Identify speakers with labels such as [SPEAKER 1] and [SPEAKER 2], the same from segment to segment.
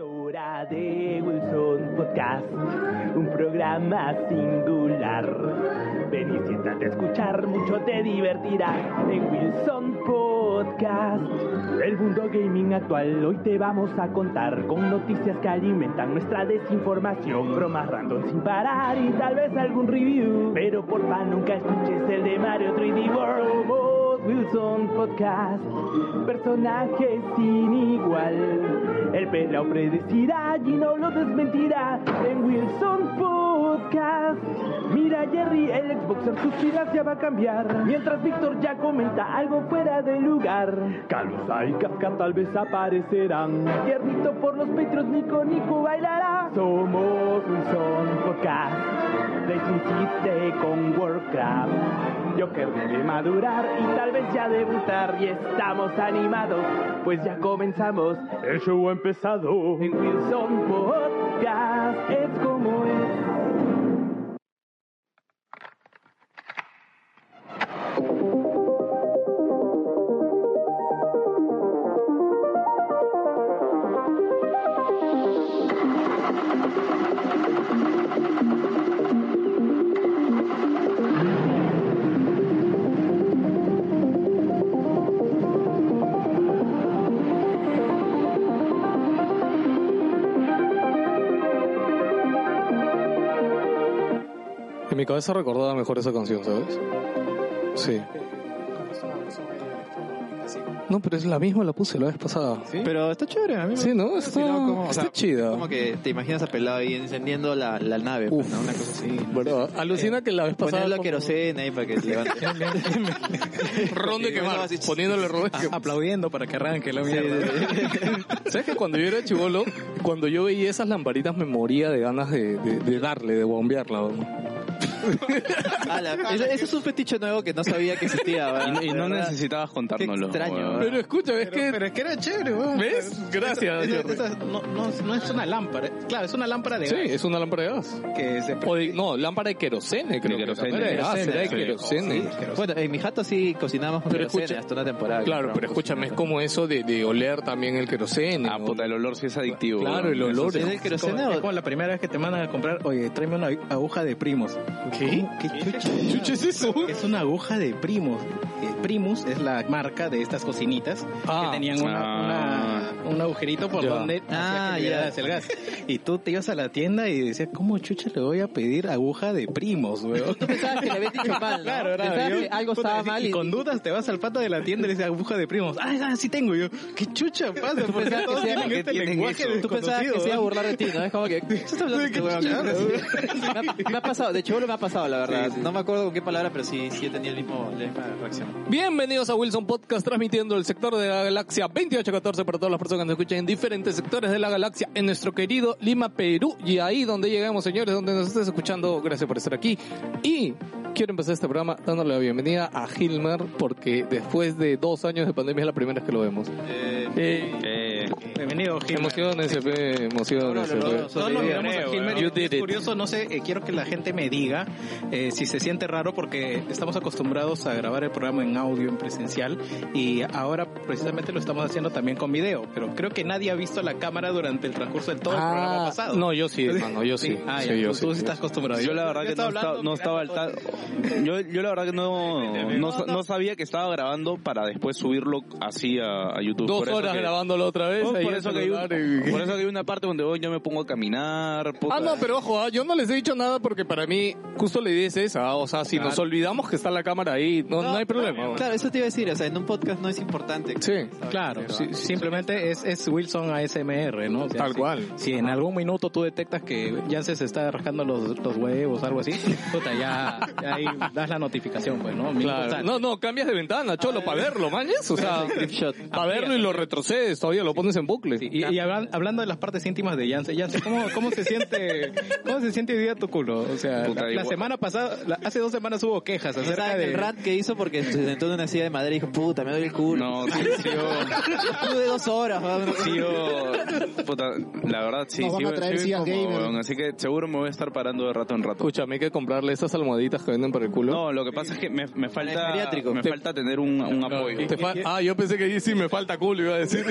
[SPEAKER 1] Hora de Wilson Podcast, un programa singular. Ven y siéntate a escuchar, mucho te divertirás en Wilson Podcast. El mundo gaming actual hoy te vamos a contar con noticias que alimentan nuestra desinformación, bromas random sin parar y tal vez algún review. Pero porfa nunca escuches el de Mario 3D World. Wilson Podcast, personaje sin igual. El pelao predecirá y no lo desmentirá en Wilson Podcast. Mira Jerry, el Xboxer, sus filas ya va a cambiar. Mientras Víctor ya comenta algo fuera de lugar. Calusa y Kafka tal vez aparecerán. Tiernito por los petros, Nico Nico bailará. Somos Wilson Podcast, de un chiste con Warcraft. Joker debe madurar y tal vez ya debutar y estamos animados, pues ya comenzamos. El show ha empezado en Wilson Podcast. Es como es.
[SPEAKER 2] En mi cabeza recordaba mejor esa canción, ¿sabes? Sí. No, pero es la misma, la puse la vez pasada.
[SPEAKER 3] ¿Sí?
[SPEAKER 2] Pero
[SPEAKER 3] Pero está chévere, a mí me-
[SPEAKER 2] Sí, ¿no?
[SPEAKER 3] me
[SPEAKER 2] Está-
[SPEAKER 3] inspiró como-
[SPEAKER 2] está chida.
[SPEAKER 3] Como que te imaginas a pelado ahí encendiendo la, la nave, pues,
[SPEAKER 2] Uf.
[SPEAKER 3] ¿no? Una cosa así.
[SPEAKER 2] ¿Verdad? Alucina que la vez pasada-
[SPEAKER 3] Poner la querosena ahí para que levante.
[SPEAKER 2] ron de
[SPEAKER 3] Bueno,
[SPEAKER 2] quemar,
[SPEAKER 3] así-
[SPEAKER 2] poniéndole ron de
[SPEAKER 4] Ah,
[SPEAKER 2] quemar.
[SPEAKER 4] aplaudiendo para que arranque la mierda.
[SPEAKER 2] ¿Sabes que cuando yo era chivolo, cuando yo veía esas lamparitas me moría de ganas de, de- de darle, de bombearla? ¿no?
[SPEAKER 3] Ala, ese, ese es un fetiche nuevo que no sabía que existía, ¿verdad?
[SPEAKER 4] Y, y no
[SPEAKER 3] ¿Verdad?
[SPEAKER 4] necesitabas contárnoslo.
[SPEAKER 3] Qué extraño,
[SPEAKER 4] weón.
[SPEAKER 3] ¿verdad?
[SPEAKER 2] Pero escucha, es que...
[SPEAKER 4] es que era chévere, weón.
[SPEAKER 2] ¿Ves? Gracias.
[SPEAKER 4] Esa- esa- esa- no, no, no es una lámpara. Claro, es una lámpara de
[SPEAKER 2] Sí,
[SPEAKER 4] gas
[SPEAKER 2] es una lámpara de gas.
[SPEAKER 4] que se
[SPEAKER 2] O de- no, lámpara de querosene, creo. que era.
[SPEAKER 4] querosene.
[SPEAKER 2] No era de gas, era de
[SPEAKER 4] Sí.
[SPEAKER 2] querosene.
[SPEAKER 4] Sí, querosene.
[SPEAKER 3] Bueno, en mi jato sí cocinamos con
[SPEAKER 2] Pero
[SPEAKER 3] querosena
[SPEAKER 2] escucha-
[SPEAKER 3] hasta una temporada.
[SPEAKER 2] Claro, pero escúchame, es como eso de, de oler también el querosene.
[SPEAKER 4] Ah,
[SPEAKER 2] ¿no?
[SPEAKER 4] puta, el olor sí es adictivo.
[SPEAKER 2] Claro,
[SPEAKER 4] weón.
[SPEAKER 2] el olor.
[SPEAKER 3] ¿Es el querosena
[SPEAKER 4] Es
[SPEAKER 3] o...?
[SPEAKER 4] como la primera vez que te mandan a comprar, oye, tráeme una aguja de primos.
[SPEAKER 2] ¿Qué?
[SPEAKER 4] ¿Qué chucha?
[SPEAKER 2] ¿Chucha es eso?
[SPEAKER 4] Es una aguja de primos. Eh, Primus es la marca de estas cocinitas
[SPEAKER 2] Ah.
[SPEAKER 4] que tenían una-
[SPEAKER 2] Ah.
[SPEAKER 4] una- un agujerito por
[SPEAKER 2] Ya.
[SPEAKER 4] donde hacía que
[SPEAKER 3] Ah, ya.
[SPEAKER 4] liberaras el gas. Y tú te ibas a la tienda y decías, ¿cómo chucha le voy a pedir aguja de primos, weón?
[SPEAKER 3] Tú pensabas que le habías dicho mal, ¿no?
[SPEAKER 4] Claro, era,
[SPEAKER 3] Pensabas
[SPEAKER 4] yo-
[SPEAKER 3] que algo
[SPEAKER 4] puta,
[SPEAKER 3] estaba
[SPEAKER 4] sí,
[SPEAKER 3] mal y-
[SPEAKER 4] con dudas te vas al pato de la tienda y le dices aguja de primos. Ah, ah, sí tengo. Y yo, ¿qué chucha pasa? Porque
[SPEAKER 3] pensabas que
[SPEAKER 4] todos
[SPEAKER 3] sea-
[SPEAKER 4] tienen
[SPEAKER 3] que
[SPEAKER 4] este
[SPEAKER 3] tienen
[SPEAKER 4] lenguaje
[SPEAKER 3] Tú pensabas que se iba a burlar de ti, ¿no? Es como que... ¿qué estás hablando de este huevón? me, ha, me ha pasado, de chivolo me ha pasado, la verdad. No me acuerdo con qué palabra, pero sí, sí he tenido el mismo, la misma reacción.
[SPEAKER 2] Bienvenidos a Wilson Podcast, transmitiendo el sector de la galaxia 2814 para todas las personas que nos escuchan en diferentes sectores de la galaxia en nuestro querido Lima, Perú. Y ahí donde llegamos, señores, donde nos estés escuchando, gracias por estar aquí. Y quiero empezar este programa dándole la bienvenida a Hilmer, porque después de dos años de pandemia es la primera vez que lo vemos.
[SPEAKER 3] Eh,
[SPEAKER 2] Eh,
[SPEAKER 4] Bienvenido, Gil.
[SPEAKER 2] emociones, fe, emociones.
[SPEAKER 3] No, no, no, no,
[SPEAKER 4] Todos
[SPEAKER 3] Yo
[SPEAKER 4] nos
[SPEAKER 3] creo,
[SPEAKER 4] miramos a Gilmer.
[SPEAKER 2] You
[SPEAKER 4] y
[SPEAKER 2] did
[SPEAKER 4] es
[SPEAKER 2] it.
[SPEAKER 4] curioso, no sé, eh, quiero que la gente me diga eh, si se siente raro porque estamos acostumbrados a grabar el programa en audio, en presencial, y ahora precisamente lo estamos haciendo también con video, pero creo que nadie ha visto la cámara durante el transcurso de todo el programa
[SPEAKER 2] Ah,
[SPEAKER 4] pasado.
[SPEAKER 2] No, yo sí, hermano, yo sí. Pues
[SPEAKER 4] Ah,
[SPEAKER 2] Sí,
[SPEAKER 4] ya,
[SPEAKER 2] yo
[SPEAKER 4] tú,
[SPEAKER 2] sí,
[SPEAKER 4] tú
[SPEAKER 2] yo
[SPEAKER 4] estás
[SPEAKER 2] sí.
[SPEAKER 4] acostumbrado.
[SPEAKER 5] Yo la verdad que no,
[SPEAKER 4] estaba
[SPEAKER 5] estaba-
[SPEAKER 4] hablando,
[SPEAKER 5] no estaba al
[SPEAKER 4] mirando
[SPEAKER 5] tanto. Yo, yo la verdad que no, no, no sabía que estaba grabando para después subirlo así a, a YouTube.
[SPEAKER 2] Dos
[SPEAKER 5] Por eso
[SPEAKER 2] horas
[SPEAKER 5] que-
[SPEAKER 2] grabándolo otra vez.
[SPEAKER 5] Oh,
[SPEAKER 2] ahí
[SPEAKER 5] por,
[SPEAKER 2] el
[SPEAKER 5] eso que hay un-
[SPEAKER 2] celular y-
[SPEAKER 5] por eso que hay una parte donde hoy yo me pongo a caminar. puta.
[SPEAKER 2] Ah, no, pero ojo, ah, yo no les he dicho nada porque para mí justo la idea es esa. ah, O sea, si nos olvidamos que está la cámara ahí, no, no hay problema. ¿no?
[SPEAKER 3] Claro, eso te iba a decir, o sea, en un podcast no es importante.
[SPEAKER 2] Sí.
[SPEAKER 4] Claro, sí, simplemente es, es Wilson ASMR, ¿no? O sea,
[SPEAKER 2] Tal
[SPEAKER 4] si-
[SPEAKER 2] cual.
[SPEAKER 4] Si en algún minuto tú detectas que Yance se está rascando los, los huevos, algo así, puta, ya, ya ahí das la notificación, pues, ¿no? Minutos
[SPEAKER 2] Claro.
[SPEAKER 4] antes.
[SPEAKER 2] No, no, cambias de ventana, cholo, para verlo, mañas. O sea, para verlo y lo retrocedes, todavía lo pones en bucle.
[SPEAKER 4] Sí, Y, y hablan- hablando de las partes íntimas de Yance, Yance, ¿cómo, cómo se siente, cómo se siente hoy día tu culo? O sea,
[SPEAKER 5] Puta,
[SPEAKER 4] la, la
[SPEAKER 5] igual.
[SPEAKER 4] semana pasada, la- hace dos semanas hubo quejas
[SPEAKER 3] No
[SPEAKER 4] acerca
[SPEAKER 3] saben
[SPEAKER 4] de...
[SPEAKER 3] el rat que hizo porque se sentó en una silla de madera y dijo, puta, me doy el culo.
[SPEAKER 5] No, sí, sí, yo-
[SPEAKER 3] Estuve dos horas. weón.
[SPEAKER 5] sí, yo- puta, la verdad, sí,
[SPEAKER 6] Nos van
[SPEAKER 5] sí,
[SPEAKER 6] a traer
[SPEAKER 5] sí,
[SPEAKER 6] sillas
[SPEAKER 5] como,
[SPEAKER 6] gamer.
[SPEAKER 5] weón, así que seguro me voy a estar parando de rato en rato.
[SPEAKER 2] Escúchame, hay que comprarle esas almohaditas que venden por el culo?
[SPEAKER 5] No, lo que pasa es que me, me
[SPEAKER 3] Es
[SPEAKER 5] falta
[SPEAKER 3] geriátrico.
[SPEAKER 5] me falta tener un, un apoyo.
[SPEAKER 2] Te fa- ah, yo pensé que ahí sí me falta culo, iba a decir.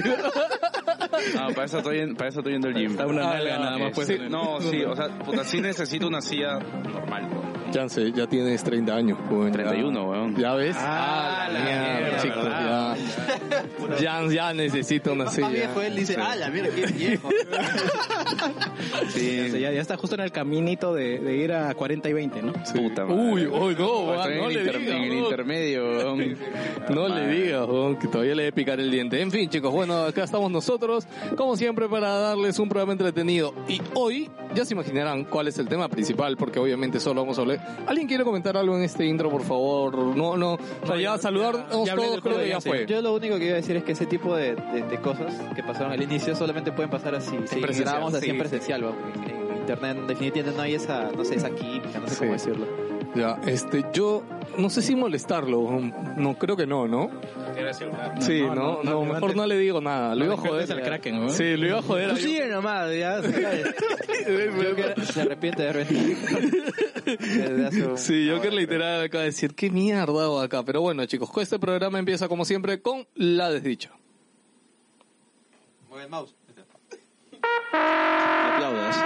[SPEAKER 5] Ah, para eso estoy en- para eso estoy yendo al gym.
[SPEAKER 4] Está una
[SPEAKER 2] Ah,
[SPEAKER 4] nalga
[SPEAKER 2] ya,
[SPEAKER 4] nada
[SPEAKER 2] eh,
[SPEAKER 4] más. Pues,
[SPEAKER 5] Sí, no, sí, o sea, puta, sí necesito una silla normal. ¿no?
[SPEAKER 2] Chance, ya tienes 30 años, joven.
[SPEAKER 5] 31, weón.
[SPEAKER 2] ¿Ya ves?
[SPEAKER 3] Ah, la mierda,
[SPEAKER 2] chicos,
[SPEAKER 3] ¿verdad?
[SPEAKER 2] ya. ya. Ya necesito una
[SPEAKER 3] Más
[SPEAKER 2] silla.
[SPEAKER 3] viejo él dice, ah, la mierda, qué viejo.
[SPEAKER 5] Sí,
[SPEAKER 4] o sea, ya, ya está justo en el caminito de, de ir a 40 y 20, ¿no?
[SPEAKER 5] puta madre.
[SPEAKER 2] Uy,
[SPEAKER 4] oh,
[SPEAKER 2] uy, no,
[SPEAKER 5] Estoy
[SPEAKER 2] va,
[SPEAKER 5] en,
[SPEAKER 2] no
[SPEAKER 5] el
[SPEAKER 2] le
[SPEAKER 5] inter-
[SPEAKER 2] digas.
[SPEAKER 5] en el
[SPEAKER 2] no.
[SPEAKER 5] intermedio, weón.
[SPEAKER 2] No le digas, weón, que todavía le debe picar el diente. En fin, chicos, bueno, acá estamos nosotros, como siempre, para darles un programa entretenido. Y hoy, ya se imaginarán cuál es el tema principal, porque obviamente solo vamos a hablar. ¿Alguien quiere comentar algo en este intro, por favor? No, no. O sea, ya saludarnos
[SPEAKER 4] ya hablé
[SPEAKER 2] todos,
[SPEAKER 4] del
[SPEAKER 2] creo
[SPEAKER 4] juego
[SPEAKER 2] que
[SPEAKER 4] de
[SPEAKER 2] ya
[SPEAKER 4] ayer,
[SPEAKER 2] fue.
[SPEAKER 3] Yo lo único que iba a decir es que ese tipo de, de- de cosas que pasaron al inicio solamente pueden pasar así. Si
[SPEAKER 4] presencial,
[SPEAKER 3] grabamos así
[SPEAKER 4] sí,
[SPEAKER 3] en presencial, vamos, en- en internet definitivamente no hay esa, no sé, esa química, no sé
[SPEAKER 2] Sí.
[SPEAKER 3] cómo decirlo.
[SPEAKER 2] Ya, este, yo no sé si molestarlo, um, no creo que no, ¿no? Sí, no, no, mejor no le digo nada, lo iba a joder.
[SPEAKER 4] al Kraken, weón.
[SPEAKER 2] Sí, lo iba a joder. a-
[SPEAKER 3] sigue nomás, ya. se arrepiente de haber venido. Desde hace un-
[SPEAKER 2] Sí, yo que literal acá decir, qué mierda hago acá. Pero bueno, chicos, este programa empieza como siempre con la desdicha.
[SPEAKER 3] Mueve el mouse.
[SPEAKER 4] Aplaudas.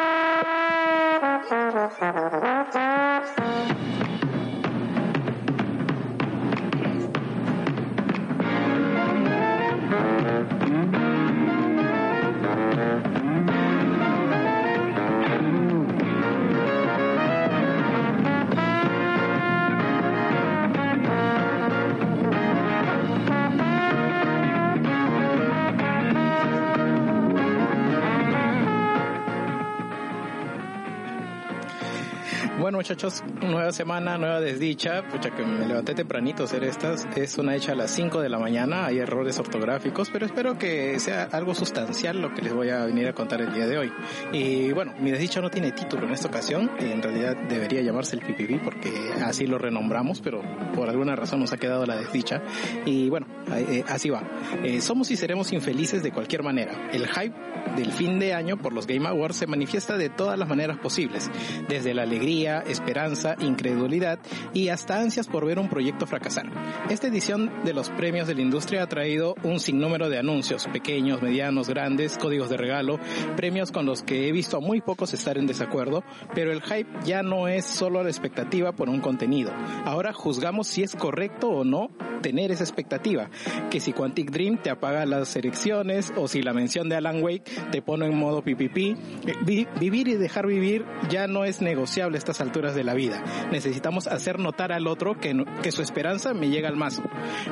[SPEAKER 4] Bueno, muchachos, nueva semana, nueva desdicha. Pucha, que me levanté tempranito a hacer estas. Es una hecha a las 5 de la mañana. Hay errores ortográficos, pero espero que sea algo sustancial lo que les voy a venir a contar el día de hoy. Y bueno, mi desdicha no tiene título en esta ocasión. En realidad debería llamarse el PPP porque así lo renombramos, pero por alguna razón nos ha quedado la desdicha. Y bueno, eh, eh, así va. Eh, somos y seremos infelices de cualquier manera. El hype del fin de año por los Game Awards se manifiesta de todas las maneras posibles, desde la alegría, esperanza, incredulidad y hasta ansias por ver un proyecto fracasar. Esta edición de los premios de la industria ha traído un sinnúmero de anuncios, pequeños, medianos, grandes, códigos de regalo, premios con los que he visto a muy pocos estar en desacuerdo, pero el hype ya no es solo la expectativa por un contenido. Ahora juzgamos si es correcto o no tener esa expectativa, que si Quantic Dream te apaga las erecciones o si la mención de Alan Wake te pone en modo PPP, eh, vi- vivir y dejar vivir ya no es negociable a estas alturas de la vida. Necesitamos hacer notar al otro que, no- que su esperanza me llega al mazo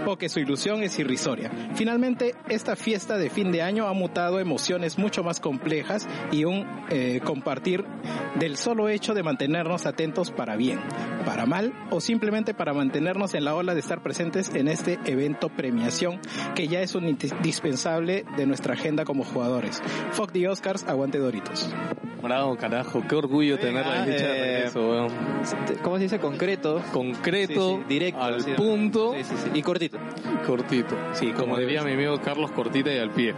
[SPEAKER 4] o que su ilusión es irrisoria. Finalmente, esta fiesta de fin de año ha mutado emociones mucho más complejas y un eh, compartir del solo hecho de mantenernos atentos para bien, para mal o simplemente para mantenernos en la ola de estar presentes en este evento premiación que ya es un indispensable de nuestra agenda como jugadores. Fuck the Oscars, aguante Doritos.
[SPEAKER 2] Bravo, carajo, qué orgullo tener la desdicha de
[SPEAKER 3] eh,
[SPEAKER 2] regreso, weón.
[SPEAKER 3] Este, ¿Cómo se dice concreto?
[SPEAKER 2] Concreto,
[SPEAKER 3] Sí, sí, directo,
[SPEAKER 2] al
[SPEAKER 3] sí,
[SPEAKER 2] punto,
[SPEAKER 3] Sí, sí, sí. Y cortito.
[SPEAKER 2] cortito. Sí, como diría mi amigo Carlos, cortita y al pie.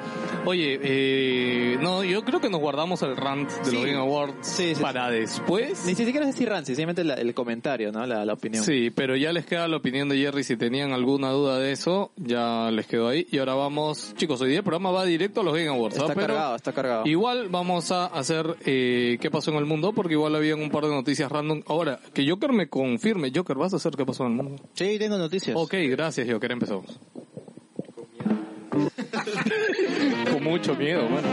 [SPEAKER 2] Oye, eh, no, yo creo que nos guardamos el rant de los
[SPEAKER 3] Sí.
[SPEAKER 2] Game Awards
[SPEAKER 3] Sí, sí,
[SPEAKER 2] para después.
[SPEAKER 3] Ni siquiera es decir Rancy, simplemente la- el comentario, ¿no? La, la opinión.
[SPEAKER 2] Sí, pero ya les queda la opinión de Jerry. Si tenían alguna duda de eso, ya les quedó ahí. Y ahora vamos, chicos, hoy día el programa va directo a los Game Awards. ¿ah?
[SPEAKER 3] Está
[SPEAKER 2] Pero
[SPEAKER 3] cargado, está cargado.
[SPEAKER 2] Igual vamos a hacer eh, qué pasó en el mundo, porque igual habían un par de noticias random. Ahora, que Joker me confirme. Joker, ¿vas a hacer qué pasó en el mundo?
[SPEAKER 4] Sí, tengo noticias.
[SPEAKER 2] Ok, gracias Joker, empezamos. Con mucho miedo, bueno.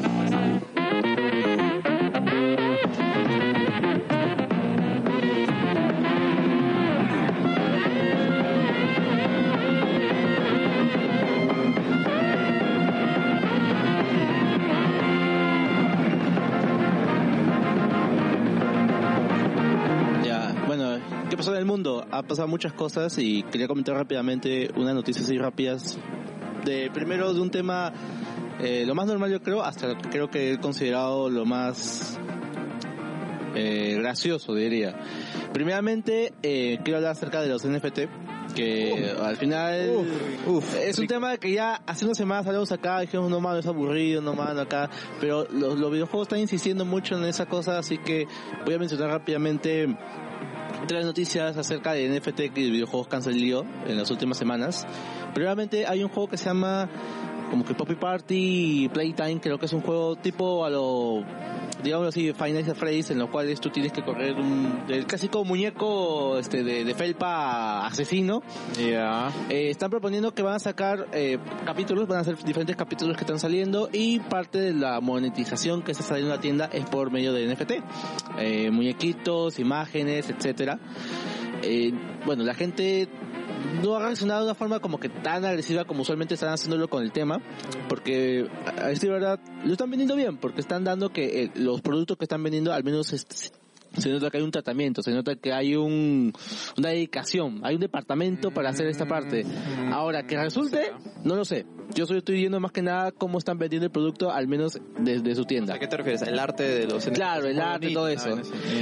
[SPEAKER 6] Ya, bueno, ¿qué pasó en el mundo? Ha pasado muchas cosas y quería comentar rápidamente unas noticias así rápidas. De, primero de un tema, eh, lo más normal yo creo, hasta creo que he considerado lo más eh, gracioso, diría. Primeramente, eh, quiero hablar acerca de los NFT, que al final... es un tema que ya hace unas semanas hablamos acá, dijimos, no mano, es aburrido, no mano, acá, pero los, los videojuegos están insistiendo mucho en esa cosa, así que voy a mencionar rápidamente
[SPEAKER 7] tres noticias acerca de NFT que videojuegos canceló en las últimas semanas. Primeramente hay un juego que se llama como que Poppy Party Playtime, creo que es un juego tipo a lo digamos así Final Phrase en los cuales tú tienes que correr un el clásico muñeco este de, de felpa asesino eh, están proponiendo que van a sacar eh, capítulos, van a ser diferentes capítulos que están saliendo y parte de la monetización que está saliendo en la tienda es por medio de NFT. Eh, muñequitos, imágenes, etcétera. Eh, bueno, la gente no ha reaccionado de una forma como que tan agresiva como usualmente están haciéndolo con el tema, porque a a decir verdad, lo están vendiendo bien, porque están dando que eh, los productos que están vendiendo al menos es- se nota que hay un tratamiento, se nota que hay un, una dedicación, hay un departamento para hacer esta parte.
[SPEAKER 8] Mm-hmm.
[SPEAKER 7] Ahora, que resulte, no lo sé. Yo solo estoy viendo más que nada cómo están vendiendo el producto, al menos desde su tienda.
[SPEAKER 8] ¿A qué te refieres? El arte de los... Ah,
[SPEAKER 7] Claro, el arte, todo eso.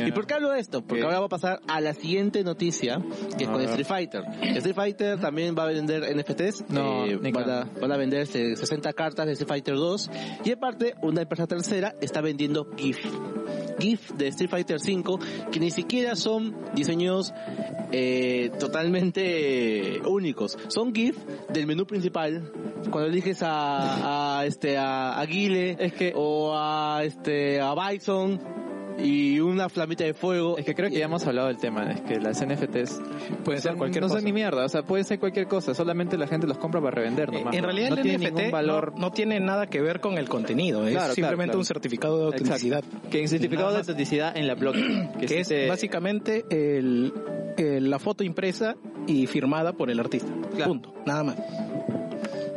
[SPEAKER 7] ¿Y por qué hablo de esto? Porque
[SPEAKER 8] Ok.
[SPEAKER 7] ahora va a pasar a la siguiente noticia, que es
[SPEAKER 8] A
[SPEAKER 7] con
[SPEAKER 8] ver.
[SPEAKER 7] Street Fighter. Street Fighter también va a vender NFTs.
[SPEAKER 8] No,
[SPEAKER 7] eh,
[SPEAKER 8] ni
[SPEAKER 7] van, a,
[SPEAKER 8] cagando.
[SPEAKER 7] van a vender este, 60 cartas de Street Fighter 2. Y aparte, una empresa tercera está vendiendo GIF. GIF de Street Fighter 5, que ni siquiera son diseños eh, totalmente eh, únicos. Son GIF del menú principal. Cuando eliges a, a, este a, a Guile
[SPEAKER 8] Es que-
[SPEAKER 7] o a este a Bison y una flamita de fuego.
[SPEAKER 8] Es que creo que ya hemos hablado del tema, es que las NFTs
[SPEAKER 4] Pueden ser
[SPEAKER 8] son-
[SPEAKER 4] cualquier
[SPEAKER 8] no
[SPEAKER 4] cosa.
[SPEAKER 8] son ni mierda, o sea, pueden ser cualquier cosa, solamente la gente los compra para revender nomás.
[SPEAKER 4] Eh, en
[SPEAKER 8] ¿no?
[SPEAKER 4] realidad
[SPEAKER 8] no
[SPEAKER 4] el
[SPEAKER 8] tiene
[SPEAKER 4] NFT
[SPEAKER 8] ningún valor.
[SPEAKER 4] no, no tiene nada que ver con el contenido, es
[SPEAKER 8] Claro, claro,
[SPEAKER 4] simplemente
[SPEAKER 8] claro.
[SPEAKER 4] un certificado de
[SPEAKER 8] Exacto.
[SPEAKER 4] autenticidad,
[SPEAKER 8] Que es certificado de autenticidad en la blockchain.
[SPEAKER 4] que,
[SPEAKER 8] sí
[SPEAKER 4] es
[SPEAKER 8] te-
[SPEAKER 4] básicamente el- el- la foto impresa y firmada por el artista. Punto, nada más.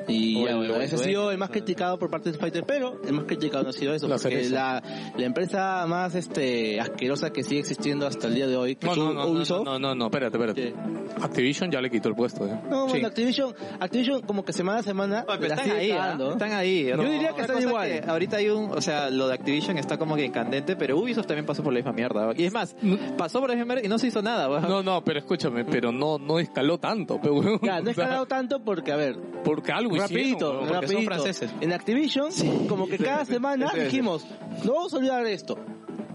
[SPEAKER 7] Y
[SPEAKER 8] O
[SPEAKER 7] ya,
[SPEAKER 8] el-
[SPEAKER 7] bueno,
[SPEAKER 8] o el
[SPEAKER 7] ese ha
[SPEAKER 8] dueño,
[SPEAKER 7] sido el más criticado por parte de Street Fighter, pero el más criticado no ha sido eso,
[SPEAKER 4] La
[SPEAKER 7] porque
[SPEAKER 4] cereza.
[SPEAKER 7] la, la empresa más este asquerosa que sigue existiendo hasta el día de hoy, que es Ubisoft,
[SPEAKER 2] no, no, no, espérate, espérate.
[SPEAKER 7] que-
[SPEAKER 2] Activision ya le quitó el puesto, ¿eh?
[SPEAKER 7] No, bueno, Activision, Activision como que semana a semana
[SPEAKER 9] Oye, pero
[SPEAKER 7] la
[SPEAKER 9] están
[SPEAKER 7] sigue
[SPEAKER 9] ahí, ¿ah?
[SPEAKER 7] cagando.
[SPEAKER 9] están ahí.
[SPEAKER 7] Yo diría que
[SPEAKER 9] Otra
[SPEAKER 7] están
[SPEAKER 9] cosa
[SPEAKER 7] igual.
[SPEAKER 9] que ahorita hay un, o sea, lo de Activision está como que candente, pero Ubisoft también pasó por la misma mierda. Y es más, pasó por la misma mierda y no se hizo nada. weón.
[SPEAKER 2] No, no, pero escúchame, pero no, no escaló tanto, pero weón.
[SPEAKER 7] Ya, no he
[SPEAKER 2] O sea,
[SPEAKER 7] escalado tanto porque, a ver,
[SPEAKER 2] Porque algo hicieron,
[SPEAKER 7] rapidito,
[SPEAKER 2] weón.
[SPEAKER 4] porque son
[SPEAKER 7] rapidito.
[SPEAKER 4] franceses.
[SPEAKER 7] En Activision, como que cada semana dijimos, no vamos a olvidar esto.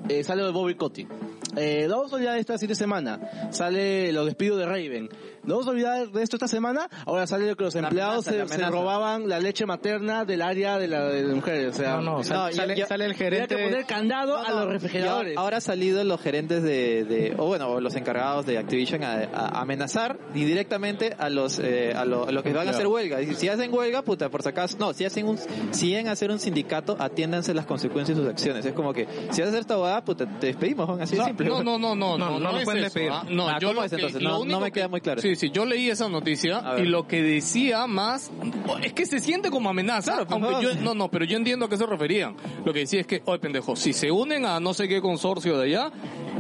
[SPEAKER 7] Eh, sale lo de Bobby Kotick. Eh, no vamos a olvidar esta siguiente semana. Sale los despidos de Raven. No vamos a olvidar de esto esta semana. Ahora sale lo que los empleados
[SPEAKER 9] amenaza, la
[SPEAKER 7] se, se
[SPEAKER 9] amenaza.
[SPEAKER 7] robaban la leche materna del área de, la, de las mujeres. O sea,
[SPEAKER 4] No, no, sal-
[SPEAKER 9] No, ya-
[SPEAKER 4] sale,
[SPEAKER 9] ya-
[SPEAKER 4] sale el
[SPEAKER 7] tenía que
[SPEAKER 4] gerente.
[SPEAKER 7] poner candado a los refrigeradores.
[SPEAKER 9] Ahora han salido los gerentes de, de- o bueno, o los encargados de Activision a, a amenazar y directamente a los eh, a, lo- a los que van a hacer huelga. Y si hacen huelga, puta, por si acaso, no, si hacen un, si llegan a hacer un sindicato, atiéndanse las consecuencias de sus acciones. Es como que si vas a hacer esta huevada, puta, te despedimos, weón, así de simple.
[SPEAKER 2] No, no, no, no, no, no,
[SPEAKER 4] no lo
[SPEAKER 2] es
[SPEAKER 4] pueden
[SPEAKER 2] eso,
[SPEAKER 4] despedir.
[SPEAKER 2] ¿ah? No,
[SPEAKER 9] Ah,
[SPEAKER 2] yo
[SPEAKER 9] ¿cómo
[SPEAKER 2] lo
[SPEAKER 9] es
[SPEAKER 2] que-
[SPEAKER 9] entonces?
[SPEAKER 2] lo
[SPEAKER 9] No- no
[SPEAKER 2] único
[SPEAKER 9] me queda
[SPEAKER 2] que-
[SPEAKER 9] muy claro.
[SPEAKER 2] Sí, sí, yo leí esa noticia
[SPEAKER 9] ver.
[SPEAKER 2] y lo que decía más es que se siente como amenaza,
[SPEAKER 9] Claro, pues,
[SPEAKER 2] aunque
[SPEAKER 9] no.
[SPEAKER 2] yo no, no, pero yo entiendo a qué se referían. Lo que decía es que, oye, pendejo, si se unen a no sé qué consorcio de allá,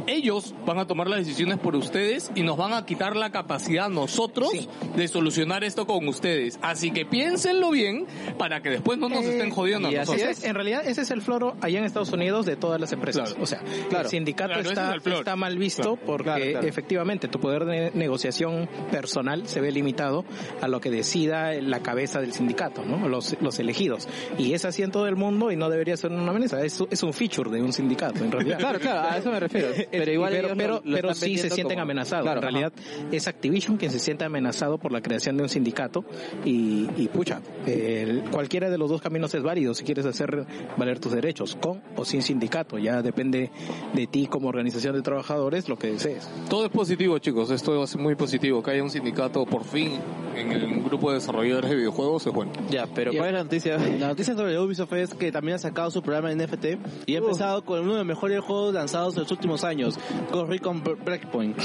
[SPEAKER 2] ellos van a tomar las decisiones por ustedes y nos van a quitar la capacidad a nosotros de solucionar esto con ustedes. Así que piénsenlo bien para que después no nos estén jodiendo a
[SPEAKER 9] Eh, y así
[SPEAKER 2] nosotros.
[SPEAKER 9] es.
[SPEAKER 4] En realidad ese es el floro allá en Estados Unidos de todas las empresas.
[SPEAKER 2] Claro.
[SPEAKER 4] O sea,
[SPEAKER 9] Claro.
[SPEAKER 4] el sindicato
[SPEAKER 2] Claro, ese
[SPEAKER 4] está,
[SPEAKER 2] es el floro.
[SPEAKER 4] está mal visto porque efectivamente tu poder de negociación personal se ve limitado a lo que decida la cabeza del sindicato, ¿no? los, los elegidos. Y es así en todo el mundo y no debería ser una amenaza. Es, es un feature de un sindicato, en realidad.
[SPEAKER 9] Claro, claro, a eso me refiero. Pero
[SPEAKER 4] Y
[SPEAKER 9] igual
[SPEAKER 4] pero,
[SPEAKER 9] ellos lo-
[SPEAKER 4] pero,
[SPEAKER 9] lo
[SPEAKER 4] pero
[SPEAKER 9] están
[SPEAKER 4] sí se
[SPEAKER 9] vendiendo
[SPEAKER 4] sienten
[SPEAKER 9] como-
[SPEAKER 4] amenazados.
[SPEAKER 9] Claro,
[SPEAKER 4] en realidad es Activision quien se siente amenazado por la creación de un sindicato y, y pucha, el- cualquiera de los dos caminos es válido si quieres hacer valer tus derechos, con o sin sindicato. Ya depende de ti como organización de trabajadores lo que desees.
[SPEAKER 2] Todo es positivo, chicos. Esto es muy positivo. Que haya un sindicato por fin en el grupo de desarrolladores de videojuegos es bueno.
[SPEAKER 9] Ya, pero
[SPEAKER 7] Ya.
[SPEAKER 9] ¿cuál es la noticia?
[SPEAKER 7] La noticia sobre Ubisoft es que también ha sacado su programa de NFT y
[SPEAKER 4] Uh.
[SPEAKER 7] ha empezado con uno de los mejores juegos lanzados en los últimos años, con Recon Bre- Breakpoint.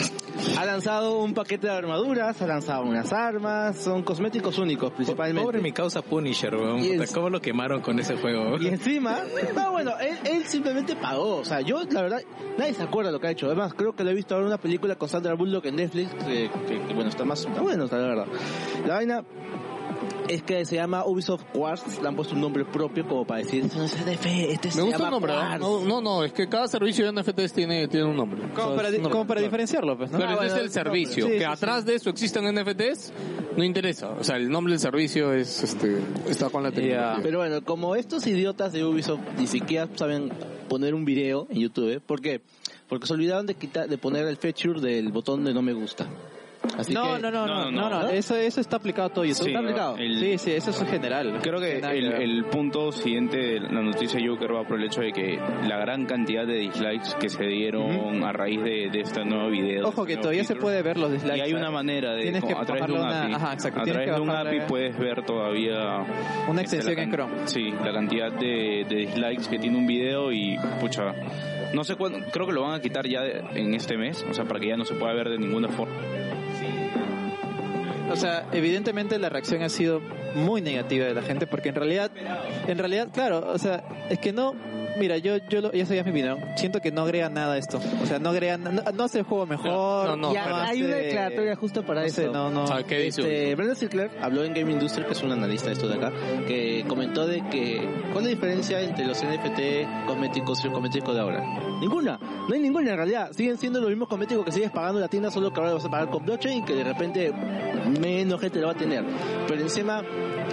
[SPEAKER 7] Ha lanzado un paquete de armaduras, ha lanzado unas armas, son cosméticos únicos principalmente.
[SPEAKER 4] mi causa Punisher,
[SPEAKER 7] Y el-
[SPEAKER 4] ¿Cómo lo quemaron con ese juego?
[SPEAKER 7] Y encima, no, bueno, él, él simplemente pagó. O sea, yo, la verdad, nadie se acuerda lo que ha hecho. Además, creo que lo he visto ahora en una película con Sandra Bullock en Netflix, que, que- que, bueno, está más, está bueno, está la verdad. La vaina,
[SPEAKER 6] Es que se llama Ubisoft Quartz, le han puesto un nombre propio como para decir, "Esto no es NFE, este se
[SPEAKER 2] Me gusta el
[SPEAKER 6] llama
[SPEAKER 2] nombre. ¿ah?
[SPEAKER 6] Quartz".
[SPEAKER 2] No, no, no, es que cada servicio de NFTs tiene, tiene un nombre. O
[SPEAKER 7] Como
[SPEAKER 2] sea,
[SPEAKER 7] para,
[SPEAKER 2] es un nombre.
[SPEAKER 7] como para diferenciarlo, pues, ¿no?
[SPEAKER 6] Ah,
[SPEAKER 2] Claro, este es el servicio.
[SPEAKER 7] Sí,
[SPEAKER 2] que
[SPEAKER 7] sí, sí.
[SPEAKER 2] atrás de eso existan NFTs, no interesa. O sea, el nombre del servicio es, este, está con la tecnología.
[SPEAKER 6] Pero bueno, como estos idiotas de Ubisoft ni siquiera saben poner un video en YouTube, ¿eh? ¿por qué? Porque se olvidaron de quitar, de poner el feature del botón de no me gusta. Así
[SPEAKER 7] No,
[SPEAKER 6] que,
[SPEAKER 7] no, no, no, no, no, eso, eso está aplicado a todo YouTube.
[SPEAKER 5] Sí,
[SPEAKER 7] está aplicado.
[SPEAKER 5] el-
[SPEAKER 7] sí, sí, eso es en general.
[SPEAKER 5] Creo que
[SPEAKER 7] Nada ver.
[SPEAKER 5] el, el punto siguiente de la noticia yo creo va por el hecho de que la gran cantidad de dislikes que se dieron a raíz de, de este nuevo video.
[SPEAKER 7] Ojo que
[SPEAKER 5] este nuevo
[SPEAKER 7] todavía se
[SPEAKER 5] feature.
[SPEAKER 7] puede ver los dislikes.
[SPEAKER 5] Y hay una
[SPEAKER 7] ¿sabes?
[SPEAKER 5] manera de
[SPEAKER 7] Tienes
[SPEAKER 5] como
[SPEAKER 7] que
[SPEAKER 5] a través de un
[SPEAKER 7] bajarle una-
[SPEAKER 5] API,
[SPEAKER 7] ajá, exacto,
[SPEAKER 5] a
[SPEAKER 7] tienes
[SPEAKER 5] través
[SPEAKER 7] que eh.
[SPEAKER 5] de un
[SPEAKER 7] bajarle-
[SPEAKER 5] API puedes ver todavía
[SPEAKER 7] Una
[SPEAKER 5] Este,
[SPEAKER 7] extensión
[SPEAKER 5] la
[SPEAKER 7] en
[SPEAKER 5] can-
[SPEAKER 7] Chrome.
[SPEAKER 5] Sí, la cantidad de, de dislikes que tiene un video y pucha, no sé cuándo, creo que lo van a quitar ya de- en este mes, o sea, para que ya no se pueda ver de ninguna forma.
[SPEAKER 7] O sea, evidentemente la reacción ha sido muy negativa de la gente porque en realidad, en realidad, claro, o sea, es que no, mira, yo, yo, lo, ya sabía mi opinión, siento que no agrega nada a esto, o sea, no agrega, no, no hace el juego mejor.
[SPEAKER 2] No, no,
[SPEAKER 7] no
[SPEAKER 2] pero-
[SPEAKER 7] hace-
[SPEAKER 6] hay una declaratoria justo para
[SPEAKER 7] no
[SPEAKER 6] eso.
[SPEAKER 7] sé, no, no.
[SPEAKER 2] O sea, ¿qué dice Ubisoft?
[SPEAKER 6] Este, Brandon Sinclair habló en Game Industry, que es un analista de esto de acá, que comentó de que ¿cuál es la diferencia entre los NFT cosméticos y los cosméticos de ahora? Ninguna, no hay ninguna en realidad. Siguen siendo los mismos cosméticos que sigues pagando en la tienda, solo que ahora vas a pagar con blockchain y que de repente menos gente lo va a tener. Pero encima,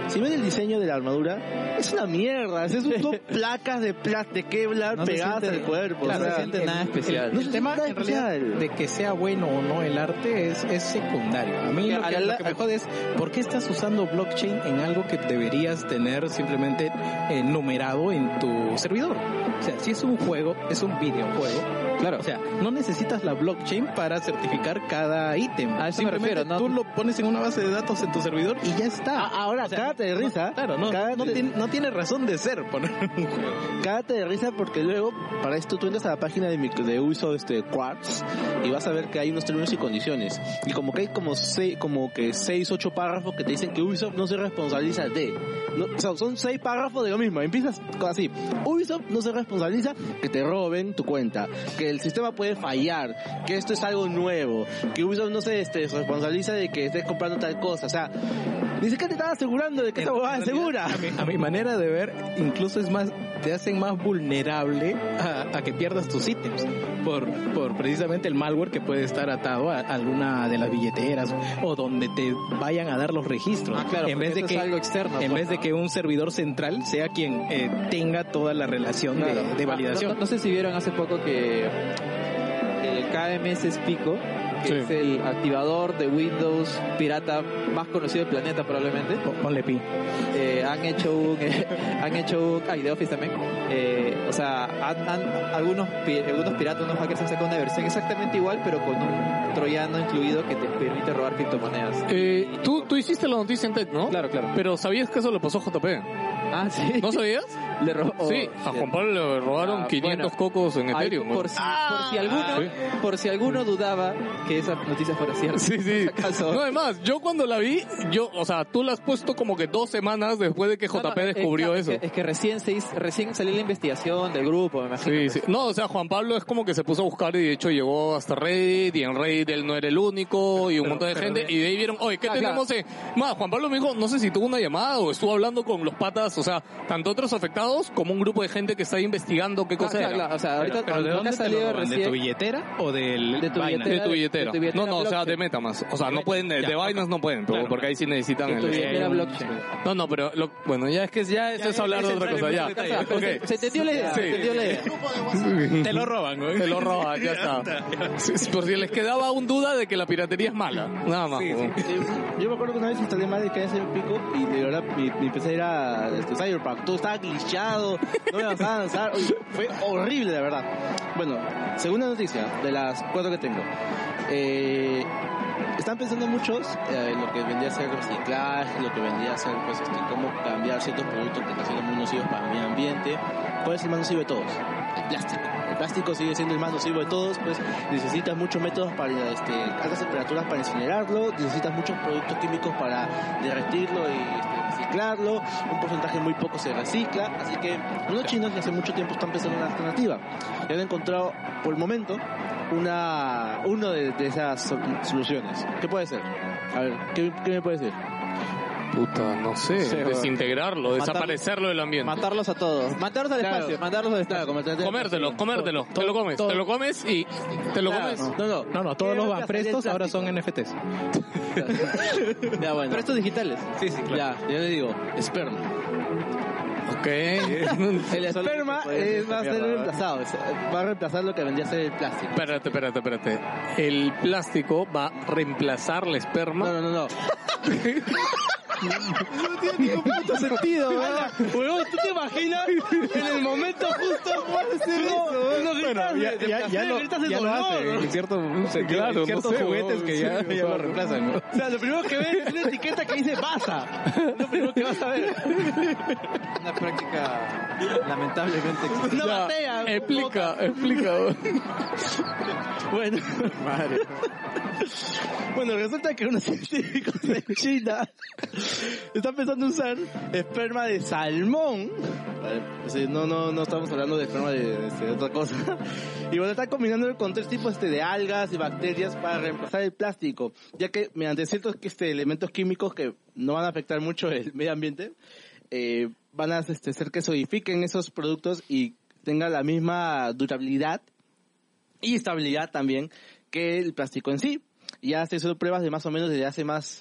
[SPEAKER 6] si ven el diseño de la armadura, es una mierda. Es un dos placas de plas de Kevlar
[SPEAKER 7] No se
[SPEAKER 6] pegadas
[SPEAKER 7] siente-
[SPEAKER 6] al cuerpo. o
[SPEAKER 7] claro, no
[SPEAKER 6] sea,
[SPEAKER 7] se siente nada especial.
[SPEAKER 6] no
[SPEAKER 4] El tema
[SPEAKER 6] nada
[SPEAKER 4] en realidad
[SPEAKER 6] especial.
[SPEAKER 4] de que sea bueno o no el arte es, es secundario. A mí
[SPEAKER 7] Que
[SPEAKER 4] lo que,
[SPEAKER 7] a la-
[SPEAKER 4] lo que me jode es por qué estás usando blockchain en algo que deberías tener simplemente eh, numerado en tu servidor. O sea, si es un juego, es un videojuego. Claro. O sea, no necesitas la blockchain para certificar cada ítem.
[SPEAKER 7] A eso me
[SPEAKER 4] Simplemente
[SPEAKER 7] refiero, ¿no?
[SPEAKER 4] Tú lo pones en una base de datos en tu servidor y ya está.
[SPEAKER 6] Ah, ahora,
[SPEAKER 4] O sea,
[SPEAKER 6] cágate de
[SPEAKER 4] no-
[SPEAKER 6] risa.
[SPEAKER 4] claro, no,
[SPEAKER 6] Cágate
[SPEAKER 4] no
[SPEAKER 6] de-
[SPEAKER 4] tiene, no tiene razón de ser poner un juego.
[SPEAKER 6] Cágate de risa porque luego para esto tú entras a la página de, micro- de uso este Quartz y vas a ver que hay unos términos y condiciones y como que hay como seis como que seis ocho párrafos que te dicen que Ubisoft no se responsabiliza de no, o sea, son seis párrafos de lo mismo empiezas con- así Ubisoft no se responsabiliza que te roben tu cuenta que el sistema puede fallar que esto es algo nuevo que Ubisoft no se este, responsabiliza de que estés comprando tal cosa o sea ni siquiera te estás asegurando de que esta huevada es segura
[SPEAKER 4] A mi, a mi manera de ver, incluso es más, te hacen más vulnerable a, a que pierdas tus ítems por, por precisamente el malware que puede estar atado a alguna de las billeteras o donde te vayan a dar los registros.
[SPEAKER 7] Ah, claro,
[SPEAKER 4] en vez de
[SPEAKER 7] porque eso
[SPEAKER 4] que
[SPEAKER 7] es algo externo.
[SPEAKER 4] en
[SPEAKER 7] pues,
[SPEAKER 4] vez de
[SPEAKER 7] ¿no?
[SPEAKER 4] que un servidor central sea quien eh, tenga toda la relación de-
[SPEAKER 7] Claro.
[SPEAKER 4] de,
[SPEAKER 7] Ah,
[SPEAKER 4] validación.
[SPEAKER 7] No, no sé si vieron hace poco que el KMS es Pico, que
[SPEAKER 2] Sí.
[SPEAKER 7] es el activador de Windows pirata más conocido del planeta probablemente.
[SPEAKER 4] Pon- Ponle pi.
[SPEAKER 7] Eh, han hecho un, han hecho un, ay, de Office también. Eh, o sea, han- han- algunos, pi- algunos piratas, unos hackers han sacado una versión exactamente igual, pero con un troyano incluido que te permite robar criptomonedas.
[SPEAKER 2] Eh, tú, tú hiciste la noticia en TED, ¿no?
[SPEAKER 7] Claro, claro.
[SPEAKER 2] Pero ¿sabías que eso le pasó a JP?
[SPEAKER 7] Ah, sí.
[SPEAKER 2] ¿No sabías?
[SPEAKER 7] Le robó. oh,
[SPEAKER 2] sí, a
[SPEAKER 7] shit.
[SPEAKER 2] Juan Pablo le robaron
[SPEAKER 7] Ah,
[SPEAKER 2] 500
[SPEAKER 7] bueno.
[SPEAKER 2] cocos en
[SPEAKER 7] Ay,
[SPEAKER 2] Ethereum. Ah.
[SPEAKER 7] por, si, por si alguno, por si alguno dudaba que esa noticia fuera cierta.
[SPEAKER 2] Sí, sí.
[SPEAKER 7] ¿Acaso?
[SPEAKER 2] No, además, yo cuando la vi, yo, o sea, tú la has puesto como que dos semanas después de que JP
[SPEAKER 7] No, no, es-
[SPEAKER 2] descubrió
[SPEAKER 7] es
[SPEAKER 2] eso.
[SPEAKER 7] que- eh, Es que, recién se hizo- recién salió la investigación del grupo, me imagino.
[SPEAKER 2] Sí, sí. No, o sea, Juan Pablo es como que se puso a buscar y de hecho llegó hasta Reddit y en Reddit él no era el único y un montón de gente y de ahí vieron, oye, ¿qué
[SPEAKER 7] Ah,
[SPEAKER 2] tenemos? en-?" Más, Juan Pablo me dijo, no sé si tuvo una llamada o estuvo hablando con los patas, o sea, tanto otros afectados como un grupo de gente que está investigando qué
[SPEAKER 7] Ah,
[SPEAKER 2] cosa
[SPEAKER 7] claro,
[SPEAKER 2] era.
[SPEAKER 7] claro, o sea, ahorita
[SPEAKER 4] Pero, pero ¿de
[SPEAKER 7] lo que
[SPEAKER 4] dónde
[SPEAKER 7] ha
[SPEAKER 4] te
[SPEAKER 7] salido
[SPEAKER 4] lo roban? ¿De tu
[SPEAKER 7] recién-
[SPEAKER 4] billetera o del
[SPEAKER 7] De
[SPEAKER 2] De
[SPEAKER 7] tu billetera,
[SPEAKER 4] Binance?
[SPEAKER 2] tu billetera.
[SPEAKER 7] de tu billetera
[SPEAKER 2] no, no, o sea, de
[SPEAKER 7] blockchain.
[SPEAKER 2] Metamask. O sea, no pueden, de
[SPEAKER 4] Ya,
[SPEAKER 2] Binance no pueden, pero-
[SPEAKER 4] Claro.
[SPEAKER 2] porque ahí sí necesitan
[SPEAKER 7] de tu
[SPEAKER 2] el...
[SPEAKER 7] billetera blockchain.
[SPEAKER 2] No, no, pero, lo- bueno, ya es que ya Ah, eso es hablar de otra cosa, ya.
[SPEAKER 7] O sea, pero
[SPEAKER 2] Ok.
[SPEAKER 7] se- Se entendió la idea,
[SPEAKER 2] Sí.
[SPEAKER 7] se entendió la idea.
[SPEAKER 4] Te lo roban, güey.
[SPEAKER 2] Te lo roba, ya está. Sí, sí, Por si les quedaba un duda de que la piratería es mala. Nada más. weón.
[SPEAKER 6] Yo me acuerdo que una vez instalé más de que hace un pico y de verdad mi, mi PC era este, Cyberpunk, todo estaba glitchado, no me avanzaba avanzar, oye, fue horrible la verdad. Bueno, segunda noticia de las cuatro que tengo. Eh, están pensando muchos eh, en lo que vendría a ser reciclaje, lo que vendría a ser pues este, cómo cambiar ciertos productos que están siendo muy nocivos para el medio ambiente. ¿Cuál es el más nocivo de todos? El plástico. El plástico sigue siendo el más nocivo de todos, pues necesitas muchos métodos para este, altas temperaturas para incinerarlo, necesitas muchos productos químicos para derretirlo y este, reciclarlo, un porcentaje muy poco se recicla, así que unos chinos que hace mucho tiempo están pensando en una alternativa. Y han encontrado por el momento una uno de, de esas sol- soluciones. ¿Qué puede ser? A ver, ¿qué, qué me puede decir?
[SPEAKER 2] Puta, no sé.
[SPEAKER 7] Sí, bueno.
[SPEAKER 2] Desintegrarlo,
[SPEAKER 7] Matar-
[SPEAKER 2] desaparecerlo del ambiente.
[SPEAKER 7] Matarlos a todos. Matarlos al
[SPEAKER 4] Claro.
[SPEAKER 7] espacio. Matarlos al espacio.
[SPEAKER 2] comértelo, comértelo. Te lo comes, te lo comes y te lo comes.
[SPEAKER 4] No, no,
[SPEAKER 10] No, no, todos
[SPEAKER 7] Creo
[SPEAKER 10] los
[SPEAKER 7] que hasta
[SPEAKER 10] vaprestos
[SPEAKER 7] el
[SPEAKER 10] ahora son NFTs.
[SPEAKER 4] ya bueno.
[SPEAKER 7] Pero estos digitales.
[SPEAKER 10] Sí, sí,
[SPEAKER 4] Ya, yo le digo, esperma.
[SPEAKER 2] Ok.
[SPEAKER 4] El esperma
[SPEAKER 7] puede
[SPEAKER 4] es- eh, va a
[SPEAKER 7] esta mierda,
[SPEAKER 4] ser
[SPEAKER 7] ¿verdad?
[SPEAKER 4] reemplazado, es- va a reemplazar lo que vendría a ser el plástico.
[SPEAKER 2] Espérate, espérate, espérate. El plástico va a reemplazar la esperma.
[SPEAKER 4] No, no, no, no.
[SPEAKER 7] Puto sentido, ¿verdad?
[SPEAKER 4] Huevón, ¿tú te imaginas en el momento justo puedes hacer eso? No, gritas
[SPEAKER 10] ya,
[SPEAKER 4] de
[SPEAKER 10] ya, ya
[SPEAKER 4] placer,
[SPEAKER 10] lo,
[SPEAKER 4] gritas de
[SPEAKER 10] ya lo
[SPEAKER 4] dolor.
[SPEAKER 10] hacen. En cierto, claro, ciertos juguetes que ya, ya lo reemplazan. ¿no?
[SPEAKER 4] O sea, lo primero que ves es una etiqueta que dice pasa. Lo primero que vas a ver.
[SPEAKER 7] Una práctica lamentablemente existe.
[SPEAKER 4] Una
[SPEAKER 2] Ya,
[SPEAKER 4] batea.
[SPEAKER 2] Explica, explica.
[SPEAKER 4] Bueno, bueno, resulta que unos científicos de China están pensando en usar esperma de salmón. Vale, pues sí, No, no, no estamos hablando de esperma de, este, de otra cosa. Y bueno, están combinándolo con tres tipos este, de algas y bacterias para reemplazar el plástico, ya que mediante ciertos este, elementos químicos que no van a afectar mucho el medio ambiente, eh, van a este, hacer que solidifiquen esos productos y tengan la misma durabilidad y estabilidad también que el plástico en sí. Ya se hicieron pruebas de más o menos desde hace más,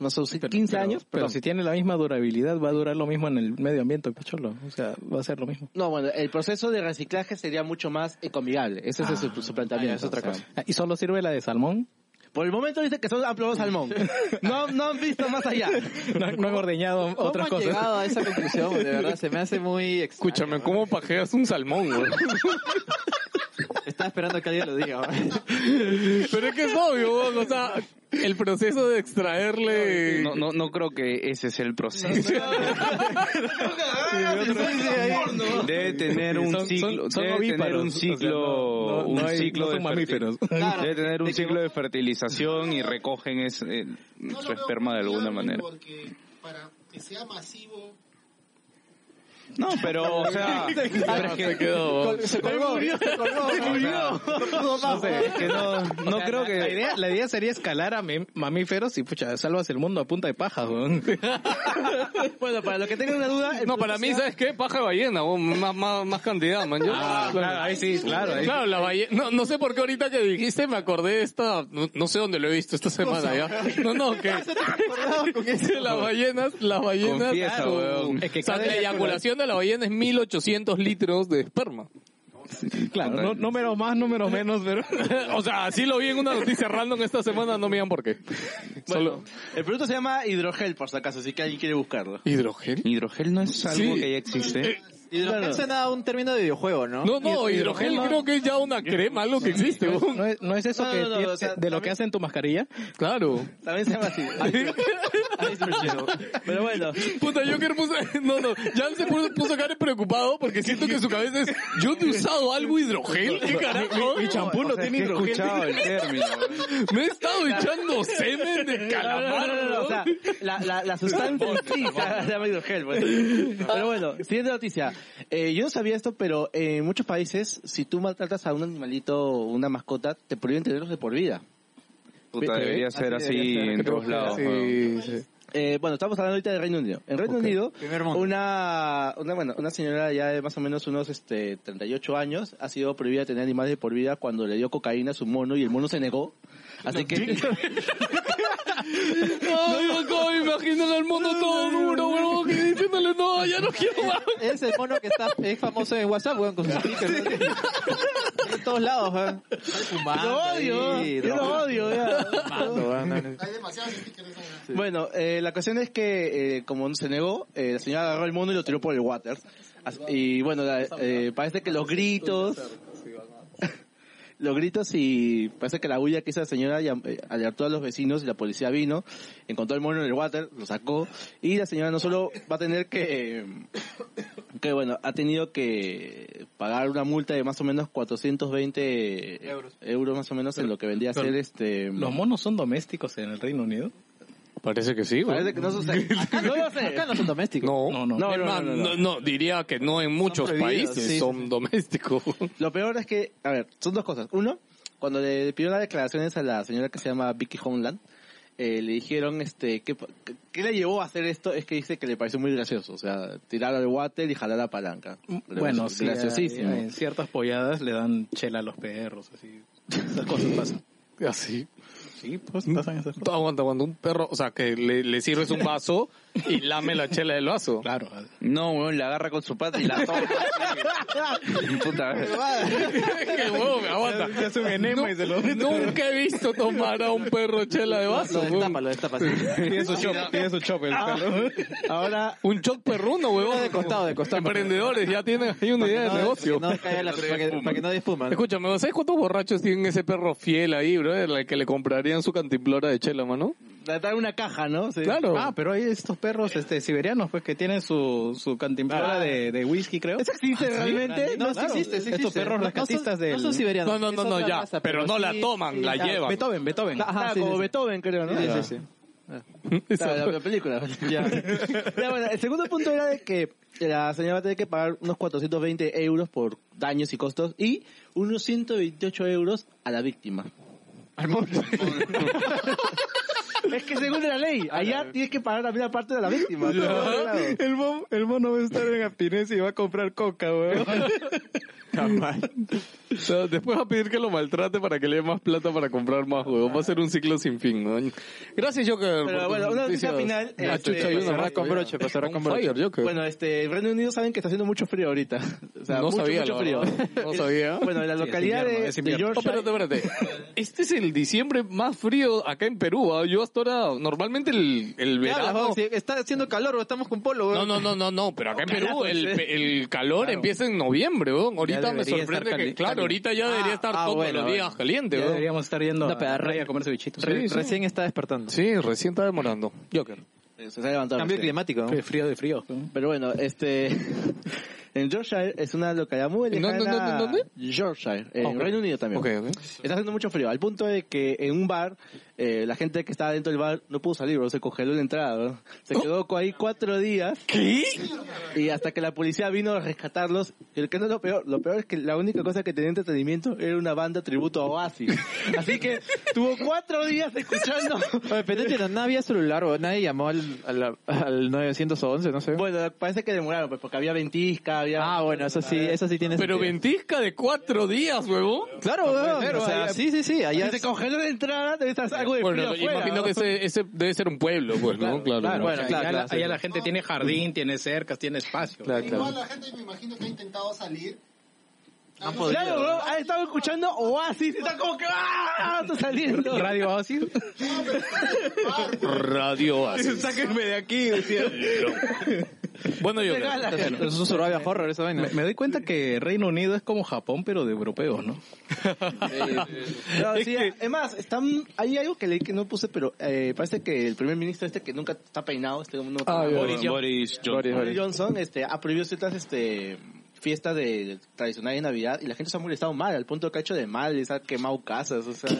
[SPEAKER 4] más o menos 15
[SPEAKER 10] Pero-
[SPEAKER 4] años.
[SPEAKER 10] Pero si tiene la misma durabilidad, va a durar lo mismo en el medio ambiente, picholo. O sea, va a ser lo mismo.
[SPEAKER 4] No, bueno, el proceso de reciclaje sería mucho más ecoamigable. Ese es su, su planteamiento. es otra cosa.
[SPEAKER 10] Ah, ¿Y solo sirve la de salmón?
[SPEAKER 4] Por el momento dice que solo han probado salmón. No, no han visto más allá.
[SPEAKER 10] No, han- no han ordeñado
[SPEAKER 7] ¿Cómo
[SPEAKER 10] otras
[SPEAKER 7] han
[SPEAKER 10] cosas.
[SPEAKER 7] llegado a esa conclusión? De verdad, se me hace muy extraño.
[SPEAKER 2] Escúchame, ¿cómo pajeas un salmón, güey?
[SPEAKER 7] Estaba esperando que alguien lo diga.
[SPEAKER 10] Ah,
[SPEAKER 7] ¿verdad?
[SPEAKER 2] Pero es que es obvio, weón, o sea, el proceso de extraerle...
[SPEAKER 5] No, no, no creo que ese es el proceso. Debe tener
[SPEAKER 10] Sí,
[SPEAKER 5] un
[SPEAKER 10] son-
[SPEAKER 5] ciclo,
[SPEAKER 10] son- son
[SPEAKER 5] debe tener
[SPEAKER 10] ovíparos,
[SPEAKER 5] un
[SPEAKER 10] o sea,
[SPEAKER 5] ciclo,
[SPEAKER 10] no- no-
[SPEAKER 5] un
[SPEAKER 10] no hay-
[SPEAKER 5] ciclo
[SPEAKER 10] no
[SPEAKER 5] de
[SPEAKER 10] son mamíferos.
[SPEAKER 5] fertil-
[SPEAKER 7] Claro.
[SPEAKER 5] Debe tener un ciclo de fertilización y recogen es- eh, su esperma de alguna manera.
[SPEAKER 11] Porque para que sea masivo,
[SPEAKER 5] No, pero o sea,
[SPEAKER 2] Pero es que quedó...
[SPEAKER 7] Se colgó. Se colgó. Se murió.
[SPEAKER 10] No sé, es que no, no
[SPEAKER 5] sea,
[SPEAKER 10] creo
[SPEAKER 5] la-
[SPEAKER 10] que... La idea, la idea sería escalar a mem- mamíferos y, pucha, salvas el mundo a punta de paja, weón.
[SPEAKER 4] Bueno, para los que tengan una duda, el
[SPEAKER 2] No, para mí, ¿sabes qué? Paja de ballena, weón, más, más, más cantidad, man. Yo-
[SPEAKER 10] Ah, claro, ahí sí, claro. ahí-
[SPEAKER 2] Claro, la ballena. No, no sé por qué ahorita que dijiste me acordé de esta. No, no sé dónde lo he visto esta semana ya. No, no, que. que las ballenas, las ballenas.
[SPEAKER 5] Confiesa,
[SPEAKER 2] su-
[SPEAKER 5] weón.
[SPEAKER 10] Es que
[SPEAKER 2] o sea,
[SPEAKER 10] cada
[SPEAKER 2] la eyaculación de la ballena es 1800 litros de esperma.
[SPEAKER 10] Claro, no, número más, número menos, pero...
[SPEAKER 2] o sea, así lo vi en una noticia random esta semana, no me digan por qué. Solo.
[SPEAKER 4] El producto se llama hidrogel, por si acaso, si que alguien quiere buscarlo.
[SPEAKER 2] ¿Hidrogel?
[SPEAKER 5] hidrogel no es algo
[SPEAKER 2] Sí.
[SPEAKER 5] que ya existe.
[SPEAKER 7] Hidrogel suena a un término de videojuego, ¿no?
[SPEAKER 2] No, no, hidrogel creo que es ya una crema, algo que existe, weón.
[SPEAKER 10] ¿No es, no es eso
[SPEAKER 4] No,
[SPEAKER 10] que
[SPEAKER 4] no, no,
[SPEAKER 10] tiene-
[SPEAKER 4] o
[SPEAKER 10] de
[SPEAKER 4] sea,
[SPEAKER 10] lo que
[SPEAKER 4] también-
[SPEAKER 10] hacen tu mascarilla?
[SPEAKER 2] Claro.
[SPEAKER 4] También se llama así. Pero bueno,
[SPEAKER 2] Puta, Joker puso, no, no, Jan se puso, puso cara de preocupado porque siento que su cabeza es, yo no he usado algo hidrogel, qué carajo.
[SPEAKER 10] Mi champú no tiene
[SPEAKER 5] He escuchado el término.
[SPEAKER 2] Me he estado echando semen de calamar.
[SPEAKER 4] o sea, la, la, la sustancia en sí se llama hidrogel. pues. Pero bueno, siguiente noticia. Eh, yo no sabía esto, pero en muchos países, si tú maltratas a un animalito o una mascota, te prohíben tenerlos de por vida.
[SPEAKER 5] Puta, debería ser así, en todos lados. weón.
[SPEAKER 2] Sí, sí.
[SPEAKER 4] Eh, bueno, estamos hablando ahorita del Reino Unido. En Reino Unido, una, una, bueno, una señora ya de más o menos unos este, 38 años ha sido prohibida tener animales de por vida cuando le dio cocaína a su mono y el mono se negó. Así que...
[SPEAKER 2] Ay, acá me imagino el mundo todo duro, weón, que diciéndole, no, ya no quiero más.
[SPEAKER 7] Es el mono que está, es famoso en WhatsApp, weón, con sus stickers. ¿no? En todos lados, ¿eh? weón.
[SPEAKER 4] Lo odio,
[SPEAKER 7] ahí,
[SPEAKER 4] yo lo
[SPEAKER 7] droga.
[SPEAKER 4] odio. ya.
[SPEAKER 11] hay demasiados stickers. ¿no?
[SPEAKER 4] Bueno, eh, la cuestión es que eh, como se negó, eh, la señora agarró el mono y lo tiró por el water. As- Y bueno, la- eh, parece que los gritos, los gritos y parece que la bulla que hizo la señora llam- eh, alertó a los vecinos y la policía vino, encontró el mono en el water, lo sacó y la señora no solo va a tener que, eh, que bueno, ha tenido que Eh, pagar una multa de más o menos 420 euros, más o menos en lo que vendría a
[SPEAKER 10] pero-
[SPEAKER 4] ser este...
[SPEAKER 10] ¿Los monos son domésticos en el Reino Unido?
[SPEAKER 2] Parece que sí,
[SPEAKER 4] Parece que no sucede. Acá no lo sé.
[SPEAKER 7] Acá no son domésticos.
[SPEAKER 2] No.
[SPEAKER 10] No, no.
[SPEAKER 4] No,
[SPEAKER 2] Es
[SPEAKER 4] no,
[SPEAKER 2] más,
[SPEAKER 4] no, no, no.
[SPEAKER 2] diría que no en muchos
[SPEAKER 7] prohibidos,
[SPEAKER 2] países
[SPEAKER 7] sí.
[SPEAKER 2] son domésticos.
[SPEAKER 4] Lo peor es que, a ver, son dos cosas. Uno, cuando le pidió las declaraciones a la señora que se llama Vicky Homeland,
[SPEAKER 7] eh, le dijeron este ¿qué, pa- qué- qué le llevó a hacer esto, es que dice que le pareció muy gracioso, o sea, tirar al water y jalar la palanca.
[SPEAKER 4] Bueno,
[SPEAKER 7] Gracios-
[SPEAKER 4] sí,
[SPEAKER 7] graciosísimo.
[SPEAKER 4] En ciertas polladas le dan chela a los perros, así. Esas cosas pasan.
[SPEAKER 2] Así.
[SPEAKER 4] Sí, pues pasan esas cosas.
[SPEAKER 2] Aguanta, cuando un perro, o sea, que le, le sirves un vaso y lame la chela del vaso.
[SPEAKER 4] Claro.
[SPEAKER 5] No, weón, la agarra con su pata y la toma. así. Puta.
[SPEAKER 2] Qué huevo, me aguanta. Nu- Nunca he visto tomar a un perro chela de vaso.
[SPEAKER 12] Lo
[SPEAKER 2] huevón.
[SPEAKER 12] destapa, lo destapa. sí.
[SPEAKER 4] Tiene su chop, tiene su chop el
[SPEAKER 12] Ah.
[SPEAKER 4] perro.
[SPEAKER 12] Ahora,
[SPEAKER 2] Un choc perruno, huevón.
[SPEAKER 12] de costado, de costado.
[SPEAKER 2] Emprendedores, ya tienen ahí una idea de
[SPEAKER 12] no,
[SPEAKER 2] negocio.
[SPEAKER 12] para que no caiga la- para que- para que no despuma. ¿no?
[SPEAKER 2] Escúchame, ¿sabes cuántos borrachos tienen ese perro fiel ahí, bro? El que le comprarían su cantimplora de chela, mano.
[SPEAKER 7] Tratar una caja, ¿no? Sí.
[SPEAKER 2] Claro.
[SPEAKER 4] Ah, pero hay estos perros este, siberianos, pues, que tienen su, su cantimplora de, de whisky, creo. Ah,
[SPEAKER 12] ¿Eso Ah. existe realmente?
[SPEAKER 4] No, sí existe, sí
[SPEAKER 12] Estos
[SPEAKER 4] existe.
[SPEAKER 12] perros
[SPEAKER 4] No
[SPEAKER 12] rescatistas
[SPEAKER 4] son-
[SPEAKER 12] del...
[SPEAKER 4] no son
[SPEAKER 2] no, no, no, no, ya. pero no la toman, la llevan.
[SPEAKER 4] Beethoven, Beethoven.
[SPEAKER 12] Ajá, sí,
[SPEAKER 7] como
[SPEAKER 12] sí, sí.
[SPEAKER 7] Beethoven, creo, ¿no?
[SPEAKER 12] Sí, sí, sí.
[SPEAKER 2] Eso.
[SPEAKER 7] Claro, la, la película. Ya. Ya, bueno, el segundo punto era de que la señora va a tener que pagar unos 420 euros por daños y costos y unos 128 euros a la víctima. Al Es que según la ley, allá tienes que pagar también la parte de la víctima.
[SPEAKER 4] El mono el mono va a estar en abstinencia y va a comprar coca, weón.
[SPEAKER 2] O sea, después va a pedir que lo maltrate para que le dé más plata para comprar más juegos. Va a ser un ciclo sin fin, ¿no? Gracias, Joker.
[SPEAKER 7] Pero bueno, una noticia final,
[SPEAKER 2] Ah,
[SPEAKER 7] este,
[SPEAKER 2] chucha, hay una
[SPEAKER 7] pasará
[SPEAKER 2] marca
[SPEAKER 7] con
[SPEAKER 2] ya.
[SPEAKER 7] broche, pasará
[SPEAKER 2] On
[SPEAKER 7] con broche.
[SPEAKER 2] fire, Joker.
[SPEAKER 7] Bueno, este, el Reino Unido saben que está haciendo mucho frío ahorita. O sea,
[SPEAKER 2] no
[SPEAKER 7] mucho,
[SPEAKER 2] sabía,
[SPEAKER 7] mucho
[SPEAKER 2] la
[SPEAKER 7] frío.
[SPEAKER 2] verdad. No sabía.
[SPEAKER 7] Bueno, en la
[SPEAKER 4] Sí, es
[SPEAKER 7] localidad
[SPEAKER 4] invierno,
[SPEAKER 7] de-
[SPEAKER 4] es
[SPEAKER 7] de
[SPEAKER 4] invierno.
[SPEAKER 2] Oh,
[SPEAKER 7] Yorkshire,
[SPEAKER 2] espérate, espérate. Este es el diciembre más frío acá en Perú. ¿ah? Yo hasta ahora, normalmente el, el
[SPEAKER 12] ¿Qué hablas,
[SPEAKER 2] verano...
[SPEAKER 12] Fox? Si Está haciendo calor o estamos con polo,
[SPEAKER 2] No,
[SPEAKER 12] weón.
[SPEAKER 2] no, no, no, no, pero acá en Perú
[SPEAKER 12] carajo,
[SPEAKER 2] el,
[SPEAKER 12] sí.
[SPEAKER 2] pe- el calor empieza en noviembre, weón. Ahorita me
[SPEAKER 4] debería estar
[SPEAKER 2] sorprende que,
[SPEAKER 4] cali-
[SPEAKER 2] claro,
[SPEAKER 4] cali-
[SPEAKER 2] ahorita ya debería estar
[SPEAKER 12] ah,
[SPEAKER 2] todos
[SPEAKER 12] bueno,
[SPEAKER 2] los días
[SPEAKER 12] bueno.
[SPEAKER 2] caliente,
[SPEAKER 4] Ya
[SPEAKER 2] weón.
[SPEAKER 4] debería estar yendo
[SPEAKER 12] Una
[SPEAKER 4] a
[SPEAKER 12] pedarraya
[SPEAKER 4] Raya a comerse bichitos.
[SPEAKER 12] Re-
[SPEAKER 2] Sí, sí.
[SPEAKER 12] Recién está despertando.
[SPEAKER 2] Sí, recién está demorando. Joker.
[SPEAKER 7] se está levantando.
[SPEAKER 12] Cambio
[SPEAKER 7] sí.
[SPEAKER 12] climático. ¿no?
[SPEAKER 4] Frío de frío.
[SPEAKER 7] Pero bueno, este. En Yorkshire es una localidad muy
[SPEAKER 2] ¿En
[SPEAKER 7] lejana.
[SPEAKER 2] dónde, en dónde, en
[SPEAKER 7] Yorkshire, en
[SPEAKER 2] Ok.
[SPEAKER 7] Reino Unido también.
[SPEAKER 2] Ok, ok.
[SPEAKER 7] Está haciendo mucho frío, al punto de que en un bar, eh, la gente que estaba dentro del bar no pudo salir, bro, se congeló la entrada, bro. Se
[SPEAKER 12] ¿Oh?
[SPEAKER 7] quedó co- ahí cuatro días. ¿Qué? Y hasta que la policía vino a rescatarlos. Y lo que no es lo peor, lo peor es que la única cosa que tenía entretenimiento era una banda tributo a Oasis. Así que tuvo cuatro días escuchando.
[SPEAKER 12] Oye, pero no, no había celular, weón. Nadie llamó al, al, al 911, no sé.
[SPEAKER 7] Bueno, parece que demoraron, pues, porque había ventisca, había...
[SPEAKER 12] ah, bueno, eso sí, eso sí tiene
[SPEAKER 2] Pero
[SPEAKER 12] sentido.
[SPEAKER 2] ventisca de cuatro días, huevón.
[SPEAKER 12] Claro, weón. o sea, sí, sí, sí. Allá
[SPEAKER 7] Si se congeló la entrada, debe estar algo de
[SPEAKER 2] Bueno,
[SPEAKER 7] frío afuera,
[SPEAKER 2] imagino
[SPEAKER 7] ¿no?
[SPEAKER 2] que ese, ese debe ser un pueblo, pues, ¿no? Claro.
[SPEAKER 12] claro,
[SPEAKER 2] bueno.
[SPEAKER 12] bueno. claro,
[SPEAKER 4] allá, la,
[SPEAKER 12] claro, sí.
[SPEAKER 4] allá la gente tiene jardín, tiene cercas, tiene espacio.
[SPEAKER 11] Igual la gente me imagino que ha intentado salir. Ah, no,
[SPEAKER 7] Claro, bro, ha estado escuchando Oasis, está como que ¡ah! Está saliendo.
[SPEAKER 4] Radio Oasis.
[SPEAKER 11] no, pero está en el bar,
[SPEAKER 2] Radio Oasis.
[SPEAKER 7] Sáquenme de aquí, decía.
[SPEAKER 2] Bueno, Joker.
[SPEAKER 12] Eso es un survival horror, esa vaina.
[SPEAKER 4] Me, me doy cuenta que Reino Unido es como Japón, pero de europeos, ¿no?
[SPEAKER 7] No, sí, es más, están, hay algo que leí que no puse, pero eh, parece que el primer ministro este que nunca está peinado, este no,
[SPEAKER 2] Ah, ya.
[SPEAKER 7] Boris, Johnson-
[SPEAKER 5] Boris Johnson.
[SPEAKER 7] Boris Johnson este, ha prohibido ciertas este, fiestas de, tradicionales de Navidad y la gente se ha molestado mal, al punto que ha hecho de mal, se ha quemado casas, o sea,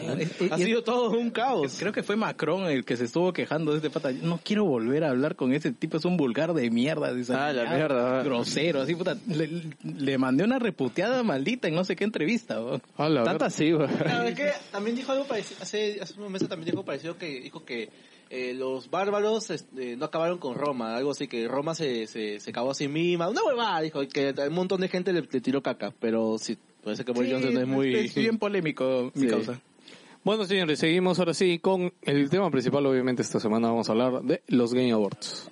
[SPEAKER 7] ha sido todo un caos.
[SPEAKER 4] Creo que fue Macron el que se estuvo quejando de este pata. No quiero volver a hablar con ese tipo, es un vulgar de mierda.
[SPEAKER 12] Ah, la
[SPEAKER 4] desaliñado,
[SPEAKER 12] mierda.
[SPEAKER 4] Grosero, así puta. Le, le mandé una reputeada maldita en no sé qué entrevista. weón.
[SPEAKER 2] A la
[SPEAKER 12] Tanta
[SPEAKER 2] ver-
[SPEAKER 12] sí, weón.
[SPEAKER 7] Claro, es que también dijo algo parecido, hace, hace unos meses también dijo parecido que dijo que eh, los bárbaros este, no acabaron con Roma, algo así, que Roma se, se, se acabó a sí misma, una huevada, dijo, que un montón de gente le, le tiró caca, pero sí, parece que Boris Johnson es muy...
[SPEAKER 4] es bien polémico mi
[SPEAKER 7] Sí.
[SPEAKER 4] causa.
[SPEAKER 2] Bueno, señores, seguimos ahora sí con el tema principal. Obviamente, esta semana vamos a hablar de los Game Awards.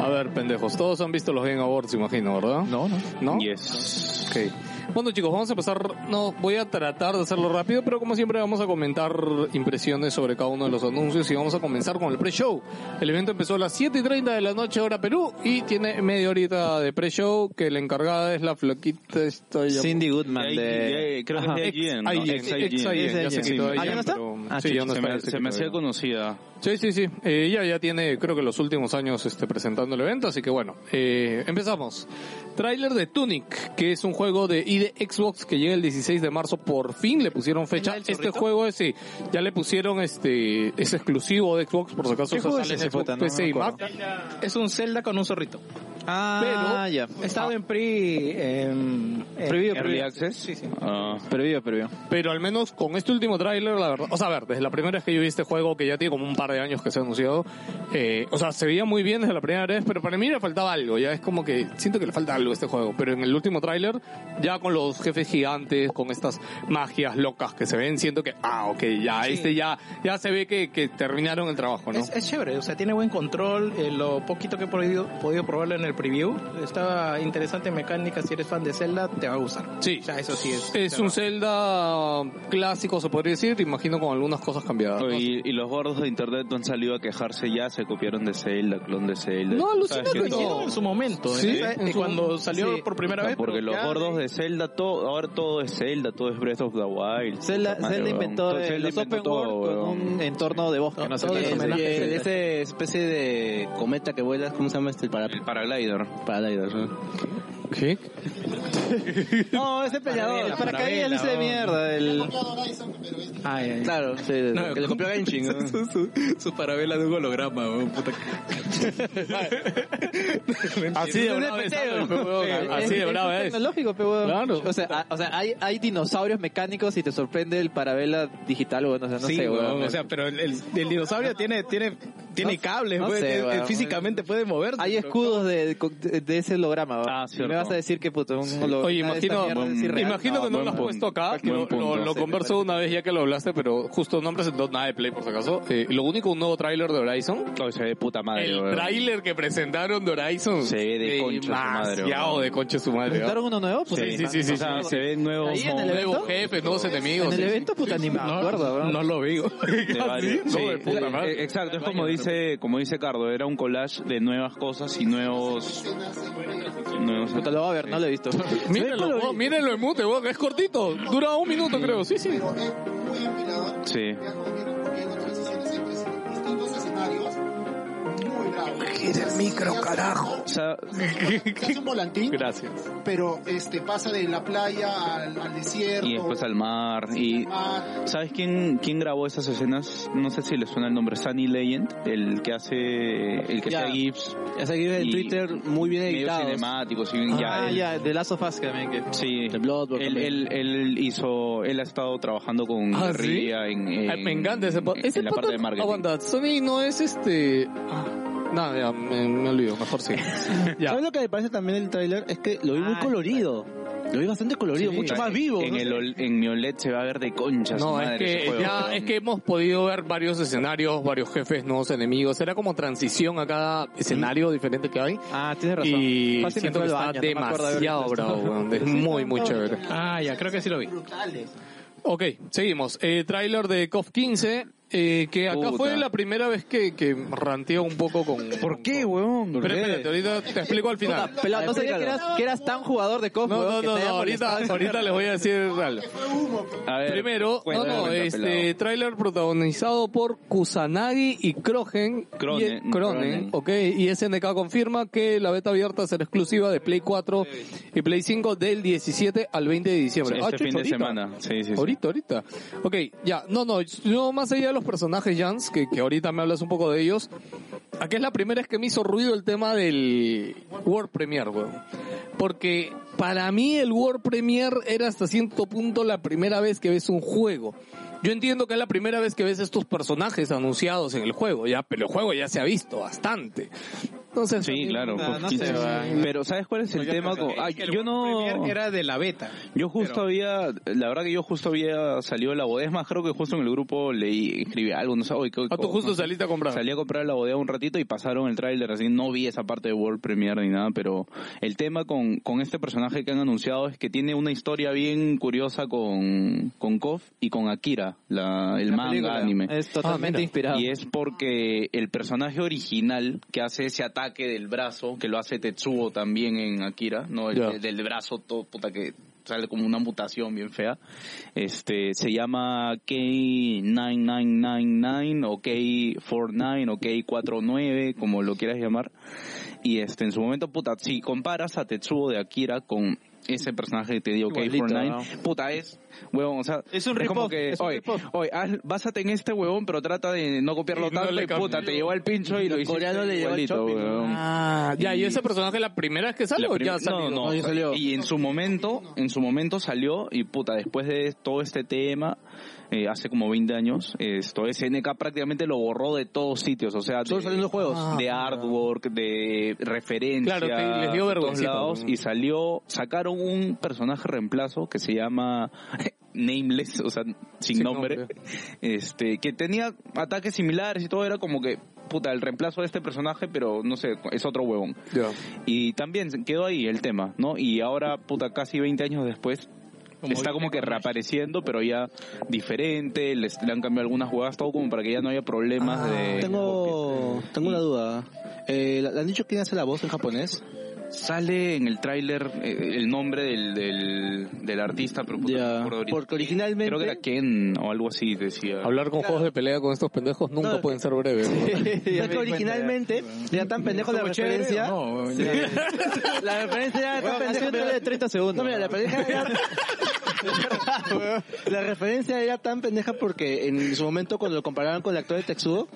[SPEAKER 2] A ver, pendejos, todos han visto los Game Awards, imagino, ¿verdad?
[SPEAKER 4] No, no.
[SPEAKER 2] ¿No?
[SPEAKER 5] Yes.
[SPEAKER 2] Ok. Bueno chicos, vamos a empezar, no, voy a tratar de hacerlo rápido, pero como siempre vamos a comentar impresiones sobre cada uno de los anuncios y vamos a comenzar con el pre-show. El evento empezó a las 7 y 30 de la noche hora Perú y tiene media horita de pre-show que la encargada es la floquita esta ya-
[SPEAKER 7] Cindy Goodman
[SPEAKER 5] Ahí-
[SPEAKER 7] de...
[SPEAKER 5] ahí- Creo
[SPEAKER 7] Ajá.
[SPEAKER 5] que es de IGN, ¿no?
[SPEAKER 2] IGN,
[SPEAKER 5] Ex- IGN.
[SPEAKER 2] ex-IGN, ya se
[SPEAKER 7] Ex-
[SPEAKER 2] quitó
[SPEAKER 7] IGN. ¿Ah, ya
[SPEAKER 2] IGN,
[SPEAKER 7] no está?
[SPEAKER 2] pero-
[SPEAKER 7] Ah,
[SPEAKER 2] sí,
[SPEAKER 7] chucha,
[SPEAKER 2] ya no
[SPEAKER 5] Se
[SPEAKER 2] está,
[SPEAKER 5] me,
[SPEAKER 2] ya se
[SPEAKER 5] se me
[SPEAKER 2] quitó
[SPEAKER 5] hacía
[SPEAKER 2] IGN.
[SPEAKER 5] conocida.
[SPEAKER 2] Sí, sí, sí. Eh, ella ya tiene, creo que los últimos años este, presentando el evento, así que bueno, eh, empezamos. Trailer de Tunic, que es un juego de ID Xbox que llega el 16 de marzo, por fin le pusieron fecha.
[SPEAKER 3] ¿Es la del
[SPEAKER 2] Este
[SPEAKER 3] zorrito?
[SPEAKER 2] juego es, sí, ya le pusieron, este, es exclusivo de Xbox, por si acaso
[SPEAKER 7] ¿Qué
[SPEAKER 2] o sea,
[SPEAKER 7] juego
[SPEAKER 2] sale
[SPEAKER 7] es
[SPEAKER 2] en
[SPEAKER 7] ese,
[SPEAKER 2] Xbox,
[SPEAKER 7] puta? No me
[SPEAKER 2] PC y Mac.
[SPEAKER 4] Es un Zelda con un zorrito.
[SPEAKER 7] Ah, ya.
[SPEAKER 4] He estado en pre... em, eh,
[SPEAKER 7] Preview,
[SPEAKER 5] Early
[SPEAKER 7] preview.
[SPEAKER 5] Access.
[SPEAKER 4] sí, sí.
[SPEAKER 5] Ah,
[SPEAKER 7] Preview, preview.
[SPEAKER 2] Pero al menos con este último tráiler, la verdad, o sea, a ver, desde la primera vez que yo vi este juego, que ya tiene como un par de años que se ha anunciado, eh, o sea, se veía muy bien desde la primera vez, pero para mí le faltaba algo, ya es como que siento que le falta algo a este juego, pero en el último tráiler, ya con los jefes gigantes, con estas magias locas que se ven, siento que, ah, ok, ya,
[SPEAKER 4] Sí.
[SPEAKER 2] este ya, ya se ve que, que terminaron el trabajo, ¿no?
[SPEAKER 4] Es, es chévere, o sea, tiene buen control. eh, lo poquito que he podido, podido probarlo en el preview, estaba interesante mecánica. Si eres fan de Zelda, te va a gustar.
[SPEAKER 2] Sí.
[SPEAKER 4] O sea, eso sí es.
[SPEAKER 2] Es un Zelda clásico, se podría decir, imagino con algunas cosas cambiadas. ¿no?
[SPEAKER 5] y, y los gordos de internet no han salido a quejarse ya, se copiaron de Zelda, clon de Zelda.
[SPEAKER 2] No, alucina
[SPEAKER 5] ¿Sabes
[SPEAKER 2] que
[SPEAKER 5] qué?
[SPEAKER 4] Lo hicieron en su momento, ¿eh?
[SPEAKER 2] Sí,
[SPEAKER 4] en esa-
[SPEAKER 2] en su-
[SPEAKER 4] cuando salió
[SPEAKER 7] sí.
[SPEAKER 4] por primera
[SPEAKER 5] No,
[SPEAKER 4] vez.
[SPEAKER 5] porque
[SPEAKER 4] pero
[SPEAKER 5] los
[SPEAKER 4] ya-
[SPEAKER 5] gordos de Zelda, todo, ahora todo es Zelda, todo es Breath of the Wild.
[SPEAKER 7] Zelda,
[SPEAKER 5] Puta madre,
[SPEAKER 7] Zelda
[SPEAKER 5] weón.
[SPEAKER 7] inventó
[SPEAKER 5] Todo-
[SPEAKER 7] eh,
[SPEAKER 5] Zelda
[SPEAKER 7] los
[SPEAKER 5] inventó
[SPEAKER 7] open
[SPEAKER 5] todo,
[SPEAKER 7] world con
[SPEAKER 5] weón.
[SPEAKER 7] un entorno de bosque, no sé.
[SPEAKER 4] todo
[SPEAKER 7] qué
[SPEAKER 4] es
[SPEAKER 7] es.
[SPEAKER 6] Ese,
[SPEAKER 4] homenaje a
[SPEAKER 6] ese-
[SPEAKER 4] Zelda.
[SPEAKER 6] ese especie de cometa que vuelas, ¿cómo se llama este? El para-
[SPEAKER 5] El paraglider.
[SPEAKER 6] paraglider, ¿no?
[SPEAKER 2] ¿Qué?
[SPEAKER 7] No, ese peleador. El paracaídas luce de mierda. El...
[SPEAKER 11] Copiado Horizon, pero es
[SPEAKER 4] Ay, ay.
[SPEAKER 6] Claro, sí,
[SPEAKER 4] No,
[SPEAKER 6] que le copió a Genshin. ¿no?
[SPEAKER 4] Su, su- su parabela de un holograma, weón, puta
[SPEAKER 2] Así de brava es,
[SPEAKER 7] Eh,
[SPEAKER 2] así de
[SPEAKER 7] es-
[SPEAKER 2] brava es.
[SPEAKER 7] tecnológico, pe, weón.
[SPEAKER 2] Claro.
[SPEAKER 7] O sea, a- o sea hay, hay dinosaurios mecánicos y te sorprende el parabela digital, weón. O sea, no
[SPEAKER 4] sí,
[SPEAKER 7] sé,
[SPEAKER 4] weón,
[SPEAKER 7] weón.
[SPEAKER 4] O sea, pero el, el- el dinosaurio tiene, tiene, tiene
[SPEAKER 7] No-
[SPEAKER 4] cables,
[SPEAKER 7] no
[SPEAKER 4] weón,
[SPEAKER 7] sé,
[SPEAKER 4] eh,
[SPEAKER 7] weón.
[SPEAKER 4] Físicamente puede moverse.
[SPEAKER 7] hay
[SPEAKER 4] pero-
[SPEAKER 7] escudos de, de- de ese holograma, weón.
[SPEAKER 5] Ah,
[SPEAKER 7] Y
[SPEAKER 5] cierto.
[SPEAKER 7] Me vas a decir que puto, un holograma.
[SPEAKER 2] Oye,
[SPEAKER 7] de esta
[SPEAKER 2] imagino,
[SPEAKER 7] mierda es irreal.
[SPEAKER 2] imagino
[SPEAKER 5] No,
[SPEAKER 2] que no
[SPEAKER 5] buen
[SPEAKER 2] lo has
[SPEAKER 5] punto.
[SPEAKER 2] puesto acá, que
[SPEAKER 5] Buen
[SPEAKER 2] lo,
[SPEAKER 5] punto.
[SPEAKER 2] lo- lo
[SPEAKER 5] Sí,
[SPEAKER 2] converso una vez ya que lo hablaste, pero justo no han presentado nada de Play por si acaso. Eh, lo único, un nuevo tráiler de Horizon.
[SPEAKER 5] Todo se ve de puta madre,
[SPEAKER 2] El
[SPEAKER 5] weón.
[SPEAKER 2] tráiler que presentaron de Horizon
[SPEAKER 5] Se ve de concha su madre,
[SPEAKER 2] demasiado
[SPEAKER 5] weón.
[SPEAKER 2] de concha su madre. ¿no?
[SPEAKER 7] ¿Presentaron uno nuevo? Pues Puta,
[SPEAKER 2] Sí,
[SPEAKER 7] ni-
[SPEAKER 2] sí, sí, sí.
[SPEAKER 5] O sea, se ve nuevo.
[SPEAKER 7] Ahí en el
[SPEAKER 2] Nuevos
[SPEAKER 7] evento.
[SPEAKER 2] jefes, nuevos enemigos.
[SPEAKER 7] En el
[SPEAKER 2] sí, sí.
[SPEAKER 7] evento, puta, ni me acuerdo, weón.
[SPEAKER 4] No lo vi.
[SPEAKER 5] de varios.
[SPEAKER 2] ¿Ah, No, de puta
[SPEAKER 5] eh,
[SPEAKER 2] madre.
[SPEAKER 5] eh, Exacto, es como dice, como dice Cardo, era un collage de nuevas cosas y nuevos,
[SPEAKER 11] escenas en
[SPEAKER 5] nuevos
[SPEAKER 7] Puta, lo voy a ver, no lo he visto.
[SPEAKER 2] Mírenlo, weón, mírenlo en mute, weón, es cortito. Dura un minuto, creo. Sí, sí.
[SPEAKER 11] pero es muy empilado.
[SPEAKER 5] Sí.
[SPEAKER 11] Ya como viene ocurriendo otras sesiones siempre es distintos escenarios. Muy bravo. Gira el micro, carajo.
[SPEAKER 5] O sea,
[SPEAKER 11] Es un volantín,
[SPEAKER 2] Gracias.
[SPEAKER 11] pero este pasa de la playa al, al desierto.
[SPEAKER 5] y después al mar y
[SPEAKER 11] mar.
[SPEAKER 5] ¿Sabes quién, quién grabó esas escenas? No sé si le suena el nombre, Sunny Legend, el que hace, el que
[SPEAKER 6] Ya.
[SPEAKER 5] hacía GIFs,
[SPEAKER 4] pues.
[SPEAKER 6] Ya seguí en
[SPEAKER 5] Y-
[SPEAKER 6] Twitter muy bien
[SPEAKER 5] medio
[SPEAKER 6] editado.
[SPEAKER 5] cinemáticos, y ya,
[SPEAKER 7] Ah,
[SPEAKER 5] él-
[SPEAKER 7] ya, de Last of Us que también. Que...
[SPEAKER 5] sí,
[SPEAKER 6] De Bloodborne.
[SPEAKER 5] él,
[SPEAKER 6] también.
[SPEAKER 5] él, él hizo, él ha estado trabajando con
[SPEAKER 2] ¿Ah,
[SPEAKER 5] guerrilla en, en-
[SPEAKER 2] Ay, me encanta ese podcast.
[SPEAKER 5] en
[SPEAKER 2] Ese
[SPEAKER 5] la parte de
[SPEAKER 2] podcast,
[SPEAKER 5] marketing.
[SPEAKER 2] aguanta, Sony no es este... ah, Nada, ya, me, me olvido, mejor sí. Ya.
[SPEAKER 6] ¿Sabes lo que me parece también el tráiler? Es que lo vi muy
[SPEAKER 7] Ah,
[SPEAKER 6] colorido. Lo vi bastante colorido,
[SPEAKER 5] Sí.
[SPEAKER 6] mucho más vivo.
[SPEAKER 5] En,
[SPEAKER 6] no
[SPEAKER 5] el
[SPEAKER 6] sé.
[SPEAKER 5] ol- en mi OLED se va a ver de conchas.
[SPEAKER 2] No, es que, ya, es que hemos podido ver varios escenarios, varios jefes, nuevos enemigos. Era como transición a cada escenario diferente que hay.
[SPEAKER 7] Ah, tienes razón.
[SPEAKER 2] Y
[SPEAKER 7] Fácil
[SPEAKER 2] siento
[SPEAKER 7] entró
[SPEAKER 2] que
[SPEAKER 7] al
[SPEAKER 2] está
[SPEAKER 7] baño, no me acuerdo de haber
[SPEAKER 2] demasiado
[SPEAKER 7] visto esto.
[SPEAKER 2] bravo, weón. Es muy, muy chévere.
[SPEAKER 4] Ah, ya, creo que sí lo vi.
[SPEAKER 11] Brutales.
[SPEAKER 2] Ok, seguimos. Eh, trailer de COF 15, eh, que acá
[SPEAKER 5] Puta.
[SPEAKER 2] fue la primera vez que, que ranteé un poco con...
[SPEAKER 5] ¿Por qué, weón?
[SPEAKER 2] Pero espérate, ahorita te explico al final.
[SPEAKER 7] Puta, pelado, no sabía que eras, que eras tan jugador de COF,
[SPEAKER 2] No,
[SPEAKER 7] weón,
[SPEAKER 2] no,
[SPEAKER 7] que
[SPEAKER 2] no,
[SPEAKER 7] te haya
[SPEAKER 2] no, ahorita,
[SPEAKER 7] molestado esa
[SPEAKER 2] ahorita
[SPEAKER 7] mierda.
[SPEAKER 2] les voy a decir algo.
[SPEAKER 11] Fue humo. pero-
[SPEAKER 5] A ver,
[SPEAKER 2] Primero, no,
[SPEAKER 5] cuéntame,
[SPEAKER 2] no,
[SPEAKER 5] cuéntame,
[SPEAKER 2] este
[SPEAKER 5] pelado.
[SPEAKER 2] tráiler protagonizado por Kusanagi y Krogen.
[SPEAKER 5] Cronen,
[SPEAKER 2] y, Cronen,
[SPEAKER 5] Cronen.
[SPEAKER 2] ok. Y SNK confirma que la beta abierta será exclusiva de Play 4 y Play 5 del 17 al 20 de diciembre. Ah,
[SPEAKER 5] este
[SPEAKER 2] chucha,
[SPEAKER 5] fin de
[SPEAKER 2] ahorita.
[SPEAKER 5] semana. Sí, sí, sí.
[SPEAKER 2] Ahorita, ahorita. Ok, ya. No, no, yo más allá de los personajes, Jans, que, que ahorita me hablas un poco de ellos. Aquí es la primera vez que me hizo ruido el tema del World Premiere, weón. Porque para mí el World Premiere era hasta cierto punto la primera vez que ves un juego. Yo entiendo que es la primera vez que ves estos personajes anunciados en el juego, ya, pero el juego ya se ha visto bastante. Entonces,
[SPEAKER 5] Sí,
[SPEAKER 4] Ah,
[SPEAKER 5] claro.
[SPEAKER 2] Ah,
[SPEAKER 7] No, no
[SPEAKER 5] Sí,
[SPEAKER 7] sé,
[SPEAKER 5] sí, sí.
[SPEAKER 7] weón.
[SPEAKER 5] pero ¿sabes cuál es el tema? con- ah, yo no...
[SPEAKER 4] Era de la beta.
[SPEAKER 5] Yo justo
[SPEAKER 4] Pero-
[SPEAKER 5] había, la verdad que yo justo había salido de la bodega, es más, creo que justo en el grupo leí, escribí algo, no sé, oye, ¿qué-
[SPEAKER 2] Ah, tú
[SPEAKER 5] cómo-
[SPEAKER 2] justo
[SPEAKER 5] no sé.
[SPEAKER 2] saliste a comprar.
[SPEAKER 5] Salí a comprar la bodega un ratito y pasaron el tráiler así. No vi esa parte de World Premiere ni nada, pero el tema con, con este personaje que han anunciado es que tiene una historia bien curiosa con, con Kof y con Akira, la, el
[SPEAKER 7] La
[SPEAKER 5] manga
[SPEAKER 7] película
[SPEAKER 5] anime.
[SPEAKER 7] Es totalmente
[SPEAKER 2] Ah, mira.
[SPEAKER 7] inspirado.
[SPEAKER 5] Y es porque el personaje original que hace ese ataque del brazo, que lo hace Tetsuo también en Akira, ¿no? El,
[SPEAKER 2] Ya.
[SPEAKER 5] el del brazo todo, puta, que sale como una mutación bien fea. Este, se llama K9999 o K49 o K49, como lo quieras llamar. Y este, en su momento, puta, si comparas a Tetsuo de Akira con ese personaje que te digo,
[SPEAKER 7] Igualito,
[SPEAKER 5] K49, puta, es, huevón, o sea,
[SPEAKER 7] Es un
[SPEAKER 5] como
[SPEAKER 7] rip-off,
[SPEAKER 5] que,
[SPEAKER 7] es un
[SPEAKER 5] oye,
[SPEAKER 7] rip-off.
[SPEAKER 5] oye, haz- básate en este huevón, pero trata de no copiarlo
[SPEAKER 2] Y no
[SPEAKER 5] tanto
[SPEAKER 2] le
[SPEAKER 5] y puta,
[SPEAKER 2] cambió.
[SPEAKER 5] te llevó el pincho y lo hiciste
[SPEAKER 6] coreano le llevó el
[SPEAKER 5] igualito,
[SPEAKER 6] shopping,
[SPEAKER 5] huevón.
[SPEAKER 2] Ah, ya, ¿y ese personaje la primera vez que sale
[SPEAKER 5] La
[SPEAKER 2] o
[SPEAKER 5] prim-
[SPEAKER 2] ya ha salido?
[SPEAKER 5] No, no, Y en su momento, en su momento salió y puta, después de todo este tema, eh, hace como 20 años, esto SNK prácticamente lo borró de todos sitios, o sea,
[SPEAKER 6] Solo
[SPEAKER 5] de-
[SPEAKER 6] saliendo juegos.
[SPEAKER 5] de artwork, de referencias,
[SPEAKER 2] Claro, te- les dio
[SPEAKER 5] por
[SPEAKER 2] vergüencita,
[SPEAKER 5] todos lados,
[SPEAKER 2] ¿no?
[SPEAKER 5] y salió, sacaron un personaje reemplazo que se llama Nameless, o sea, sin,
[SPEAKER 2] Sin
[SPEAKER 5] nombre,
[SPEAKER 2] nombre.
[SPEAKER 5] este, que tenía ataques similares y todo era como que, puta, el reemplazo de este personaje, pero no sé, es otro huevón.
[SPEAKER 2] Ya.
[SPEAKER 5] Y también quedó ahí el tema, ¿no? Y ahora, puta, casi 20 años después, está como que reapareciendo, pero ya diferente, les, le han cambiado algunas jugadas, todo como para que ya no haya problemas de...
[SPEAKER 6] Tengo, tengo una duda. Eh, ¿le ¿Han dicho quién hace la voz en japonés?
[SPEAKER 5] Sale en el tráiler eh, el nombre del, del, del artista, pero puta, no me
[SPEAKER 6] Ya,
[SPEAKER 5] acuerdo ahorita.
[SPEAKER 6] porque originalmente...
[SPEAKER 5] Creo que era Ken o algo así, decía.
[SPEAKER 2] Hablar con juegos de pelea con estos pendejos nunca
[SPEAKER 6] No,
[SPEAKER 2] pueden ser breves. ¿no?
[SPEAKER 6] Es que originalmente era tan pendejo la referencia.
[SPEAKER 4] No, ya.
[SPEAKER 6] La referencia era tan pendeja. pero-
[SPEAKER 7] de 30 segundos.
[SPEAKER 6] No, mira, la pendeja era. la referencia era tan pendeja porque en su momento, cuando lo comparaban con el actor de Texudo,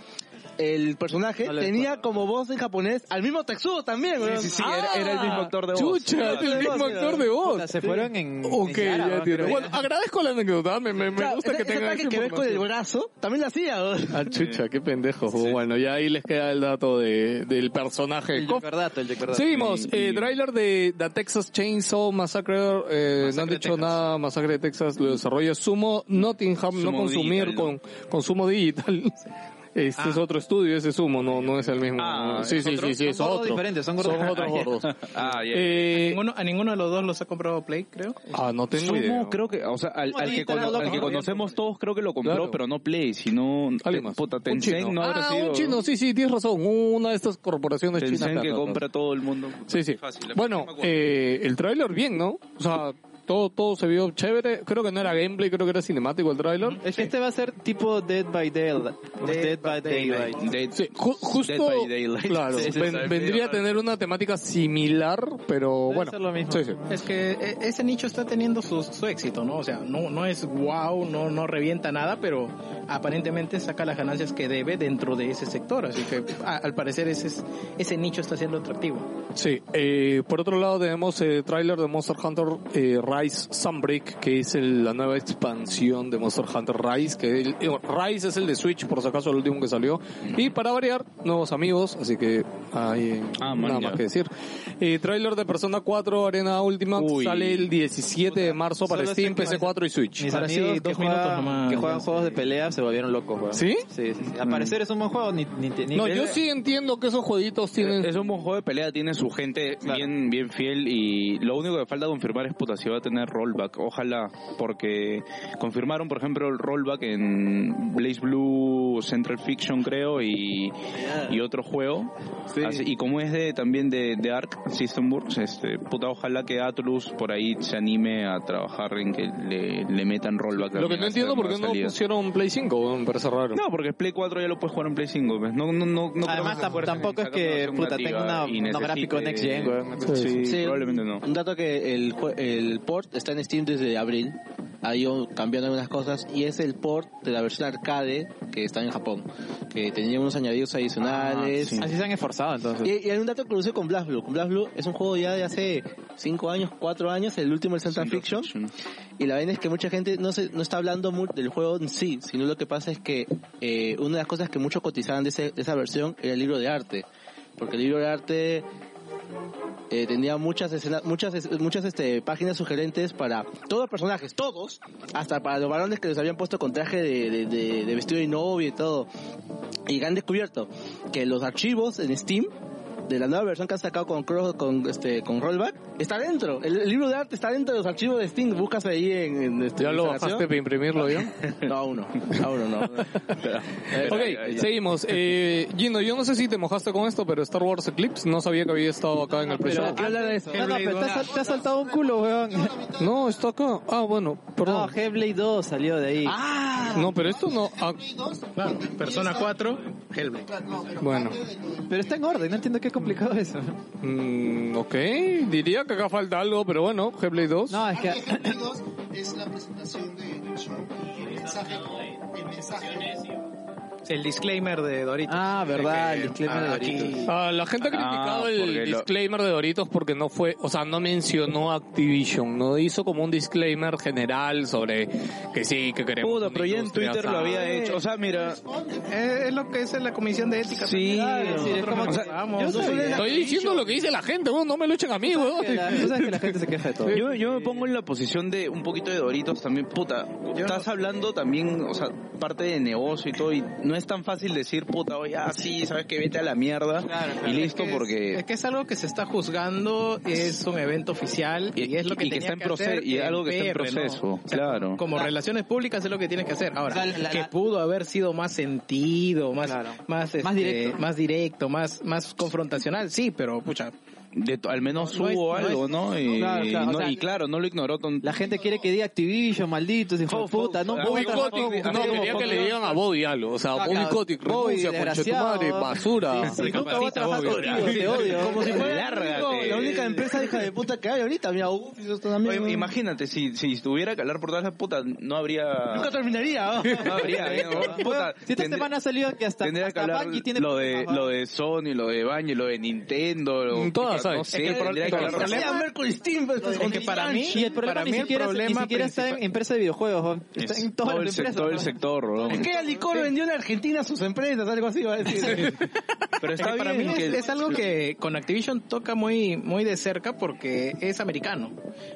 [SPEAKER 6] el personaje
[SPEAKER 7] No le-
[SPEAKER 6] tenía como voz en japonés al mismo Texudo también, Ah. weón.
[SPEAKER 5] Sí, era, era el mismo actor de voz.
[SPEAKER 2] Chucha, es el mismo actor de voz.
[SPEAKER 7] Puta, se fueron en.
[SPEAKER 2] Ok,
[SPEAKER 7] en Yara,
[SPEAKER 2] ya
[SPEAKER 7] ¿no?
[SPEAKER 2] entiendo.
[SPEAKER 7] Creo
[SPEAKER 2] Bueno,
[SPEAKER 7] que-
[SPEAKER 2] agradezco la anécdota, me, me, me gusta que tengan este
[SPEAKER 6] que
[SPEAKER 2] esa
[SPEAKER 6] ver con el
[SPEAKER 2] información.
[SPEAKER 6] brazo, también la hacía, weón.
[SPEAKER 2] Ah, chucha, qué pendejo. Bueno, ya ahí les queda el dato de, del personaje.
[SPEAKER 7] El Yocardato, el Yocardato.
[SPEAKER 2] Seguimos,
[SPEAKER 5] Y-
[SPEAKER 2] eh,
[SPEAKER 5] y-
[SPEAKER 2] trailer de The Texas Chainsaw Massacre, eh, no han
[SPEAKER 4] de
[SPEAKER 2] dicho
[SPEAKER 4] Texas.
[SPEAKER 2] nada, Masacre de Texas, lo desarrolla Sumo Nottingham, no
[SPEAKER 5] Sumo
[SPEAKER 2] consumir
[SPEAKER 5] Digital,
[SPEAKER 2] con Consumo Digital. Este es otro estudio, ese Sumo, no, no es el mismo.
[SPEAKER 5] Ah,
[SPEAKER 2] sí,
[SPEAKER 5] ¿es
[SPEAKER 2] sí,
[SPEAKER 5] otro?
[SPEAKER 2] sí, sí, es
[SPEAKER 7] Son gordos
[SPEAKER 2] otro.
[SPEAKER 7] diferentes, son gordos.
[SPEAKER 2] otros gordos.
[SPEAKER 5] Ah, ya.
[SPEAKER 2] Eh,
[SPEAKER 4] Ninguno- a ninguno de los dos los ha comprado Play, creo.
[SPEAKER 2] ah, no tengo
[SPEAKER 5] Sumo,
[SPEAKER 2] idea.
[SPEAKER 5] creo que, o sea, al, al que, cono- al que conocemos todos creo que lo compró,
[SPEAKER 2] Claro.
[SPEAKER 5] pero no Play, sino
[SPEAKER 2] Alguien más.
[SPEAKER 5] puta,
[SPEAKER 2] Un
[SPEAKER 5] Tencent
[SPEAKER 2] chino.
[SPEAKER 5] no habrá
[SPEAKER 2] ah,
[SPEAKER 5] sido
[SPEAKER 2] un chino, sí, sí, tienes razón, una de estas corporaciones
[SPEAKER 5] Tencent
[SPEAKER 2] chinas.
[SPEAKER 5] que
[SPEAKER 2] claro,
[SPEAKER 5] compra todo el mundo.
[SPEAKER 2] Sí, sí.
[SPEAKER 5] Fácil, la
[SPEAKER 2] bueno,
[SPEAKER 5] próxima cuota.
[SPEAKER 2] eh, el tráiler bien, ¿no? O sea, todo, todo se vio chévere. Creo que no era gameplay, creo que era cinemático el tráiler.
[SPEAKER 7] Es que este va a ser tipo Dead by Daylight. Dead, by Daylight.
[SPEAKER 5] Dead-
[SPEAKER 2] Sí, ju- justo,
[SPEAKER 5] Dead by Daylight.
[SPEAKER 2] claro,
[SPEAKER 5] Sí, sí,
[SPEAKER 2] ven-
[SPEAKER 5] sí.
[SPEAKER 2] vendría a tener una temática similar, pero
[SPEAKER 7] Debe
[SPEAKER 2] bueno.
[SPEAKER 7] ser lo mismo.
[SPEAKER 2] Sí, sí.
[SPEAKER 4] Es que eh, ese nicho está teniendo su, su éxito, ¿no? O sea, no, no es wow, no, no revienta nada, pero aparentemente saca las ganancias que debe dentro de ese sector. Así que a- al parecer ese, es- ese nicho está siendo atractivo.
[SPEAKER 2] Sí, eh, por otro lado tenemos el tráiler de Monster Hunter eh, Rise Sunbreak, que es el- la nueva expansión de Monster Hunter Rise, que el, eh, Rise es el de Switch, por si acaso el último que salió. Y para variar, nuevos amigos, así que hay eh,
[SPEAKER 5] Ah, man,
[SPEAKER 2] nada
[SPEAKER 5] ya.
[SPEAKER 2] más que decir. Eh, tráiler de Persona 4 Arena Ultimate
[SPEAKER 5] Uy. este
[SPEAKER 2] sale el 17 de marzo para
[SPEAKER 7] Solo
[SPEAKER 2] Steam,
[SPEAKER 7] sé que-
[SPEAKER 2] PC4 y Switch.
[SPEAKER 7] Mis
[SPEAKER 4] Ahora sí,
[SPEAKER 7] amigos que
[SPEAKER 4] dos minutos
[SPEAKER 7] juegan,
[SPEAKER 4] nomás,
[SPEAKER 7] que
[SPEAKER 4] ya
[SPEAKER 7] juegan
[SPEAKER 4] sé.
[SPEAKER 7] juegos de pelea se volvieron locos, weón.
[SPEAKER 2] ¿Sí? Mm.
[SPEAKER 7] Sí, sí, sí. Al parecer es un buen juego, ni, ni, ni-
[SPEAKER 2] No,
[SPEAKER 7] ni-
[SPEAKER 2] yo sí entiendo que esos jueguitos tienen...
[SPEAKER 5] Es un buen juego de pelea, tiene su gente
[SPEAKER 7] Claro.
[SPEAKER 5] bien, bien fiel y lo único que falta confirmar es puta si va a tener rollback, ojalá, porque confirmaron por ejemplo el rollback en Blaze Blue Central Fiction creo y, y otro juego Así- y como es de también de, de Ark System Works, este, puta ojalá que Atlus por ahí se anime a trabajar en que le, le metan rollback.
[SPEAKER 2] Lo que
[SPEAKER 5] también a
[SPEAKER 2] no
[SPEAKER 5] esta
[SPEAKER 2] entiendo por qué
[SPEAKER 5] nueva
[SPEAKER 2] no
[SPEAKER 5] salida.
[SPEAKER 2] pusieron Play 5, me parece raro.
[SPEAKER 5] No, porque Play 4 ya lo puedes jugar en Play 5. pues. No, no, no, no creo
[SPEAKER 7] Además,
[SPEAKER 5] que se
[SPEAKER 7] tam-
[SPEAKER 5] esfuercen en
[SPEAKER 7] tampoco es
[SPEAKER 5] sacar una
[SPEAKER 7] que,
[SPEAKER 5] versión
[SPEAKER 7] puta,
[SPEAKER 5] nativa
[SPEAKER 7] tenga una-
[SPEAKER 5] y
[SPEAKER 7] un
[SPEAKER 5] necesite-
[SPEAKER 7] gráfico next gen, weón.
[SPEAKER 5] Sí,
[SPEAKER 6] Sí,
[SPEAKER 5] probablemente no.
[SPEAKER 6] Un dato que el, jue- el port está en Steam desde abril. Ha ido cambiando algunas cosas y es el port de la versión arcade que está en Japón. Que tenía unos
[SPEAKER 4] Ah,
[SPEAKER 6] añadidos adicionales.
[SPEAKER 7] Así se han esforzado entonces.
[SPEAKER 6] Y, y hay un dato curioso con BlazBlue. Con BlazBlue es un juego ya de hace 5 años, 4 años, el último el Santa Fiction. Y la vaina es que mucha gente no se, no está hablando mu- del juego en sí, sino lo que pasa es que eh, una de las cosas que muchos cotizaban de, ese- de esa versión era el libro de arte. porque el libro de arte eh, tenía muchas escenas, muchas, es- muchas este, páginas sugerentes para todos los personajes, todos, hasta para los varones que les habían puesto con traje de, de- de- de vestido de novio y todo. Y han descubierto que los archivos en Steam de la nueva versión que han sacado con Cross, con este, con Rollback, está dentro. El, el libro de arte está dentro de los archivos de Steam. Buscas ahí en, en este,
[SPEAKER 2] ¿Ya
[SPEAKER 6] instalación.
[SPEAKER 2] lo bajaste para imprimirlo yo?
[SPEAKER 6] No, aún no. Aún no. no.
[SPEAKER 2] ok, seguimos. Eh, Gino, yo no sé si te mojaste con esto, pero Star Wars Eclipse no sabía que había estado acá en el pre
[SPEAKER 7] Pero- No, no, pero te has, sal- te has saltado un culo, weón.
[SPEAKER 2] No, está acá. Ah, bueno,
[SPEAKER 7] No,
[SPEAKER 2] perdón.
[SPEAKER 7] Hellblade 2 salió de ahí.
[SPEAKER 2] No, pero esto no. ah,
[SPEAKER 4] Claro, Persona 4, Hellblade.
[SPEAKER 2] bueno,
[SPEAKER 7] Pero está en orden, no entiendo qué complicado es eso.
[SPEAKER 2] Mm, ok. Diría que acá falta algo, pero bueno, Hellblade 2.
[SPEAKER 7] No, es que...
[SPEAKER 11] es la presentación de- del show y el mensaje. El mensaje.
[SPEAKER 4] El disclaimer de Doritos.
[SPEAKER 7] Ah, verdad,
[SPEAKER 6] Eh,
[SPEAKER 7] el disclaimer de
[SPEAKER 4] aquí-
[SPEAKER 7] Doritos.
[SPEAKER 2] Ah, la gente ha criticado el
[SPEAKER 5] porque lo-
[SPEAKER 2] disclaimer de Doritos porque no fue, o sea, no mencionó Activision, no hizo como un disclaimer general sobre que sí, que queremos.
[SPEAKER 5] Puta,
[SPEAKER 2] una
[SPEAKER 5] pero ya en
[SPEAKER 2] industria
[SPEAKER 5] Twitter lo
[SPEAKER 2] sana.
[SPEAKER 5] había hecho. O sea, mira,
[SPEAKER 4] Es, es lo que es la comisión de ética.
[SPEAKER 5] Sí,
[SPEAKER 4] Claro,
[SPEAKER 7] sí, es como
[SPEAKER 4] nosotros
[SPEAKER 7] que-
[SPEAKER 4] vamos.
[SPEAKER 7] yo soy de-
[SPEAKER 2] Estoy diciendo lo que dice la gente, weón, no me lo echen a mí, weón.
[SPEAKER 7] Que la- Tú sabes que la gente se queja de todo.
[SPEAKER 5] Yo, yo me pongo en la posición de un poquito de Doritos también, puta. Estás hablando también, o sea, parte de negocio y todo, y no es tan fácil decir, puta, oye, ah, sí, sabes que vete a la mierda y listo,
[SPEAKER 4] Es que es-
[SPEAKER 5] porque.
[SPEAKER 4] es que es algo que se está juzgando, es un evento oficial y,
[SPEAKER 5] Y-
[SPEAKER 4] es lo que
[SPEAKER 5] y que
[SPEAKER 4] tenía
[SPEAKER 5] está en proceso-
[SPEAKER 4] hacer
[SPEAKER 5] y
[SPEAKER 4] el
[SPEAKER 5] algo que está en
[SPEAKER 4] PR, ¿no?
[SPEAKER 5] proceso, claro.
[SPEAKER 4] Como relaciones públicas es lo que tienes que hacer. Ahora,
[SPEAKER 7] O sea, la- la-
[SPEAKER 4] que pudo haber sido más sentido, más
[SPEAKER 7] Claro.
[SPEAKER 4] más, este,
[SPEAKER 7] directo.
[SPEAKER 4] más directo, más más confrontacional, sí, pero pucha,
[SPEAKER 5] de to- al menos
[SPEAKER 4] No, no
[SPEAKER 5] hubo
[SPEAKER 4] es- no
[SPEAKER 5] algo,
[SPEAKER 4] es-
[SPEAKER 5] ¿no? Y
[SPEAKER 7] Claro, claro,
[SPEAKER 5] no-
[SPEAKER 7] o sea,
[SPEAKER 5] y claro, no lo ignoró. ton-
[SPEAKER 7] La gente quiere que diga Activision, malditos, hijo de puta, no
[SPEAKER 5] Bobby
[SPEAKER 7] puta,
[SPEAKER 5] Kotick,
[SPEAKER 7] no,
[SPEAKER 5] así
[SPEAKER 2] No,
[SPEAKER 5] como
[SPEAKER 2] quería que
[SPEAKER 5] Bobby
[SPEAKER 2] le digan a Bobby algo, o sea,
[SPEAKER 7] Ah,
[SPEAKER 2] Bobby
[SPEAKER 7] claro.
[SPEAKER 2] Kotic,
[SPEAKER 7] Bobby,
[SPEAKER 2] renuncia, concha tu
[SPEAKER 7] desgraciado.
[SPEAKER 2] madre, basura.
[SPEAKER 7] Sí, sí, nunca voy a trabajar
[SPEAKER 2] Bobby.
[SPEAKER 7] contigo, te odio.
[SPEAKER 6] Como si fuera el
[SPEAKER 5] Lárgate.
[SPEAKER 6] único- la única empresa hija de puta que hay ahorita, mira, Uf, y esto también.
[SPEAKER 5] Oye, imagínate, si, si estuviera que hablar por todas las putas, no habría.
[SPEAKER 6] Nunca terminaría.
[SPEAKER 5] No habría, ¿no? Puta,
[SPEAKER 7] Si esta
[SPEAKER 5] tendría-
[SPEAKER 7] semana ha salido que hasta,
[SPEAKER 5] Tendría que
[SPEAKER 7] hasta
[SPEAKER 5] hablar
[SPEAKER 7] Bungie tiene
[SPEAKER 5] lo de,
[SPEAKER 7] Ajá.
[SPEAKER 5] lo de Sony, lo de Baño, lo de Nintendo. Lo,
[SPEAKER 2] Mm, Todas hay.
[SPEAKER 5] no sé, tendría que hablar-
[SPEAKER 6] Mercury Steam, pues,
[SPEAKER 4] es que para mí
[SPEAKER 7] Y el problema
[SPEAKER 4] para
[SPEAKER 7] ni
[SPEAKER 4] mí el
[SPEAKER 7] siquiera, ni
[SPEAKER 4] problema
[SPEAKER 7] siquiera está en
[SPEAKER 4] principal-
[SPEAKER 7] empresa de videojuegos, ¿no? está
[SPEAKER 5] Es
[SPEAKER 7] en todas
[SPEAKER 5] todo
[SPEAKER 7] las
[SPEAKER 5] el
[SPEAKER 7] empresas.
[SPEAKER 5] sector, el
[SPEAKER 7] ¿no?
[SPEAKER 5] sector, ¿no?
[SPEAKER 6] que Alicoro vendió en Argentina sus empresas, algo así, va a decir.
[SPEAKER 5] Pero
[SPEAKER 4] Es que
[SPEAKER 5] está
[SPEAKER 4] para
[SPEAKER 5] bien
[SPEAKER 4] mí
[SPEAKER 5] que-
[SPEAKER 4] es, es algo que con Activision toca muy muy de cerca porque es americano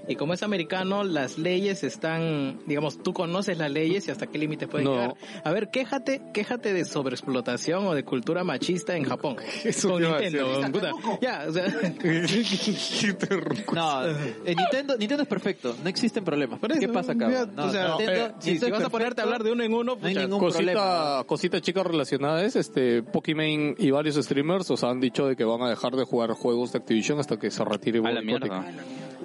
[SPEAKER 4] y como es americano las leyes están digamos tú conoces las leyes y hasta qué límites pueden
[SPEAKER 2] No.
[SPEAKER 4] llegar a ver quéjate quéjate de sobreexplotación o de cultura machista en Japón con
[SPEAKER 2] iba a decir.
[SPEAKER 4] Nintendo puta. ya o sea,
[SPEAKER 7] No, eh, Nintendo, Nintendo es perfecto, no existen problemas.
[SPEAKER 4] por eso,
[SPEAKER 7] ¿Qué pasa acá?
[SPEAKER 4] ya,
[SPEAKER 7] No,
[SPEAKER 4] o sea,
[SPEAKER 7] Nintendo-
[SPEAKER 4] eh, si,
[SPEAKER 7] Nintendo
[SPEAKER 4] si
[SPEAKER 7] es
[SPEAKER 4] vas a ponerte a
[SPEAKER 7] perfecto.
[SPEAKER 4] hablar de uno en uno
[SPEAKER 7] No hay
[SPEAKER 4] pucha,
[SPEAKER 7] ningún problema.
[SPEAKER 2] Cosita, cosita chica relacionada es, este, Pokimane y varios streamers os han dicho de que van a dejar de jugar juegos de Activision hasta que se retire
[SPEAKER 5] A la
[SPEAKER 2] Bobby Kotick.
[SPEAKER 5] mierda.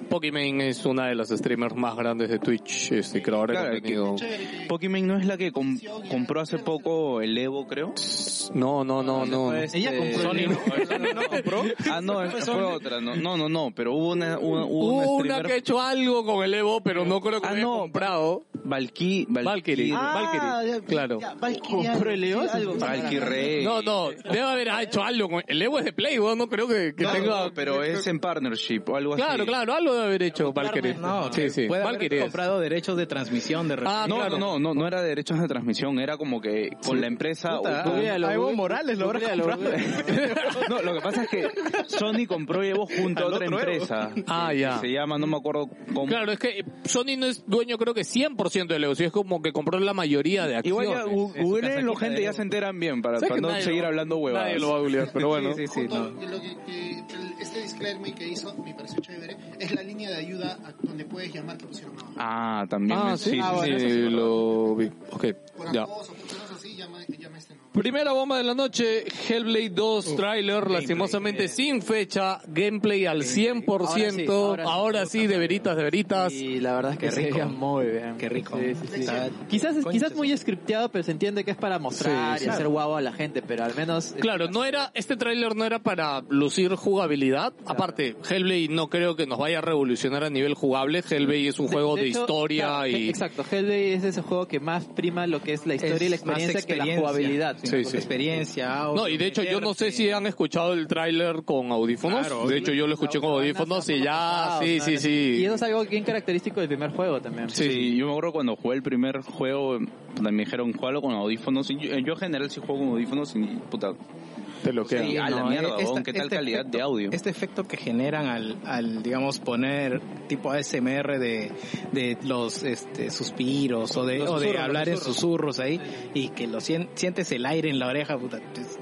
[SPEAKER 2] Pokimane es una de las streamers más grandes de Twitch, este, creadora
[SPEAKER 5] Claro,
[SPEAKER 2] de
[SPEAKER 5] que-
[SPEAKER 2] contenido.
[SPEAKER 5] Pokémon no es la que com- compró hace poco el Evo, creo. Eh,
[SPEAKER 2] No, no, no, no.
[SPEAKER 7] Ella compró
[SPEAKER 4] este, Sony
[SPEAKER 7] el-
[SPEAKER 4] no, Sony no compró
[SPEAKER 5] Ah, no, es- fue otra. No, no, no, no, pero hubo una, una, hubo
[SPEAKER 2] Hubo
[SPEAKER 5] una
[SPEAKER 2] una
[SPEAKER 5] streamer-
[SPEAKER 2] que ha hecho algo con el Evo, pero no creo que
[SPEAKER 5] Ah,
[SPEAKER 2] lo haya
[SPEAKER 5] no. Ah,
[SPEAKER 2] comprado.
[SPEAKER 5] Valky- Val-
[SPEAKER 2] Valkyrie, Valkyrie, claro.
[SPEAKER 7] Compró el EOS.
[SPEAKER 5] Valkyrie Rey.
[SPEAKER 2] Ah, No, no, debe haber hecho algo con el Evo es de Play, weón, no creo que, que
[SPEAKER 5] No,
[SPEAKER 2] tenga...
[SPEAKER 5] no, pero es en partnership o algo
[SPEAKER 2] Claro,
[SPEAKER 5] así.
[SPEAKER 2] claro, algo debe haber hecho Valkyrie.
[SPEAKER 4] Pues no
[SPEAKER 2] sí, sí,
[SPEAKER 4] puede haber
[SPEAKER 2] Valkyrie es.
[SPEAKER 4] comprado derechos de transmisión de repente.
[SPEAKER 2] Ah,
[SPEAKER 5] No,
[SPEAKER 2] claro.
[SPEAKER 5] no, no, no, no era derechos de transmisión, era como que con la empresa.
[SPEAKER 4] Puta,
[SPEAKER 5] o con-
[SPEAKER 4] a Evo Morales lo habrá comprado.
[SPEAKER 5] No, lo que pasa es que Sony compró y Evo junto a
[SPEAKER 4] Al
[SPEAKER 5] otra
[SPEAKER 4] otro Evo.
[SPEAKER 5] empresa.
[SPEAKER 2] Ah, ya.
[SPEAKER 5] Se llama, no me acuerdo cómo.
[SPEAKER 2] Claro, es que Sony no es dueño creo que 100% del negocio, es como que compró la mayoría de acciones.
[SPEAKER 5] Igual ya gu- googleenlo, gente, ya se enteran bien para,
[SPEAKER 2] ¿Sabes
[SPEAKER 5] para
[SPEAKER 2] que
[SPEAKER 5] no
[SPEAKER 2] nadie
[SPEAKER 5] seguir
[SPEAKER 2] lo-
[SPEAKER 5] hablando huevadas.
[SPEAKER 2] nadie lo va a googlear, pero bueno.
[SPEAKER 5] Sí, sí, sí,
[SPEAKER 11] Junto
[SPEAKER 5] no.
[SPEAKER 11] a lo que, que el- este disclaimer que hizo, me pareció chévere, es la línea de ayuda a donde puedes llamar que pusieron abajo.
[SPEAKER 5] Ah, también.
[SPEAKER 2] Ah,
[SPEAKER 5] me-
[SPEAKER 2] sí,
[SPEAKER 5] sí, sí,
[SPEAKER 2] Ah,
[SPEAKER 5] sí,
[SPEAKER 2] bueno,
[SPEAKER 5] sí.
[SPEAKER 2] eso sí lo vi. Ok,
[SPEAKER 11] Por
[SPEAKER 2] ya.
[SPEAKER 11] acoso, por cosas así, llama, llama este nombre.
[SPEAKER 2] Primera bomba de la noche, Hellblade 2 trailer, lastimosamente sin fecha, gameplay al 100%, ahora sí,
[SPEAKER 7] ahora sí,
[SPEAKER 2] de veritas, de veritas.
[SPEAKER 7] Y la verdad es que
[SPEAKER 4] Qué
[SPEAKER 7] se
[SPEAKER 4] rico.
[SPEAKER 7] veía muy bien.
[SPEAKER 4] Qué rico.
[SPEAKER 7] Sí, sí, sí.
[SPEAKER 4] Está-
[SPEAKER 7] Quizás, es-
[SPEAKER 4] Concha
[SPEAKER 7] quizás
[SPEAKER 4] su-
[SPEAKER 7] muy scripteado, pero se entiende que es para mostrar
[SPEAKER 2] Sí,
[SPEAKER 7] y hacer guau a la gente, pero al menos... eh,
[SPEAKER 2] Claro, no era, este tráiler no era para lucir jugabilidad. Aparte, Hellblade no creo que nos vaya a revolucionar a nivel jugable. Hellblade es un juego de,
[SPEAKER 7] hecho,
[SPEAKER 2] historia
[SPEAKER 7] claro,
[SPEAKER 2] y...
[SPEAKER 7] Exacto, Hellblade es ese juego que más prima lo que es la historia y la
[SPEAKER 4] Es más
[SPEAKER 7] experiencia, que la
[SPEAKER 4] experiencia.
[SPEAKER 7] jugabilidad.
[SPEAKER 2] Sí, sí.
[SPEAKER 4] experiencia, audio,
[SPEAKER 2] No, y de hecho yo no sé
[SPEAKER 4] meterte.
[SPEAKER 2] si han escuchado el tráiler con audífonos.
[SPEAKER 4] Claro,
[SPEAKER 2] de hecho yo lo escuché con audífonos y ya, sí, sí, sí.
[SPEAKER 7] Y eso es algo bien característico del primer juego también.
[SPEAKER 5] Sí, yo me acuerdo cuando jugué el primer juego, puta, me dijeron, juégalo con audífonos. Y yo, yo en general sí juego con audífonos y puta,
[SPEAKER 13] Te lo
[SPEAKER 5] Sí,
[SPEAKER 13] quedan.
[SPEAKER 5] a la
[SPEAKER 4] no,
[SPEAKER 5] mierda,
[SPEAKER 4] esta-
[SPEAKER 5] huevón, ¿qué tal
[SPEAKER 4] este
[SPEAKER 5] calidad
[SPEAKER 4] efecto-
[SPEAKER 5] de audio?
[SPEAKER 4] Este efecto que generan al, al digamos, poner tipo ASMR de, de los este, suspiros o de,
[SPEAKER 3] Los
[SPEAKER 4] o de
[SPEAKER 3] susurros,
[SPEAKER 4] hablar
[SPEAKER 3] los
[SPEAKER 4] en susurros ahí y que lo sien- sientes el aire en la oreja, puta, es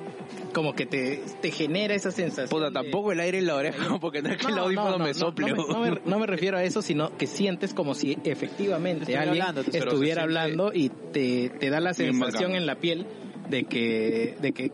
[SPEAKER 4] como que te, te genera esa sensación.
[SPEAKER 5] Puta,
[SPEAKER 4] de-
[SPEAKER 5] tampoco el aire en la oreja, porque no es que el audífono me sople.
[SPEAKER 4] No, me, no me- no me refiero a eso, sino que sientes como si efectivamente
[SPEAKER 7] Estuviera
[SPEAKER 4] alguien
[SPEAKER 7] hablando, te-
[SPEAKER 5] pero se siente-
[SPEAKER 4] estuviera hablando y te, te da la
[SPEAKER 5] Bien
[SPEAKER 4] sensación
[SPEAKER 5] bacán.
[SPEAKER 4] en la piel de que, de que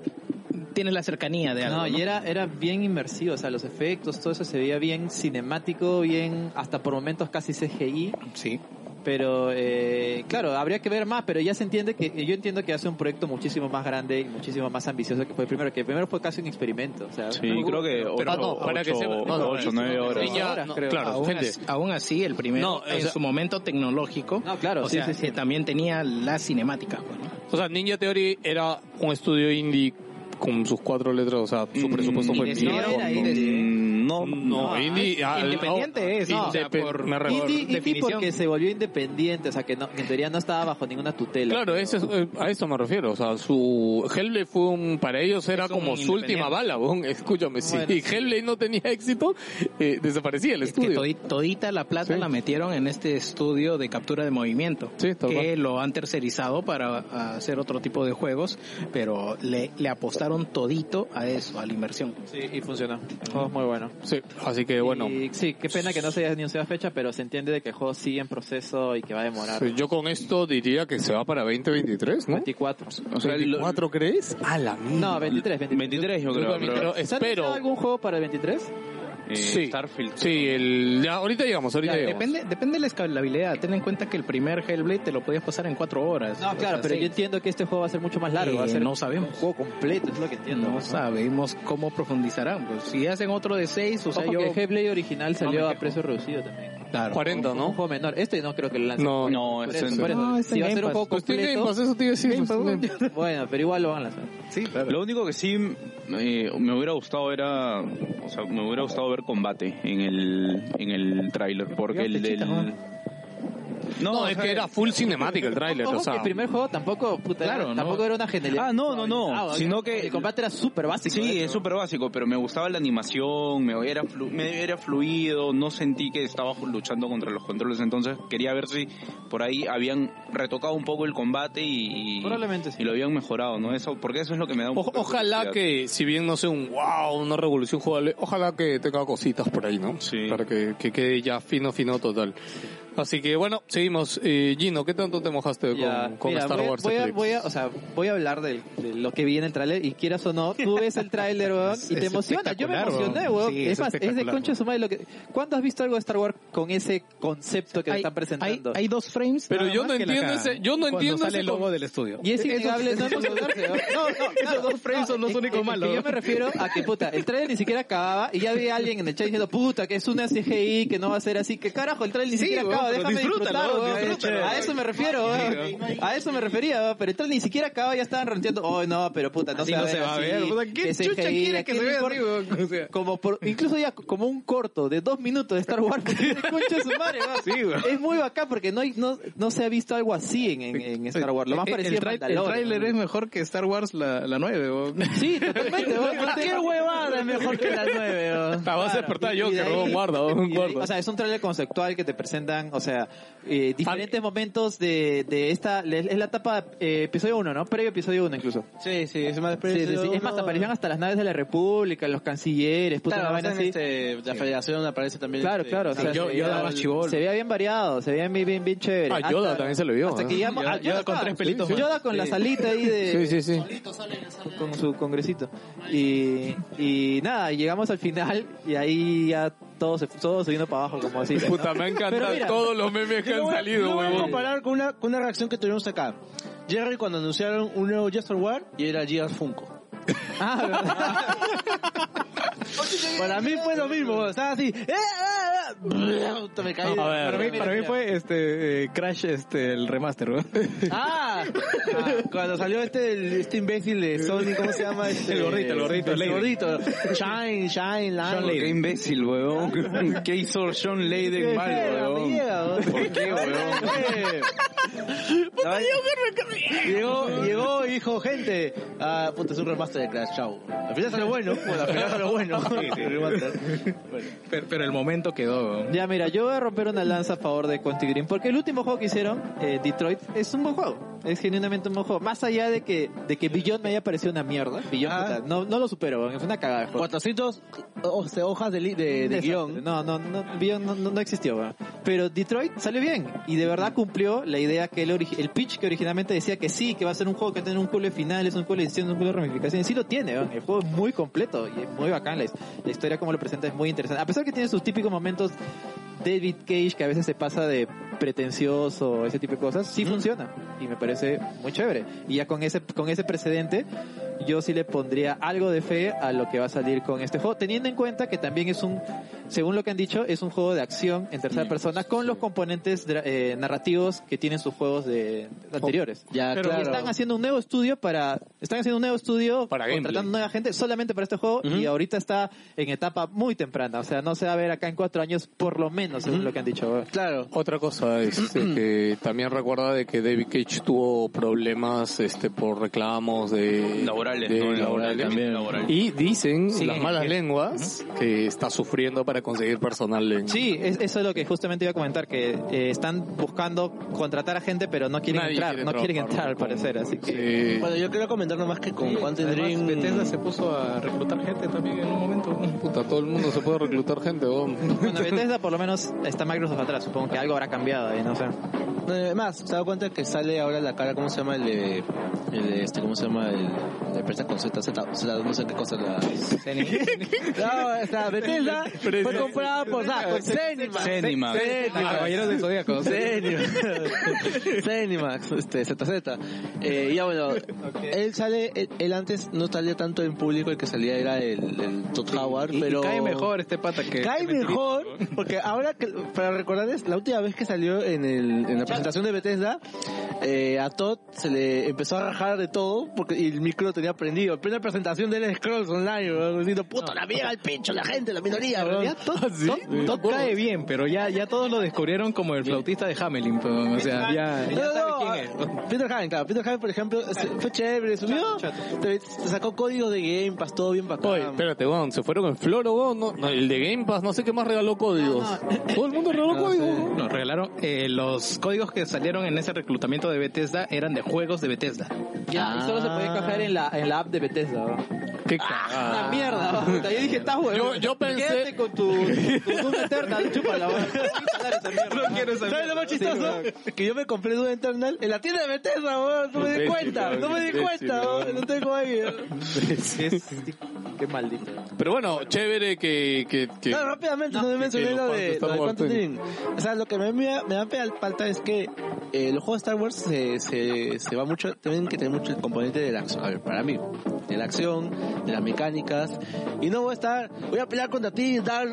[SPEAKER 4] tienes la cercanía de algo.
[SPEAKER 7] No,
[SPEAKER 4] ¿no?
[SPEAKER 7] y era, era bien inmersivo, o sea, los efectos, todo eso se veía bien cinemático, bien, hasta por momentos casi CGI.
[SPEAKER 4] Sí.
[SPEAKER 7] Pero, eh, claro, habría que ver más, pero ya se entiende que, yo entiendo que hace un proyecto muchísimo más grande y muchísimo más ambicioso que fue el primero, que el primero fue casi un experimento, o sea,
[SPEAKER 5] Sí, creo Ah, que
[SPEAKER 7] pero- no,
[SPEAKER 5] 8,
[SPEAKER 2] para que sepa- no, no,
[SPEAKER 5] 9
[SPEAKER 7] no,
[SPEAKER 5] horas.
[SPEAKER 7] no,
[SPEAKER 2] Niña,
[SPEAKER 7] horas,
[SPEAKER 2] no,
[SPEAKER 7] creo.
[SPEAKER 2] claro,
[SPEAKER 4] aún,
[SPEAKER 2] gente.
[SPEAKER 4] as- aún así, el primero,
[SPEAKER 2] No, o
[SPEAKER 4] en
[SPEAKER 2] sea-
[SPEAKER 4] su momento tecnológico,
[SPEAKER 7] No, claro,
[SPEAKER 4] o
[SPEAKER 7] sí,
[SPEAKER 4] sea,
[SPEAKER 7] sí, sí.
[SPEAKER 4] eh, también tenía la cinemática. pues, ¿no?
[SPEAKER 2] O sea, Ninja Theory era un estudio indie con sus cuatro letras, o sea, su presupuesto
[SPEAKER 5] Mm,
[SPEAKER 2] fue
[SPEAKER 7] y no
[SPEAKER 2] mínimo.
[SPEAKER 7] era
[SPEAKER 5] Mm, No,
[SPEAKER 2] No, indie. ah,
[SPEAKER 4] Independiente
[SPEAKER 2] ah,
[SPEAKER 4] es, ¿no? O sea,
[SPEAKER 2] indepen-
[SPEAKER 4] por-
[SPEAKER 2] me refiero.
[SPEAKER 7] Indie, indie
[SPEAKER 4] definición.
[SPEAKER 7] porque se volvió independiente, o sea, que, no, que en teoría no estaba bajo ninguna tutela.
[SPEAKER 2] Claro,
[SPEAKER 7] pero-
[SPEAKER 2] ese es- eh, a eso me refiero. O sea, su Hellblade fue un, para ellos era
[SPEAKER 4] Es un
[SPEAKER 2] como su última
[SPEAKER 4] independiente.
[SPEAKER 2] bala. weón. Escúchame,
[SPEAKER 7] Bueno,
[SPEAKER 2] si
[SPEAKER 7] sí.
[SPEAKER 2] Hellblade no tenía éxito, eh, desaparecía el
[SPEAKER 4] Es que
[SPEAKER 2] estudio.
[SPEAKER 4] todi- todita la plata la metieron en este estudio de captura de movimiento,
[SPEAKER 2] Sí, tal
[SPEAKER 4] que lo han tercerizado para ah, hacer otro tipo de juegos, pero le, le apostaron todito a eso, a la inversión.
[SPEAKER 7] Sí, y funcionó. El juego es Oh, muy bueno.
[SPEAKER 2] Sí, así que bueno.
[SPEAKER 7] Y sí, qué pena que no se haya anunciado fecha, pero se entiende de que el juego sigue en proceso y que va a demorar.
[SPEAKER 2] sí, Yo con esto diría que se va para 2023, ¿no?
[SPEAKER 7] 24.
[SPEAKER 5] O sea, el-
[SPEAKER 2] ¿24 crees? A la mierda.
[SPEAKER 7] No, 23, 23.
[SPEAKER 5] 23 yo
[SPEAKER 2] Pero,
[SPEAKER 5] creo, pero,
[SPEAKER 7] ¿Se ha anunciado
[SPEAKER 2] espero.
[SPEAKER 7] algún juego para el 23?
[SPEAKER 5] eh,
[SPEAKER 2] sí.
[SPEAKER 5] Starfield.
[SPEAKER 2] Sí, el, ya, ahorita llegamos, ahorita
[SPEAKER 4] Ya,
[SPEAKER 2] llegamos.
[SPEAKER 4] depende, depende de la escalabilidad. Ten en cuenta que el primer Hellblade te lo podías pasar en cuatro horas.
[SPEAKER 7] No,
[SPEAKER 4] O
[SPEAKER 7] claro,
[SPEAKER 4] sea,
[SPEAKER 7] pero
[SPEAKER 4] sí.
[SPEAKER 7] yo entiendo que este juego va a ser mucho más largo.
[SPEAKER 4] Eh,
[SPEAKER 7] va a ser
[SPEAKER 4] no sabemos.
[SPEAKER 7] un juego completo, es lo que entiendo.
[SPEAKER 4] no sabemos cómo profundizarán. Pues, si hacen otro de seis, o sea,
[SPEAKER 7] Ojo
[SPEAKER 4] yo...
[SPEAKER 7] que el Hellblade original salió
[SPEAKER 4] me
[SPEAKER 7] a
[SPEAKER 4] quejo.
[SPEAKER 7] precio reducido también.
[SPEAKER 4] Claro.
[SPEAKER 2] 40,
[SPEAKER 7] Un
[SPEAKER 2] ¿no?
[SPEAKER 7] juego menor. Este no creo que lo lancen.
[SPEAKER 2] No,
[SPEAKER 5] No,
[SPEAKER 7] Por
[SPEAKER 5] ese
[SPEAKER 7] eso,
[SPEAKER 5] no.
[SPEAKER 7] por eso. este
[SPEAKER 2] No,
[SPEAKER 7] si va a ser un juego
[SPEAKER 2] Pues tiene Game
[SPEAKER 7] completo.
[SPEAKER 2] Pass, eso te iba a decir. pues, Game Pass.
[SPEAKER 7] Bueno, pero igual lo van a lanzar.
[SPEAKER 5] Lo único que sí eh, me hubiera gustado era, o sea, me hubiera gustado ver combate en el en el tráiler porque el del
[SPEAKER 2] No,
[SPEAKER 5] o
[SPEAKER 2] es
[SPEAKER 5] sea,
[SPEAKER 2] que era full cinemática el tráiler,
[SPEAKER 7] Ojo
[SPEAKER 2] o sea.
[SPEAKER 7] que el primer juego tampoco, puta,
[SPEAKER 4] Claro,
[SPEAKER 7] era-
[SPEAKER 4] no.
[SPEAKER 7] tampoco era una genialidad.
[SPEAKER 5] Ah, no, no, no,
[SPEAKER 7] Ah,
[SPEAKER 5] sino que
[SPEAKER 7] El combate era súper básico.
[SPEAKER 5] Sí,
[SPEAKER 7] ¿eh?
[SPEAKER 5] es súper básico, pero me gustaba la animación, me era, flu- me era fluido, no sentí que estaba ju- luchando contra los controles, entonces quería ver si por ahí habían retocado un poco el combate y, y-
[SPEAKER 7] Probablemente sí.
[SPEAKER 5] y lo habían mejorado, ¿no? Eso, porque eso es lo que me da un
[SPEAKER 2] O-
[SPEAKER 5] poco de
[SPEAKER 2] ojalá
[SPEAKER 5] curiosidad.
[SPEAKER 2] que, si bien no sea un wow, una revolución jugable, ojalá que tenga cositas por ahí, ¿no?
[SPEAKER 5] Sí.
[SPEAKER 2] Para que, que quede ya fino, fino total. Así que bueno, seguimos. Eh, Gino, ¿qué tanto te mojaste
[SPEAKER 7] Ya,
[SPEAKER 2] con, con
[SPEAKER 7] mira,
[SPEAKER 2] Star
[SPEAKER 7] voy, a-
[SPEAKER 2] Wars?
[SPEAKER 7] voy a,
[SPEAKER 2] Eclipse?
[SPEAKER 7] voy a- o sea, voy a hablar del- de, lo que vi en el tráiler y quieras o no, tú ves el tráiler, weón, y te
[SPEAKER 4] es
[SPEAKER 7] emociona. Yo me
[SPEAKER 4] espectacular,
[SPEAKER 7] emocioné,
[SPEAKER 4] weón.
[SPEAKER 7] weón.
[SPEAKER 4] Sí,
[SPEAKER 7] es,
[SPEAKER 4] es
[SPEAKER 7] más, es de
[SPEAKER 4] espectacular,
[SPEAKER 7] concha de su madre lo que... ¿Cuándo has visto algo de Star Wars con ese concepto que te
[SPEAKER 4] Hay-
[SPEAKER 7] están presentando?
[SPEAKER 4] Hay, hay dos frames.
[SPEAKER 2] Pero
[SPEAKER 4] nada
[SPEAKER 2] yo
[SPEAKER 4] más
[SPEAKER 2] no
[SPEAKER 4] que la
[SPEAKER 2] entiendo
[SPEAKER 4] cagan.
[SPEAKER 2] ese- yo no
[SPEAKER 4] Cuando
[SPEAKER 2] entiendo
[SPEAKER 4] sale
[SPEAKER 2] ese
[SPEAKER 4] el logo
[SPEAKER 2] con-
[SPEAKER 4] del estudio.
[SPEAKER 7] y es innegable, no emocionarse, weón. No, no, claro.
[SPEAKER 4] dos frames son los
[SPEAKER 7] Es-
[SPEAKER 4] únicos
[SPEAKER 7] es que
[SPEAKER 4] malos.
[SPEAKER 7] Yo me refiero a que, puta, el tráiler ni siquiera acababa y ya había alguien en el chat diciendo, puta, que es una CGI, que no va a ser así. que carajo? El tráiler ni
[SPEAKER 4] Sí,
[SPEAKER 7] siquiera
[SPEAKER 4] weón,
[SPEAKER 7] acaba,
[SPEAKER 4] pero
[SPEAKER 7] déjame
[SPEAKER 4] disfrútalo,
[SPEAKER 7] disfrutar,
[SPEAKER 4] weón,
[SPEAKER 7] weón.
[SPEAKER 4] disfrútalo.
[SPEAKER 7] A eso me refiero, weón. A eso me refería, weón, pero el tráiler ni siquiera acaba, ya estaban ranteando, oh, no, pero puta, no
[SPEAKER 4] Así
[SPEAKER 7] se va a
[SPEAKER 4] no
[SPEAKER 7] ver
[SPEAKER 4] se va a
[SPEAKER 7] así,
[SPEAKER 4] ver. O sea,
[SPEAKER 7] que
[SPEAKER 4] ¿Qué
[SPEAKER 7] es
[SPEAKER 4] chucha
[SPEAKER 7] CGI,
[SPEAKER 4] quiere
[SPEAKER 7] ¿a
[SPEAKER 4] que
[SPEAKER 7] quién
[SPEAKER 4] se
[SPEAKER 7] le
[SPEAKER 4] vea
[SPEAKER 7] importa?
[SPEAKER 4] así, weón? O sea,
[SPEAKER 7] como por, incluso ya como un corto de dos minutos de Star Wars porque se concha su madre, ¿no? es muy bacán porque no, hay- no no se ha visto algo así en, en- en Star Wars lo más
[SPEAKER 4] el-
[SPEAKER 7] parecido
[SPEAKER 4] el,
[SPEAKER 7] es
[SPEAKER 4] trai- el
[SPEAKER 7] Mandalorian.
[SPEAKER 4] tráiler es mejor que Star Wars la, la 9. weón.
[SPEAKER 7] sí totalmente qué huevada es mejor que la nueve
[SPEAKER 2] La Ah, vas a despertar yo, que
[SPEAKER 7] robó
[SPEAKER 2] robó guarda, guarda.
[SPEAKER 7] o sea es un tráiler conceptual que te presentan o sea eh, diferentes momentos de, de esta es la etapa eh, episodio 1 ¿no? previo a episodio 1 incluso
[SPEAKER 3] Sí, sí, es más,
[SPEAKER 7] Sí, sí, sí. es más aparecieron hasta las naves de la república los cancilleres puta una
[SPEAKER 3] Claro,
[SPEAKER 7] vaina
[SPEAKER 3] hacen,
[SPEAKER 7] así
[SPEAKER 3] este, la federación aparece también.
[SPEAKER 7] Claro,
[SPEAKER 3] este,
[SPEAKER 7] claro. o sea,
[SPEAKER 4] yo-
[SPEAKER 7] se
[SPEAKER 4] yo
[SPEAKER 7] veía-
[SPEAKER 4] daba chibolo.
[SPEAKER 7] Se veía bien variado, se veía bien, bien, bien chévere.
[SPEAKER 2] Ah, Yoda también se lo vio,
[SPEAKER 7] Hasta
[SPEAKER 2] ¿eh?
[SPEAKER 7] que ya-
[SPEAKER 3] Yoda-
[SPEAKER 7] ah,
[SPEAKER 3] Yoda con tres pelitos
[SPEAKER 7] sí,
[SPEAKER 3] más.
[SPEAKER 7] Yoda con la
[SPEAKER 3] Sí.
[SPEAKER 7] salita ahí de,
[SPEAKER 2] Sí, sí, sí.
[SPEAKER 7] con su congresito. Y, y nada, llegamos al final y ahí ya todo se, todo se vino para abajo, como así.
[SPEAKER 2] Puta, me encantan
[SPEAKER 7] Pero mira,
[SPEAKER 2] todos los memes que
[SPEAKER 3] Yo lo
[SPEAKER 2] han
[SPEAKER 3] voy a- yo
[SPEAKER 2] salido,
[SPEAKER 3] lo voy a
[SPEAKER 2] huevón.
[SPEAKER 3] comparar con una, con una reacción que tuvimos acá. Jerry cuando anunciaron un nuevo Just for War y era Gears Funko.
[SPEAKER 7] Ah, ¿verdad?
[SPEAKER 3] Para mí fue lo mismo, estaba así. ¡eh, ah, ah!
[SPEAKER 4] Me caí.
[SPEAKER 2] A ver.
[SPEAKER 14] Para mí, para mí fue este eh, Crash este el remaster, ¿no?
[SPEAKER 4] Ah, cuando salió este, el- este imbécil de Sony, ¿cómo se llama? Este,
[SPEAKER 14] El gordito, el gordito,
[SPEAKER 4] El
[SPEAKER 14] Lady.
[SPEAKER 4] gordito. Shine, shine,
[SPEAKER 15] John Leyden. Qué
[SPEAKER 4] line.
[SPEAKER 15] imbécil, weón. ¿Qué hizo John Leyden mal, weón? ¿Por qué, weón?
[SPEAKER 4] Llegó, llegó y dijo, gente, ah, puta, es un remaster de Crash, chao. Al final salió bueno, bueno, al final salió bueno. El remaster.
[SPEAKER 5] Pero, pero el momento quedó, weón.
[SPEAKER 7] Ya, mira, yo voy a romper una lanza a favor de Quantic Dream, porque el último juego que hicieron, eh, Detroit, es un buen juego. Es genuinamente un buen juego. Más allá de que, de que Beyond me haya parecido una mierda. Beyond,
[SPEAKER 4] Ah.
[SPEAKER 7] puta, no, no lo supero, weón, fue una cagada. de juego.
[SPEAKER 4] 400 o- o- hojas de, li- de, de
[SPEAKER 7] Desastre.
[SPEAKER 4] guión.
[SPEAKER 7] No, no, no, Beyond no, no- no existió, weón. Pero Detroit salió bien y de verdad cumplió la idea que el, ori- el pitch que originalmente decía que sí, que va a ser un juego que va a tener un culo de finales, un culo de edición, un culo de ramificaciones. Sí lo tiene, weón. El juego es muy completo y es muy bacán. La, his- la historia como lo presenta es muy interesante. A pesar que tiene sus típicos momentos David Cage que a veces se pasa de pretencioso, ese tipo de cosas, sí funciona y me parece muy chévere. Y ya con ese con ese precedente, yo sí le pondría algo de fe a lo que va a salir con este juego, teniendo en cuenta que también es un, según lo que han dicho, es un juego de acción en tercera persona con los componentes dra- eh, narrativos que tienen sus juegos de anteriores.
[SPEAKER 4] Ya,
[SPEAKER 7] Pero
[SPEAKER 4] claro.
[SPEAKER 7] están haciendo un nuevo estudio para, están haciendo un nuevo estudio
[SPEAKER 2] Para gameplay.
[SPEAKER 7] contratando nueva gente solamente para este juego y ahorita está en etapa muy temprana, o sea, no se va a ver acá en cuatro años por lo menos según lo que han dicho.
[SPEAKER 4] Claro.
[SPEAKER 2] Otra cosa este, que también recuerda de que David Cage tuvo problemas este por reclamos de
[SPEAKER 15] Laborales,
[SPEAKER 2] de
[SPEAKER 15] ¿no?
[SPEAKER 2] laborales.
[SPEAKER 15] También laborales.
[SPEAKER 2] y dicen
[SPEAKER 14] Sí,
[SPEAKER 2] las malas
[SPEAKER 14] sí.
[SPEAKER 2] lenguas que está sufriendo para conseguir personal en-
[SPEAKER 7] Sí, es- eso es lo que justamente iba a comentar, que eh, están buscando contratar a gente, pero no quieren
[SPEAKER 2] Nadie
[SPEAKER 7] entrar,
[SPEAKER 2] quiere
[SPEAKER 7] no quieren
[SPEAKER 2] trabajar
[SPEAKER 7] entrar al
[SPEAKER 2] con-
[SPEAKER 7] parecer, así que...
[SPEAKER 2] Sí.
[SPEAKER 4] Bueno, yo quiero comentar nomás que con Quantum
[SPEAKER 5] Además,
[SPEAKER 4] Dream...
[SPEAKER 5] Bethesda se puso a reclutar gente también en un momento.
[SPEAKER 2] Puta, todo el mundo se puede reclutar gente, weón.
[SPEAKER 7] Bueno, Bethesda por lo menos está Microsoft atrás, supongo que algo habrá cambiado ahí, no sé.
[SPEAKER 4] No, Además, se da cuenta que sale ahora la cara, ¿cómo se llama? El de, el de este, ¿cómo se llama? El, la empresa con Z, Z, Z, no sé qué cosa la... no, o sea, Bethesda fue comprada por, ah, por Zenimax.
[SPEAKER 15] Zenimax.
[SPEAKER 5] Ah,
[SPEAKER 4] Caballeros de Zodíaco. Zenimax. Zenimax, este, ZZ. Eh, ya bueno, él sale, él, él antes no salía tanto en público, el que salía era el, el Todd Howard,
[SPEAKER 5] Y- y
[SPEAKER 4] pero...
[SPEAKER 5] cae mejor este pata
[SPEAKER 7] eh,
[SPEAKER 5] que...
[SPEAKER 4] Cae mejor, porque ahora, que, para recordarles, la última vez que salió en, el, en la presentación de Bethesda, eh, a Todd se le empezó a rajar de todo porque y el micro lo tenía prendido. En plena presentación de Elder Scrolls Online, weón, diciendo, puto, la mierda, el pincho, la gente, la minoría, weón". Ah,
[SPEAKER 5] Todd, Todd cae bien, pero ya, ya todos lo descubrieron como el flautista de Hamelin, pero, o sea, ya, ya
[SPEAKER 4] No,
[SPEAKER 5] sabe
[SPEAKER 4] no,
[SPEAKER 5] quién es.
[SPEAKER 4] ah, Peter Hagen, claro. Peter Hagen, por ejemplo, se- fue chévere, subió, te- te sacó código de Game Pass, todo bien bacán.
[SPEAKER 2] Oye, espérate, weón, se fueron en Floro, weón, no, no, el de Game Pass, no sé qué más regaló códigos. Todo el mundo regaló códigos. weón.
[SPEAKER 5] Nos regalaron eh, los códigos que salieron en ese reclutamiento de Bethesda eran de juegos de Bethesda.
[SPEAKER 7] Ya, y solo se podía encajar en la, en la app de Bethesda, ¿no?
[SPEAKER 2] Qué cagada.
[SPEAKER 7] Una mierda, ¿no? Puta, Yo dije, estás huevón.
[SPEAKER 2] Ah. Yo- yo pensé-
[SPEAKER 7] Quédate con tu, tu Doom Eternal, chúpala, weón. No quiero esa
[SPEAKER 4] ¿Sabes lo más chistoso? Que yo me compré Doom Eternal en la tienda de Bethesda, weón. No me di
[SPEAKER 2] Imbécil,
[SPEAKER 4] cuenta, no me di
[SPEAKER 2] imbécil,
[SPEAKER 4] cuenta, weón. No tengo ahí, weón.
[SPEAKER 7] Qué maldito.
[SPEAKER 2] Pero bueno, chévere que... que, que-
[SPEAKER 4] No, rápidamente, no, me
[SPEAKER 2] que-
[SPEAKER 4] mencioné
[SPEAKER 2] que
[SPEAKER 4] lo
[SPEAKER 2] los fans
[SPEAKER 4] de, lo de
[SPEAKER 2] Star Wars
[SPEAKER 4] Quantum Dream. O sea, lo que me, me, me da pe- falta es que eh, los juegos de Star Wars se, se, se va mucho, tienen que tener mucho el componente de la acción. A ver, para mí, de la acción, de las mecánicas. Y no voy a estar, voy a pelear contra ti, dar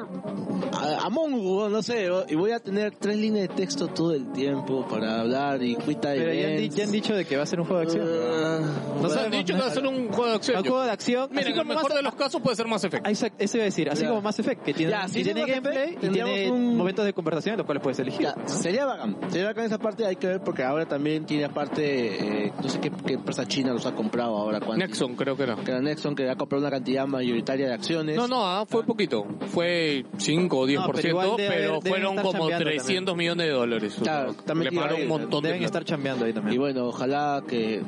[SPEAKER 4] a, a Mongo, no sé, o- y voy a tener tres líneas de texto todo el tiempo para hablar y cuita
[SPEAKER 7] Pero ya han, di- ya han dicho de que va a ser un juego de acción.
[SPEAKER 4] Ah,
[SPEAKER 2] Nos han dicho que va a ser un juego de acción.
[SPEAKER 7] Un juego de acción.
[SPEAKER 2] Mira,
[SPEAKER 7] así
[SPEAKER 2] en el
[SPEAKER 7] como
[SPEAKER 2] mejor
[SPEAKER 7] más-
[SPEAKER 2] de los casos puede ser más efectivo.
[SPEAKER 7] Ah, Exacto, eso iba a decir, así
[SPEAKER 4] Ya.
[SPEAKER 7] como Mass Effect, que tiene,
[SPEAKER 4] Ya,
[SPEAKER 7] que
[SPEAKER 4] sí,
[SPEAKER 7] tiene
[SPEAKER 4] Mass Effect,
[SPEAKER 7] gameplay y
[SPEAKER 4] tendríamos
[SPEAKER 7] tiene
[SPEAKER 4] un-
[SPEAKER 7] momentos de conversación en los cuales puedes elegir.
[SPEAKER 4] Ya, sería bacán. Sería bacán esa parte, hay que ver porque ahora también tiene aparte, eh, no sé qué, qué empresa china los ha comprado ahora. Quantic.
[SPEAKER 2] Nexon creo que era.
[SPEAKER 4] Que era Nexon, que ha comprado una cantidad mayoritaria de acciones.
[SPEAKER 2] No, no, ah, fue poquito. Fue 5 o 10%,
[SPEAKER 7] No, pero
[SPEAKER 2] pero,
[SPEAKER 7] igual debe haber- deben
[SPEAKER 2] fueron
[SPEAKER 7] estar
[SPEAKER 2] como
[SPEAKER 7] chambeando
[SPEAKER 2] 300 millones de dólares.
[SPEAKER 4] Claro,
[SPEAKER 2] O sea,
[SPEAKER 4] también
[SPEAKER 2] le
[SPEAKER 4] iba a
[SPEAKER 2] pagaron un
[SPEAKER 4] ir,
[SPEAKER 2] montón
[SPEAKER 7] Deben
[SPEAKER 2] de plata.
[SPEAKER 7] estar chambeando ahí
[SPEAKER 4] Y
[SPEAKER 7] también.
[SPEAKER 4] bueno, ojalá que...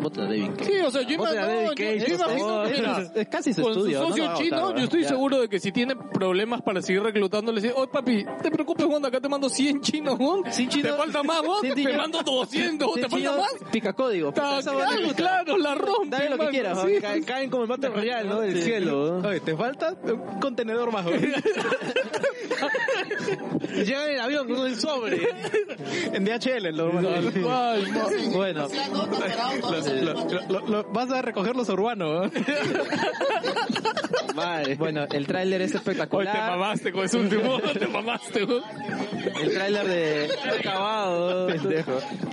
[SPEAKER 4] Voten a David Cage.
[SPEAKER 2] Sí, o sea, yo
[SPEAKER 4] Voten a
[SPEAKER 2] imagino,
[SPEAKER 4] David
[SPEAKER 2] no, yo,
[SPEAKER 4] Cage,
[SPEAKER 2] yo
[SPEAKER 4] por
[SPEAKER 2] imagino
[SPEAKER 4] favor.
[SPEAKER 2] que
[SPEAKER 7] Es- es casi su
[SPEAKER 2] con
[SPEAKER 7] estudio,
[SPEAKER 2] su
[SPEAKER 7] no
[SPEAKER 2] socio
[SPEAKER 7] lo va a
[SPEAKER 2] chino,
[SPEAKER 7] votar, ¿verdad?
[SPEAKER 2] yo estoy
[SPEAKER 7] Ya.
[SPEAKER 2] seguro de que si tiene problemas para seguir reclutando, le dice, oye papi, te preocupes, Juan, acá te mando 100 chinos, Juan.
[SPEAKER 7] chinos-
[SPEAKER 2] Te falta más, Juan.
[SPEAKER 7] Sin
[SPEAKER 2] Te
[SPEAKER 7] chinos-
[SPEAKER 2] mando 200,
[SPEAKER 7] Sí,
[SPEAKER 2] ¿te
[SPEAKER 7] chido,
[SPEAKER 2] falta más?
[SPEAKER 7] Pica código. puta,
[SPEAKER 2] Ta-
[SPEAKER 7] esa huevada me
[SPEAKER 2] Claro,
[SPEAKER 7] gusta.
[SPEAKER 2] claro, la rompe.
[SPEAKER 7] Dame lo que
[SPEAKER 2] mano,
[SPEAKER 7] quieras,
[SPEAKER 2] sí.
[SPEAKER 7] Juan.
[SPEAKER 4] Ca- Caen como el Battle Royale, ¿no? Del cielo.
[SPEAKER 5] Oye, te falta un contenedor más. güey.
[SPEAKER 4] Y Llegan en el avión con el sobre.
[SPEAKER 5] en DHL, lo normal.
[SPEAKER 2] Tal cual,
[SPEAKER 16] Bueno.
[SPEAKER 7] Bueno.
[SPEAKER 16] Se anota parado todo el
[SPEAKER 4] Entonces,
[SPEAKER 17] vas a recoger los urbanos.
[SPEAKER 4] madre.
[SPEAKER 7] Bueno, el tráiler es
[SPEAKER 2] Hoy te
[SPEAKER 7] espectacular.
[SPEAKER 2] mamaste con ese último, te mamaste. weón.
[SPEAKER 7] El tráiler de... acabado.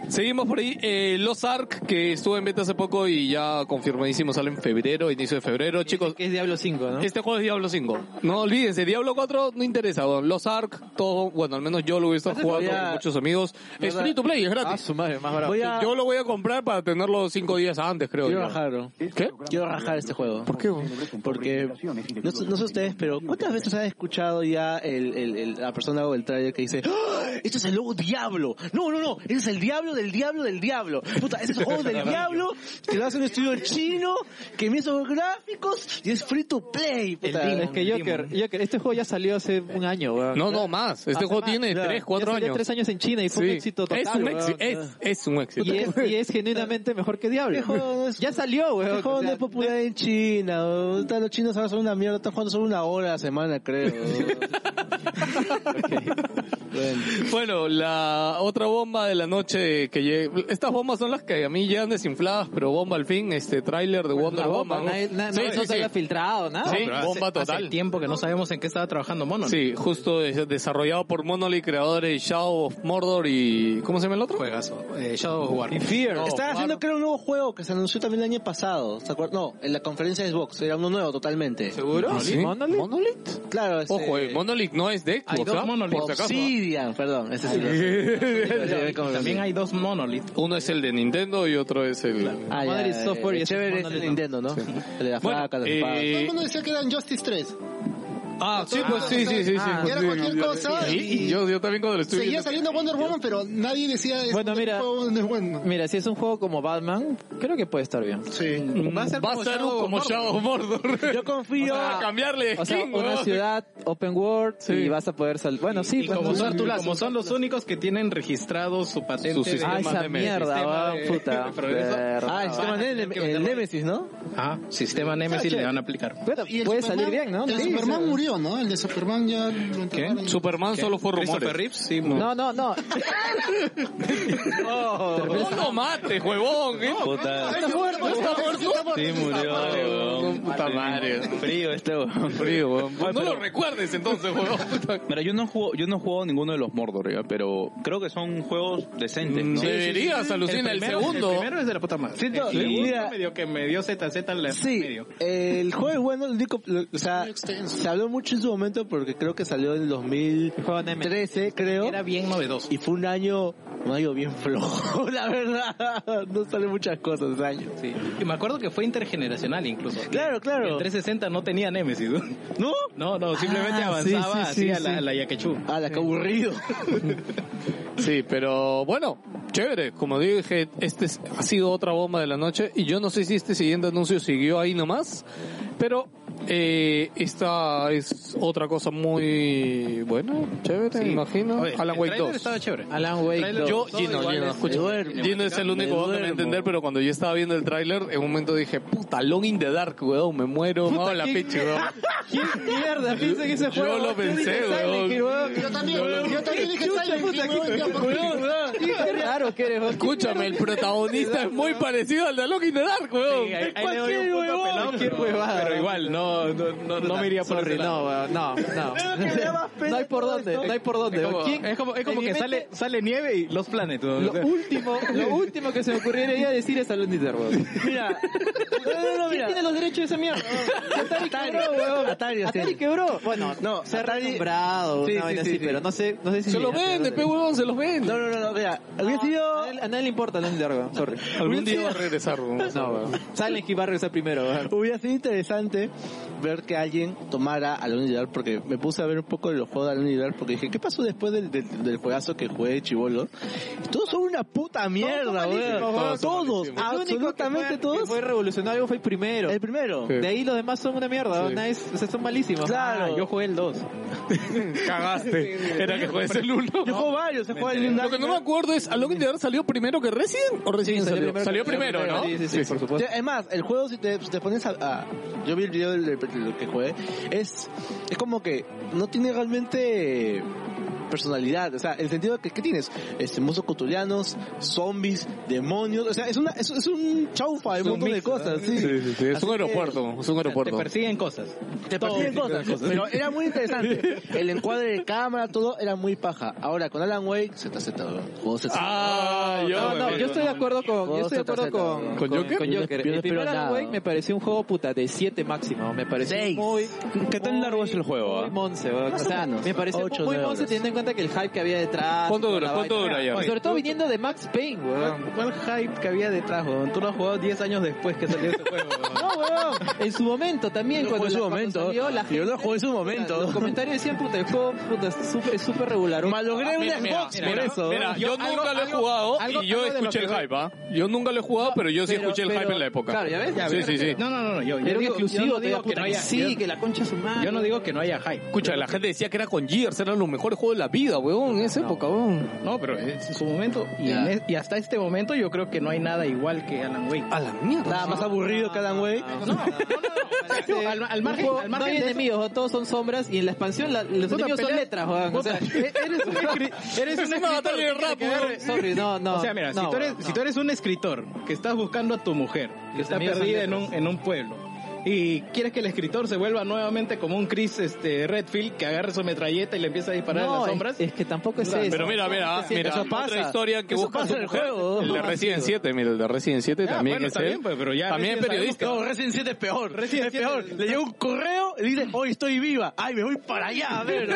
[SPEAKER 2] Seguimos por ahí. Eh, Los Ark, que estuvo en beta hace poco y ya confirmadísimo, sale en febrero, inicio de febrero. Chicos,
[SPEAKER 7] Que es Diablo 5, ¿no?
[SPEAKER 2] Este juego es Diablo 5. No olvídense, Diablo 4 no interesa. weón. Los Ark, todo, bueno, al menos yo lo he estado
[SPEAKER 7] Ese
[SPEAKER 2] jugando
[SPEAKER 7] todavía-
[SPEAKER 2] con muchos amigos. Es
[SPEAKER 7] ¿Verdad?
[SPEAKER 2] free to play, es
[SPEAKER 7] Ah,
[SPEAKER 2] gratis.
[SPEAKER 7] su madre, más barato.
[SPEAKER 4] Voy a-
[SPEAKER 2] Yo lo voy a comprar para tenerlo 5 días antes, creo.
[SPEAKER 4] Quiero
[SPEAKER 2] yo.
[SPEAKER 4] bajarlo.
[SPEAKER 2] ¿Qué?
[SPEAKER 4] Quiero rajar este juego.
[SPEAKER 2] ¿Por qué? weón?
[SPEAKER 4] Porque, no, sé- no sé ustedes, pero ¿cuántas veces han escuchado ya el, el- el- la persona o el trailer que dice, ¡Ah! esto es el nuevo Diablo? No, no, no, ese es el Diablo del Diablo del Diablo. Puta, ese es el juego del Diablo que lo hace un estudio chino, que me hizo gráficos y es free to play. Puta,
[SPEAKER 7] Es que Joker, Joker, este juego ya salió hace un año, weón.
[SPEAKER 2] No, no, más. Este
[SPEAKER 7] Hace
[SPEAKER 2] juego
[SPEAKER 7] más,
[SPEAKER 2] tiene
[SPEAKER 7] claro.
[SPEAKER 2] 3, 4
[SPEAKER 7] Ah, Ya salió
[SPEAKER 2] años.
[SPEAKER 7] tres años en China y fue
[SPEAKER 2] Sí.
[SPEAKER 7] un éxito total.
[SPEAKER 2] es un
[SPEAKER 7] weón. Este
[SPEAKER 2] éxito. Es, es un éxito.
[SPEAKER 7] Y es, y es genuinamente mejor que Diablo. ya salió,
[SPEAKER 4] Este
[SPEAKER 7] weón.
[SPEAKER 4] juego
[SPEAKER 7] O sea,
[SPEAKER 4] no es popular en China, weón. Puta, los chinos ahora son una mierda, están jugando solo una hora a la semana, creo.
[SPEAKER 2] Bueno, la otra bomba de la noche que llega. Estas bombas son las que a mí llegan desinfladas, pero bomba al fin, este tráiler de Wonder
[SPEAKER 7] una bomba,
[SPEAKER 2] Woman.
[SPEAKER 7] nadie- na-
[SPEAKER 2] Sí,
[SPEAKER 7] no,
[SPEAKER 2] sí,
[SPEAKER 7] no se
[SPEAKER 2] sí.
[SPEAKER 7] había filtrado, nada.
[SPEAKER 2] Sí, bomba
[SPEAKER 17] Hace-
[SPEAKER 2] total.
[SPEAKER 17] Hace tiempo que no sabemos en qué estaba trabajando Mono.
[SPEAKER 2] Sí, justo es desarrollado por Monolith, creadores de Shadow of Mordor y... ¿Cómo se llama el otro?
[SPEAKER 17] Juegazo. Eh, Shadow of War.
[SPEAKER 2] Fear.
[SPEAKER 4] Están haciendo, creo, un nuevo juego que se anunció también el año pasado. ¿Se acuerdan? No, en la conferencia de Xbox. Era uno nuevo totalmente.
[SPEAKER 7] ¿Seguro?
[SPEAKER 2] ¿Ah, ¿Sí?
[SPEAKER 7] ¿Monolith?
[SPEAKER 4] Claro, este,
[SPEAKER 2] Ojo, eh, Monolith no es de
[SPEAKER 17] Hay
[SPEAKER 2] Xbox,
[SPEAKER 17] dos
[SPEAKER 2] ¿ah?
[SPEAKER 17] Monolith,
[SPEAKER 2] Por si acaso.
[SPEAKER 4] Obsidian, perdón. Ese sí.
[SPEAKER 17] También hay dos Monolith.
[SPEAKER 2] Uno es el de Nintendo y otro es el...
[SPEAKER 4] Ah,
[SPEAKER 7] Madrid Software y
[SPEAKER 4] el
[SPEAKER 7] ese
[SPEAKER 4] chévere es
[SPEAKER 7] Monolith,
[SPEAKER 4] el
[SPEAKER 7] ¿no?
[SPEAKER 4] Nintendo, ¿no? El de la
[SPEAKER 2] Bueno,
[SPEAKER 4] flaca, las
[SPEAKER 2] eh,
[SPEAKER 4] espadas.
[SPEAKER 11] Todo el mundo decía que era Injustice 3.
[SPEAKER 2] Ah, sí, pues sí, sí, sí.
[SPEAKER 7] Ah,
[SPEAKER 2] sí.
[SPEAKER 11] era cualquier cosa.
[SPEAKER 2] Sí, yo, yo también cuando lo estuve
[SPEAKER 11] Seguía
[SPEAKER 2] viendo-
[SPEAKER 11] saliendo Wonder Woman, pero nadie decía es
[SPEAKER 7] Bueno, mira.
[SPEAKER 11] juego no es bueno.
[SPEAKER 7] Mira, si es un juego como Batman, creo que puede estar bien.
[SPEAKER 11] Sí.
[SPEAKER 2] Mm, Va a ser como, Shadow of Mordor.
[SPEAKER 4] Yo confío.
[SPEAKER 2] Van a cambiarle
[SPEAKER 7] O sea,
[SPEAKER 2] skin,
[SPEAKER 7] una
[SPEAKER 2] weón.
[SPEAKER 7] ciudad open world y vas a poder salir. Bueno, sí,
[SPEAKER 17] y
[SPEAKER 7] pues,
[SPEAKER 17] como,
[SPEAKER 7] no-
[SPEAKER 17] son, como son los únicos que tienen registrado su patente
[SPEAKER 2] Su
[SPEAKER 17] de-
[SPEAKER 2] sistema
[SPEAKER 7] Ah, esa
[SPEAKER 2] de-
[SPEAKER 7] mierda,
[SPEAKER 17] sistema
[SPEAKER 7] va,
[SPEAKER 17] de-
[SPEAKER 7] puta.
[SPEAKER 17] de progreso.
[SPEAKER 7] Verga.
[SPEAKER 4] Ah, el sistema de- el, Nemesis, ¿no?
[SPEAKER 17] Ah, sistema Nemesis le van a aplicar.
[SPEAKER 7] Bueno,
[SPEAKER 11] Y el
[SPEAKER 7] puede
[SPEAKER 11] Superman-
[SPEAKER 7] salir bien, ¿no?
[SPEAKER 11] El
[SPEAKER 7] Sí,
[SPEAKER 11] Superman
[SPEAKER 7] sí.
[SPEAKER 11] murió, ¿no? El de Superman ya lo enterraron.
[SPEAKER 2] Superman solo fue
[SPEAKER 17] Christopher
[SPEAKER 2] rumores.
[SPEAKER 17] Reeves, sí,
[SPEAKER 7] No, no, no.
[SPEAKER 2] No lo mates, huevón. ¿eh?
[SPEAKER 11] Está muerto, está muerto.
[SPEAKER 5] Sí, murió. weón.
[SPEAKER 2] Puta madre.
[SPEAKER 5] Frío este, weón.
[SPEAKER 2] Frío, weón. No lo recuerdes entonces, huevón. Puta
[SPEAKER 5] Mira, yo no juego, yo no juego ninguno de los Mordor, ya, pero creo que son juegos decentes,
[SPEAKER 2] Mm,
[SPEAKER 5] ¿no?
[SPEAKER 2] Deberías, alucina, el,
[SPEAKER 17] primero-
[SPEAKER 2] segundo.
[SPEAKER 17] El primero es de la puta madre.
[SPEAKER 4] Siento-
[SPEAKER 17] el segundo
[SPEAKER 4] mira-
[SPEAKER 17] medio que me dio ZZ al
[SPEAKER 4] Sí,
[SPEAKER 17] medio.
[SPEAKER 4] el juego es bueno, lo único- lo- o sea,
[SPEAKER 11] Muy extenso.
[SPEAKER 4] se habló mucho en su momento porque creo que salió en el 2013, creo.
[SPEAKER 17] Era bien novedoso.
[SPEAKER 4] Y fue un año, un año bien flojo, la verdad. No salen muchas cosas ese año.
[SPEAKER 17] Sí. Y me acuerdo que fue intergeneracional incluso.
[SPEAKER 4] Claro,
[SPEAKER 17] El
[SPEAKER 4] claro.
[SPEAKER 17] 360 no tenía Nemesis. ¿no?
[SPEAKER 4] ¿No?
[SPEAKER 17] No, no, simplemente
[SPEAKER 4] Ah, sí,
[SPEAKER 17] avanzaba
[SPEAKER 4] sí,
[SPEAKER 17] así
[SPEAKER 4] sí,
[SPEAKER 17] a la,
[SPEAKER 4] sí.
[SPEAKER 17] a la Yakechú.
[SPEAKER 4] Ah, la que aburrido.
[SPEAKER 2] Sí, pero bueno, chévere. Como dije, este es- ha sido otra bomba de la noche y yo no sé si este siguiente anuncio siguió ahí nomás, pero eh, esta es otra cosa muy buena, chévere,
[SPEAKER 17] Sí.
[SPEAKER 2] imagino.
[SPEAKER 17] Oye,
[SPEAKER 2] Alan
[SPEAKER 17] el
[SPEAKER 2] Wake
[SPEAKER 17] tráiler
[SPEAKER 2] 2.
[SPEAKER 17] estaba chévere.
[SPEAKER 7] Alan Wake
[SPEAKER 17] Tráiler-
[SPEAKER 7] 2.
[SPEAKER 2] Yo,
[SPEAKER 17] Todo
[SPEAKER 2] Gino,
[SPEAKER 17] igual
[SPEAKER 2] Gino,
[SPEAKER 17] es-
[SPEAKER 2] escucha.
[SPEAKER 4] duermo.
[SPEAKER 2] Gino es el único
[SPEAKER 4] Me
[SPEAKER 2] que va a
[SPEAKER 4] duermo.
[SPEAKER 2] entender, pero cuando yo estaba viendo el tráiler, en un momento dije, puta, Long in the Dark, weón, me muero, me hago la
[SPEAKER 7] ¿quién-
[SPEAKER 2] picha, weón.
[SPEAKER 7] ¿Quién mierda piensa que ese
[SPEAKER 2] Yo
[SPEAKER 7] juego?
[SPEAKER 2] lo
[SPEAKER 7] Tú dices
[SPEAKER 2] pensé,
[SPEAKER 7] Silent
[SPEAKER 2] weón.
[SPEAKER 7] Hill, weón.
[SPEAKER 11] Yo también, yo también dije
[SPEAKER 7] Chucha,
[SPEAKER 11] Silent
[SPEAKER 7] puta,
[SPEAKER 11] Hill,
[SPEAKER 7] qué-
[SPEAKER 11] weón, ya por
[SPEAKER 7] weón,
[SPEAKER 11] fin.
[SPEAKER 7] weón. Qué raro que eres, weón.
[SPEAKER 2] Escúchame, el protagonista es muy parecido al de Long in the Dark, weón.
[SPEAKER 17] Sí, ahí- ahí le doy
[SPEAKER 7] Cualquier
[SPEAKER 17] un punto
[SPEAKER 7] huevón,
[SPEAKER 17] pelado,
[SPEAKER 7] cualquier
[SPEAKER 17] pero-
[SPEAKER 7] huevada.
[SPEAKER 17] Pero igual, no, no, no, no me iría por
[SPEAKER 7] Sorry,
[SPEAKER 17] ese lado.
[SPEAKER 7] no, weón, no, no. No hay por dónde, no hay por dónde.
[SPEAKER 17] Es como,
[SPEAKER 7] ¿Quién-
[SPEAKER 17] es como, es como
[SPEAKER 7] en mi
[SPEAKER 17] que sale,
[SPEAKER 7] mente,
[SPEAKER 17] sale nieve y los planetas.
[SPEAKER 7] Lo último, lo último que se me ocurriría decir es a Lonnie weón. Mira, no, no, mira. ¿quién tiene los derechos de esa mierda? Atari, quebró, weón. Atari, quebró. Bueno, no, se ha renombrado,
[SPEAKER 4] Sí,
[SPEAKER 7] una
[SPEAKER 4] sí,
[SPEAKER 7] vaina
[SPEAKER 4] sí,
[SPEAKER 7] así,
[SPEAKER 4] sí.
[SPEAKER 7] pero no sé, no sé si...
[SPEAKER 2] Se lo
[SPEAKER 7] mira,
[SPEAKER 2] vende,
[SPEAKER 7] pero-
[SPEAKER 2] pe, weón, se los vende.
[SPEAKER 4] No, no, no, no, mira, hubiera sido...
[SPEAKER 7] A nadie- A nadie le importa Lonnie weón. sorry.
[SPEAKER 2] Algún día va a regresar, weón.
[SPEAKER 7] No, weón. Silent Hill va a regresar primero, weón.
[SPEAKER 4] Hubiera sido interesante ver que alguien tomara a Alan Dark porque me puse a ver un poco de los juegos de Alan Dark porque dije, ¿qué pasó después del, del, del juegazo que jugué de Chibolo? Todos son una puta mierda, weón. Todos, absolutamente
[SPEAKER 7] El único que fue- que
[SPEAKER 4] todos.
[SPEAKER 7] fue revolucionario fue el primero.
[SPEAKER 4] El primero.
[SPEAKER 7] De ahí los demás son una mierda, weón. Nadie es- o sea, son malísimos.
[SPEAKER 4] Claro.
[SPEAKER 7] Ah, yo jugué el 2. Ah,
[SPEAKER 2] Cagaste. Era que juegues el uno.
[SPEAKER 4] Yo juego varios, he jugado el Dark.
[SPEAKER 2] Lo que no me acuerdo es, ¿a lo que te salió primero que Resident o Resident
[SPEAKER 7] Sí,
[SPEAKER 2] salió? Salió primero, ¿no?
[SPEAKER 7] Sí, sí, sí, por supuesto.
[SPEAKER 4] Es más, el juego, si te, si te pones a, a- Yo vi el video del, del- del que jugué. Es, es como que no tiene realmente
[SPEAKER 6] personalidad, o sea, el sentido que, que tienes, este, monstruos cotulianos, zombies, demonios, o sea, es, una, es, es un chaufa de un montón de cosas, sí.
[SPEAKER 2] Es
[SPEAKER 6] Así
[SPEAKER 2] un
[SPEAKER 6] que-
[SPEAKER 2] aeropuerto, es un aeropuerto.
[SPEAKER 4] Te persiguen cosas.
[SPEAKER 6] Te persiguen cosas,
[SPEAKER 7] eh,
[SPEAKER 6] pero era muy interesante. El encuadre de cámara, todo era muy paja. Ahora con Alan Wake, Z, Z, juego Z.
[SPEAKER 2] Ah, yo,
[SPEAKER 7] No, no, yo estoy de acuerdo con. Yo estoy de acuerdo con.
[SPEAKER 2] ¿Con Joker?
[SPEAKER 7] Con
[SPEAKER 6] Yo no-
[SPEAKER 7] Joker.
[SPEAKER 6] yo no
[SPEAKER 7] El
[SPEAKER 6] espero
[SPEAKER 7] primer Alan
[SPEAKER 6] nada.
[SPEAKER 7] Wake me pareció un juego puta de 7 máximo. Me pareció
[SPEAKER 6] Seis.
[SPEAKER 7] muy.
[SPEAKER 5] ¿Qué tan
[SPEAKER 7] muy-
[SPEAKER 5] largo es el juego?
[SPEAKER 7] Muy
[SPEAKER 5] ah?
[SPEAKER 7] monce, weón. O
[SPEAKER 6] Más o
[SPEAKER 7] sea,
[SPEAKER 6] menos.
[SPEAKER 7] me pareció
[SPEAKER 6] Ocho,
[SPEAKER 7] muy
[SPEAKER 6] nueve
[SPEAKER 7] monce
[SPEAKER 6] horas.
[SPEAKER 7] teniendo en cuenta que el hype que había detrás.
[SPEAKER 2] ¿Cuánto
[SPEAKER 7] toda
[SPEAKER 2] dura?
[SPEAKER 7] la
[SPEAKER 2] ¿Cuánto
[SPEAKER 7] vaina.
[SPEAKER 2] dura ya?
[SPEAKER 7] Y Sobre todo viniendo de Max Payne, weón.
[SPEAKER 4] ¿Cuál hype que había detrás, weón? Tú lo has jugado 10 años después que salió ese juego, weón.
[SPEAKER 7] No, weón. En su momento también.
[SPEAKER 6] Yo lo
[SPEAKER 7] cuando
[SPEAKER 6] jugué en su
[SPEAKER 7] la- cuando
[SPEAKER 6] momento.
[SPEAKER 7] salió, la
[SPEAKER 6] Yo lo jugué en su
[SPEAKER 7] Puta,
[SPEAKER 6] momento.
[SPEAKER 7] Los comentarios decían, puta, el juego puta, es súper es súper regular.
[SPEAKER 6] Malogré un
[SPEAKER 2] Ah, Mira, mira,
[SPEAKER 6] Xbox por
[SPEAKER 2] mira,
[SPEAKER 6] eso.
[SPEAKER 2] mira, yo,
[SPEAKER 4] Yo algo-
[SPEAKER 2] nunca lo he
[SPEAKER 4] algo-
[SPEAKER 2] jugado
[SPEAKER 4] algo-
[SPEAKER 2] y yo
[SPEAKER 4] algo de lo
[SPEAKER 2] escuché el
[SPEAKER 4] que-
[SPEAKER 2] hype, ¿ah? Yo nunca lo he jugado, pero yo sí
[SPEAKER 7] Pero-
[SPEAKER 2] escuché el
[SPEAKER 7] pero-
[SPEAKER 2] hype en la época.
[SPEAKER 7] Claro, ya ves. Ya
[SPEAKER 2] Sí,
[SPEAKER 7] ves.
[SPEAKER 2] sí, sí.
[SPEAKER 4] No, no, no, no,
[SPEAKER 7] Era
[SPEAKER 4] yo, yo
[SPEAKER 7] un
[SPEAKER 4] digo-
[SPEAKER 7] exclusivo,
[SPEAKER 4] yo no
[SPEAKER 7] te digo,
[SPEAKER 4] digo que
[SPEAKER 7] puta,
[SPEAKER 4] no
[SPEAKER 7] que
[SPEAKER 4] haya,
[SPEAKER 7] sí,
[SPEAKER 4] yo-
[SPEAKER 7] que la concha es humana.
[SPEAKER 4] yo no digo que no haya hype.
[SPEAKER 2] Escucha, la gente decía que era con Gears, era lo mejor juego de la vida, weón, en esa época, weón.
[SPEAKER 4] No, pero es en su momento. Y,
[SPEAKER 7] Ya.
[SPEAKER 4] en es- y hasta este momento yo creo que no hay nada igual que Alan Wake.
[SPEAKER 2] A la mierda.
[SPEAKER 6] Nada más aburrido que Alan Wake.
[SPEAKER 7] No, no, no.
[SPEAKER 4] Al- al
[SPEAKER 7] Un
[SPEAKER 4] margen-
[SPEAKER 7] juego-
[SPEAKER 4] al
[SPEAKER 7] no
[SPEAKER 4] margen
[SPEAKER 7] hay
[SPEAKER 4] de eso-
[SPEAKER 7] enemigos, o todos son sombras y en la expansión la- los
[SPEAKER 4] Puta,
[SPEAKER 7] enemigos son
[SPEAKER 4] pelea-
[SPEAKER 7] letras, Juan. O sea,
[SPEAKER 4] e-, Eres un escri- eres
[SPEAKER 2] Es
[SPEAKER 4] un
[SPEAKER 2] una batalla de
[SPEAKER 4] escritor.
[SPEAKER 2] rap, weón.
[SPEAKER 7] sorry, no, no.
[SPEAKER 4] O sea, mira, si,
[SPEAKER 7] no,
[SPEAKER 4] tú eres,
[SPEAKER 7] weón,
[SPEAKER 4] si
[SPEAKER 7] no.
[SPEAKER 4] tú eres un escritor que estás buscando a tu mujer, que está
[SPEAKER 7] amigos son
[SPEAKER 4] perdida en
[SPEAKER 7] letras.
[SPEAKER 4] un, en un pueblo, y quieres que el escritor se vuelva nuevamente como un Chris este, Redfield, que agarre su metralleta y le empieza a disparar
[SPEAKER 7] No,
[SPEAKER 4] en las
[SPEAKER 7] es-
[SPEAKER 4] sombras,
[SPEAKER 7] Es, que tampoco es eso.
[SPEAKER 2] Pero mira, mira,
[SPEAKER 7] Sí,
[SPEAKER 2] mira,
[SPEAKER 7] eso
[SPEAKER 2] otra
[SPEAKER 7] pasa.
[SPEAKER 2] historia que
[SPEAKER 7] Eso
[SPEAKER 2] busca
[SPEAKER 7] pasa
[SPEAKER 2] su
[SPEAKER 7] en el
[SPEAKER 2] mujer,
[SPEAKER 7] juego.
[SPEAKER 2] El de Resident 7, mira, el de Resident 7
[SPEAKER 4] Ya,
[SPEAKER 2] también
[SPEAKER 4] bueno,
[SPEAKER 2] es
[SPEAKER 4] está
[SPEAKER 2] él.
[SPEAKER 4] bien, pues, pero ya
[SPEAKER 2] También es
[SPEAKER 4] Resident
[SPEAKER 2] periodista.
[SPEAKER 4] sabemos
[SPEAKER 6] No, Resident 7 es peor.
[SPEAKER 4] Resident
[SPEAKER 6] es
[SPEAKER 4] 7
[SPEAKER 6] peor. Le llega un correo y dice, hoy estoy viva. Ay, me voy para allá, a ver.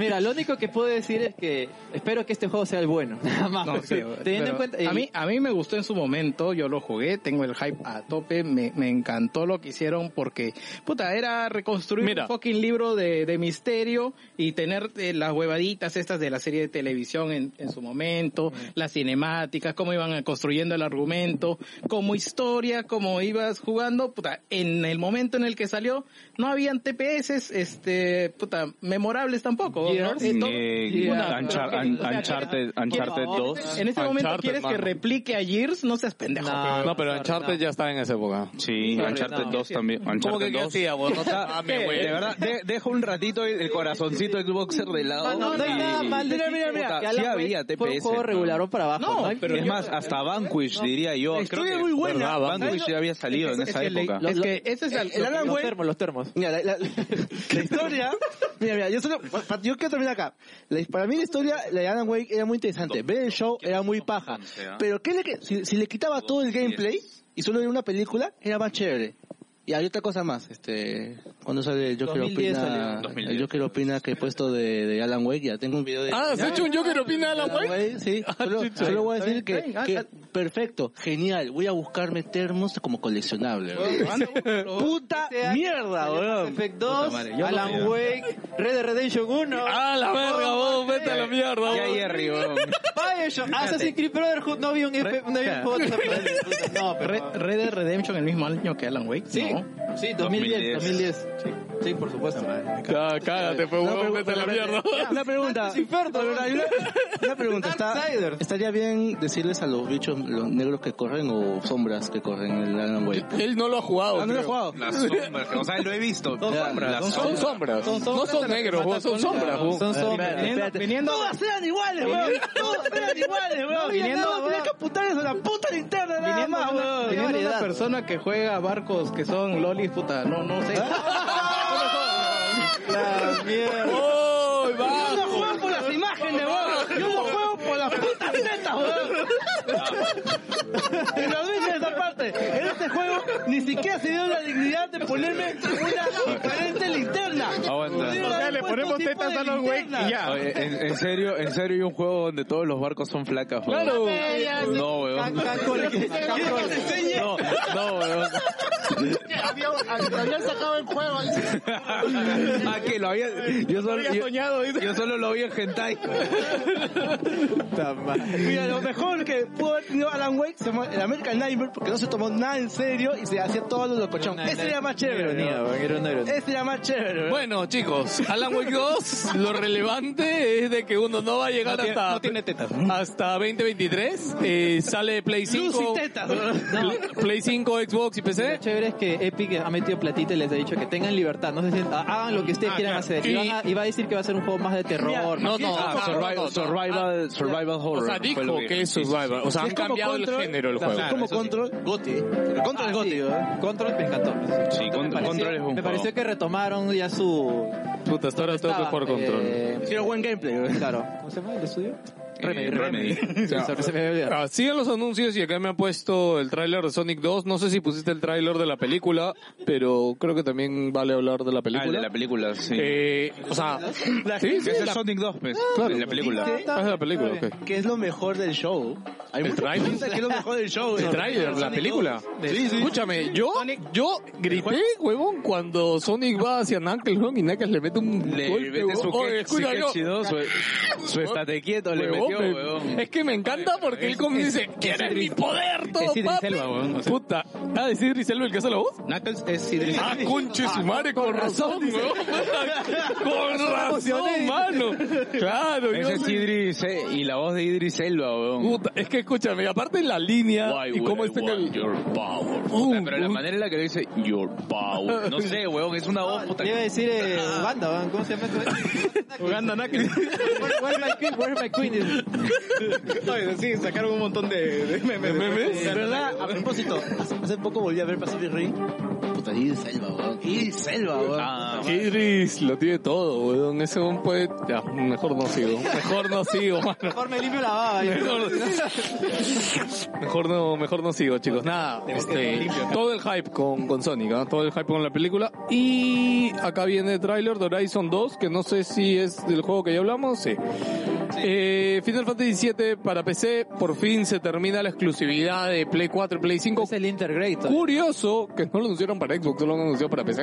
[SPEAKER 7] Mira, lo único que puedo decir es que espero que este juego sea el bueno. Nada más.
[SPEAKER 4] No, sí,
[SPEAKER 7] Teniendo
[SPEAKER 4] pero
[SPEAKER 7] en cuenta.
[SPEAKER 4] a mí a mí me gustó en su momento, yo lo jugué, tengo el hype a tope, me, me encantó lo que hicieron porque puta, era reconstruir
[SPEAKER 2] Mira.
[SPEAKER 4] un fucking libro de, de misterio y tener eh, las huevaditas estas de la serie de televisión en, en su momento, las cinemáticas, cómo iban construyendo el argumento, como historia, cómo ibas jugando, puta, en el momento en el que salió no habían TPS este, puta, memorables tampoco, ¿no?
[SPEAKER 7] Gears.
[SPEAKER 4] Eh, todo-
[SPEAKER 5] Eh,
[SPEAKER 7] Puta,
[SPEAKER 5] Anchar-
[SPEAKER 7] pero-
[SPEAKER 5] An-
[SPEAKER 7] o sea,
[SPEAKER 5] Uncharted
[SPEAKER 7] ¿quién-
[SPEAKER 5] Uncharted
[SPEAKER 7] por favor?
[SPEAKER 5] 2.
[SPEAKER 4] en este momento
[SPEAKER 2] Uncharted,
[SPEAKER 4] quieres que
[SPEAKER 2] mano.
[SPEAKER 4] replique a Gears, no seas pendejo.
[SPEAKER 7] No,
[SPEAKER 2] No, pero Uncharted
[SPEAKER 7] no.
[SPEAKER 2] ya estaba en esa época.
[SPEAKER 5] Sí,
[SPEAKER 7] Sorry,
[SPEAKER 5] Uncharted
[SPEAKER 7] no.
[SPEAKER 5] 2 también.
[SPEAKER 2] ¿Cómo
[SPEAKER 5] Uncharted
[SPEAKER 2] que Ah, qué
[SPEAKER 5] 2.
[SPEAKER 2] hacía, weón? No te mames,
[SPEAKER 5] De
[SPEAKER 2] weón.
[SPEAKER 5] verdad, de- dejo un ratito el el corazoncito Xboxer de lado.
[SPEAKER 7] Ah, no, no hay
[SPEAKER 5] y-
[SPEAKER 7] nada mal de
[SPEAKER 5] Mira,
[SPEAKER 7] decir,
[SPEAKER 5] mira,
[SPEAKER 7] puta,
[SPEAKER 5] mira.
[SPEAKER 7] que
[SPEAKER 5] Sí
[SPEAKER 7] Alan Wake
[SPEAKER 5] había
[SPEAKER 7] Fue un
[SPEAKER 5] TPS.
[SPEAKER 7] juego regular para abajo.
[SPEAKER 4] No,
[SPEAKER 7] hay-
[SPEAKER 4] pero
[SPEAKER 5] Es
[SPEAKER 4] yo-
[SPEAKER 5] más, hasta Vanquish, diría yo.
[SPEAKER 4] La
[SPEAKER 5] Creo
[SPEAKER 4] historia
[SPEAKER 5] que-
[SPEAKER 4] es muy buena.
[SPEAKER 5] ¿verdad?
[SPEAKER 4] ¿Sabes?
[SPEAKER 5] Vanquish ya había salido en
[SPEAKER 4] Es
[SPEAKER 5] esa
[SPEAKER 4] que le-
[SPEAKER 5] época.
[SPEAKER 4] Es que ese
[SPEAKER 6] eh,
[SPEAKER 4] es el,
[SPEAKER 7] Los- los termos, los termos.
[SPEAKER 6] Mira, la, la- la historia. Mira, mira, yo solo. pa- Yo quiero terminar acá. La- para mí la historia la de Alan Wake era muy interesante. Ver el show era muy paja. Pero ¿qué le, que- si, si le quitaba todo el gameplay y solo era una película, era más chévere. Y hay otra cosa más, este, cuando sale el Joker
[SPEAKER 7] 2010
[SPEAKER 5] Ah,
[SPEAKER 6] opina,
[SPEAKER 7] salió.
[SPEAKER 6] el Joker opina que he puesto de, de Alan Wake, ya tengo un video de
[SPEAKER 2] Ah, ¿se ha hecho un Joker opina de la
[SPEAKER 6] Alan
[SPEAKER 2] weón?
[SPEAKER 6] Wake, sí, solo,
[SPEAKER 2] chucha.
[SPEAKER 6] solo voy a
[SPEAKER 4] Está
[SPEAKER 6] decir
[SPEAKER 4] bien,
[SPEAKER 6] que,
[SPEAKER 4] está
[SPEAKER 6] que
[SPEAKER 4] bien.
[SPEAKER 6] perfecto, genial, voy a buscarme termos como coleccionable. ¿verdad? Puta
[SPEAKER 7] Este
[SPEAKER 6] mierda, weón.
[SPEAKER 7] Effect 2,
[SPEAKER 4] madre, yo
[SPEAKER 7] Alan
[SPEAKER 4] no-
[SPEAKER 7] Wake, Red Dead Redemption 1.
[SPEAKER 2] Ah, la verga, vos, vete a la mierda, vos.
[SPEAKER 5] Ya Jerry, weón.
[SPEAKER 7] Bioshock, Assassin's Creed Brotherhood, no vi un F, no vi un juego de sorpresa. Puta, No, pero...
[SPEAKER 4] Red, Red Dead Redemption el mismo año que Alan Wake.
[SPEAKER 7] Sí,
[SPEAKER 4] No.
[SPEAKER 7] sí, 2010, 2010. Sí, por supuesto.
[SPEAKER 2] Ya, cágate, pues, weón, vete a la mierda.
[SPEAKER 6] Una pregunta.
[SPEAKER 7] Dante's Inferno,
[SPEAKER 6] Una- una- Una pregunta. ¿está-
[SPEAKER 7] Darksiders.
[SPEAKER 6] ¿Estaría bien decirles a los bichos los negros que corren o sombras que corren en el Alan Wake?
[SPEAKER 2] Él no lo ha jugado.
[SPEAKER 6] Ah, no lo he
[SPEAKER 2] creo.
[SPEAKER 6] jugado.
[SPEAKER 5] Las sombras. O sea, lo he visto.
[SPEAKER 6] Ya,
[SPEAKER 5] Las
[SPEAKER 6] las-
[SPEAKER 2] Son sombras. No son negros, weón, son sombras, weón.
[SPEAKER 7] Son sombras. uh,
[SPEAKER 4] Viniendo, viniendo,
[SPEAKER 6] Todas eran iguales, weón. Todas eran iguales, weón.
[SPEAKER 4] No, viniendo,
[SPEAKER 6] Todas tenían que apuntarles a la puta linterna, nada
[SPEAKER 4] viniendo
[SPEAKER 6] más,
[SPEAKER 4] una-
[SPEAKER 6] weón.
[SPEAKER 4] viniendo una
[SPEAKER 7] variedad.
[SPEAKER 4] persona que juega a barcos que son lolis, puta, no, no sé.
[SPEAKER 7] La mierda.
[SPEAKER 2] ¡Oh,
[SPEAKER 6] Yo no juego por las imágenes, weón. Yo no juego por las putas netas, weón. Y lo dije esa parte. En este juego ni siquiera se dio la dignidad de ponerme una diferente linterna.
[SPEAKER 5] Aguanta.
[SPEAKER 6] Pudieron
[SPEAKER 5] O sea,
[SPEAKER 6] haber
[SPEAKER 4] le
[SPEAKER 6] puesto
[SPEAKER 4] ponemos
[SPEAKER 6] tipo
[SPEAKER 4] tetas
[SPEAKER 6] de
[SPEAKER 4] a los güey y
[SPEAKER 6] linterna.
[SPEAKER 4] ya.
[SPEAKER 5] Oye, en, en serio, en serio hay un juego donde todos los barcos son flacas, weón.
[SPEAKER 2] Claro.
[SPEAKER 5] No, weón. No, no, weón.
[SPEAKER 11] Había, habían sacado el juego ahí.
[SPEAKER 5] Ah, que lo había. Yo solo, yo, yo solo lo vi en Hentai.
[SPEAKER 6] Mira, lo mejor que pudo haber tenido Alan Wake se fue el American Nightmare porque no se tomó nada en serio y se hacía todo lo locochón. Ese era más chévere, weón.
[SPEAKER 7] Era una ironía.
[SPEAKER 6] Ese era más chévere, weón.
[SPEAKER 2] Bueno, chicos, Alan Wake 2, lo relevante es de que uno no va a llegar hasta, hasta 2023. eh, sale Play 5,
[SPEAKER 6] Luz y tetas, weón.
[SPEAKER 2] Play 5, Xbox y PC.
[SPEAKER 7] chévere es que Epic ha metido platita y les ha dicho que tengan libertad, no se sientan, hagan lo que ustedes
[SPEAKER 4] Ah,
[SPEAKER 7] quieran
[SPEAKER 4] claro.
[SPEAKER 7] hacer.
[SPEAKER 4] Y-
[SPEAKER 7] Y, van a, y va a decir que va a ser un juego más de terror.
[SPEAKER 5] No, no,
[SPEAKER 4] Ah,
[SPEAKER 5] ah, survival, survival, survival horror.
[SPEAKER 2] O sea,
[SPEAKER 5] fue
[SPEAKER 2] dijo
[SPEAKER 5] lo
[SPEAKER 2] que es
[SPEAKER 5] Sí, sí,
[SPEAKER 2] survival. O sea,
[SPEAKER 6] Es
[SPEAKER 2] han
[SPEAKER 6] como
[SPEAKER 2] cambiado el
[SPEAKER 6] Control,
[SPEAKER 2] género del
[SPEAKER 6] claro,
[SPEAKER 2] juego.
[SPEAKER 6] es como
[SPEAKER 4] eso sí.
[SPEAKER 6] Control, Gotti. Control es
[SPEAKER 7] Ah, sí,
[SPEAKER 6] Gotti.
[SPEAKER 7] ¿eh? Control me encantó.
[SPEAKER 5] Sí,
[SPEAKER 7] Me
[SPEAKER 5] Control-
[SPEAKER 7] pareció-
[SPEAKER 5] Control es un
[SPEAKER 7] Me
[SPEAKER 5] juego.
[SPEAKER 7] pareció que retomaron ya su...
[SPEAKER 2] Puta, hasta ahora tengo que
[SPEAKER 7] estaba,
[SPEAKER 2] jugar control.
[SPEAKER 7] eh,
[SPEAKER 6] Hicieron buen gameplay. ¿eh?
[SPEAKER 7] claro. ¿Cómo se llama el estudio?
[SPEAKER 5] Eh, Remedy.
[SPEAKER 7] O sea, se me había olvidado.
[SPEAKER 2] Ah, siguen los anuncios y acá me han puesto el tráiler de Sonic 2. No sé si pusiste el tráiler de la película, pero creo que también vale hablar de la
[SPEAKER 5] Ah, el de
[SPEAKER 2] película.
[SPEAKER 5] la película, sí.
[SPEAKER 2] Eh, o sea, sí, sí,
[SPEAKER 5] Que es el
[SPEAKER 2] la-
[SPEAKER 5] Sonic 2, pues.
[SPEAKER 2] Claro.
[SPEAKER 5] de la película.
[SPEAKER 2] Ah, es la película, ok.
[SPEAKER 6] Que es lo mejor del show. Hay
[SPEAKER 2] ¿El
[SPEAKER 6] mucha
[SPEAKER 2] tráiler?
[SPEAKER 6] gente que es lo mejor del show.
[SPEAKER 2] El tráiler, la película.
[SPEAKER 6] Sí, sí.
[SPEAKER 2] Escúchame, yo, yo grité, huevón, cuando Sonic va hacia Knuckles, huevón, y Knuckles le mete un
[SPEAKER 5] Le
[SPEAKER 2] golpe,
[SPEAKER 5] mete
[SPEAKER 2] huevón.
[SPEAKER 5] su
[SPEAKER 2] Oye,
[SPEAKER 5] que- su
[SPEAKER 2] escucha, yo-
[SPEAKER 5] quechido, su, su estate quieto le
[SPEAKER 2] Huevón,
[SPEAKER 5] metió,
[SPEAKER 2] me-
[SPEAKER 5] weón.
[SPEAKER 2] Es que me encanta porque él como dice, ¿quieres mi poder todo,
[SPEAKER 4] Idris
[SPEAKER 2] papi?
[SPEAKER 4] Elba, weón, o sea.
[SPEAKER 2] Puta. Ah, ¿es Idris Elba el que hace la voz?
[SPEAKER 4] Knuckles es Idris
[SPEAKER 2] Ah, conche su madre, con razón, weón. Con razón, mano. Claro, yo
[SPEAKER 5] Ese es
[SPEAKER 2] sí.
[SPEAKER 5] Idris, eh, y la voz de Idris Elba, weón.
[SPEAKER 2] Puta, es que escúchame, aparte la línea
[SPEAKER 5] Why
[SPEAKER 2] y cómo
[SPEAKER 5] would I
[SPEAKER 2] está en
[SPEAKER 5] want
[SPEAKER 2] el...
[SPEAKER 5] Your power.
[SPEAKER 2] Uh,
[SPEAKER 5] Puta, pero la
[SPEAKER 2] uh.
[SPEAKER 5] manera en la que le dice Your power. No sé, weón, es una voz puta.
[SPEAKER 7] Yo iba a decir eh, Uganda, ¿no? ¿cómo se llama? Uganda Knuckles. Where- Where's my queen? Where's my queen?
[SPEAKER 4] Oye, sí, sacaron un montón de, de memes.
[SPEAKER 6] De verdad, a propósito, hace, hace poco volví a ver Pacific Rim. Puta, y Selva, weón. Y Selva, weón.
[SPEAKER 5] Ah,
[SPEAKER 2] Idris lo tiene todo, weón. Ese weón puede... Ya, mejor no sigo. Mejor no sigo, mano.
[SPEAKER 7] Mejor me limpio la baba.
[SPEAKER 2] Mejor no, mejor no sigo, chicos. Nada, este, todo el hype con, con Sonic, ¿ah? todo el hype con la película. Y acá viene el tráiler de Horizon 2, que no sé si es del juego que ya hablamos, sí. Eh, Final Fantasy VII para PC, por fin se termina la exclusividad de Play 4 y Play 5.
[SPEAKER 7] Es el Intergrate.
[SPEAKER 2] Curioso que no lo anunciaron para Xbox, solo lo anunciado para PC.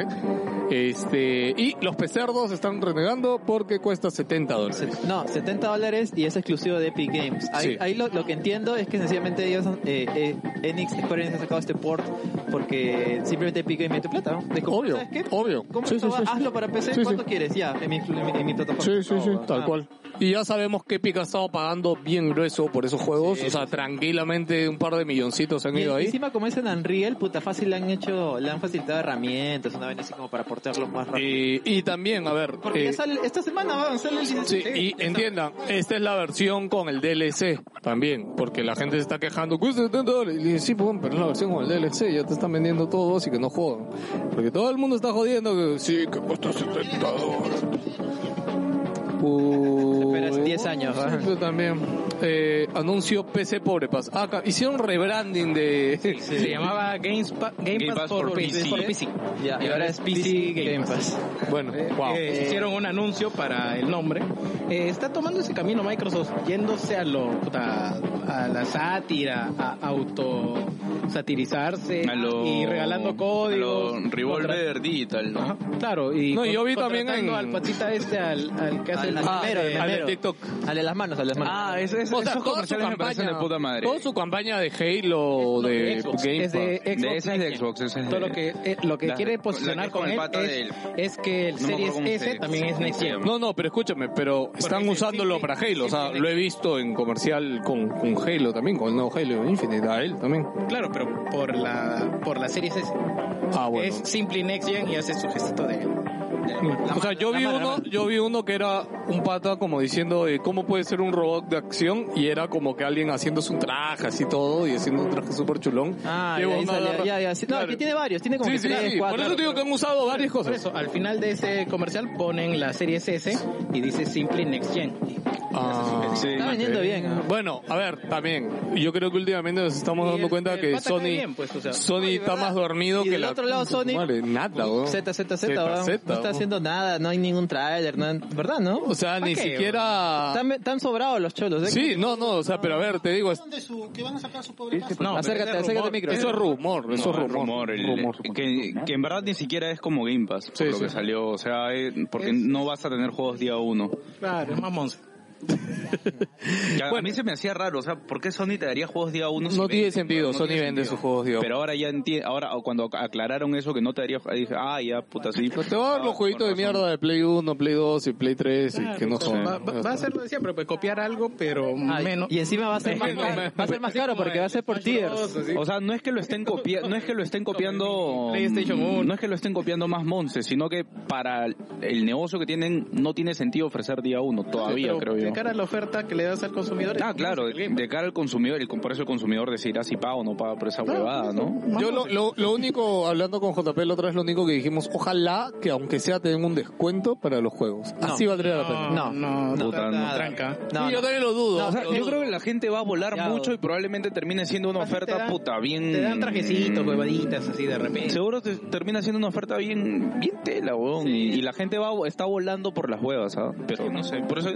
[SPEAKER 2] Este, y los pecerdos están renegando porque cuesta 70 dólares.
[SPEAKER 7] No, 70 dólares y es exclusivo de Epic Games. Ahí,
[SPEAKER 2] Sí.
[SPEAKER 7] ahí lo, lo que entiendo es que sencillamente ellos, eh, eh, Enix Square Enix ha sacado este port porque simplemente Epic Games mete plata, ¿no? De como,
[SPEAKER 2] Obvio,
[SPEAKER 7] ¿sabes qué?
[SPEAKER 2] obvio.
[SPEAKER 7] ¿Cómo
[SPEAKER 2] Sí,
[SPEAKER 7] esto
[SPEAKER 2] sí,
[SPEAKER 7] va?
[SPEAKER 2] sí.
[SPEAKER 7] Hazlo para PC,
[SPEAKER 2] Sí, sí.
[SPEAKER 7] ¿cuánto quieres? Ya, en mi, en mi plataforma.
[SPEAKER 2] Sí, sí, sí,
[SPEAKER 7] No,
[SPEAKER 2] tal
[SPEAKER 7] ah.
[SPEAKER 2] cual. Y ya sabemos que Epic ha estado pagando bien grueso por esos juegos. o sea, tranquilamente un par de milloncitos han
[SPEAKER 7] Y
[SPEAKER 2] ido ahí.
[SPEAKER 7] encima como es en Unreal, puta fácil le han hecho, le han facilitado herramientas, una vez así como para portearlo más rápido.
[SPEAKER 2] Y, y también, a ver.
[SPEAKER 7] Porque
[SPEAKER 2] eh,
[SPEAKER 7] ya sale, esta semana va, sale el
[SPEAKER 2] Sí,
[SPEAKER 7] 17.
[SPEAKER 2] y entiendan, esta es la versión con el DLC también, porque la gente se está quejando, "Pues, eh, cuesta 70 dólares. Y le dicen, sí, pues, pero es la versión con el DLC, ya te están vendiendo todo así que no juegan. Porque todo el mundo está jodiendo que sí, que cuesta 70 dólares. Pu-
[SPEAKER 7] Esperas 10 años,
[SPEAKER 2] Sí,
[SPEAKER 7] ¿verdad?
[SPEAKER 2] yo también. Eh, anuncio PC Pobre Paz. Ah, acá, hicieron rebranding de...
[SPEAKER 4] Se llamaba Games Pa- Game,
[SPEAKER 5] Game
[SPEAKER 4] Pass, por, PC. por PC.
[SPEAKER 7] Ya,
[SPEAKER 4] Y ahora es PC Game Pass.
[SPEAKER 2] Bueno, wow.
[SPEAKER 4] Eh, hicieron un anuncio para el nombre. Eh, está tomando ese camino Microsoft, yéndose a lo puta, a la sátira, a auto satirizarse
[SPEAKER 5] a lo-
[SPEAKER 4] y regalando códigos.
[SPEAKER 5] A lo Revolver Digital, ¿no?
[SPEAKER 4] Contra- Claro, y
[SPEAKER 2] No, yo vi
[SPEAKER 4] contratando
[SPEAKER 2] también en-
[SPEAKER 4] al patita este al, al que hace
[SPEAKER 7] Al-
[SPEAKER 4] el
[SPEAKER 7] al
[SPEAKER 4] ah,
[SPEAKER 7] mero,
[SPEAKER 4] de-
[SPEAKER 7] al
[SPEAKER 2] al de
[SPEAKER 7] mero.
[SPEAKER 2] TikTok.
[SPEAKER 7] Dale las manos, dale las manos.
[SPEAKER 5] Ah, es, es,
[SPEAKER 2] O sea, toda
[SPEAKER 5] esos
[SPEAKER 2] su
[SPEAKER 5] comerciales me parecen
[SPEAKER 2] campaña,
[SPEAKER 5] de puta madre.
[SPEAKER 2] toda su campaña de Halo,
[SPEAKER 4] no,
[SPEAKER 2] de
[SPEAKER 4] Xbox,
[SPEAKER 2] Game
[SPEAKER 4] es de
[SPEAKER 2] Pass.
[SPEAKER 4] Xbox.
[SPEAKER 5] De ese es de
[SPEAKER 4] Next Gen.
[SPEAKER 5] Xbox, ese es de-
[SPEAKER 4] Todo lo que, eh, lo que
[SPEAKER 5] la-
[SPEAKER 4] quiere
[SPEAKER 5] la que
[SPEAKER 4] posicionar
[SPEAKER 5] es con
[SPEAKER 4] con
[SPEAKER 5] el
[SPEAKER 4] él
[SPEAKER 5] pata
[SPEAKER 4] es,
[SPEAKER 5] del-
[SPEAKER 4] es que el
[SPEAKER 5] No me acuerdo
[SPEAKER 4] Series
[SPEAKER 5] cómo
[SPEAKER 4] S
[SPEAKER 5] se-
[SPEAKER 4] también es Next
[SPEAKER 5] se
[SPEAKER 4] Gen.
[SPEAKER 5] llama.
[SPEAKER 2] No, no, pero escúchame, pero están
[SPEAKER 4] ese
[SPEAKER 2] usándolo
[SPEAKER 4] simple-
[SPEAKER 2] para Halo. O sea,
[SPEAKER 4] simple-
[SPEAKER 2] lo he visto en comercial con, con Halo también, con el nuevo Halo Infinite, a él también.
[SPEAKER 4] Claro, pero por la, por la Series S.
[SPEAKER 2] Ah, bueno.
[SPEAKER 4] Es Simply Next Gen y hace su gestito de... Mm.
[SPEAKER 2] o sea, yo vi uno, yo vi uno que era un pata como diciendo eh, cómo puede ser un robot de acción y era como que alguien haciéndose un traje así todo y haciendo un traje súper chulón.
[SPEAKER 7] Ah,
[SPEAKER 2] Y
[SPEAKER 7] ya,
[SPEAKER 2] vos
[SPEAKER 7] ahí
[SPEAKER 2] no
[SPEAKER 7] salió,
[SPEAKER 2] agarras-
[SPEAKER 7] ya, ya, sí. No,
[SPEAKER 2] Claro.
[SPEAKER 7] aquí tiene varios, tiene como
[SPEAKER 2] Sí,
[SPEAKER 7] que
[SPEAKER 2] sí,
[SPEAKER 7] tres,
[SPEAKER 2] sí.
[SPEAKER 7] cuatro.
[SPEAKER 2] Por eso digo que han usado varias
[SPEAKER 4] Por
[SPEAKER 2] cosas.
[SPEAKER 4] eso, al final de ese comercial ponen la serie S y dice Simply Next Gen.
[SPEAKER 2] Ah, sí.
[SPEAKER 7] Está vendiendo bien. ¿ah?
[SPEAKER 2] Bueno, a ver, también. Yo creo que últimamente nos estamos
[SPEAKER 4] Y
[SPEAKER 2] dando
[SPEAKER 4] el-
[SPEAKER 2] cuenta
[SPEAKER 4] el
[SPEAKER 2] que
[SPEAKER 4] pata cae
[SPEAKER 2] Sony,
[SPEAKER 4] bien, pues, o sea.
[SPEAKER 2] Sony
[SPEAKER 7] Oye,
[SPEAKER 2] está
[SPEAKER 7] ¿verdad?
[SPEAKER 2] más dormido
[SPEAKER 7] Y
[SPEAKER 2] que
[SPEAKER 7] del
[SPEAKER 2] la.
[SPEAKER 7] otro lado, Sony-
[SPEAKER 2] Madre, nada, weón.
[SPEAKER 7] Z, Z, Z,
[SPEAKER 2] Z,
[SPEAKER 7] ¿verdad?
[SPEAKER 2] Z,
[SPEAKER 7] no está
[SPEAKER 2] weón.
[SPEAKER 7] haciendo nada, no hay ningún tráiler, no, ¿verdad, no?
[SPEAKER 2] O sea,
[SPEAKER 4] ¿Pa'
[SPEAKER 2] ni
[SPEAKER 4] qué,
[SPEAKER 2] siquiera.
[SPEAKER 7] Están, están sobrados los cholos, ¿eh?
[SPEAKER 2] Sí, no, no, o sea, pero a ver, te digo, es-
[SPEAKER 11] de su, que van a sacar su pobre
[SPEAKER 5] Este
[SPEAKER 11] casa.
[SPEAKER 4] No,
[SPEAKER 7] acércate,
[SPEAKER 4] pero es
[SPEAKER 7] acércate
[SPEAKER 4] rumor.
[SPEAKER 7] al micro.
[SPEAKER 2] eso es rumor, eso es
[SPEAKER 5] No,
[SPEAKER 2] rumor.
[SPEAKER 5] el-
[SPEAKER 2] rumor. ¿Eh?
[SPEAKER 5] Que, que en verdad ni siquiera es como Game Pass, por
[SPEAKER 2] Sí,
[SPEAKER 5] lo que
[SPEAKER 2] sí.
[SPEAKER 5] salió. O sea, eh, porque no vas a tener juegos día uno.
[SPEAKER 4] Claro, es más monstruo.
[SPEAKER 5] Ya, A mí se me hacía raro, o sea, ¿por qué Sony te daría juegos día uno? si
[SPEAKER 2] No tiene
[SPEAKER 5] vende?
[SPEAKER 2] sentido,
[SPEAKER 5] No
[SPEAKER 2] Sony
[SPEAKER 5] tiene
[SPEAKER 2] vende
[SPEAKER 5] sentido.
[SPEAKER 2] sus juegos, digo.
[SPEAKER 5] Pero ahora ya entiendo, ahora o cuando aclararon eso que no te daría, dije, ah, ya, puta, sí.
[SPEAKER 2] Te va a dar los jueguitos de mierda de Play 1, Play 2 y Play 3 y que no
[SPEAKER 5] sí.
[SPEAKER 2] son.
[SPEAKER 4] Va, va- va a ser lo de siempre, pues copiar algo, pero menos.
[SPEAKER 7] Y encima va a ser
[SPEAKER 4] Es
[SPEAKER 7] más,
[SPEAKER 4] que no,
[SPEAKER 7] va a ser más caro porque va a ser por tiers.
[SPEAKER 5] O sea, no es que lo estén copiando, no es que lo estén copiando
[SPEAKER 4] PlayStation uno.
[SPEAKER 5] no es que lo estén copiando más Monse, sino que para el negocio que tienen no tiene sentido ofrecer día uno todavía,
[SPEAKER 4] Pero
[SPEAKER 5] creo yo.
[SPEAKER 4] De cara a la oferta que le das al consumidor.
[SPEAKER 5] Ah, claro, de, de cara al consumidor, el por eso el consumidor decidirá si paga o no paga por esa huevada, ¿no?
[SPEAKER 2] Yo lo, lo, lo único, hablando con JP la otra vez, lo único que dijimos, ojalá que aunque sea tengan un descuento para los juegos. Así valdría la pena.
[SPEAKER 4] No, no, no,
[SPEAKER 5] Puta, no.
[SPEAKER 4] tranca.
[SPEAKER 7] No,
[SPEAKER 2] Sí,
[SPEAKER 7] no.
[SPEAKER 2] yo también lo dudo.
[SPEAKER 5] O sea,
[SPEAKER 2] Lo
[SPEAKER 5] yo
[SPEAKER 2] dudo.
[SPEAKER 5] creo que la gente va a volar mucho y probablemente termine siendo una oferta
[SPEAKER 4] te dan-
[SPEAKER 5] puta bien.
[SPEAKER 4] Te dan trajecitos,
[SPEAKER 5] Mm,
[SPEAKER 4] huevaditas, así de repente.
[SPEAKER 5] Seguro te- termina siendo una oferta bien, bien tela, huevón. Y, y la gente va, está volando por las huevas, ¿ah? Pero no sé, por eso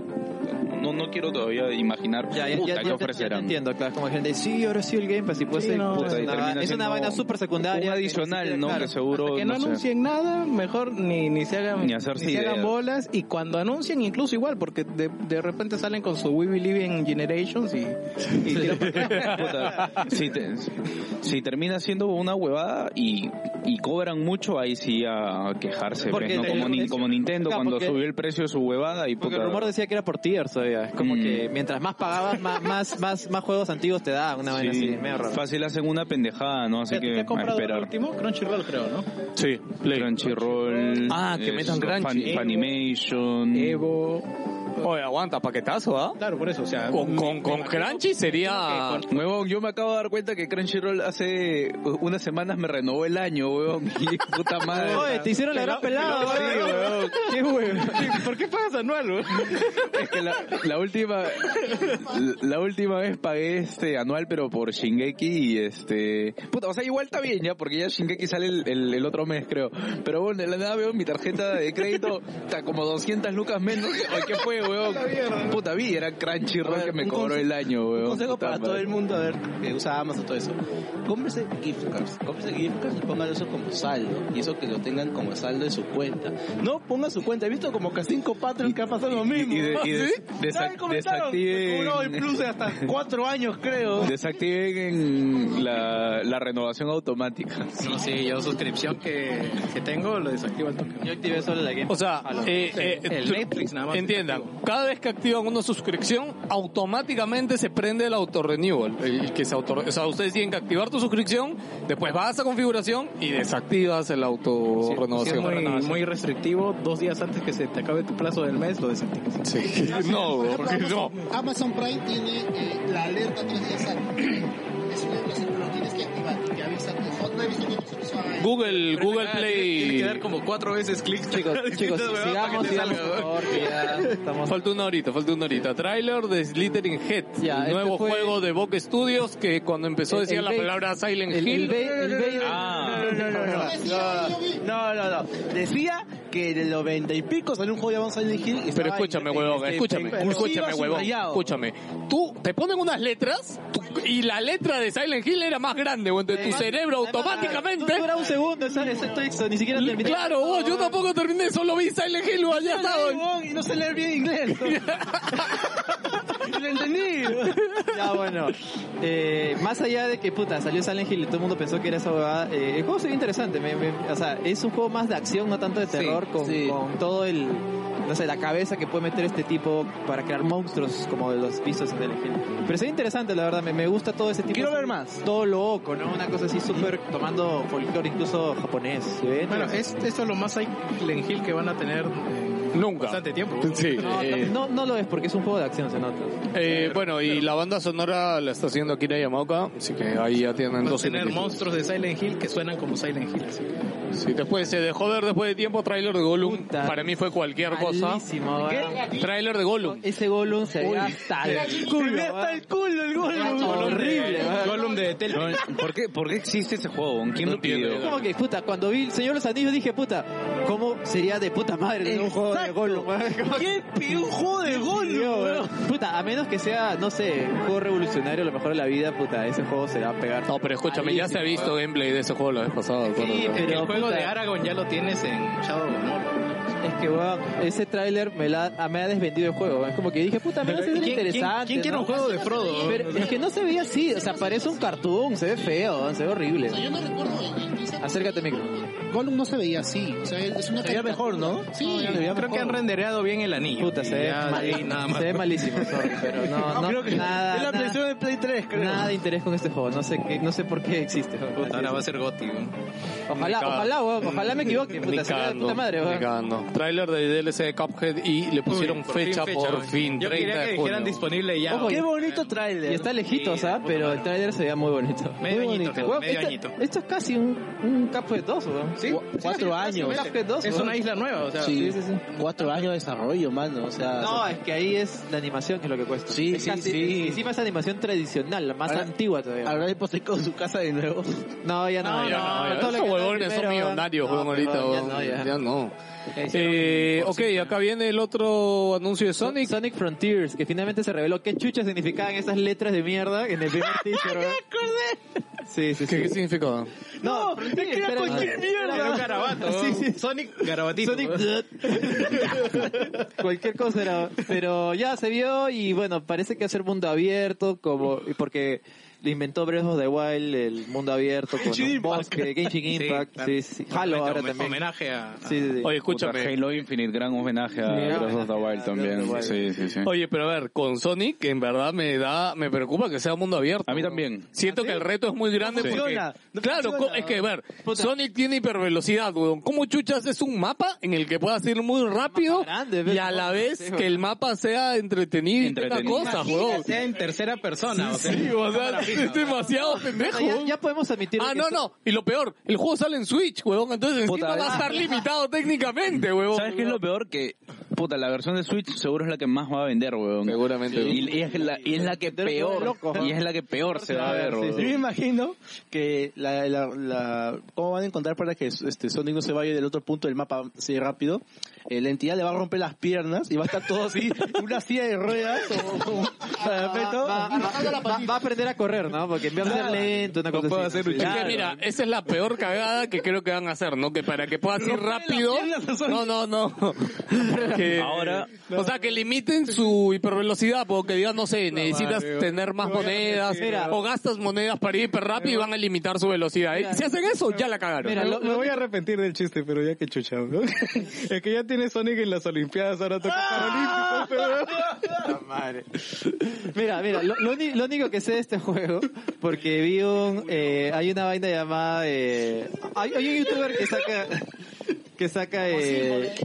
[SPEAKER 5] no, no quiero todavía imaginar
[SPEAKER 7] Ya, ya, ya,
[SPEAKER 5] puta, qué
[SPEAKER 7] ya te- ya te
[SPEAKER 5] ofrecerán.
[SPEAKER 7] entiendo, claro, como gente, sí, ahora sí el Game Pass y puede
[SPEAKER 4] Sí,
[SPEAKER 7] ser,
[SPEAKER 4] no,
[SPEAKER 7] puta,
[SPEAKER 5] Puta, y
[SPEAKER 7] es una,
[SPEAKER 5] termina
[SPEAKER 7] vaina- es una
[SPEAKER 5] siendo
[SPEAKER 7] vaina súper secundaria.
[SPEAKER 5] Un
[SPEAKER 7] que ni siquiera-
[SPEAKER 5] adicional, ¿no?
[SPEAKER 7] claro.
[SPEAKER 5] Que seguro.
[SPEAKER 4] que no,
[SPEAKER 5] no sé.
[SPEAKER 4] anuncien nada, mejor ni, ni se hagan,
[SPEAKER 5] Ni hacerse
[SPEAKER 4] se hagan
[SPEAKER 5] ideas.
[SPEAKER 4] bolas. Y cuando anuncien, incluso igual, porque de, de repente salen con su We Believe in Generations y, y tiran para atrás.
[SPEAKER 5] Puta, si, te- si termina siendo una huevada y, y cobran mucho, ahí sí a quejarse,
[SPEAKER 7] Porque
[SPEAKER 5] pues, ¿no?
[SPEAKER 7] el
[SPEAKER 5] como, ni-
[SPEAKER 7] precio-
[SPEAKER 5] como Nintendo
[SPEAKER 7] Claro,
[SPEAKER 5] cuando
[SPEAKER 7] porque-
[SPEAKER 5] subió el precio de su huevada y
[SPEAKER 7] Porque
[SPEAKER 5] puta,
[SPEAKER 7] el rumor decía que era por tiers, oiga. Es como
[SPEAKER 5] Mm.
[SPEAKER 7] que mientras más pagabas, más, más, más, más juegos antiguos te da una vaina
[SPEAKER 5] sí,
[SPEAKER 7] así, medio raro.
[SPEAKER 5] fácil hacen una pendejada, ¿no? Así
[SPEAKER 4] ¿Tú
[SPEAKER 5] que
[SPEAKER 4] te has
[SPEAKER 5] a
[SPEAKER 4] comprado el
[SPEAKER 5] esperar.
[SPEAKER 4] último? Crunchyroll, creo, ¿no?
[SPEAKER 5] Sí, Crunchyroll. este,
[SPEAKER 2] Ah, que metan
[SPEAKER 5] esto,
[SPEAKER 2] Crunchy.
[SPEAKER 5] Fan- Funimation.
[SPEAKER 4] Evo.
[SPEAKER 2] Oye, aguanta, paquetazo, ¿ah?
[SPEAKER 4] Claro, por eso, o sea.
[SPEAKER 2] Con, con, con Crunchy sería...
[SPEAKER 5] Huevón, yo me acabo de dar cuenta que Crunchyroll hace unas semanas me renovó el año, huevón. Y puta madre.
[SPEAKER 7] Oye, te hicieron la gran pelada,
[SPEAKER 5] Sí,
[SPEAKER 7] oiga.
[SPEAKER 5] huevón.
[SPEAKER 4] ¿Qué huevo? ¿Por qué pagas anual, huevón?
[SPEAKER 5] Es que la, la última la última vez pagué este anual pero por Shingeki y este puta o sea igual está bien ya porque ya Shingeki sale el, el- el otro mes creo pero bueno de la nada veo mi tarjeta de crédito está como 200 lucas menos Ay, qué fue weón puta vi era Crunchyroll
[SPEAKER 6] ver,
[SPEAKER 5] que me
[SPEAKER 6] un
[SPEAKER 5] cobró
[SPEAKER 6] conse-
[SPEAKER 5] el año
[SPEAKER 6] Un
[SPEAKER 5] weón
[SPEAKER 6] consejo
[SPEAKER 5] Puta
[SPEAKER 6] para
[SPEAKER 5] madre.
[SPEAKER 6] todo el mundo, a ver, que usa Amazon todo eso. Cómprese gift cards, cómprese gift cards y pongan eso como saldo. Y eso que lo tengan como saldo en su cuenta. No pongan su cuenta, he visto como que a cinco patrons que ha pasado lo mismo.
[SPEAKER 5] y de- y de- desa-
[SPEAKER 6] ¿Saben cómo comentaron?
[SPEAKER 5] desactiven-
[SPEAKER 6] Me cobró el plus de hasta cuatro años, creo.
[SPEAKER 5] desactiven en la, la renovación automática
[SPEAKER 4] No, sí, yo suscripción que, que tengo lo desactivo al toque.
[SPEAKER 7] Yo activé solo la Game
[SPEAKER 2] O sea, eh, eh,
[SPEAKER 4] El
[SPEAKER 2] tú-
[SPEAKER 4] Netflix nada más.
[SPEAKER 2] Entiendan, cada vez que activan una suscripción, automáticamente se prende el auto-renewal. el que se auto- o sea, ustedes tienen que activar tu suscripción, después vas a configuración y desactivas el
[SPEAKER 4] Sí,
[SPEAKER 2] auto-renovación.
[SPEAKER 4] sí, es muy, muy restrictivo, dos días antes que se te acabe tu plazo del mes, lo desactivas.
[SPEAKER 2] Sí. No,
[SPEAKER 11] Por
[SPEAKER 2] bro,
[SPEAKER 11] ejemplo,
[SPEAKER 2] porque no.
[SPEAKER 11] Amazon, Amazon Prime tiene eh, la alerta tres días antes. Es una aplicación, pero lo tienes que activar y te avisa. No he visto que no se lo haga.
[SPEAKER 2] Google, Google
[SPEAKER 4] Tiene que dar
[SPEAKER 2] Play.
[SPEAKER 4] como cuatro veces clic.
[SPEAKER 7] Chicos, chicos, sigamos, sigamos, por favor, que ya estamos...
[SPEAKER 2] Falta una horita, falta una horita. Trailer de Slittering Head,
[SPEAKER 7] Ya,
[SPEAKER 2] el
[SPEAKER 7] este
[SPEAKER 2] nuevo
[SPEAKER 7] fue-
[SPEAKER 2] juego de Boca Studios que cuando empezó
[SPEAKER 7] El-
[SPEAKER 2] decía
[SPEAKER 7] el
[SPEAKER 2] la
[SPEAKER 7] bait-
[SPEAKER 2] palabra Silent
[SPEAKER 7] El, el,
[SPEAKER 2] Hill.
[SPEAKER 7] Bale- el Bale-
[SPEAKER 5] Ah.
[SPEAKER 7] No, no, no, no.
[SPEAKER 6] No, no, no. Decía que de noventa y pico salió un juego llamado Silent Hill. y
[SPEAKER 2] Pero
[SPEAKER 6] estaba
[SPEAKER 2] escúchame,
[SPEAKER 6] en-
[SPEAKER 2] huevón,
[SPEAKER 7] este
[SPEAKER 6] en-
[SPEAKER 2] escúchame,
[SPEAKER 6] en-
[SPEAKER 2] escúchame,
[SPEAKER 6] en-
[SPEAKER 2] huevón,
[SPEAKER 6] subrayado.
[SPEAKER 2] escúchame. Tú te ponen unas letras tú- y la letra de Silent Hill era más grande, huevón, de tu cerebro automáticamente.
[SPEAKER 7] Dura un segundo ese, ese texto, ni siquiera terminé.
[SPEAKER 2] Claro, huevón, yo tampoco terminé, solo vi Silent Hill, huevón, ya está, huevón.
[SPEAKER 6] Huevón, Y no sé leer bien inglés.
[SPEAKER 7] lo entendí. ya, bueno. Eh, más allá de que, puta, salió Silent Hill y todo el mundo pensó que era esa huevada, eh, el juego se ve interesante. me- me- o sea, es un juego más de acción, no tanto de terror, con,
[SPEAKER 6] sí.
[SPEAKER 7] con todo el... No sé, la cabeza que puede meter este tipo para crear monstruos como los vistos en Silent Hill. Pero se ve interesante, la verdad. Me, me gusta todo ese tipo.
[SPEAKER 6] Quiero
[SPEAKER 7] de-
[SPEAKER 6] ver más.
[SPEAKER 7] Todo loco, ¿no? Una cosa así súper tomando folclore, incluso japonés. ¿se ve?
[SPEAKER 4] Bueno, es, esto es lo más Silent Hill que van a tener eh,
[SPEAKER 2] Nunca.
[SPEAKER 4] bastante tiempo.
[SPEAKER 2] Sí.
[SPEAKER 7] No,
[SPEAKER 2] eh,
[SPEAKER 7] no, no lo es porque es un juego de acción, se nota.
[SPEAKER 2] eh, bueno, y la banda sonora la está haciendo Akira Yamaoka, así que ahí ya tienen
[SPEAKER 4] Van a
[SPEAKER 2] dos
[SPEAKER 4] tener
[SPEAKER 2] similitudes.
[SPEAKER 4] monstruos de Silent Hill que suenan como Silent Hill. así.
[SPEAKER 2] Sí, después se dejó ver después de tiempo trailer de Gollum.
[SPEAKER 7] Puta.
[SPEAKER 2] Para mí fue cualquier cosa.
[SPEAKER 7] Malísimo, ¿verdad?
[SPEAKER 2] Trailer de Gollum.
[SPEAKER 7] Ese Gollum se ve hasta el culo.
[SPEAKER 4] ¿eh?
[SPEAKER 7] ¿verdad?
[SPEAKER 4] culo el
[SPEAKER 7] Gollum. Horrible, ¿verdad?
[SPEAKER 4] Gollum de Telltale.
[SPEAKER 5] No, ¿por, qué, ¿por qué existe ese juego? huevón? ¿quién
[SPEAKER 2] No
[SPEAKER 5] lo pidió?
[SPEAKER 2] entiendo.
[SPEAKER 7] Es como que, puta, cuando vi el Señor de los Anillos dije, puta, ¿cómo sería de puta madre tener un juego de de Gollum.
[SPEAKER 4] ¿Qué un juego de gol, weón?
[SPEAKER 7] Puta, a menos que sea, no sé, un juego revolucionario, a lo mejor de la vida, puta, ese juego se va a pegar.
[SPEAKER 2] No, pero escúchame, ya se ha
[SPEAKER 7] Malísimo,
[SPEAKER 2] visto gameplay de ese juego la vez pasada.
[SPEAKER 4] Sí,
[SPEAKER 2] acuérdate.
[SPEAKER 4] pero el juego
[SPEAKER 7] puta.
[SPEAKER 4] de Aragorn ya lo tienes en Shadow of Mordor.
[SPEAKER 7] Es que, weón, ese tráiler me, la- a- me ha desvendido el juego. Es como que dije, puta, me va a ser
[SPEAKER 4] ¿Quién- quién-
[SPEAKER 7] interesante.
[SPEAKER 4] ¿Quién quiere
[SPEAKER 7] ¿no?
[SPEAKER 4] un juego de Frodo?
[SPEAKER 7] Pero es que no se veía así, o sea, parece un cartoon, se ve feo, weón, se ve horrible.
[SPEAKER 11] O sea, yo no recuerdo. eh, quizá-
[SPEAKER 7] Acércate, micro.
[SPEAKER 11] Gollum no se veía así. O sea, es una.
[SPEAKER 7] veía mejor, ¿no?
[SPEAKER 11] Sí,
[SPEAKER 7] Se veía
[SPEAKER 4] Creo que han
[SPEAKER 7] mejor.
[SPEAKER 4] rendereado bien el anillo.
[SPEAKER 7] Puta, se
[SPEAKER 4] Y
[SPEAKER 7] ve,
[SPEAKER 4] ya,
[SPEAKER 7] mal-
[SPEAKER 4] ahí nada más.
[SPEAKER 7] se ve malísimo, sorry, pero no, no, nada,
[SPEAKER 6] es la
[SPEAKER 7] nada,
[SPEAKER 6] presión de Play 3, creo.
[SPEAKER 7] nada de interés con este juego, no sé, qué, no sé por qué existe.
[SPEAKER 4] Puta, ahora va a ser Gotti, weón.
[SPEAKER 7] Ojalá,
[SPEAKER 2] Ni
[SPEAKER 7] ojalá, weón, ojalá me equivoque,
[SPEAKER 2] Ni
[SPEAKER 7] puta, se me da de
[SPEAKER 2] cagando,
[SPEAKER 7] puta madre,
[SPEAKER 2] ni
[SPEAKER 7] weón.
[SPEAKER 2] cagando. Trailer de DLC de Cuphead y le pusieron
[SPEAKER 4] Uy, por fin
[SPEAKER 2] fecha, por
[SPEAKER 4] weón.
[SPEAKER 2] fin. 30
[SPEAKER 4] Yo quería que
[SPEAKER 2] de
[SPEAKER 4] dijeran
[SPEAKER 2] junio.
[SPEAKER 4] disponible ya.
[SPEAKER 7] Ojo,
[SPEAKER 4] weón.
[SPEAKER 7] qué
[SPEAKER 6] bonito trailer.
[SPEAKER 7] Y está lejitos,
[SPEAKER 4] Sí,
[SPEAKER 7] ¿ah?
[SPEAKER 4] puta
[SPEAKER 7] Pero
[SPEAKER 4] madre.
[SPEAKER 7] el tráiler se veía muy bonito.
[SPEAKER 4] Medio
[SPEAKER 7] muy
[SPEAKER 4] añito,
[SPEAKER 7] bonito.
[SPEAKER 4] gente,
[SPEAKER 7] Weón,
[SPEAKER 4] medio
[SPEAKER 7] esto,
[SPEAKER 4] añito.
[SPEAKER 7] esto es casi un, un capo de dos, weón.
[SPEAKER 4] Sí,
[SPEAKER 6] Cu-
[SPEAKER 4] sí,
[SPEAKER 6] cuatro
[SPEAKER 4] sí,
[SPEAKER 6] años.
[SPEAKER 4] fácilmente.
[SPEAKER 7] Cuphead dos,
[SPEAKER 4] Es
[SPEAKER 7] weón.
[SPEAKER 4] una isla nueva, o sea.
[SPEAKER 6] Sí, sí, sí. Cuatro años de desarrollo, mano. O sea,
[SPEAKER 7] No, es que ahí es la animación que es lo que cuesta.
[SPEAKER 6] Sí,
[SPEAKER 7] Es
[SPEAKER 6] sí, sí.
[SPEAKER 7] Encima es animación tradicional, la más
[SPEAKER 6] Ahora-
[SPEAKER 7] antigua todavía.
[SPEAKER 6] habrá hipotecado su casa de nuevo.
[SPEAKER 7] No, ya no,
[SPEAKER 2] No,
[SPEAKER 7] ya
[SPEAKER 2] ya no, ya.
[SPEAKER 7] Todo lo
[SPEAKER 2] Esos
[SPEAKER 7] que-
[SPEAKER 2] huevones son
[SPEAKER 7] primero,
[SPEAKER 2] millonarios,
[SPEAKER 7] no,
[SPEAKER 2] juegan ahorita.
[SPEAKER 7] pero
[SPEAKER 2] weón.
[SPEAKER 7] Ya no, ya.
[SPEAKER 2] Ya no.
[SPEAKER 7] Ya hicieron-
[SPEAKER 2] Eh, ok, acá viene el otro anuncio de Sonic.
[SPEAKER 7] Sonic, Sonic Frontiers, que finalmente se reveló qué chucha significaban esas letras de mierda en el primer teaser. ¡Me acordé! Sí, sí,
[SPEAKER 2] ¿Qué,
[SPEAKER 7] sí.
[SPEAKER 2] qué significaba?
[SPEAKER 7] No, Frontiers, era-
[SPEAKER 4] Era un garabato.
[SPEAKER 7] Sí, sí.
[SPEAKER 4] Sonic garabatito.
[SPEAKER 7] Sonic. Cualquier cosa era. Pero ya se vio y bueno, parece que va a ser mundo abierto, como porque le inventó Breath of the Wild el mundo abierto con un bosque, Genshin Impact, sí, sí. Halo ahora
[SPEAKER 4] Homen-
[SPEAKER 7] también.
[SPEAKER 4] Homenaje a.
[SPEAKER 7] Sí, sí, sí.
[SPEAKER 2] Oye,
[SPEAKER 5] Puta,
[SPEAKER 2] escúchame.
[SPEAKER 5] Halo Infinite, gran homenaje a
[SPEAKER 7] Gran
[SPEAKER 5] Breath of the
[SPEAKER 7] homenaje
[SPEAKER 5] Wild
[SPEAKER 7] a
[SPEAKER 5] también.
[SPEAKER 7] Breath of the
[SPEAKER 5] Sí, sí, sí.
[SPEAKER 2] Oye, pero a ver, con Sonic en verdad me da, me preocupa que sea mundo abierto.
[SPEAKER 5] A mí también.
[SPEAKER 2] Siento que el reto es muy grande
[SPEAKER 5] No
[SPEAKER 2] porque-
[SPEAKER 6] funciona, no
[SPEAKER 2] claro,
[SPEAKER 6] funciona.
[SPEAKER 2] co- es que a ver, Sonic tiene hipervelocidad, weón. ¿Cómo chuchas es un mapa en el que puedas ir muy rápido
[SPEAKER 7] mapa grande,
[SPEAKER 2] y
[SPEAKER 7] ¿ves?
[SPEAKER 2] a la
[SPEAKER 7] Sí,
[SPEAKER 2] vez
[SPEAKER 7] weón.
[SPEAKER 2] que el mapa sea entretenido y tenga
[SPEAKER 5] Entretenido.
[SPEAKER 2] cosas, weón?
[SPEAKER 4] Sea en tercera persona. o sea,
[SPEAKER 2] Sí, o sea,
[SPEAKER 4] fija,
[SPEAKER 2] es demasiado pendejo.
[SPEAKER 7] Ah, ya,
[SPEAKER 2] weón.
[SPEAKER 7] ya podemos admitir
[SPEAKER 2] Ah,
[SPEAKER 7] que
[SPEAKER 2] no,
[SPEAKER 7] esto-
[SPEAKER 2] no. Y lo peor, el juego sale en Switch, huevón. Entonces encima
[SPEAKER 6] Puta,
[SPEAKER 2] va a
[SPEAKER 6] ah.
[SPEAKER 2] estar limitado técnicamente, huevón.
[SPEAKER 5] ¿Sabes qué es lo peor? Que, puta, la versión de Switch seguro es la que más va a vender, weón.
[SPEAKER 2] Seguramente,
[SPEAKER 5] Y, y es, la, y es la que peor, y es la que peor se va a ver,
[SPEAKER 6] Yo me
[SPEAKER 5] weón.
[SPEAKER 6] imagino que la, la, la- cómo van a encontrar para que este Sonic no se vaya del otro punto del mapa así rápido. Eh, la entidad le va a romper las piernas y va a estar todo así, en una silla de ruedas o, o un parapeto.
[SPEAKER 7] Va, va- va- va a aprender a correr, ¿no? Porque empieza a ser lento, una cosa así.
[SPEAKER 2] Es que mira, esa es la peor cagada que creo que van a hacer, ¿no? Que para que puedas ir rápido. No, no, no. Que-
[SPEAKER 5] Ahora-
[SPEAKER 2] O sea, que limiten su hipervelocidad, porque digan, no sé, necesitas tener más monedas,
[SPEAKER 7] Mira.
[SPEAKER 2] o gastas monedas para ir hiper rápido y van a limitar su velocidad. Y Si hacen eso, ya la cagaron.
[SPEAKER 7] Mira, lo-
[SPEAKER 13] Me voy a arrepentir del chiste, pero ya que chucha, ¿no? Es que ya tiene Sonic en las Olimpiadas, ahora toca Paralímpicos, pero...
[SPEAKER 7] ¡Ah! Mira, mira, lo, lo uni- lo único que sé de este juego, porque vi un, eh, hay una vaina llamada, eh, hay, hay un youtuber que saca, que saca, eh,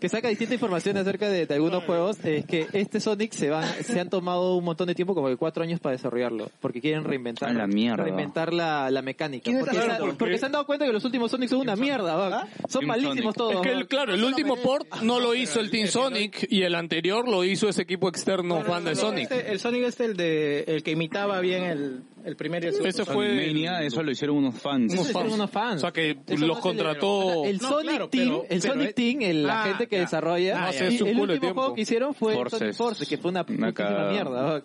[SPEAKER 7] que saca distinta información acerca de, de algunos juegos, es que este Sonic se va, se han tomado un montón de tiempo, como de cuatro años para desarrollarlo, porque quieren reinventar,
[SPEAKER 5] A la mierda.
[SPEAKER 7] reinventar la, la mecánica, porque, se, han- porque se han dado cuenta que los últimos Sonic son una mierda, va. son
[SPEAKER 5] Team
[SPEAKER 7] malísimos
[SPEAKER 5] Sonic.
[SPEAKER 7] todos.
[SPEAKER 2] Es que, el-
[SPEAKER 7] va.
[SPEAKER 2] claro, el último port no lo hizo el Team Sonic y el anterior lo hizo ese equipo externo fan de Sonic.
[SPEAKER 4] Este- el Sonic es el de el que imitaba bien el, el primer y el segundo.
[SPEAKER 2] Eso
[SPEAKER 5] Sonic
[SPEAKER 2] fue
[SPEAKER 5] Mania, eso lo hicieron unos fans.
[SPEAKER 2] unos
[SPEAKER 7] hicieron
[SPEAKER 2] fans.
[SPEAKER 7] unos fans.
[SPEAKER 2] O sea, que
[SPEAKER 7] Eso no
[SPEAKER 2] los
[SPEAKER 7] se
[SPEAKER 2] contrató...
[SPEAKER 7] El
[SPEAKER 4] No,
[SPEAKER 7] Sonic
[SPEAKER 4] claro,
[SPEAKER 7] Team,
[SPEAKER 4] pero-
[SPEAKER 7] el
[SPEAKER 4] pero
[SPEAKER 7] Sonic
[SPEAKER 4] es-
[SPEAKER 7] Team, el- la
[SPEAKER 4] Ah,
[SPEAKER 7] gente que
[SPEAKER 4] ya.
[SPEAKER 7] desarrolla.
[SPEAKER 2] Ah,
[SPEAKER 7] y
[SPEAKER 2] ya, es un culo
[SPEAKER 7] el
[SPEAKER 2] de
[SPEAKER 7] último
[SPEAKER 2] tiempo.
[SPEAKER 7] juego que hicieron fue el
[SPEAKER 5] Forces.
[SPEAKER 7] Sonic Forces, que fue una
[SPEAKER 5] Una
[SPEAKER 7] putísima
[SPEAKER 5] cagada.
[SPEAKER 7] mierda. va. es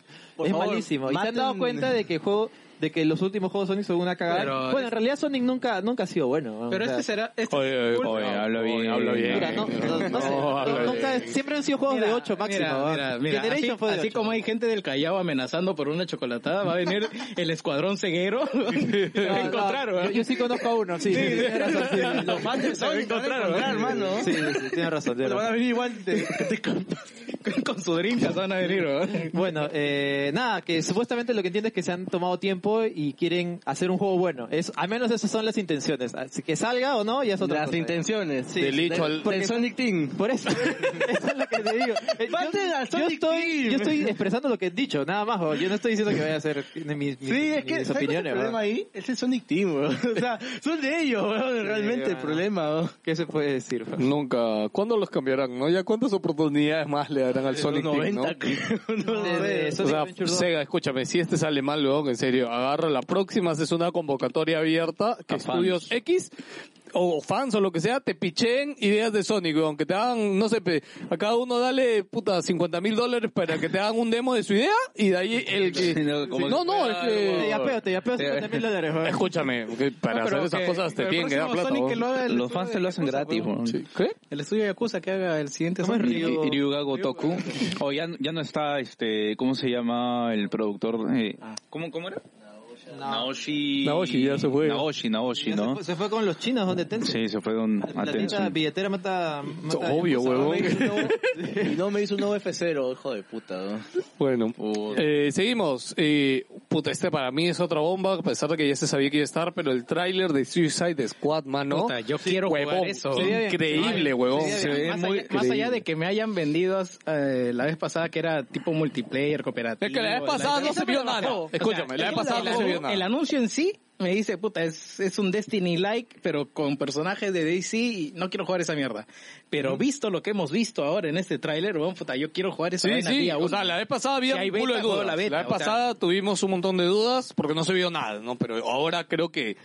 [SPEAKER 6] favor,
[SPEAKER 7] malísimo. Y se han dado
[SPEAKER 6] maten-
[SPEAKER 7] cuenta de que el juego, de que los últimos juegos de Sonic son una cagada.
[SPEAKER 4] Pero
[SPEAKER 7] bueno,
[SPEAKER 4] es-
[SPEAKER 7] en realidad Sonic nunca, nunca ha sido bueno. va,
[SPEAKER 4] Pero
[SPEAKER 7] o sea,
[SPEAKER 4] este será. Este
[SPEAKER 2] Oye, oye,
[SPEAKER 5] Oye, habla bien.
[SPEAKER 2] habla bien.
[SPEAKER 7] Mira, no, no, no sé,
[SPEAKER 2] No, habla
[SPEAKER 7] nunca-
[SPEAKER 2] bien.
[SPEAKER 7] siempre han sido juegos de 8 máximo.
[SPEAKER 4] mira,
[SPEAKER 7] va.
[SPEAKER 4] mira, mira,
[SPEAKER 7] Generation
[SPEAKER 4] así,
[SPEAKER 7] fue de
[SPEAKER 4] así
[SPEAKER 7] 8.
[SPEAKER 4] como hay gente del Callao amenazando por una chocolatada, va a venir el escuadrón ceguero. ¿eh?
[SPEAKER 7] No,
[SPEAKER 4] a
[SPEAKER 7] no,
[SPEAKER 4] encontrar,
[SPEAKER 7] yo,
[SPEAKER 4] ¿verdad?
[SPEAKER 7] yo sí conozco a uno, sí. sí, tienes razón, sí. ¿eh?
[SPEAKER 6] Los fans de Sonic van a encontrar, hermano.
[SPEAKER 7] Sí, sí, sí, tienes razón. tienes
[SPEAKER 6] Pero
[SPEAKER 7] razón.
[SPEAKER 6] van a venir igual de, de-
[SPEAKER 4] con su drinkas van a venir, ¿verdad?
[SPEAKER 7] Bueno, eh, nada, que supuestamente lo que entiendo es que se han tomado tiempo y quieren hacer un juego bueno. Es, al menos esas son las intenciones. Así que salga o no, ya es otra
[SPEAKER 6] las
[SPEAKER 4] ¿eh?
[SPEAKER 7] cosa.
[SPEAKER 6] intenciones.
[SPEAKER 7] Sí,
[SPEAKER 2] Del hecho al-
[SPEAKER 7] porque-
[SPEAKER 6] Del Sonic Team.
[SPEAKER 7] Por eso, eso es lo que te digo. Eh,
[SPEAKER 6] Maten al
[SPEAKER 7] yo,
[SPEAKER 6] Sonic
[SPEAKER 7] estoy,
[SPEAKER 6] Team.
[SPEAKER 7] yo estoy expresando lo que he dicho, nada más. o Yo no estoy diciendo que vaya a ser mi- mi-
[SPEAKER 6] Sí, es que ¿sabes
[SPEAKER 7] mis
[SPEAKER 6] cuál es el
[SPEAKER 7] opiniones.
[SPEAKER 6] problema
[SPEAKER 7] ¿verdad?
[SPEAKER 6] ahí es el Sonic Team, weón. o sea, son de ellos, weón, realmente el
[SPEAKER 7] bueno.
[SPEAKER 6] problema. weón.
[SPEAKER 7] ah, ¿Qué se puede decir? bro?
[SPEAKER 2] Nunca. ¿Cuándo los cambiarán, no? ¿Ya cuántas oportunidades más le darán al Sonic
[SPEAKER 6] Los
[SPEAKER 2] Team, no?
[SPEAKER 6] 90, creo, no sé.
[SPEAKER 7] De- Eh, de
[SPEAKER 2] O
[SPEAKER 7] Sonic
[SPEAKER 2] sea,
[SPEAKER 7] Adventure 2.
[SPEAKER 2] Sega, escúchame, si este sale mal, weón, en serio, agarra la próxima, haces una convocatoria abierta que
[SPEAKER 5] A fans.
[SPEAKER 2] Estudios X o fans o lo que sea, te picheen ideas de Sonic, aunque te hagan, no sé, pe, a cada uno dale, puta, 50 mil dólares para que te hagan un demo de su idea y de ahí el que...
[SPEAKER 5] No, como
[SPEAKER 2] No,
[SPEAKER 5] que-
[SPEAKER 2] no, el
[SPEAKER 7] Te
[SPEAKER 2] que...
[SPEAKER 7] yapeo, te yapeo 50 mil dólares, weón.
[SPEAKER 2] Escúchame, que para
[SPEAKER 4] No, pero
[SPEAKER 2] hacer esas
[SPEAKER 4] que-
[SPEAKER 2] cosas te
[SPEAKER 4] el
[SPEAKER 2] tienen que dar
[SPEAKER 4] próximo
[SPEAKER 2] plata.
[SPEAKER 4] Sonic
[SPEAKER 2] vos.
[SPEAKER 4] que lo haga el
[SPEAKER 5] Los
[SPEAKER 4] estudio
[SPEAKER 5] fans
[SPEAKER 4] de
[SPEAKER 5] te lo hacen
[SPEAKER 4] Yakuza,
[SPEAKER 5] gratis,
[SPEAKER 4] weón.
[SPEAKER 5] weón.
[SPEAKER 2] Sí. ¿Qué?
[SPEAKER 4] El estudio de Yakuza que haga el siguiente
[SPEAKER 5] Y-
[SPEAKER 4] Sonic.
[SPEAKER 5] y- Ryuga Gotoku. O ya, ya no está, este, ¿cómo se llama el productor? Eh, ¿cómo, ¿Cómo era? Naoshi.
[SPEAKER 2] Naoshi, ya se fue.
[SPEAKER 5] Naoshi, Naoshi,
[SPEAKER 7] Ya se
[SPEAKER 5] ¿no?
[SPEAKER 7] fue- Se fue con los chinos donde Tencent.
[SPEAKER 5] Sí, se fue don
[SPEAKER 7] La
[SPEAKER 5] Atenso.
[SPEAKER 7] tienda billetera mata. mata
[SPEAKER 2] Obvio,
[SPEAKER 7] Yakuza,
[SPEAKER 2] huevón.
[SPEAKER 7] güey.
[SPEAKER 6] Y no me hizo un nuevo F0, hijo de puta. ¿no?
[SPEAKER 2] Bueno,
[SPEAKER 5] Oh.
[SPEAKER 2] eh, seguimos. Eh, puta, este para mí es otra bomba, a pesar de que ya se sabía que iba a estar, pero el tráiler de Suicide Squad, mano.
[SPEAKER 4] Puta, yo quiero
[SPEAKER 2] huevón,
[SPEAKER 4] jugar eso.
[SPEAKER 7] Sería bien.
[SPEAKER 2] Increíble, huevón.
[SPEAKER 4] Sí,
[SPEAKER 2] Se ve
[SPEAKER 4] más,
[SPEAKER 2] muy
[SPEAKER 4] allá, más allá
[SPEAKER 2] creíble.
[SPEAKER 4] de que me hayan vendido eh, la vez pasada que era tipo multiplayer, cooperativo.
[SPEAKER 2] Es que la vez pasada no se vio nada. Escúchame, la vez pasada no se vio
[SPEAKER 4] El
[SPEAKER 2] nada.
[SPEAKER 4] anuncio en sí me dice, puta, es, es un Destiny-like, pero con personajes de DC y no quiero jugar esa mierda. Pero visto lo que hemos visto ahora en este tráiler, weón, puta, yo quiero jugar esa
[SPEAKER 2] Sí,
[SPEAKER 4] vaina
[SPEAKER 2] sí,
[SPEAKER 4] día
[SPEAKER 2] o
[SPEAKER 4] uno.
[SPEAKER 2] sea, la vez pasada había
[SPEAKER 4] Si hay
[SPEAKER 2] un culo de
[SPEAKER 4] beta, juego
[SPEAKER 2] dudas. La,
[SPEAKER 4] la beta,
[SPEAKER 2] vez
[SPEAKER 4] o sea.
[SPEAKER 2] pasada tuvimos un montón de dudas porque no se vio nada, ¿no? Pero ahora creo que...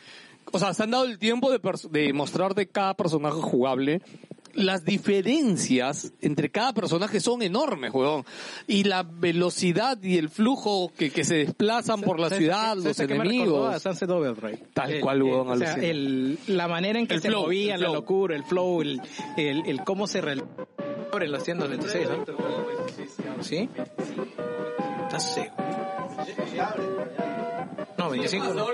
[SPEAKER 2] O sea, se han dado el tiempo de, pers- de mostrarte cada personaje jugable. Las diferencias entre cada personaje son enormes, huevón. Y la velocidad y el flujo que, que se desplazan por la
[SPEAKER 4] ¿Sabes-
[SPEAKER 2] ciudad,
[SPEAKER 4] sabes
[SPEAKER 2] los
[SPEAKER 4] a qué me recordó? A
[SPEAKER 2] enemigos.
[SPEAKER 4] Sunset Overdrive.
[SPEAKER 2] Tal
[SPEAKER 4] El-
[SPEAKER 2] cual,
[SPEAKER 4] el-
[SPEAKER 2] huevón,
[SPEAKER 4] o sea,
[SPEAKER 2] alucina.
[SPEAKER 4] el- la manera en que
[SPEAKER 2] El
[SPEAKER 4] se
[SPEAKER 2] flow,
[SPEAKER 4] movían,
[SPEAKER 2] el
[SPEAKER 4] la
[SPEAKER 2] flow.
[SPEAKER 4] locura, el flow, el, el, el cómo se re- por el 296, ¿no? ¿Sí? ¿Estás seguro? No, 25. no.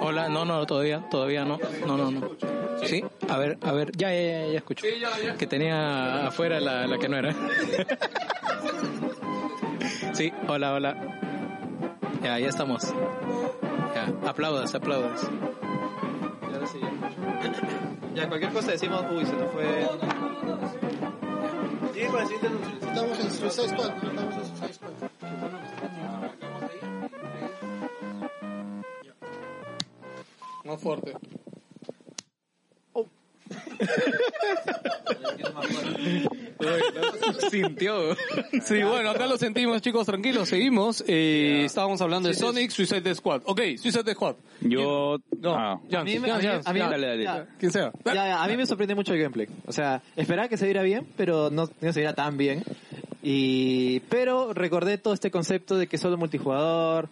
[SPEAKER 4] Hola, no, no, todavía, todavía no, no, no, no. Sí, a ver, a ver, ya, ya, ya, ya escucho. Que tenía afuera la, la que no era. Sí, hola, hola. Ya, ya estamos. Ya, aplaudas, aplaudas.
[SPEAKER 7] Ahora sí, ya. Ya, cualquier cosa decimos, uy, se nos fue.
[SPEAKER 11] Estamos en Suicide Squad, ¿no? Estamos en Suicide Squad.
[SPEAKER 2] Más fuerte.
[SPEAKER 4] Sintió.
[SPEAKER 2] Sí, bueno, acá lo sentimos, chicos, tranquilos, seguimos. Eh, Estábamos hablando de Sonic, Suicide Squad. Ok, Suicide Squad.
[SPEAKER 5] Yo. ah.
[SPEAKER 2] Ya,
[SPEAKER 7] A mí me-
[SPEAKER 2] ya,
[SPEAKER 7] a mí-
[SPEAKER 2] ya,
[SPEAKER 7] a mí-
[SPEAKER 2] ya.
[SPEAKER 5] Dale, dale.
[SPEAKER 7] ya.
[SPEAKER 2] Quien sea.
[SPEAKER 7] Ya, ya, a mí me sorprende mucho el gameplay. O sea, esperaba que se viera bien, pero no, no se viera tan bien. Y, pero recordé todo este concepto de que solo multijugador,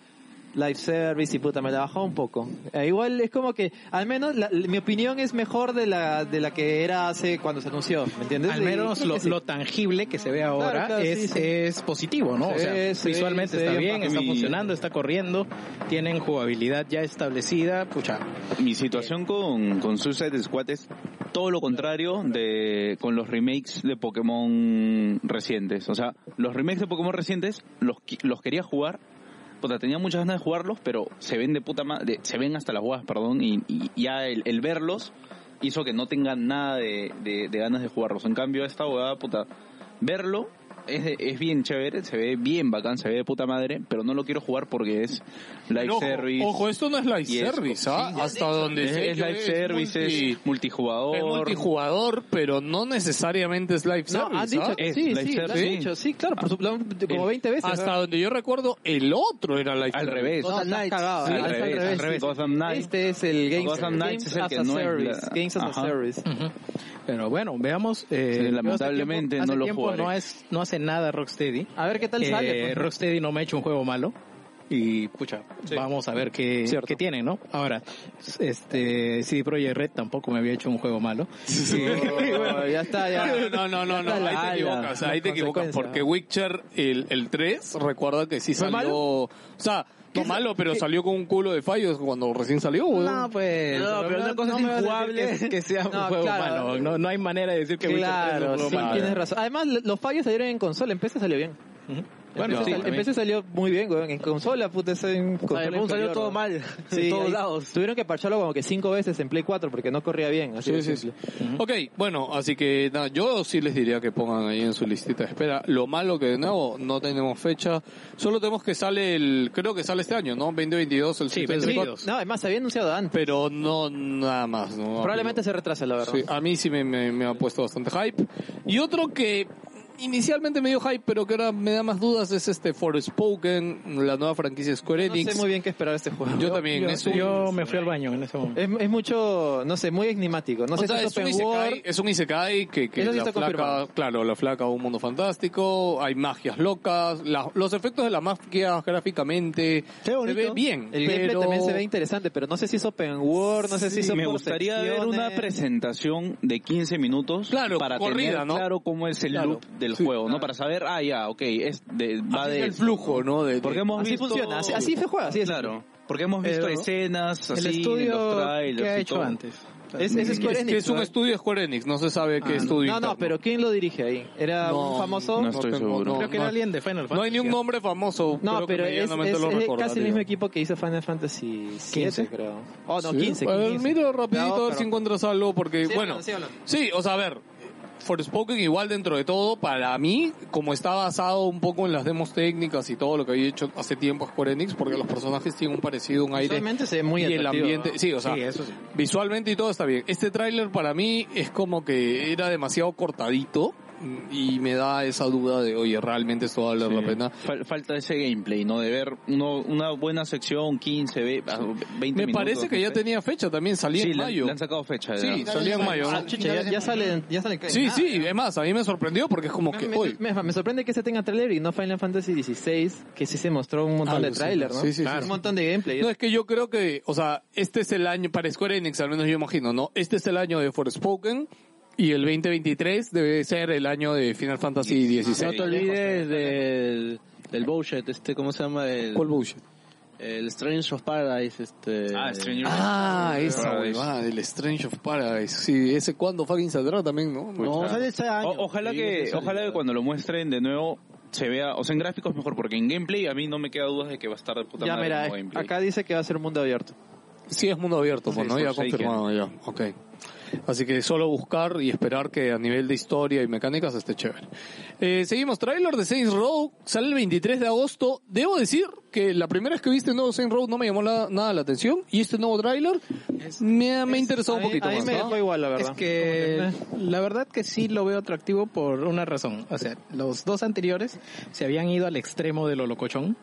[SPEAKER 7] live service y puta, me la bajó un poco. Eh, igual es como que, al menos la- mi opinión es mejor de la, de la que era hace cuando se anunció, ¿me entiendes?
[SPEAKER 4] Al
[SPEAKER 7] Y-
[SPEAKER 4] menos lo,
[SPEAKER 7] sí.
[SPEAKER 4] lo tangible que se ve ahora
[SPEAKER 7] claro,
[SPEAKER 4] es,
[SPEAKER 7] sí, sí.
[SPEAKER 4] es positivo, ¿no?
[SPEAKER 7] Se
[SPEAKER 4] o sea,
[SPEAKER 7] ve, se ve,
[SPEAKER 4] visualmente
[SPEAKER 7] se ve
[SPEAKER 4] está
[SPEAKER 7] bien
[SPEAKER 4] bien, está
[SPEAKER 5] bacán.
[SPEAKER 4] funcionando, está corriendo, tienen jugabilidad ya establecida, pucha.
[SPEAKER 5] Mi situación con, con Suicide Squad es todo lo contrario de con los remakes de Pokémon recientes. O sea, los remakes de Pokémon recientes los, qui- los quería jugar. Puta, tenía muchas ganas de jugarlos, pero se ven de puta ma- de- se ven hasta las huevas, perdón, y, y ya el, el verlos hizo que no tengan nada de, de- de ganas de jugarlos. En cambio, esta huevada, puta, verlo es, de- es bien chévere, se ve bien bacán, se ve de puta madre, pero no lo quiero jugar porque es live
[SPEAKER 2] Pero ojo,
[SPEAKER 5] service.
[SPEAKER 2] Ojo, esto no es live
[SPEAKER 5] Y es-
[SPEAKER 2] service, ¿ah? Hasta donde
[SPEAKER 5] Es,
[SPEAKER 2] sé
[SPEAKER 5] es
[SPEAKER 2] yo,
[SPEAKER 5] live services,
[SPEAKER 2] multi-
[SPEAKER 5] multijugador.
[SPEAKER 2] es multijugador, pero no necesariamente es live
[SPEAKER 7] No,
[SPEAKER 2] service.
[SPEAKER 7] han dicho,
[SPEAKER 2] ¿ah?
[SPEAKER 5] Es
[SPEAKER 7] sí,
[SPEAKER 5] live
[SPEAKER 7] sí, lo han
[SPEAKER 5] service. Ah. Eh,
[SPEAKER 7] dicho, sí, claro, por su- lo han- como
[SPEAKER 2] El-
[SPEAKER 7] 20 veces.
[SPEAKER 2] Hasta
[SPEAKER 7] ¿no?
[SPEAKER 2] donde yo recuerdo, el otro era live
[SPEAKER 5] al
[SPEAKER 2] service.
[SPEAKER 5] revés.
[SPEAKER 7] Gotham
[SPEAKER 6] Knights.
[SPEAKER 7] cagado,
[SPEAKER 5] Sí,
[SPEAKER 7] al
[SPEAKER 5] al
[SPEAKER 7] revés,
[SPEAKER 5] revés,
[SPEAKER 7] al
[SPEAKER 5] al
[SPEAKER 7] revés.
[SPEAKER 5] revés. Gotham Knights.
[SPEAKER 7] Este es el Games,
[SPEAKER 5] Gotham Knights
[SPEAKER 7] Games
[SPEAKER 5] es el
[SPEAKER 7] as
[SPEAKER 5] que
[SPEAKER 7] a
[SPEAKER 5] no es
[SPEAKER 7] Service.
[SPEAKER 5] la-
[SPEAKER 7] Games as a
[SPEAKER 5] Ajá.
[SPEAKER 7] Service.
[SPEAKER 4] Pero bueno, veamos. eh,
[SPEAKER 5] Sí,
[SPEAKER 4] yo hace
[SPEAKER 5] lamentablemente
[SPEAKER 4] tiempo-
[SPEAKER 5] no
[SPEAKER 4] hace
[SPEAKER 5] lo
[SPEAKER 4] tiempo
[SPEAKER 5] jugaré.
[SPEAKER 4] No, es, no hace nada Rocksteady.
[SPEAKER 7] A ver qué tal
[SPEAKER 4] Eh,
[SPEAKER 7] sale. pues.
[SPEAKER 4] Rocksteady no me ha hecho un juego malo. Y pucha, vamos a ver qué,
[SPEAKER 2] Cierto.
[SPEAKER 4] qué tiene, ¿no? Ahora, este CD Projekt Red tampoco me había hecho un juego malo.
[SPEAKER 7] Oh, ya está, ya.
[SPEAKER 2] No, no, no, no, ahí
[SPEAKER 7] Ya está la
[SPEAKER 2] te equivocas,
[SPEAKER 7] ala,
[SPEAKER 2] ahí te
[SPEAKER 7] la
[SPEAKER 2] equivocas,
[SPEAKER 7] consecuencia.
[SPEAKER 2] porque Witcher, el, el 3, recuerda que sí
[SPEAKER 7] ¿Fue
[SPEAKER 2] salió,
[SPEAKER 7] malo?
[SPEAKER 2] o sea, no
[SPEAKER 7] sa-
[SPEAKER 2] malo, pero salió con un culo de fallos cuando recién salió, weón.
[SPEAKER 4] No, pues.
[SPEAKER 7] No, pero una cosa es
[SPEAKER 4] me vas a decir
[SPEAKER 7] injugable.
[SPEAKER 4] Que, que sea un
[SPEAKER 7] No,
[SPEAKER 4] juego
[SPEAKER 7] claro.
[SPEAKER 4] malo. No, no hay manera de decir que Witcher tres es un
[SPEAKER 7] Claro,
[SPEAKER 4] juego
[SPEAKER 7] sí,
[SPEAKER 4] malo.
[SPEAKER 7] tienes razón. Además, lo- los fallos salieron en consola, en PC salió bien.
[SPEAKER 4] Bueno,
[SPEAKER 7] en, PC,
[SPEAKER 4] sí,
[SPEAKER 7] sal- en
[SPEAKER 4] también.
[SPEAKER 7] PC salió muy bien, weón. En consola, puta, ese en consola
[SPEAKER 6] Cyberpunk salió
[SPEAKER 7] inferior,
[SPEAKER 6] todo
[SPEAKER 7] weón.
[SPEAKER 6] mal,
[SPEAKER 7] Sí,
[SPEAKER 6] en todos
[SPEAKER 7] ahí
[SPEAKER 6] lados.
[SPEAKER 7] Tuvieron que parcharlo como que cinco veces en Play 4 porque no corría bien. Así
[SPEAKER 2] Sí,
[SPEAKER 7] de
[SPEAKER 2] sí, sí.
[SPEAKER 7] simple.
[SPEAKER 2] Ok, bueno, así que nada, yo sí les diría que pongan ahí en su listita de espera. Lo malo que de nuevo no tenemos fecha, solo tenemos que sale el, creo que sale este año, ¿no? 2022 el
[SPEAKER 4] Sí,
[SPEAKER 2] Suicide Squad,
[SPEAKER 4] 22.
[SPEAKER 7] No, es más, se había anunciado antes.
[SPEAKER 2] pero no nada más, ¿no?
[SPEAKER 7] Probablemente se retrase, la verdad.
[SPEAKER 2] Sí, a mí sí me, me- me ha puesto bastante hype. Y otro que inicialmente me dio hype, pero que ahora me da más dudas, es este Forspoken, la nueva franquicia Square
[SPEAKER 7] No sé
[SPEAKER 2] Enix.
[SPEAKER 7] muy bien qué esperar de este juego.
[SPEAKER 2] yo también, es un-
[SPEAKER 4] Yo me fui al baño en ese momento.
[SPEAKER 7] Es, es mucho, no sé, muy enigmático. No
[SPEAKER 2] o
[SPEAKER 7] sé
[SPEAKER 2] sea,
[SPEAKER 7] si es
[SPEAKER 2] es un,
[SPEAKER 7] open world.
[SPEAKER 2] isekai, es un isekai que, que
[SPEAKER 7] Eso sí
[SPEAKER 2] la
[SPEAKER 7] está
[SPEAKER 2] flaca,
[SPEAKER 7] confirmado.
[SPEAKER 2] claro, la flaca un mundo fantástico, hay magias locas, la- los efectos de la magia gráficamente se ve bien,
[SPEAKER 7] El gameplay
[SPEAKER 2] pero
[SPEAKER 7] también se ve interesante, pero no sé si es open world, no sé si es
[SPEAKER 5] me
[SPEAKER 7] por
[SPEAKER 5] gustaría ver una
[SPEAKER 7] secciones.
[SPEAKER 5] presentación de 15 minutos
[SPEAKER 2] Claro,
[SPEAKER 5] para
[SPEAKER 2] corrida,
[SPEAKER 5] tener
[SPEAKER 2] ¿no?
[SPEAKER 5] claro cómo es el
[SPEAKER 2] Claro.
[SPEAKER 5] loop del juego, ¿no? Para saber, ah, ya, ok, es de, va
[SPEAKER 2] Así
[SPEAKER 5] de...
[SPEAKER 2] el flujo, ¿no? De, de-
[SPEAKER 5] Porque hemos
[SPEAKER 7] Así
[SPEAKER 5] visto...
[SPEAKER 7] funciona, así, así se juega, así es.
[SPEAKER 5] Claro, porque hemos visto
[SPEAKER 4] Pero
[SPEAKER 5] escenas así,
[SPEAKER 4] el estudio
[SPEAKER 5] los
[SPEAKER 4] que
[SPEAKER 5] trailers
[SPEAKER 4] ha
[SPEAKER 5] y
[SPEAKER 4] hecho
[SPEAKER 5] todo.
[SPEAKER 4] antes.
[SPEAKER 7] Es, es Square
[SPEAKER 2] es que
[SPEAKER 7] Enix,
[SPEAKER 2] es un
[SPEAKER 7] ¿no?
[SPEAKER 2] estudio de Square Enix, no se sabe qué
[SPEAKER 4] Ah, no.
[SPEAKER 2] estudio.
[SPEAKER 7] No, no,
[SPEAKER 2] interno.
[SPEAKER 7] pero ¿quién lo dirige ahí? ¿Era un
[SPEAKER 2] No,
[SPEAKER 7] famoso?
[SPEAKER 5] No estoy
[SPEAKER 2] tengo-
[SPEAKER 5] seguro.
[SPEAKER 4] Creo que
[SPEAKER 2] no.
[SPEAKER 4] era alguien de Final Fantasy.
[SPEAKER 2] No hay ni un nombre famoso.
[SPEAKER 7] No,
[SPEAKER 2] creo que
[SPEAKER 7] pero es,
[SPEAKER 2] medianamente
[SPEAKER 7] es-
[SPEAKER 2] lo
[SPEAKER 7] es casi el
[SPEAKER 2] recordaría.
[SPEAKER 7] mismo equipo que hizo Final Fantasy 15, creo. Oh, no,
[SPEAKER 2] Sí,
[SPEAKER 7] 15,
[SPEAKER 2] a ver,
[SPEAKER 7] 15.
[SPEAKER 2] miro rapidito
[SPEAKER 7] No,
[SPEAKER 2] a ver
[SPEAKER 7] pero-
[SPEAKER 2] si encuentras algo, porque,
[SPEAKER 7] Sí,
[SPEAKER 2] bueno,
[SPEAKER 7] sí, hablando.
[SPEAKER 2] sí, o sea, a ver, Forspoken igual dentro de todo, para mí, como está basado un poco en las demos técnicas y todo lo que había hecho hace tiempo Square Enix, porque los personajes tienen un parecido, un aire
[SPEAKER 7] Realmente se ve muy
[SPEAKER 2] y el
[SPEAKER 7] atractivo,
[SPEAKER 2] ambiente,
[SPEAKER 7] ¿no?
[SPEAKER 2] sí, o sea,
[SPEAKER 4] Sí, eso sí.
[SPEAKER 2] visualmente y todo está bien. Este tráiler para mí es como que era demasiado cortadito mm, y me da esa duda de, oye, realmente esto va a valer la pena.
[SPEAKER 5] Fal- falta ese gameplay, ¿no? De ver uno- una buena sección, 15, ve- 20
[SPEAKER 2] Me
[SPEAKER 5] minutos.
[SPEAKER 2] parece que
[SPEAKER 5] no
[SPEAKER 2] ya
[SPEAKER 5] sé.
[SPEAKER 2] tenía fecha también, salía
[SPEAKER 5] Sí,
[SPEAKER 2] en
[SPEAKER 5] le,
[SPEAKER 2] mayo.
[SPEAKER 5] le han sacado fecha.
[SPEAKER 2] Sí,
[SPEAKER 5] ¿verdad?
[SPEAKER 2] salía en mayo. ¿no?
[SPEAKER 7] Ah, chucha, ya, ya salen, ya salen
[SPEAKER 2] Sí, sí, es más, a mí me sorprendió porque es como
[SPEAKER 7] Ah, Me-
[SPEAKER 2] que,
[SPEAKER 7] me,
[SPEAKER 2] uy,
[SPEAKER 7] me- me sorprende que este tenga trailer y no Final Fantasy 16, que sí se mostró un
[SPEAKER 6] Ah,
[SPEAKER 7] montón de
[SPEAKER 2] Alucina.
[SPEAKER 7] trailer, ¿no?
[SPEAKER 2] Sí, sí, sí,
[SPEAKER 7] Un montón de gameplay.
[SPEAKER 2] No, es que yo creo que, o sea, este es el año, para Square Enix al menos yo imagino, ¿no? Este es el año de Forspoken y el 2023 debe ser el año de Final Fantasy
[SPEAKER 6] No
[SPEAKER 2] 16.
[SPEAKER 6] te olvides del, del bullshit, este, ¿cómo se llama? El,
[SPEAKER 2] Paul Bush.
[SPEAKER 6] el Strange of Paradise, este.
[SPEAKER 5] Ah, Stranger
[SPEAKER 2] Ah, esa
[SPEAKER 5] Paradise.
[SPEAKER 2] huevada del Strange of Paradise. Sí, ese cuando fucking saldrá también, ¿no?
[SPEAKER 7] Pues
[SPEAKER 6] No,
[SPEAKER 5] Pucha.
[SPEAKER 6] sale este año.
[SPEAKER 5] O- ojalá
[SPEAKER 6] Sí,
[SPEAKER 5] que,
[SPEAKER 6] sale.
[SPEAKER 5] ojalá que cuando lo muestren de nuevo se vea, o sea, en gráficos mejor, porque en gameplay a mí no me queda dudas de que va a estar de puta
[SPEAKER 7] ya,
[SPEAKER 5] madre
[SPEAKER 7] mira, eh,
[SPEAKER 5] como gameplay.
[SPEAKER 7] acá dice que va a ser un mundo abierto.
[SPEAKER 2] Sí, es mundo abierto, pues, ¿no?
[SPEAKER 5] Sí,
[SPEAKER 2] Ya
[SPEAKER 5] Forsaken.
[SPEAKER 2] confirmado, ya. Ok. Así que solo buscar y esperar que a nivel de historia y mecánicas esté chévere. Eh, seguimos, trailer de Saints Row, sale el 23 de agosto. Debo decir que la primera vez que viste el nuevo Saints Row no me llamó la- nada la atención y este nuevo trailer me, ha- me ha interesado un
[SPEAKER 7] A mí-
[SPEAKER 2] poquito
[SPEAKER 7] a mí
[SPEAKER 2] más.
[SPEAKER 7] me
[SPEAKER 2] ¿no?
[SPEAKER 7] dejó igual, la
[SPEAKER 4] Es
[SPEAKER 7] verdad.
[SPEAKER 4] que la verdad que sí lo veo atractivo por una razón. O sea, los dos anteriores se habían ido al extremo de lo locochón.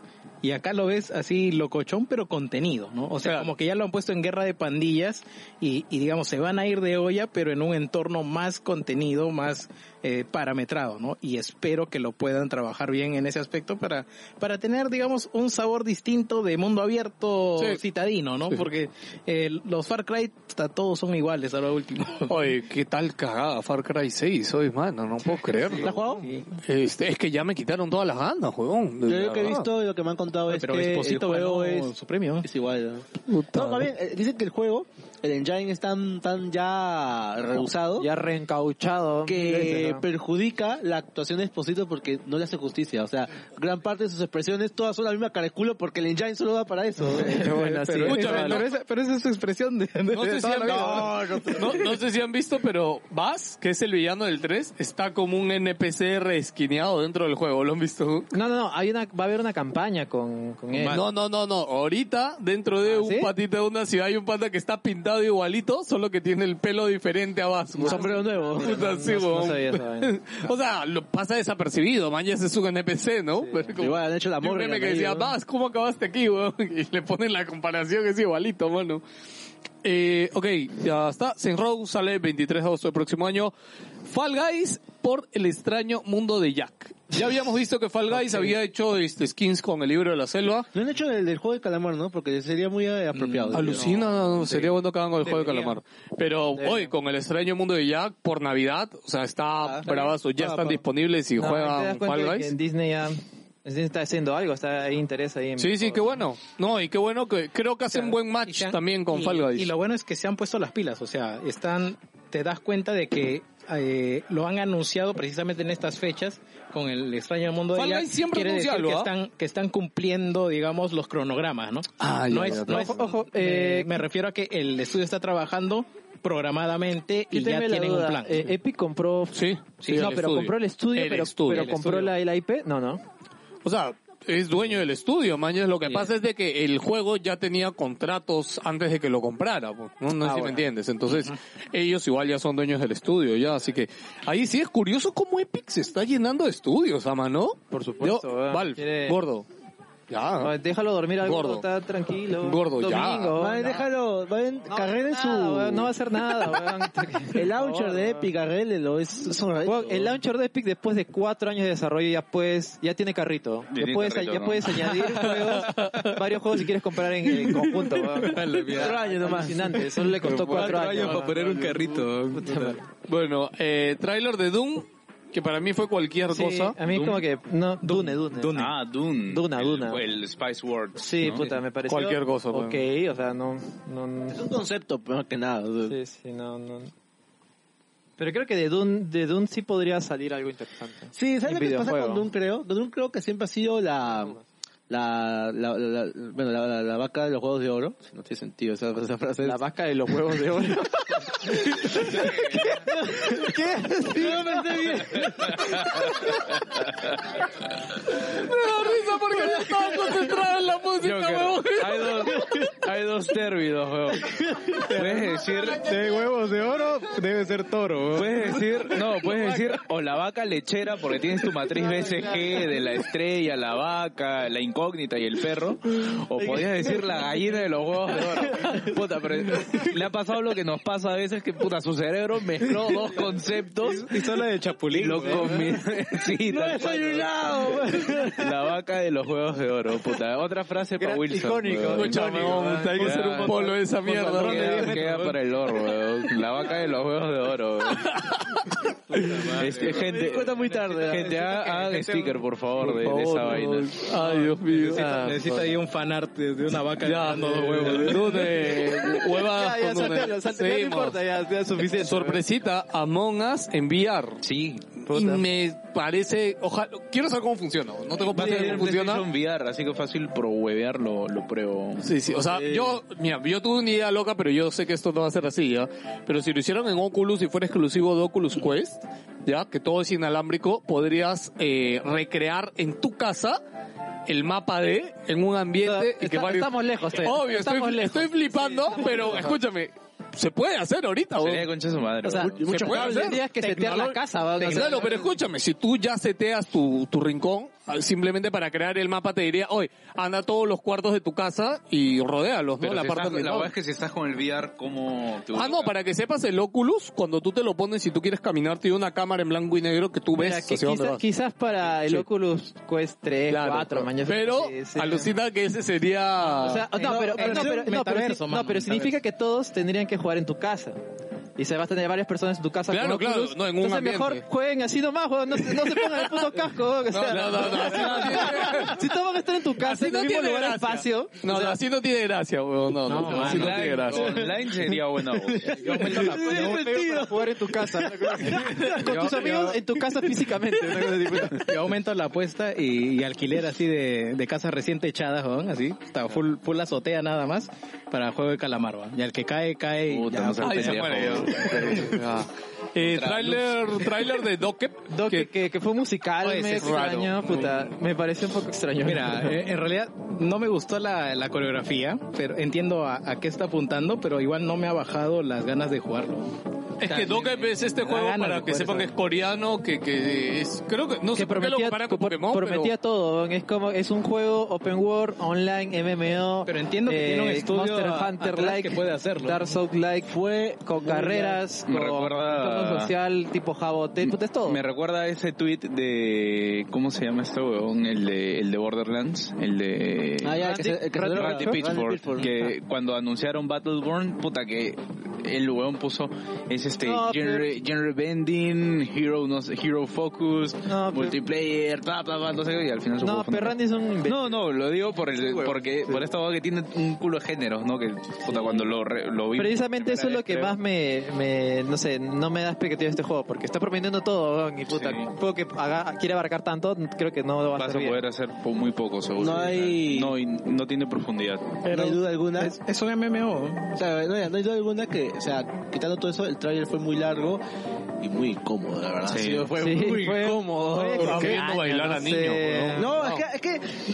[SPEAKER 4] Y acá lo ves así locochón, pero contenido, ¿no? O sea, como que ya lo han puesto en guerra de pandillas y, y, digamos, se van a ir de olla, pero en un entorno más contenido, más eh, parametrado, ¿no? Y espero que lo puedan trabajar bien en ese aspecto para, para tener, digamos, un sabor distinto de mundo abierto
[SPEAKER 2] Sí.
[SPEAKER 4] citadino, ¿no?
[SPEAKER 2] Sí.
[SPEAKER 4] Porque eh, los Far Cry hasta todos son iguales a lo último.
[SPEAKER 2] Oye, qué tal cagada Far Cry 6, hoy, mano, no puedo creerlo.
[SPEAKER 4] ¿La has jugado?
[SPEAKER 2] Este, es que ya me quitaron todas las ganas, huevón. de
[SPEAKER 6] Yo lo que he
[SPEAKER 2] verdad.
[SPEAKER 6] visto y lo que me han contado es
[SPEAKER 4] Pero
[SPEAKER 6] que el
[SPEAKER 4] Esposito
[SPEAKER 6] juego
[SPEAKER 4] ganó
[SPEAKER 6] es,
[SPEAKER 4] su premio. ¿no?
[SPEAKER 6] es igual. ¿no?
[SPEAKER 2] Puta.
[SPEAKER 6] No, más bien, eh, dicen que el juego, el engine es tan, tan ya rehusado
[SPEAKER 7] Ya reencauchado. mil veces,
[SPEAKER 6] que
[SPEAKER 7] ¿no?
[SPEAKER 6] perjudica la actuación de Esposito porque no le hace justicia. O sea, gran parte de sus expresiones todas son la misma cara de culo porque el engine solo da para eso.
[SPEAKER 7] Pero bueno, sí.
[SPEAKER 4] Pero,
[SPEAKER 2] Escúchame,
[SPEAKER 4] esa,
[SPEAKER 2] no.
[SPEAKER 4] pero, esa, pero esa es su expresión de, de-
[SPEAKER 2] No
[SPEAKER 4] de
[SPEAKER 2] sé, si
[SPEAKER 4] toda
[SPEAKER 2] han,
[SPEAKER 4] la vida.
[SPEAKER 2] no, no sé si han visto, pero Bass, que es el villano del 3, está como un NPC resquineado dentro del juego. ¿Lo han visto?
[SPEAKER 7] No, no, no, hay una, va a haber una campaña con, con él.
[SPEAKER 2] Eh, No, no, no, no. Ahorita, dentro de
[SPEAKER 7] ¿Ah,
[SPEAKER 2] un
[SPEAKER 7] sí?
[SPEAKER 2] patito de una ciudad, hay un pata que está pintado igualito, solo que tiene el pelo diferente a Bass. Un sombrero nuevo.
[SPEAKER 7] No- no sabía esa vaina.
[SPEAKER 2] o sea, lo pasa desapercibido. Mañana es un NPC, ¿no? Pero como-
[SPEAKER 6] Igual han hecho la
[SPEAKER 2] Yo un
[SPEAKER 6] morgue.
[SPEAKER 2] meme que decía, Vas, ¿cómo acabaste aquí, weón? Y le ponen la comparación que es igualito, mano. Eh, ok, ya está. Sin Row sale el 23 de agosto del próximo año. Fall Guys por el extraño mundo de Jack. Ya habíamos visto que Fall Guys había hecho este, skins con el libro de la selva.
[SPEAKER 6] No han hecho el del juego de calamar, ¿no? Porque sería muy
[SPEAKER 7] Mm,
[SPEAKER 6] eh, apropiado.
[SPEAKER 2] Alucina, sería bueno que hagan el juego de calamar. Pero hoy, con el extraño mundo de Jack, por Navidad, o sea, está
[SPEAKER 7] Ah,
[SPEAKER 2] bravazo. Ya están disponibles y
[SPEAKER 7] No, Ah, te das
[SPEAKER 2] juegan
[SPEAKER 7] cuenta
[SPEAKER 2] Fall
[SPEAKER 7] de que
[SPEAKER 2] Guys.
[SPEAKER 7] en Disney ya Disney está haciendo algo, está ahí interés ahí. en-
[SPEAKER 2] Sí, sí, qué bueno. No, y qué bueno que creo que hacen buen
[SPEAKER 4] Y
[SPEAKER 2] match
[SPEAKER 4] se han-
[SPEAKER 2] también con
[SPEAKER 4] y-
[SPEAKER 2] Fall Guys.
[SPEAKER 4] Y lo bueno es que se han puesto las pilas, o sea, están, te das cuenta de que eh, lo han anunciado precisamente en estas fechas con el extraño mundo
[SPEAKER 2] Fall
[SPEAKER 4] de Jack.
[SPEAKER 2] Guys siempre
[SPEAKER 4] Quiere decir
[SPEAKER 2] anunciarlo,
[SPEAKER 4] que
[SPEAKER 2] ¿ah?
[SPEAKER 4] están, que están cumpliendo, digamos, los cronogramas, ¿no?
[SPEAKER 2] Ah,
[SPEAKER 4] no
[SPEAKER 2] ya,
[SPEAKER 4] es,
[SPEAKER 2] ya,
[SPEAKER 4] no
[SPEAKER 2] ya.
[SPEAKER 4] es- ojo, eh, me refiero a que el estudio está trabajando programadamente
[SPEAKER 7] Yo
[SPEAKER 4] y ya
[SPEAKER 7] tengo la
[SPEAKER 4] tienen un
[SPEAKER 7] duda,
[SPEAKER 4] plan.
[SPEAKER 7] eh, Epic compró.
[SPEAKER 2] Sí, sí,
[SPEAKER 7] no,
[SPEAKER 2] el
[SPEAKER 7] pero
[SPEAKER 2] estudio.
[SPEAKER 7] compró el estudio,
[SPEAKER 2] El
[SPEAKER 7] pero,
[SPEAKER 2] estudio,
[SPEAKER 7] pero
[SPEAKER 2] el
[SPEAKER 7] compró
[SPEAKER 2] estudio.
[SPEAKER 7] La, la IP. No, no.
[SPEAKER 2] O sea, es dueño del estudio, mañas. Lo que pasa es de que el juego ya tenía contratos antes de que lo comprara, po. no, no sé si me entiendes. Entonces, ellos igual ya son dueños del estudio, ya. Así que ahí sí es curioso cómo Epic se está llenando de estudios, ama, ¿no?
[SPEAKER 7] Por supuesto,
[SPEAKER 2] Yo-
[SPEAKER 7] weón.
[SPEAKER 2] Valve,
[SPEAKER 7] Quiere-
[SPEAKER 2] gordo. Ya.
[SPEAKER 7] Ay, Déjalo dormir al
[SPEAKER 2] Ah. Gordo.
[SPEAKER 7] gordo, está tranquilo.
[SPEAKER 2] Gordo, ya.
[SPEAKER 7] Domingo,
[SPEAKER 2] Ay,
[SPEAKER 7] ya.
[SPEAKER 6] déjalo, va en,
[SPEAKER 7] No,
[SPEAKER 6] carrelen
[SPEAKER 7] nada,
[SPEAKER 6] su...
[SPEAKER 7] weón, no va a hacer nada, weón.
[SPEAKER 6] el launcher de Epic, carrélenlo, es, es un reto.
[SPEAKER 7] Weón, el launcher de Epic después de cuatro años de desarrollo ya puedes, ya tiene carrito.
[SPEAKER 5] Ya
[SPEAKER 7] Ya,
[SPEAKER 5] tiene
[SPEAKER 7] puedes,
[SPEAKER 5] carrito,
[SPEAKER 7] ya
[SPEAKER 5] ¿no?
[SPEAKER 7] puedes añadir juegos, varios juegos si quieres comprar en, en conjunto. weón. Cuatro años nomás. Alucinante, solo le costó cuatro, años.
[SPEAKER 4] para
[SPEAKER 7] weón.
[SPEAKER 4] poner un carrito.
[SPEAKER 2] Bueno, eh, trailer de Doom, que para mí fue cualquier
[SPEAKER 7] Sí,
[SPEAKER 2] cosa.
[SPEAKER 7] a mí es como que, no, Dune, Dune.
[SPEAKER 5] Ah, Dune.
[SPEAKER 7] Duna,
[SPEAKER 5] El-
[SPEAKER 7] Duna.
[SPEAKER 5] El, Spice World.
[SPEAKER 7] Sí, puta, me pareció.
[SPEAKER 2] Cualquier cosa, weón.
[SPEAKER 7] Ok, o sea, no, no, no-
[SPEAKER 6] Es un concepto, pero que nada. o sea,
[SPEAKER 7] Sí, sí, no, no. Pero creo que de Dune, de Dune sí podría salir algo interesante.
[SPEAKER 6] Sí, ¿sabes
[SPEAKER 7] En
[SPEAKER 6] lo que pasa
[SPEAKER 7] videojuego.
[SPEAKER 6] con Doom, creo? Con Doom creo que siempre ha sido la... La, la, la, la- bueno, la, la- la vaca de los juegos de oro, si no tiene sentido esa, esa frase.
[SPEAKER 7] La vaca de los huevos de oro.
[SPEAKER 2] risa porque no estaba concentrado en la música, huevón.
[SPEAKER 4] Hay dos, hay dos términos, weón. Puedes decir,
[SPEAKER 13] De huevos de oro debe ser toro. weón.
[SPEAKER 4] puedes decir, no, puedes decir o la vaca lechera porque tienes tu matriz BCG de la estrella, la vaca, la incógnita y el perro, o podrías decir la gallina de los huevos de oro. Puta, pero le ha pasado lo que nos pasa a veces que puta su cerebro mezcló dos conceptos
[SPEAKER 13] Hizo la de Chapulín.
[SPEAKER 4] y lo
[SPEAKER 2] pues.
[SPEAKER 13] weón.
[SPEAKER 4] combinó. Sí, tal cual. La vaca de los huevos de oro, puta. Otra frase para Wilson. weón.
[SPEAKER 2] Escucha, huevón, hay que hacer un polo de esa mierda.
[SPEAKER 4] Queda- Queda, para el oro, weón. La vaca de los huevos de oro. weón. Este, gente, muy tarde. Gente, ha- hagan sticker, por favor, de, de esa vaina.
[SPEAKER 2] Ay, Dios mío.
[SPEAKER 13] Necesita ahí un fanart de de una vaca.
[SPEAKER 2] Ya, no, huevos. Dune, huevas
[SPEAKER 7] ya,
[SPEAKER 2] con
[SPEAKER 7] ya,
[SPEAKER 2] Dune.
[SPEAKER 7] saltelo, saltelo, ya no
[SPEAKER 2] Seguimos.
[SPEAKER 7] importa, ya, ya es suficiente.
[SPEAKER 2] Sorpresita, Among Us en VR.
[SPEAKER 4] Sí.
[SPEAKER 2] Y me parece, ojalá, quiero saber cómo funciona. No tengo
[SPEAKER 4] Va a
[SPEAKER 2] idea de
[SPEAKER 4] salir en
[SPEAKER 2] cómo funciona.
[SPEAKER 4] PlayStation VR, así que fácil pro huevear lo, lo pruebo.
[SPEAKER 2] Sí, sí, o sea, yo, mira, yo tuve una idea loca, pero yo sé que esto no va a ser así, ¿ya? Pero si lo hicieron en Oculus y fuera exclusivo de Oculus Quest, ¿ya? Que todo es inalámbrico, podrías eh, recrear en tu casa el mapa de, en un ambiente...
[SPEAKER 7] Está-
[SPEAKER 2] y que
[SPEAKER 7] está-
[SPEAKER 2] varios-
[SPEAKER 7] estamos lejos eh. todavía.
[SPEAKER 2] Obvio, estoy-
[SPEAKER 7] Estamos lejos.
[SPEAKER 2] estoy flipando, pero escúchame, se puede hacer ahorita, ¿o?
[SPEAKER 4] Sería concha de su madre.
[SPEAKER 7] O sea,
[SPEAKER 4] weón.
[SPEAKER 2] mucho
[SPEAKER 7] puede
[SPEAKER 2] cable.
[SPEAKER 7] Tendrías que setear la casa, va, o sea,
[SPEAKER 2] Claro, pero escúchame, si tú ya seteas tu, tu rincón, ah, simplemente para crear el mapa te diría, oye, anda a todos los cuartos de tu casa y rodéalos, ¿no?
[SPEAKER 5] Pero
[SPEAKER 2] la
[SPEAKER 5] si
[SPEAKER 2] parte
[SPEAKER 5] estás- la
[SPEAKER 2] donde
[SPEAKER 5] verdad es que si estás con el VR, ¿cómo te
[SPEAKER 2] Ah, no,
[SPEAKER 5] ubicas?
[SPEAKER 2] para que sepas, el Oculus, cuando tú te lo pones, si tú quieres caminar, tiene una cámara en blanco y negro que tú ves
[SPEAKER 7] Mira, que
[SPEAKER 2] hacia dónde
[SPEAKER 7] quizás,
[SPEAKER 2] vas.
[SPEAKER 7] quizás para el
[SPEAKER 2] Sí.
[SPEAKER 7] Oculus Quest 3,
[SPEAKER 2] Claro.
[SPEAKER 7] 4, mañana.
[SPEAKER 2] pero
[SPEAKER 7] sí, sí.
[SPEAKER 2] alucina que ese sería...
[SPEAKER 7] O sea, no, pero,
[SPEAKER 13] pero
[SPEAKER 7] no,
[SPEAKER 13] es un
[SPEAKER 7] pero- no, pero
[SPEAKER 13] metaverso,
[SPEAKER 7] sí- no,
[SPEAKER 13] mano,
[SPEAKER 7] pero
[SPEAKER 13] metaverso.
[SPEAKER 7] significa que todos tendrían que jugar en tu casa. Y se va a tener varias personas en tu casa.
[SPEAKER 2] Claro,
[SPEAKER 7] con
[SPEAKER 2] claro,
[SPEAKER 7] Oculus.
[SPEAKER 2] no, en un
[SPEAKER 7] Entonces
[SPEAKER 2] ambiente.
[SPEAKER 7] mejor jueguen así nomás, weón, no, se- no se pongan el puto casco. weón, o sea,
[SPEAKER 2] no, no, no, así no tiene-
[SPEAKER 7] Si todos van a estar en tu casa,
[SPEAKER 2] Así
[SPEAKER 7] en
[SPEAKER 2] no
[SPEAKER 7] el mismo
[SPEAKER 2] tiene
[SPEAKER 7] lugar,
[SPEAKER 2] gracia.
[SPEAKER 7] espacio.
[SPEAKER 2] no, no, así no tiene gracia, weón. No, no, no, así no tiene
[SPEAKER 5] online,
[SPEAKER 2] gracia.
[SPEAKER 5] online sería buena opción. Yo aumento la-
[SPEAKER 7] Es divertido. jugar en tu casa. Con tus
[SPEAKER 4] Yo-
[SPEAKER 7] amigos
[SPEAKER 4] yo-
[SPEAKER 7] en tu casa físicamente. una cosa así, pues.
[SPEAKER 4] Yo aumento la apuesta y, y alquiler así de, de casas recién techadas, weón, así, está full, full azotea nada más, para juego de calamar, weón. Y al que cae, cae. y
[SPEAKER 5] Puta,
[SPEAKER 4] ya,
[SPEAKER 5] no seas
[SPEAKER 4] weón.
[SPEAKER 2] Ay, se
[SPEAKER 5] pendejo,
[SPEAKER 2] muere,
[SPEAKER 5] weón.
[SPEAKER 2] Ah. Eh, trailer, trailer de Dockep.
[SPEAKER 7] Doc, que, que, que fue musical,
[SPEAKER 4] Oye,
[SPEAKER 7] me
[SPEAKER 4] sí,
[SPEAKER 2] raro.
[SPEAKER 7] extraño, puta. Me parece un poco extraño.
[SPEAKER 4] Mira, eh, en realidad no me gustó la, la coreografía, pero entiendo a, a qué está apuntando, pero igual no me ha bajado las ganas de jugarlo.
[SPEAKER 2] Es que Dockep es este
[SPEAKER 4] Da
[SPEAKER 2] juego
[SPEAKER 4] ganas
[SPEAKER 2] para
[SPEAKER 4] de
[SPEAKER 2] que
[SPEAKER 4] jugar
[SPEAKER 2] sepan
[SPEAKER 4] eso.
[SPEAKER 2] que es coreano, que, que es... Creo que... No sé
[SPEAKER 7] que
[SPEAKER 2] por qué lo
[SPEAKER 7] prometía,
[SPEAKER 2] comparan con
[SPEAKER 7] pro-
[SPEAKER 2] Pokémon, pero...
[SPEAKER 7] prometía todo. weón. Es como es un juego open world, online, MMO.
[SPEAKER 4] Pero entiendo que tiene un estudio
[SPEAKER 7] eh, Monster
[SPEAKER 4] a-
[SPEAKER 7] Hunter
[SPEAKER 4] atrás
[SPEAKER 7] like,
[SPEAKER 4] que puede hacerlo.
[SPEAKER 7] Dark Souls like, fue con carreras,
[SPEAKER 5] Me
[SPEAKER 7] con
[SPEAKER 5] recuerda-
[SPEAKER 7] entorno social tipo Jabote, puta, es todo.
[SPEAKER 5] Me recuerda a ese tweet de. ¿Cómo se llama este huevón? El de, el de Borderlands. El de.
[SPEAKER 6] Ah, ya, el que se- el que se
[SPEAKER 5] Randy
[SPEAKER 6] droga.
[SPEAKER 5] Randy Pitchford,
[SPEAKER 6] Randy Pitchford.
[SPEAKER 5] Que cuando anunciaron Battleborn, puta que. El huevón puso. Es este.
[SPEAKER 7] No,
[SPEAKER 5] genre, genre bending, hero, no sé, hero focus,
[SPEAKER 7] No, pero-
[SPEAKER 5] multiplayer, bla, bla, bla, no sé qué, y al final su
[SPEAKER 7] no,
[SPEAKER 5] juego fue una-
[SPEAKER 7] pero Randy es un imbécil.
[SPEAKER 5] No, no, lo digo por el, porque, por esta huevón que tiene un culo de género, ¿no? Que, puta, cuando lo, re- lo vi.
[SPEAKER 7] Precisamente eso es lo que
[SPEAKER 5] Creo.
[SPEAKER 7] más me, me- no sé, no me da expectativa este juego, porque está prometiendo todo, weón, y puta,
[SPEAKER 5] Sí.
[SPEAKER 7] un juego que haga- quiere abarcar tanto, creo que no lo va a
[SPEAKER 5] Vas a
[SPEAKER 7] hacer bien.
[SPEAKER 5] poder hacer po- muy poco, seguro.
[SPEAKER 6] No hay-
[SPEAKER 5] No, y no tiene profundidad.
[SPEAKER 6] no hay duda alguna.
[SPEAKER 4] Es, es un MMO.
[SPEAKER 6] O sea, no, hay- no hay duda alguna que, o sea, quitando todo eso, el tráiler fue muy largo y muy incómodo, la verdad.
[SPEAKER 5] Sí.
[SPEAKER 6] Sí, fue
[SPEAKER 7] Sí,
[SPEAKER 6] muy
[SPEAKER 7] fue-
[SPEAKER 6] incómodo.
[SPEAKER 7] fue
[SPEAKER 2] Estaba viendo
[SPEAKER 7] extraño,
[SPEAKER 2] bailar
[SPEAKER 7] no
[SPEAKER 2] a
[SPEAKER 7] sé.
[SPEAKER 2] niños, weón.
[SPEAKER 6] No, es que
[SPEAKER 18] era, es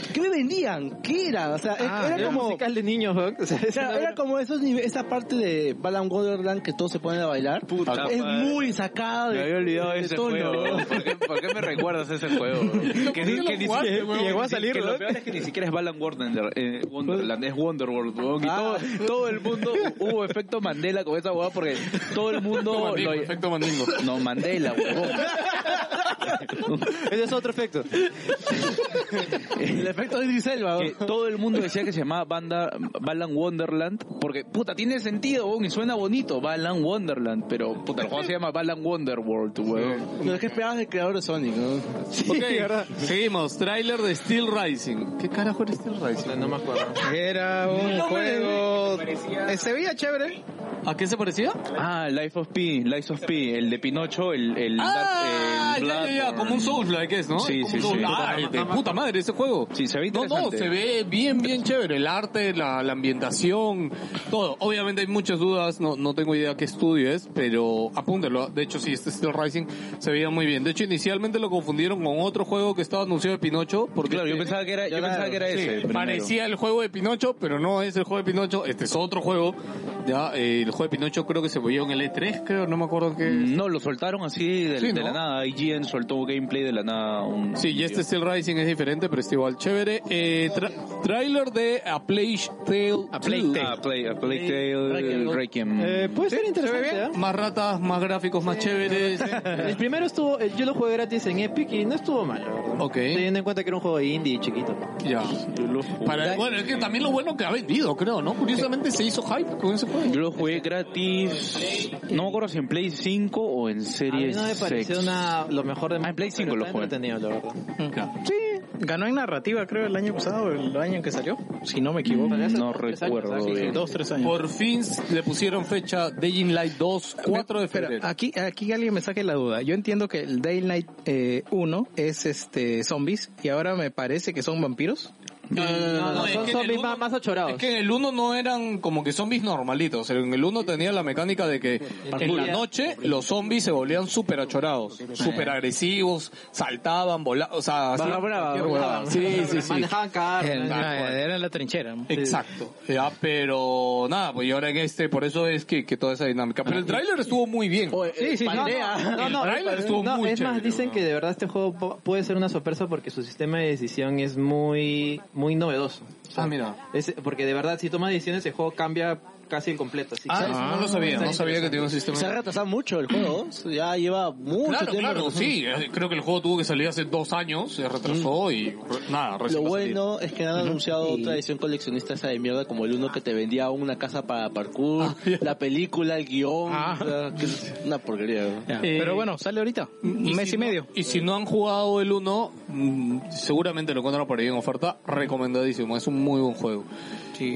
[SPEAKER 18] que, ¿qué me vendían? ¿Qué era? O sea, es-
[SPEAKER 4] Ah,
[SPEAKER 18] era
[SPEAKER 4] era
[SPEAKER 18] como...
[SPEAKER 7] musical de niños, ¿no? O sea, es
[SPEAKER 18] Claro,
[SPEAKER 7] una-
[SPEAKER 18] era como esos nive- esa parte de Balan Wonderland que todos se ponen a bailar.
[SPEAKER 5] Puta
[SPEAKER 18] es
[SPEAKER 5] madre.
[SPEAKER 18] muy sacado de,
[SPEAKER 5] Me había olvidado
[SPEAKER 18] de
[SPEAKER 5] ese
[SPEAKER 18] tono.
[SPEAKER 5] juego. ¿Por qué, por qué me recuerdas ese juego? que ni- que ni siquiera- que
[SPEAKER 4] Llegó a salir,
[SPEAKER 5] que
[SPEAKER 4] ¿no?
[SPEAKER 5] lo peor es que ni siquiera es Balan Wonderland, eh, Wonderland, es Wonderworld, weón, y
[SPEAKER 7] Ah.
[SPEAKER 5] todo, todo el mundo hubo efecto Mandela con esa hueá porque todo el mundo
[SPEAKER 2] Mandingo,
[SPEAKER 5] lo-
[SPEAKER 2] efecto mandingo.
[SPEAKER 5] no Mandela, huevón.
[SPEAKER 7] Ese es otro efecto.
[SPEAKER 18] El efecto de Idris Elba.
[SPEAKER 5] que todo el mundo decía que se llamaba banda Balan Wonderland porque puta tiene sentido weón, y suena bonito Balan Wonderland pero puta el juego se llama Balan Wonderworld weón.
[SPEAKER 18] ¿no? Lo que esperabas del creador de Sonic, ¿no?
[SPEAKER 2] Ok, seguimos. Trailer de Steel Rising. ¿Qué carajo era Steel Rising?
[SPEAKER 7] No me acuerdo.
[SPEAKER 4] Era un juego. Eh, Se veía chévere.
[SPEAKER 2] ¿A qué se parecía?
[SPEAKER 5] ah Life of P Life of P el de Pinocho el el,
[SPEAKER 2] Ah,
[SPEAKER 5] el
[SPEAKER 2] ya, ya, ya,
[SPEAKER 5] Bloodborne.
[SPEAKER 2] como un Soulfly, es, no?
[SPEAKER 5] Sí,
[SPEAKER 2] Como
[SPEAKER 5] sí,
[SPEAKER 2] un
[SPEAKER 5] sí.
[SPEAKER 2] Soulfly. Ay, de puta madre ese juego.
[SPEAKER 5] Sí, se ve
[SPEAKER 2] No, no,
[SPEAKER 5] interesante.
[SPEAKER 2] se ve bien, bien chévere. El arte, la, la ambientación, todo. Obviamente hay muchas dudas, no, no tengo idea qué estudio es, pero apúntelo. De hecho, sí, este Steel Rising se veía muy bien. De hecho, inicialmente lo confundieron con otro juego que estaba anunciado de Pinocho. Porque
[SPEAKER 5] claro yo
[SPEAKER 2] este-
[SPEAKER 5] pensaba que era yo pensaba que era
[SPEAKER 2] Sí,
[SPEAKER 5] ese primero.
[SPEAKER 2] parecía el juego de Pinocho, pero no es el juego de Pinocho, este es otro juego. Ya, eh, el juego de Pinocho creo que se vio en el E3, creo, no me acuerdo qué.
[SPEAKER 5] no lo soltaron así de,
[SPEAKER 2] Sí,
[SPEAKER 5] de la
[SPEAKER 2] ¿no?
[SPEAKER 5] nada IGN soltó gameplay de la nada un-
[SPEAKER 2] Sí, y este Steel Rising es diferente, pero es igual chévere. Eh, tra- trailer de A Plague Tale.
[SPEAKER 5] a Plague Tale, a Ah, Plague, a Plague Tale Requiem.
[SPEAKER 7] Eh, puede ser interesante, ¿eh?
[SPEAKER 2] Más ratas, más gráficos, más chéveres.
[SPEAKER 7] El primero estuvo, eh, yo lo jugué gratis en Epic y no estuvo mal, la verdad.
[SPEAKER 2] Ok.
[SPEAKER 7] Teniendo en cuenta que era un juego indie chiquito.
[SPEAKER 2] ya. Para, bueno, es que también lo bueno que ha vendido, creo, ¿no? Curiosamente se hizo hype con ese juego.
[SPEAKER 5] Yo lo jugué gratis. No me acuerdo si en Play 5 o en
[SPEAKER 7] A mí
[SPEAKER 5] Series
[SPEAKER 7] no me pareció
[SPEAKER 5] 6.
[SPEAKER 7] una, lo mejor de
[SPEAKER 5] Ah, en Play
[SPEAKER 7] pero
[SPEAKER 5] 5 lo
[SPEAKER 7] está
[SPEAKER 5] jugué.
[SPEAKER 7] entretenido, la verdad.
[SPEAKER 4] Ganó en narrativa, creo, el año pasado, el año que salió. Si no me equivoco.
[SPEAKER 5] No recuerdo. bien.
[SPEAKER 4] Dos, tres años.
[SPEAKER 2] Por fin le pusieron fecha Dying Light 2, 4 de
[SPEAKER 4] Pero
[SPEAKER 2] febrero.
[SPEAKER 4] aquí, aquí alguien me saque la duda. Yo entiendo que el Daylight eh, 1 es este zombies y ahora me parece que son vampiros.
[SPEAKER 2] No,
[SPEAKER 7] no, no,
[SPEAKER 2] es
[SPEAKER 7] son
[SPEAKER 2] que en el
[SPEAKER 7] zombies
[SPEAKER 2] uno-
[SPEAKER 7] más- más achorados.
[SPEAKER 2] Es que en el 1 no eran como que zombies normalitos. o sea, En el 1 tenía la mecánica de que en la noche los zombies se volvían súper achorados, súper agresivos, saltaban, volaban, o sea, hacían
[SPEAKER 7] Barra brava,
[SPEAKER 2] cualquier
[SPEAKER 7] brava.
[SPEAKER 2] huevada. Sí, sí, sí.
[SPEAKER 7] Manejaban carros.
[SPEAKER 4] Eh,
[SPEAKER 7] ¿no?
[SPEAKER 4] ah, era en la trinchera.
[SPEAKER 2] Exacto. Ya, pero nada, pues y ahora en este, por eso es que, que toda esa dinámica. Pero el tráiler estuvo muy bien.
[SPEAKER 4] Sí, sí, sí.
[SPEAKER 7] No,
[SPEAKER 2] El
[SPEAKER 7] no,
[SPEAKER 2] tráiler estuvo
[SPEAKER 7] no,
[SPEAKER 2] muy
[SPEAKER 7] es más,
[SPEAKER 2] chévere,
[SPEAKER 7] dicen
[SPEAKER 2] ¿no?
[SPEAKER 7] que de verdad este juego po- puede ser una sorpresa porque su sistema de decisión es muy, muy novedoso. O sea,
[SPEAKER 2] Ah, mira.
[SPEAKER 7] es- porque de verdad, si tomas decisiones, el juego cambia casi el completo. Así
[SPEAKER 2] Ah, eso no lo sabía, no sabía que tenía un sistema.
[SPEAKER 18] Se ha retrasado mucho el juego. Ya lleva mucho
[SPEAKER 2] Claro,
[SPEAKER 18] tiempo.
[SPEAKER 2] claro, sí. eh, Creo que el juego tuvo que salir hace dos años, se
[SPEAKER 7] Mm.
[SPEAKER 2] retrasó y re-
[SPEAKER 7] Pues
[SPEAKER 2] nada,
[SPEAKER 18] Lo
[SPEAKER 2] recién va a salir.
[SPEAKER 18] bueno es que han anunciado otra edición coleccionista esa de mierda como el uno que te vendía una casa para parkour,
[SPEAKER 7] Ah,
[SPEAKER 18] la película, el guión,
[SPEAKER 4] Ah.
[SPEAKER 18] o sea, que es una porquería. ¿no?
[SPEAKER 4] Ya,
[SPEAKER 2] Eh,
[SPEAKER 4] Pero bueno, sale ahorita. Un mes
[SPEAKER 2] si
[SPEAKER 4] y
[SPEAKER 2] no-
[SPEAKER 4] medio.
[SPEAKER 2] Y si no han jugado el 1, seguramente lo encuentran por ahí en oferta. Recomendadísimo, es un muy buen juego.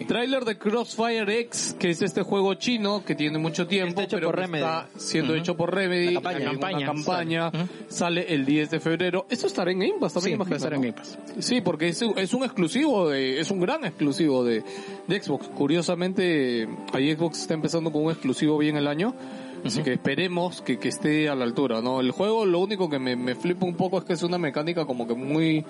[SPEAKER 2] Trailer de Crossfire X, que es este juego chino que tiene mucho tiempo,
[SPEAKER 7] Está hecho
[SPEAKER 2] pero
[SPEAKER 7] por
[SPEAKER 2] que
[SPEAKER 7] Remedy.
[SPEAKER 2] está siendo hecho por Remedy.
[SPEAKER 4] La campaña.
[SPEAKER 2] hay
[SPEAKER 4] Campaña,
[SPEAKER 2] una campaña
[SPEAKER 4] sale.
[SPEAKER 2] sale. el 10 de febrero. Esto estará en Game Pass
[SPEAKER 4] Sí,
[SPEAKER 2] también,
[SPEAKER 4] va a
[SPEAKER 2] imagino,
[SPEAKER 4] estar en
[SPEAKER 2] ¿no?
[SPEAKER 4] Game Pass.
[SPEAKER 2] Sí, porque es, es un exclusivo, de, es un gran exclusivo de, de Xbox. Curiosamente, ahí Xbox está empezando con un exclusivo bien el año. Así que esperemos que, que esté a la altura, ¿no? El juego lo único que me, me flipa un poco es que es una mecánica como que muy,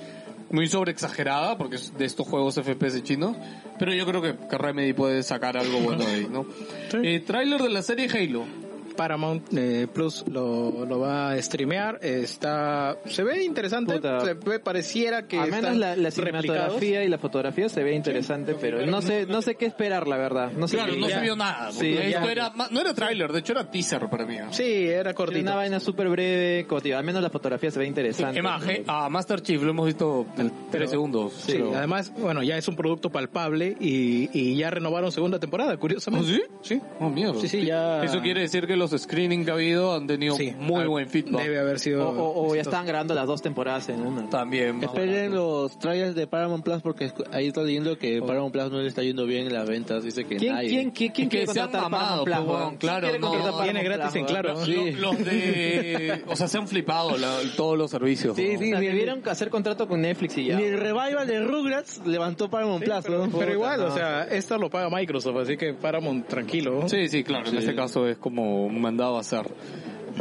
[SPEAKER 2] muy sobreexagerada, porque es de estos juegos FPS chinos. Pero yo creo que, que Remedy puede sacar algo bueno de ahí, ¿no? Eh, trailer de la serie Halo.
[SPEAKER 4] Paramount eh, Plus lo, lo va a streamear. Está, se ve interesante.
[SPEAKER 7] Puta.
[SPEAKER 4] Se ve- pareciera que
[SPEAKER 7] al menos
[SPEAKER 4] están
[SPEAKER 7] la, la
[SPEAKER 4] replicados.
[SPEAKER 7] cinematografía y la fotografía se ve interesante, pero no sé, no sé qué esperar, la verdad. No sé
[SPEAKER 2] Claro,
[SPEAKER 7] qué-
[SPEAKER 2] no
[SPEAKER 7] ya.
[SPEAKER 2] se vio nada.
[SPEAKER 7] Sí,
[SPEAKER 2] porque esto
[SPEAKER 7] ya.
[SPEAKER 2] era, ma- no era trailer, de hecho era teaser para mí. ¿eh?
[SPEAKER 4] Sí, era
[SPEAKER 7] Sí,
[SPEAKER 4] cortito.
[SPEAKER 7] Una vaina súper breve, como te digo, al menos la fotografía se ve interesante.
[SPEAKER 2] Es más, G- ¿eh? a Master Chief lo hemos visto en
[SPEAKER 4] Pero-
[SPEAKER 2] tres segundos.
[SPEAKER 4] Sí,
[SPEAKER 2] pero-
[SPEAKER 4] además, bueno, ya es un producto palpable y, y ya renovaron segunda temporada, curiosamente.
[SPEAKER 2] ¿Ah, sí? Oh, mierda.
[SPEAKER 4] Sí, sí, ya.
[SPEAKER 2] Eso quiere decir que los screening que ha habido han tenido
[SPEAKER 4] Sí,
[SPEAKER 2] muy
[SPEAKER 4] al-
[SPEAKER 2] buen feedback.
[SPEAKER 4] Debe haber
[SPEAKER 7] o,
[SPEAKER 4] sido.
[SPEAKER 7] o- o ya estaban grabando las dos temporadas en una.
[SPEAKER 2] También. vamos.
[SPEAKER 18] Esperen los trailers de Paramount Plus porque escu- ahí está leyendo que
[SPEAKER 2] Oh.
[SPEAKER 18] Paramount Plus no le está yendo bien en las ventas, dice que
[SPEAKER 7] ¿Quién,
[SPEAKER 18] nadie.
[SPEAKER 7] quién, quién, quién
[SPEAKER 2] Que
[SPEAKER 7] quiere
[SPEAKER 2] se han
[SPEAKER 7] contratar
[SPEAKER 2] mamado,
[SPEAKER 7] Paramount Plus,
[SPEAKER 2] pues, weón,
[SPEAKER 7] weón?
[SPEAKER 2] claro,
[SPEAKER 7] ¿Quién quiere
[SPEAKER 2] no,
[SPEAKER 7] contratar
[SPEAKER 2] viene
[SPEAKER 7] Paramount
[SPEAKER 4] gratis
[SPEAKER 7] Plus,
[SPEAKER 4] en
[SPEAKER 7] weón?
[SPEAKER 4] Claro.
[SPEAKER 2] Lo- Los de... O sea, se han flipado la- todos los servicios.
[SPEAKER 18] Sí,
[SPEAKER 7] O
[SPEAKER 18] sí,
[SPEAKER 7] sea,
[SPEAKER 18] ni,
[SPEAKER 7] debieron hacer contrato con Netflix y ya.
[SPEAKER 18] ni el revival de Rugrats levantó Paramount Plus, ¿no?
[SPEAKER 4] Pero igual, o sea, esto lo paga Microsoft, así que Paramount, tranquilo.
[SPEAKER 2] Sí, sí, claro. En este caso es como mandado a hacer.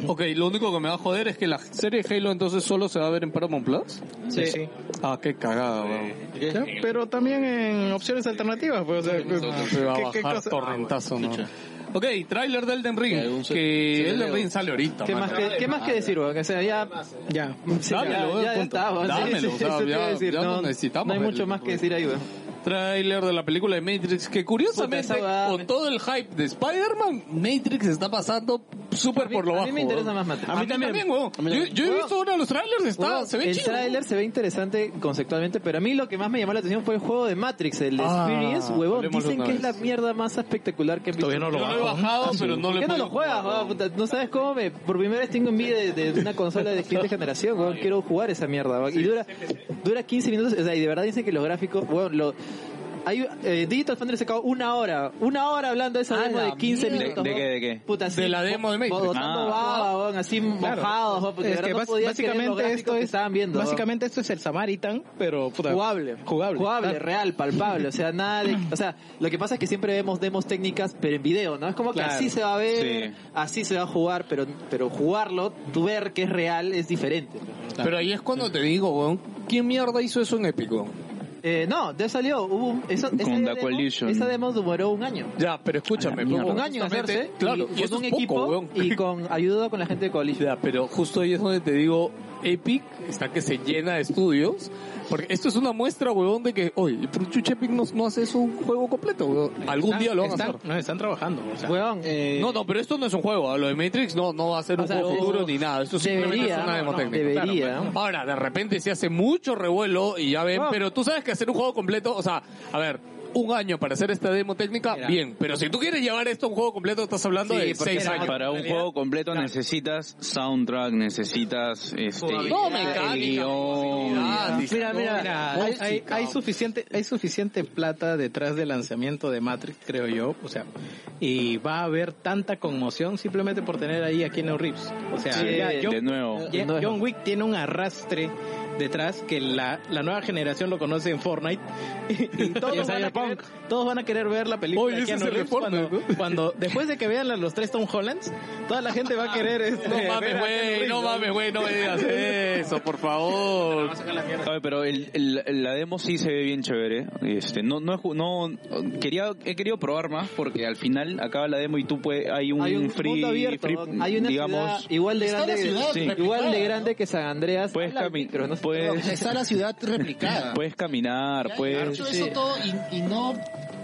[SPEAKER 2] Ok, lo único que me va a joder es que la serie Halo entonces solo se va a ver en Paramount Plus.
[SPEAKER 4] Sí, sí.
[SPEAKER 2] Ah, qué cagada, weón.
[SPEAKER 4] Ya, Pero también en opciones alternativas, pues, o sea,
[SPEAKER 2] Se va a
[SPEAKER 4] ¿qué- qué
[SPEAKER 2] bajar
[SPEAKER 4] cosa?
[SPEAKER 2] torrentazo, ¿no? Ok, tráiler de Elden Ring.
[SPEAKER 18] Que algún se- se
[SPEAKER 2] que
[SPEAKER 18] le
[SPEAKER 2] Elden
[SPEAKER 18] leo.
[SPEAKER 2] Ring sale ahorita.
[SPEAKER 7] ¿Qué
[SPEAKER 2] mano.
[SPEAKER 7] más que, qué más que decir, weón? O sea, ya...
[SPEAKER 4] Ya.
[SPEAKER 7] sí,
[SPEAKER 2] Dámelo,
[SPEAKER 7] ya-
[SPEAKER 2] eh,
[SPEAKER 7] ya, ya
[SPEAKER 2] punto.
[SPEAKER 7] está, weón. Sí,
[SPEAKER 2] Dámelo,
[SPEAKER 7] sí,
[SPEAKER 2] o sea,
[SPEAKER 7] eso te iba a
[SPEAKER 2] ya- ya no necesitamos
[SPEAKER 7] No hay
[SPEAKER 2] verlo,
[SPEAKER 7] mucho más que decir ahí, weón.
[SPEAKER 2] Tráiler de la película de Matrix que curiosamente
[SPEAKER 7] Puta, esa va-
[SPEAKER 2] con todo el hype de Spider-Man, Matrix está pasando súper por lo
[SPEAKER 7] A
[SPEAKER 2] bajo.
[SPEAKER 7] mí me interesa más Matrix.
[SPEAKER 2] A mí, también, weón.
[SPEAKER 18] A mí
[SPEAKER 2] Yo,
[SPEAKER 18] también.
[SPEAKER 2] yo he visto uno de los trailers, está,
[SPEAKER 7] Weón,
[SPEAKER 2] se ve
[SPEAKER 7] el
[SPEAKER 2] chido.
[SPEAKER 7] tráiler se ve interesante conceptualmente, pero a mí lo que más me llamó la atención fue el juego de Matrix, el
[SPEAKER 2] Ah,
[SPEAKER 7] Experience, huevón.
[SPEAKER 2] hablemos
[SPEAKER 7] Dicen
[SPEAKER 2] una
[SPEAKER 7] que es
[SPEAKER 2] vez.
[SPEAKER 7] la mierda más espectacular que he visto.
[SPEAKER 4] Todavía no
[SPEAKER 2] Yo
[SPEAKER 4] lo
[SPEAKER 2] lo he
[SPEAKER 4] bajo.
[SPEAKER 2] bajado, pero no le
[SPEAKER 7] ¿Por qué no
[SPEAKER 2] puedo
[SPEAKER 7] lo juegas?
[SPEAKER 2] jugar,
[SPEAKER 7] weón? Puta, No sabes cómo me... Por primera vez tengo envidia de, de una consola de siguiente generación, weón. Quiero jugar esa mierda, weón. Y dura, dura 15 minutos. O sea, y de verdad dicen que los gráficos... Weón, lo, hay, eh, Digital Foundry se acabó una hora. Una hora hablando de esa
[SPEAKER 2] A
[SPEAKER 7] demo
[SPEAKER 2] la
[SPEAKER 7] de 15
[SPEAKER 2] mierda.
[SPEAKER 7] minutos.
[SPEAKER 5] ¿De- de
[SPEAKER 7] weón.
[SPEAKER 5] qué- de qué?
[SPEAKER 7] Puta, así,
[SPEAKER 2] De la demo de Matrix.
[SPEAKER 7] Botando baba, weón. Así mojados, weón. Porque
[SPEAKER 4] Es
[SPEAKER 7] de
[SPEAKER 4] que
[SPEAKER 7] verdad no
[SPEAKER 4] bas-
[SPEAKER 7] podía creer los
[SPEAKER 4] básicamente
[SPEAKER 7] gráficos
[SPEAKER 4] esto
[SPEAKER 7] que
[SPEAKER 4] es
[SPEAKER 7] estaban viendo, weón.
[SPEAKER 4] básicamente esto es el Samaritan, pero puta,
[SPEAKER 7] Jugable.
[SPEAKER 4] Jugable. Claro.
[SPEAKER 7] real, palpable. O sea, nada de. O sea, lo que pasa es que siempre vemos demos técnicas, pero en video, ¿no? Es como que
[SPEAKER 4] Claro,
[SPEAKER 7] así se va a ver,
[SPEAKER 5] sí.
[SPEAKER 7] así se va a jugar, pero, pero jugarlo, tú ver que es real, es diferente.
[SPEAKER 2] Pero ahí es cuando te digo, weón, ¿quién mierda hizo eso en Épico?
[SPEAKER 7] Eh, no, de salió. Hubo un- esa, esa
[SPEAKER 5] Con The
[SPEAKER 7] demo,
[SPEAKER 5] Coalition.
[SPEAKER 7] esa demo duró un año.
[SPEAKER 2] Ya, pero escúchame,
[SPEAKER 5] mierda.
[SPEAKER 2] weón,
[SPEAKER 7] Un año en
[SPEAKER 2] justamente-
[SPEAKER 7] hacerse.
[SPEAKER 2] Claro,
[SPEAKER 7] y
[SPEAKER 2] y eso
[SPEAKER 7] con un
[SPEAKER 2] es
[SPEAKER 7] equipo
[SPEAKER 2] poco, weón.
[SPEAKER 7] y con ayuda con la gente de Coalition.
[SPEAKER 2] Ya, pero justo ahí es donde te digo, Epic está que se llena de estudios, porque esto es una muestra, huevón, de que, oye, ¿por qué chucha Epic no, no hace eso un juego completo, huevón? Algún día lo van
[SPEAKER 4] están,
[SPEAKER 2] a hacer.
[SPEAKER 4] No, están trabajando. o sea.
[SPEAKER 7] Weón, eh,
[SPEAKER 2] No, no, pero esto no es un juego, ¿ah? lo de Matrix no, no va a ser
[SPEAKER 7] O
[SPEAKER 2] un
[SPEAKER 7] sea,
[SPEAKER 2] juego
[SPEAKER 7] es-
[SPEAKER 2] futuro ni nada, esto simplemente
[SPEAKER 7] debería,
[SPEAKER 2] es una demo
[SPEAKER 7] no,
[SPEAKER 2] técnica. pues,
[SPEAKER 7] debería.
[SPEAKER 2] Ahora, de repente se hace mucho revuelo y ya ven,
[SPEAKER 7] Ah.
[SPEAKER 2] pero tú sabes que hacer un juego completo, o sea, a ver, un año para hacer esta demo técnica, bien, pero si tú quieres llevar esto a un juego completo, estás hablando de seis años.
[SPEAKER 5] Para un juego completo necesitas soundtrack, necesitas este,
[SPEAKER 2] No, mecánica,
[SPEAKER 5] el guión.
[SPEAKER 7] Ah,
[SPEAKER 2] posibilidad,
[SPEAKER 4] Mira, mira, hay, hay- hay suficiente, hay suficiente plata detrás del lanzamiento de Matrix, creo yo. O sea, y va a haber tanta conmoción simplemente por tener ahí a Keanu Reeves. O sea,
[SPEAKER 7] Sí,
[SPEAKER 4] ya yo-
[SPEAKER 5] De nuevo.
[SPEAKER 4] Ya- John Wick tiene un arrastre detrás que la, la nueva generación lo conoce en Fortnite y, y todos, van a querer, todos van a querer ver la película
[SPEAKER 2] Oye,
[SPEAKER 4] de
[SPEAKER 2] ese
[SPEAKER 4] Keanu
[SPEAKER 2] es el de
[SPEAKER 4] Reeves cuando, cuando- después de que vean a los tres Tom Hollands toda la gente va a querer este,
[SPEAKER 2] No
[SPEAKER 4] ver
[SPEAKER 2] mames,
[SPEAKER 4] a Keanu
[SPEAKER 2] güey,
[SPEAKER 4] Reeves,
[SPEAKER 2] no mames, güey, no me digas eso, por favor.
[SPEAKER 5] Oye, pero el- el- la demo sí se ve bien chévere. Este, no, no, he ju- no, quería, he querido probar más porque al final acaba la demo y tú puedes, hay un,
[SPEAKER 7] hay
[SPEAKER 4] Mm,
[SPEAKER 7] un
[SPEAKER 5] free,
[SPEAKER 7] mundo abierto,
[SPEAKER 5] free-
[SPEAKER 7] weón. hay una
[SPEAKER 5] digamos,
[SPEAKER 7] ciudad igual de
[SPEAKER 11] Está la
[SPEAKER 7] grande,
[SPEAKER 11] ciudad
[SPEAKER 5] Sí.
[SPEAKER 7] igual
[SPEAKER 11] replicada,
[SPEAKER 7] de
[SPEAKER 11] ¿no?
[SPEAKER 7] grande que San Andreas.
[SPEAKER 5] puedes,
[SPEAKER 7] Habla al
[SPEAKER 5] cami-
[SPEAKER 7] micro, no sé.
[SPEAKER 5] puedes,
[SPEAKER 11] Está la ciudad replicada.
[SPEAKER 5] puedes caminar,
[SPEAKER 11] Ya
[SPEAKER 7] pues,
[SPEAKER 11] han
[SPEAKER 5] puedes,
[SPEAKER 11] hecho eso todo y, y no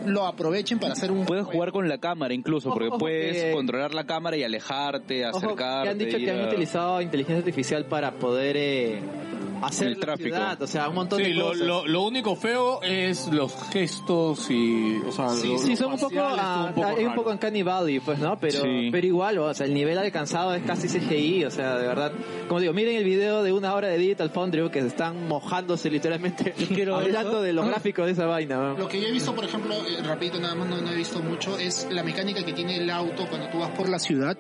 [SPEAKER 11] lo aprovechen para hacer un
[SPEAKER 5] puedes jugar con la cámara incluso porque
[SPEAKER 7] Ojo,
[SPEAKER 5] puedes
[SPEAKER 7] que-
[SPEAKER 5] controlar la cámara y alejarte,
[SPEAKER 7] Ojo,
[SPEAKER 5] acercarte.
[SPEAKER 7] que han dicho que
[SPEAKER 5] ir
[SPEAKER 7] han
[SPEAKER 5] a-
[SPEAKER 7] utilizado inteligencia artificial para poder eh, hacer
[SPEAKER 5] El
[SPEAKER 7] la
[SPEAKER 5] tráfico.
[SPEAKER 7] ciudad, o sea, un montón
[SPEAKER 2] Sí,
[SPEAKER 7] de
[SPEAKER 2] lo,
[SPEAKER 7] cosas.
[SPEAKER 2] lo, lo único feo es los gestos y, o sea, lo-
[SPEAKER 7] Sí,
[SPEAKER 2] lo
[SPEAKER 7] son un poco,
[SPEAKER 2] facial
[SPEAKER 7] ah,
[SPEAKER 2] estuvo un poco
[SPEAKER 7] hay un
[SPEAKER 2] raro.
[SPEAKER 7] poco en Valley, pues, ¿no? Pero,
[SPEAKER 5] Sí.
[SPEAKER 7] pero igual, o sea, el nivel alcanzado es casi CGI, o sea, de verdad. Como digo, miren el video de una hora de Digital Foundry que se están mojándose literalmente hablando de los gráficos de esa vaina, ¿no?
[SPEAKER 11] Lo que yo he visto, por ejemplo, eh, rapidito nada más no, no he visto mucho, es la mecánica que tiene el auto cuando tú vas por la ciudad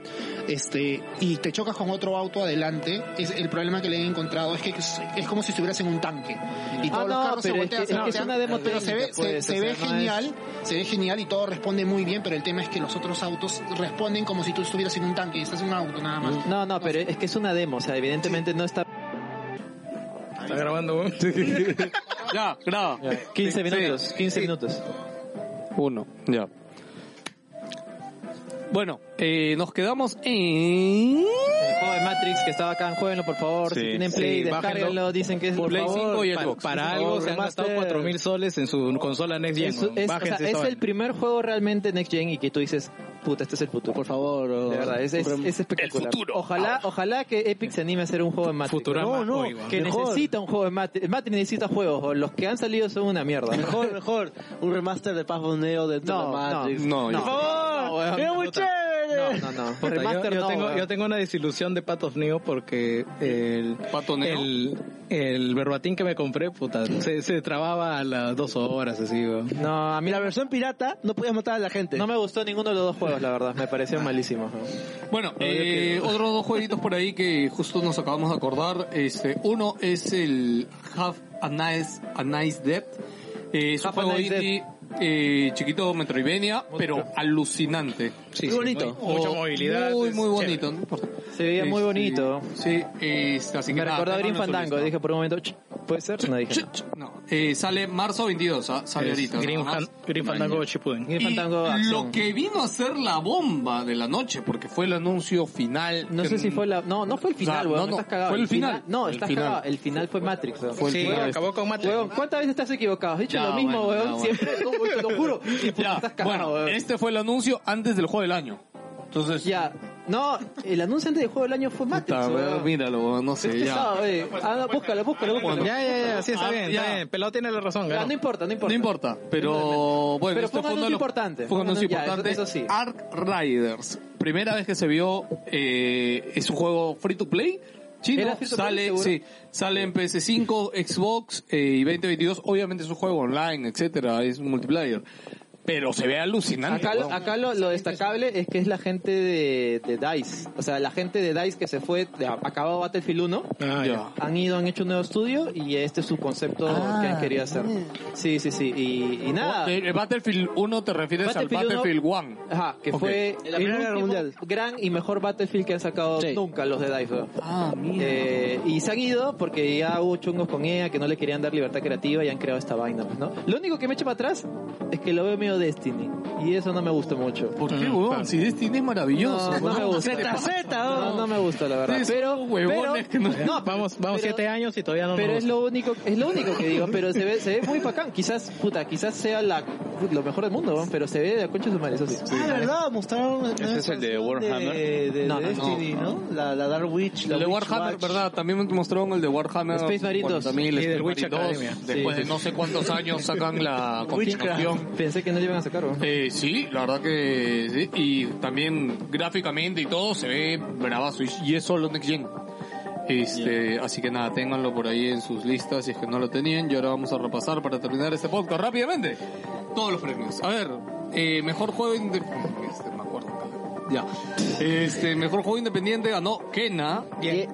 [SPEAKER 11] este y te chocas con otro auto adelante. Es, el problema que le he encontrado es que es, es como si estuvieras en un tanque. Y todos
[SPEAKER 7] Ah,
[SPEAKER 11] los
[SPEAKER 7] no,
[SPEAKER 11] carros se
[SPEAKER 7] pero es
[SPEAKER 11] voltean,
[SPEAKER 7] que-
[SPEAKER 11] se
[SPEAKER 7] es que es
[SPEAKER 11] voltean,
[SPEAKER 7] una demo
[SPEAKER 11] pero se ve,
[SPEAKER 7] técnica,
[SPEAKER 11] se-
[SPEAKER 7] pues,
[SPEAKER 11] se
[SPEAKER 7] o
[SPEAKER 11] ve
[SPEAKER 7] sea, no
[SPEAKER 11] genial, se ve genial y todo responde muy bien, pero el tema es que los otros autos responden como si tú estuvieras en un tanque y estás en un auto nada más.
[SPEAKER 7] No, no, pero es que es una demo, o sea, evidentemente no está...
[SPEAKER 4] está grabando weón.
[SPEAKER 2] Ya, graba.
[SPEAKER 7] 15 minutos, 15 minutos.
[SPEAKER 2] Uno, ya. Bueno, eh, nos quedamos en...
[SPEAKER 7] El juego de Matrix que estaba acá, jueguenlo por favor.
[SPEAKER 5] Sí,
[SPEAKER 7] si tienen Play,
[SPEAKER 4] sí,
[SPEAKER 7] descárguenlo.
[SPEAKER 4] bájenlo.
[SPEAKER 7] Dicen que es
[SPEAKER 2] Por Play
[SPEAKER 7] favor,
[SPEAKER 2] 5 y
[SPEAKER 4] Pa-
[SPEAKER 2] Xbox.
[SPEAKER 4] para
[SPEAKER 7] Por
[SPEAKER 4] algo
[SPEAKER 7] favor,
[SPEAKER 4] se han gastado
[SPEAKER 7] remaster.
[SPEAKER 4] 4000 soles en su consola Next Gen.
[SPEAKER 7] Es, es-
[SPEAKER 4] weón.
[SPEAKER 7] o sea,
[SPEAKER 4] Bájense esa
[SPEAKER 7] es el
[SPEAKER 4] vaina.
[SPEAKER 7] primer juego realmente Next Gen y que tú dices, puta, este es el futuro.
[SPEAKER 18] Por favor.
[SPEAKER 7] De verdad, es, es- es espectacular. Ojalá, ojalá que Epic se anime a hacer un juego de Matrix.
[SPEAKER 4] Futurama,
[SPEAKER 7] no, no,
[SPEAKER 4] oye, weón.
[SPEAKER 7] que necesita un juego de Matrix. Matrix necesita juegos, o los que han salido son una mierda.
[SPEAKER 18] Mejor, mejor. Un remaster de Pathfinder dentro
[SPEAKER 7] No,
[SPEAKER 18] de Matrix.
[SPEAKER 2] No,
[SPEAKER 7] No,
[SPEAKER 2] ya.
[SPEAKER 7] no, weón.
[SPEAKER 18] ¡Era muy chévere!
[SPEAKER 7] No, no, no.
[SPEAKER 4] Puta,
[SPEAKER 7] Remaster
[SPEAKER 4] yo, yo
[SPEAKER 7] no,
[SPEAKER 4] tengo,
[SPEAKER 7] weón.
[SPEAKER 4] yo tengo una desilusión de Path of Neo porque el,
[SPEAKER 2] ¿Pato Neo?
[SPEAKER 4] el, el verbatín que me compré, puta, se, se trababa a las dos horas así, weón.
[SPEAKER 7] No, a mí
[SPEAKER 18] La versión pirata no podías matar a la gente.
[SPEAKER 7] no me gustó ninguno de los dos juegos, la verdad. Me pareció malísimo.
[SPEAKER 2] Bueno, eh, otros dos jueguitos por ahí que justo nos acabamos de acordar. Este, uno es el Have a Nice, a nice Death. Eh, es un
[SPEAKER 7] Have a
[SPEAKER 2] juego
[SPEAKER 7] Nice
[SPEAKER 2] indie eh, chiquito Metroidvania, pero alucinante.
[SPEAKER 4] Sí,
[SPEAKER 18] Muy
[SPEAKER 4] sí,
[SPEAKER 18] bonito.
[SPEAKER 4] muy- mucha movilidad.
[SPEAKER 2] Muy,
[SPEAKER 4] es
[SPEAKER 2] muy bonito.
[SPEAKER 4] chévere.
[SPEAKER 2] ¿no? Por-
[SPEAKER 7] Se veía muy
[SPEAKER 4] Este,
[SPEAKER 7] bonito.
[SPEAKER 2] Sí, eh, así que
[SPEAKER 7] Me
[SPEAKER 2] nada,
[SPEAKER 7] recordó a
[SPEAKER 2] tenganlo
[SPEAKER 7] Green
[SPEAKER 2] en su
[SPEAKER 7] Fandango.
[SPEAKER 2] lista.
[SPEAKER 7] Dije por un momento, "Ch, ¿puede ser? No dije.
[SPEAKER 2] Ch- ch- No, eh, sale marzo 22, ah, sale
[SPEAKER 4] Es
[SPEAKER 2] ahorita.
[SPEAKER 4] Green,
[SPEAKER 2] nada más.
[SPEAKER 4] Fan- Green Fandango Shippuden.
[SPEAKER 7] Green
[SPEAKER 2] Y
[SPEAKER 7] Fandango
[SPEAKER 2] lo
[SPEAKER 7] Acción.
[SPEAKER 2] que vino a ser la bomba de la noche, porque fue el anuncio final.
[SPEAKER 7] No
[SPEAKER 2] que-
[SPEAKER 7] sé si fue la. No, no fue el final,
[SPEAKER 2] O sea,
[SPEAKER 7] weón.
[SPEAKER 2] no, no,
[SPEAKER 7] estás cagado.
[SPEAKER 2] fue el final.
[SPEAKER 7] No,
[SPEAKER 2] El
[SPEAKER 7] estás
[SPEAKER 2] final.
[SPEAKER 7] cagado. El final fue Matrix. weón.
[SPEAKER 2] Fue el
[SPEAKER 4] Sí,
[SPEAKER 2] final.
[SPEAKER 4] acabó con Mate.
[SPEAKER 7] Weón, ¿cuántas veces estás equivocado? Has dicho
[SPEAKER 2] Ya,
[SPEAKER 7] lo mismo,
[SPEAKER 2] bueno,
[SPEAKER 7] weón.
[SPEAKER 2] ya,
[SPEAKER 7] Siempre, te lo juro. Y puta,
[SPEAKER 2] Ya,
[SPEAKER 7] estás
[SPEAKER 2] bueno,
[SPEAKER 7] cagado, weón.
[SPEAKER 2] este fue el anuncio antes del juego del año. Entonces,
[SPEAKER 7] Ya. No, el anuncio antes del juego del año fue Matrix.
[SPEAKER 2] puta,
[SPEAKER 7] weón.
[SPEAKER 2] míralo, weón, no
[SPEAKER 7] Es
[SPEAKER 2] sé, ya.
[SPEAKER 7] pesado, eh. Ah, no, búscalo, búscalo, búscalo.
[SPEAKER 4] Ya, ya, ya, sí, está
[SPEAKER 2] Ah,
[SPEAKER 4] bien,
[SPEAKER 2] ya.
[SPEAKER 4] está bien. Pelado tiene la razón,
[SPEAKER 7] Ya,
[SPEAKER 4] ganó.
[SPEAKER 7] no importa, no importa.
[SPEAKER 2] No importa, pero bueno,
[SPEAKER 7] Pero
[SPEAKER 2] esto
[SPEAKER 7] fue
[SPEAKER 2] uno
[SPEAKER 7] un
[SPEAKER 2] de
[SPEAKER 7] anuncio
[SPEAKER 2] los- Fue
[SPEAKER 7] importante.
[SPEAKER 2] un
[SPEAKER 7] Fue un
[SPEAKER 2] anuncio
[SPEAKER 7] anuncio- ya,
[SPEAKER 2] importante.
[SPEAKER 7] eso- eso sí.
[SPEAKER 2] Ark Riders. Primera vez que se vio, eh, es un juego free to play. Chino,
[SPEAKER 7] Era free to play,
[SPEAKER 2] sale,
[SPEAKER 7] seguro.
[SPEAKER 2] sí, sale en PS5, Xbox eh, y 2022. Obviamente es un juego online, etcétera, es un multiplayer. Pero se ve alucinante.
[SPEAKER 7] Acá, lo,
[SPEAKER 2] weón.
[SPEAKER 7] acá lo, lo destacable es que es la gente de, de DICE. O sea, la gente de DICE que se fue, de- acabado Battlefield 1,
[SPEAKER 4] Ah, ya.
[SPEAKER 7] han ido, han hecho un nuevo estudio y este es su concepto que han querido hacer. Sí, sí, sí. Y, y nada.
[SPEAKER 2] Eh, eh, Battlefield 1 te refieres al
[SPEAKER 7] Battlefield
[SPEAKER 2] Battlefield 1.
[SPEAKER 7] Ajá, que
[SPEAKER 2] Ok.
[SPEAKER 7] fue el último gran y mejor Battlefield que han sacado nunca los de DICE. weón.
[SPEAKER 2] Ah,
[SPEAKER 7] Eh, y se han ido porque ya hubo chungos con ella que no le querían dar libertad creativa y han creado esta vaina, pues, ¿no? Lo único que me echa para atrás es que lo veo medio Destiny y eso no me gusta mucho.
[SPEAKER 2] ¿Por qué,
[SPEAKER 4] Mm,
[SPEAKER 2] weón?
[SPEAKER 4] claro.
[SPEAKER 2] Si Destiny es maravilloso.
[SPEAKER 7] No, no
[SPEAKER 2] weón.
[SPEAKER 7] me gusta. No, no me gusta, la verdad.
[SPEAKER 2] Ustedes son
[SPEAKER 7] Pero,
[SPEAKER 2] unos huevones
[SPEAKER 7] pero-
[SPEAKER 2] que no-
[SPEAKER 7] no,
[SPEAKER 4] oh. Vamos, vamos
[SPEAKER 7] pero-
[SPEAKER 4] siete años y todavía no
[SPEAKER 7] Pero
[SPEAKER 4] nos-
[SPEAKER 7] es lo único, es lo único que digo, pero se ve, se ve muy bacán. Quizás, puta, quizás sea la, lo mejor del mundo, weón, pero se ve de la concha de su madre, eso sí.
[SPEAKER 18] Ah, ¿verdad? Mostraron. ¿eh?
[SPEAKER 5] Ese es el de Warhammer.
[SPEAKER 18] De, de
[SPEAKER 7] eh, No, no,
[SPEAKER 18] Destiny, no, La, la Dark Witch. La
[SPEAKER 2] El de
[SPEAKER 18] Witch
[SPEAKER 2] Warhammer,
[SPEAKER 18] Watch.
[SPEAKER 2] ¿verdad? También mostraron el de Warhammer.
[SPEAKER 7] Space Marine 2.
[SPEAKER 2] 40.000,
[SPEAKER 4] Y
[SPEAKER 2] Space
[SPEAKER 4] del Witch
[SPEAKER 2] Marine 2.
[SPEAKER 4] Academia.
[SPEAKER 2] Después de no sé cuántos años sacan la continuación.
[SPEAKER 7] Pensé que no le iban a sacar, weón.
[SPEAKER 2] Eh, sí, la verdad que sí. Y también gráficamente y todo se ve bravazo. Y, y es solo Next Gen. Este, Así que nada, ténganlo por ahí en sus listas si es que no lo tenían. Y ahora vamos a repasar para terminar este podcast rápidamente. Todos los premios. A ver, eh, mejor juego independiente. Este, me acuerdo. Ya. Este, mejor juego independiente ganó Kena. Ah,
[SPEAKER 4] Bien.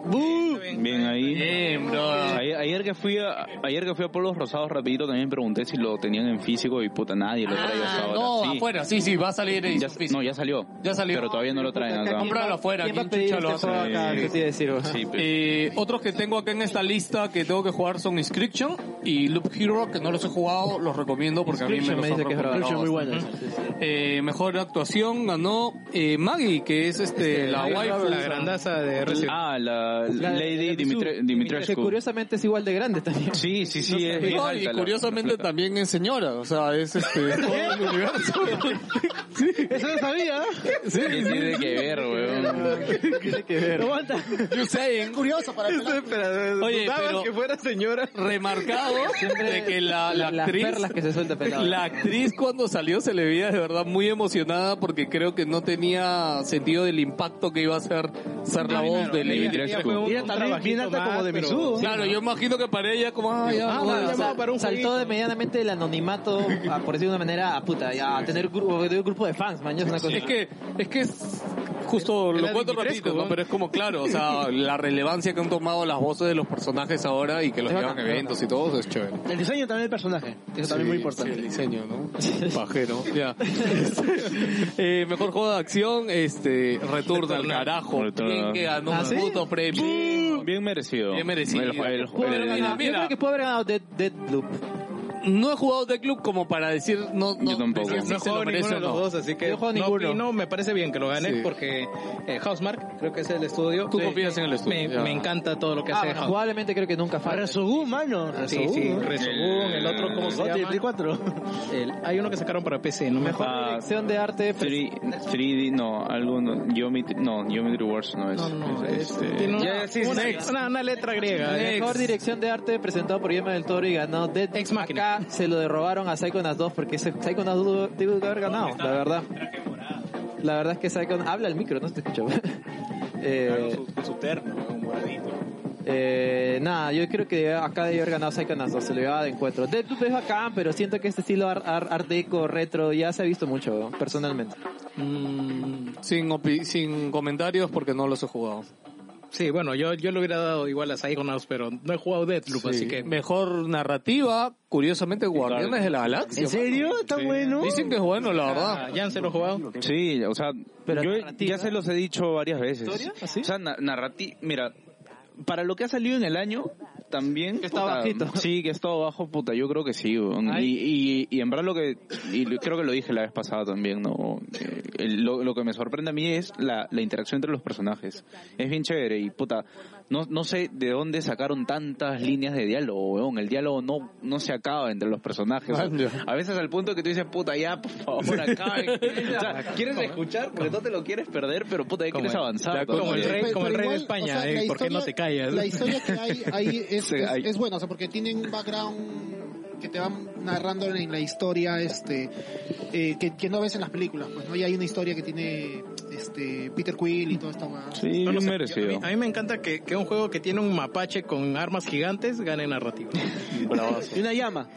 [SPEAKER 5] Bien ahí.
[SPEAKER 2] Bien, bro.
[SPEAKER 5] Ayer, ayer que fui a ayer que fui a Pueblos Rosados rapidito también pregunté si lo tenían en físico y puta nadie lo traía hasta ahora.
[SPEAKER 2] Ah, no,
[SPEAKER 5] Sí.
[SPEAKER 2] afuera, sí, sí, va a salir
[SPEAKER 5] Ya-
[SPEAKER 2] edición física.
[SPEAKER 5] no, ya salió.
[SPEAKER 2] Ya salió.
[SPEAKER 5] Pero todavía no lo traen acá.
[SPEAKER 2] Cómpralo afuera,
[SPEAKER 7] ¿Quién va
[SPEAKER 2] ¿quién
[SPEAKER 7] a pedir
[SPEAKER 2] chucha lo hace?
[SPEAKER 7] este juego acá? ¿Qué te iba a decir, weón?
[SPEAKER 5] Sí, pues. pe-
[SPEAKER 2] Eh, otros que tengo acá en esta lista que tengo que jugar son Inscription y Loop Hero, que no los he jugado, los recomiendo porque a mí me
[SPEAKER 7] Inscription
[SPEAKER 2] los
[SPEAKER 7] me
[SPEAKER 2] han
[SPEAKER 7] dice que es
[SPEAKER 2] recomendado
[SPEAKER 7] bravo.
[SPEAKER 2] bastante. Eh, mejor actuación ganó eh, Maggie, que es este, la waifu.
[SPEAKER 4] La grandaza de Resident
[SPEAKER 5] Ah, la,
[SPEAKER 7] La-
[SPEAKER 5] Lady
[SPEAKER 7] la-
[SPEAKER 5] Dimitre-
[SPEAKER 7] su- Que
[SPEAKER 5] Dimitrescu.
[SPEAKER 7] curiosamente es igual de grande también.
[SPEAKER 5] Sí, sí, sí, es bien
[SPEAKER 2] No,
[SPEAKER 5] alta
[SPEAKER 2] y
[SPEAKER 5] la-
[SPEAKER 2] curiosamente
[SPEAKER 5] la flaca.
[SPEAKER 2] también es señora, o sea, es este, todo el universo.
[SPEAKER 7] Eso lo sabía.
[SPEAKER 5] ¿Qué tiene que ver, weón?
[SPEAKER 2] You saying.
[SPEAKER 11] Curioso para el
[SPEAKER 2] Oye, pero
[SPEAKER 4] que fuera señora.
[SPEAKER 2] remarcado de que la, la
[SPEAKER 7] Las
[SPEAKER 2] actriz
[SPEAKER 7] perlas que se suelta pelado.
[SPEAKER 2] La actriz cuando salió se le veía de verdad muy emocionada porque creo que no tenía sentido del impacto que iba a ser ser la voz de Lady
[SPEAKER 5] Dimitrescu.
[SPEAKER 4] Ella fue un-
[SPEAKER 18] Mira,
[SPEAKER 4] un
[SPEAKER 18] también bien
[SPEAKER 4] trabajito
[SPEAKER 18] alta
[SPEAKER 4] más,
[SPEAKER 18] como de
[SPEAKER 4] pero-
[SPEAKER 18] Mizuho.
[SPEAKER 2] Claro, yo imagino que para ella como, ah, ya,
[SPEAKER 4] Ah,
[SPEAKER 2] bueno,
[SPEAKER 4] la
[SPEAKER 2] o sea,
[SPEAKER 4] llamaba para un
[SPEAKER 7] Saltó
[SPEAKER 4] jueguito.
[SPEAKER 7] de medianamente del anonimato, a, por decirlo de una manera, a puta, a tener grupo, de un grupo de fans, man. ya Es una cosa.
[SPEAKER 2] es que, es que es justo
[SPEAKER 4] Era
[SPEAKER 2] lo cuento
[SPEAKER 4] Dimitrescu,
[SPEAKER 2] ratito, ¿no?
[SPEAKER 4] ¿no?
[SPEAKER 2] Pero es como claro, o sea, la relevancia que han tomado las voces de los personajes ahora y que los
[SPEAKER 7] Es
[SPEAKER 2] llevan a
[SPEAKER 7] bacán,
[SPEAKER 2] eventos y todo eso es chévere.
[SPEAKER 18] ¿eh? El diseño también del personaje. Eso también es muy importante.
[SPEAKER 2] el diseño, ¿no? Pajero. Ya. Eh, mejor juego de acción, este, Return al carajo.
[SPEAKER 5] Return.
[SPEAKER 2] Bien que ganó
[SPEAKER 7] ¿Ah,
[SPEAKER 2] un
[SPEAKER 7] sí?
[SPEAKER 2] puto premio.
[SPEAKER 5] Bien merecido.
[SPEAKER 2] Bien merecido.
[SPEAKER 5] El, el-
[SPEAKER 2] Pudo haber
[SPEAKER 5] el-
[SPEAKER 2] ganado.
[SPEAKER 7] Yo
[SPEAKER 2] Mira.
[SPEAKER 7] creo que puede haber ganado Dead, Loop.
[SPEAKER 2] No he jugado The Club como para decir no, no
[SPEAKER 5] Yo tampoco.
[SPEAKER 2] decir si
[SPEAKER 4] No
[SPEAKER 2] se lo
[SPEAKER 4] juego
[SPEAKER 2] merece
[SPEAKER 4] ninguno
[SPEAKER 2] o
[SPEAKER 4] de los
[SPEAKER 2] no.
[SPEAKER 4] dos, así que
[SPEAKER 7] Yo juego
[SPEAKER 4] no
[SPEAKER 7] ninguno.
[SPEAKER 4] opino, me parece bien que lo gane
[SPEAKER 2] Sí.
[SPEAKER 4] porque eh, Housemark, creo que es el estudio.
[SPEAKER 2] Tú
[SPEAKER 4] Sí.
[SPEAKER 2] confías en el estudio,
[SPEAKER 4] Me,
[SPEAKER 2] ya.
[SPEAKER 4] me encanta todo lo que
[SPEAKER 7] Ah,
[SPEAKER 4] hace
[SPEAKER 7] bueno,
[SPEAKER 4] House.
[SPEAKER 7] probablemente creo que nunca falla.
[SPEAKER 18] Resogun, mano.
[SPEAKER 4] Sí,
[SPEAKER 18] Resogun.
[SPEAKER 4] sí,
[SPEAKER 18] ¿no?
[SPEAKER 4] Resogun, el otro, ¿cómo se
[SPEAKER 18] Gotti de
[SPEAKER 4] llama?
[SPEAKER 18] Play 4.
[SPEAKER 4] El- hay uno que sacaron para PC, no me
[SPEAKER 7] Mejor
[SPEAKER 5] Ah,
[SPEAKER 4] acuerdo.
[SPEAKER 7] dirección de arte.
[SPEAKER 5] 3, 3D, no, algo, no, Geometry, no, Geometry Wars no es.
[SPEAKER 4] No, no,
[SPEAKER 5] es,
[SPEAKER 4] es-
[SPEAKER 5] este-
[SPEAKER 4] tiene una,
[SPEAKER 2] Ya, sí,
[SPEAKER 4] una-
[SPEAKER 2] Next.
[SPEAKER 4] una- una letra griega. eh.
[SPEAKER 7] Mejor dirección de arte presentado por Guillermo del Toro y ganó Dead
[SPEAKER 4] Ex
[SPEAKER 7] Acá
[SPEAKER 4] Machina.
[SPEAKER 7] se lo derrobaron a Psychonauts 2 porque ese Psychonauts 2 tuvo que haber ganado, la verdad. La verdad es que Psychonauts... Habla el micro, no te escucho. eh, eh, nada, yo creo que acá debió haber ganado Psychonauts 2, se lo llevaba de encuentro. Deadloop es bacán, pero siento que este estilo ar- ar- art deco, retro, ya se ha visto mucho, ¿no? personalmente.
[SPEAKER 2] Mm, sin, opi- sin comentarios porque no los he jugado.
[SPEAKER 4] Sí, bueno, yo, yo le hubiera dado igual a Psychonauts, pero no he jugado Deathloop, Pues así que...
[SPEAKER 2] Mejor narrativa, curiosamente, Guardianes de la Galaxia.
[SPEAKER 18] ¿En serio? ¿Está bueno?
[SPEAKER 2] Dicen que es bueno, la
[SPEAKER 4] Ah,
[SPEAKER 2] verdad.
[SPEAKER 4] ¿Ya se lo he jugado?
[SPEAKER 5] Sí, o sea,
[SPEAKER 7] Pero
[SPEAKER 5] yo
[SPEAKER 7] narrativa.
[SPEAKER 5] ya se los he dicho varias veces.
[SPEAKER 7] ¿Historia? ¿Así?
[SPEAKER 5] O sea, narrativa, mira, para lo que ha salido en el año, también...
[SPEAKER 7] Que está bajito.
[SPEAKER 5] Sí, que ha estado bajo, puta, yo creo que sí. weón. Y, y, y en verdad lo que, y lo- creo que lo dije la vez pasada también, ¿no? Eh, el- lo, lo que me sorprende a mí es la, la interacción entre los personajes. Es bien chévere y, puta, no, no sé de dónde sacaron tantas líneas de diálogo, weón. El diálogo no, no se acaba entre los personajes. O sea, a veces al punto que tú dices, puta, ya, por favor, acaben. o sea, quieres escuchar porque no te lo quieres perder, pero puta, ya quieres avanzar. ¿no?
[SPEAKER 4] como el
[SPEAKER 5] Porque-
[SPEAKER 4] rey, como el rey de España,
[SPEAKER 11] porque
[SPEAKER 4] eh, ¿por qué no te callas?
[SPEAKER 11] La historia que hay ahí es,
[SPEAKER 5] Sí,
[SPEAKER 11] es,
[SPEAKER 5] hay-
[SPEAKER 11] es buena, o sea, porque tienen un background que te van narrando en la historia este eh, que, que no ves en las películas, pues, ¿no? Y hay una historia que tiene este Peter Quill y toda esta hueá.
[SPEAKER 5] Sí,
[SPEAKER 4] No lo
[SPEAKER 5] bien
[SPEAKER 4] sé,
[SPEAKER 5] merecido.
[SPEAKER 4] A mí, a mí me encanta que, que un juego que tiene un mapache con armas gigantes gane narrativa.
[SPEAKER 18] Y una llama.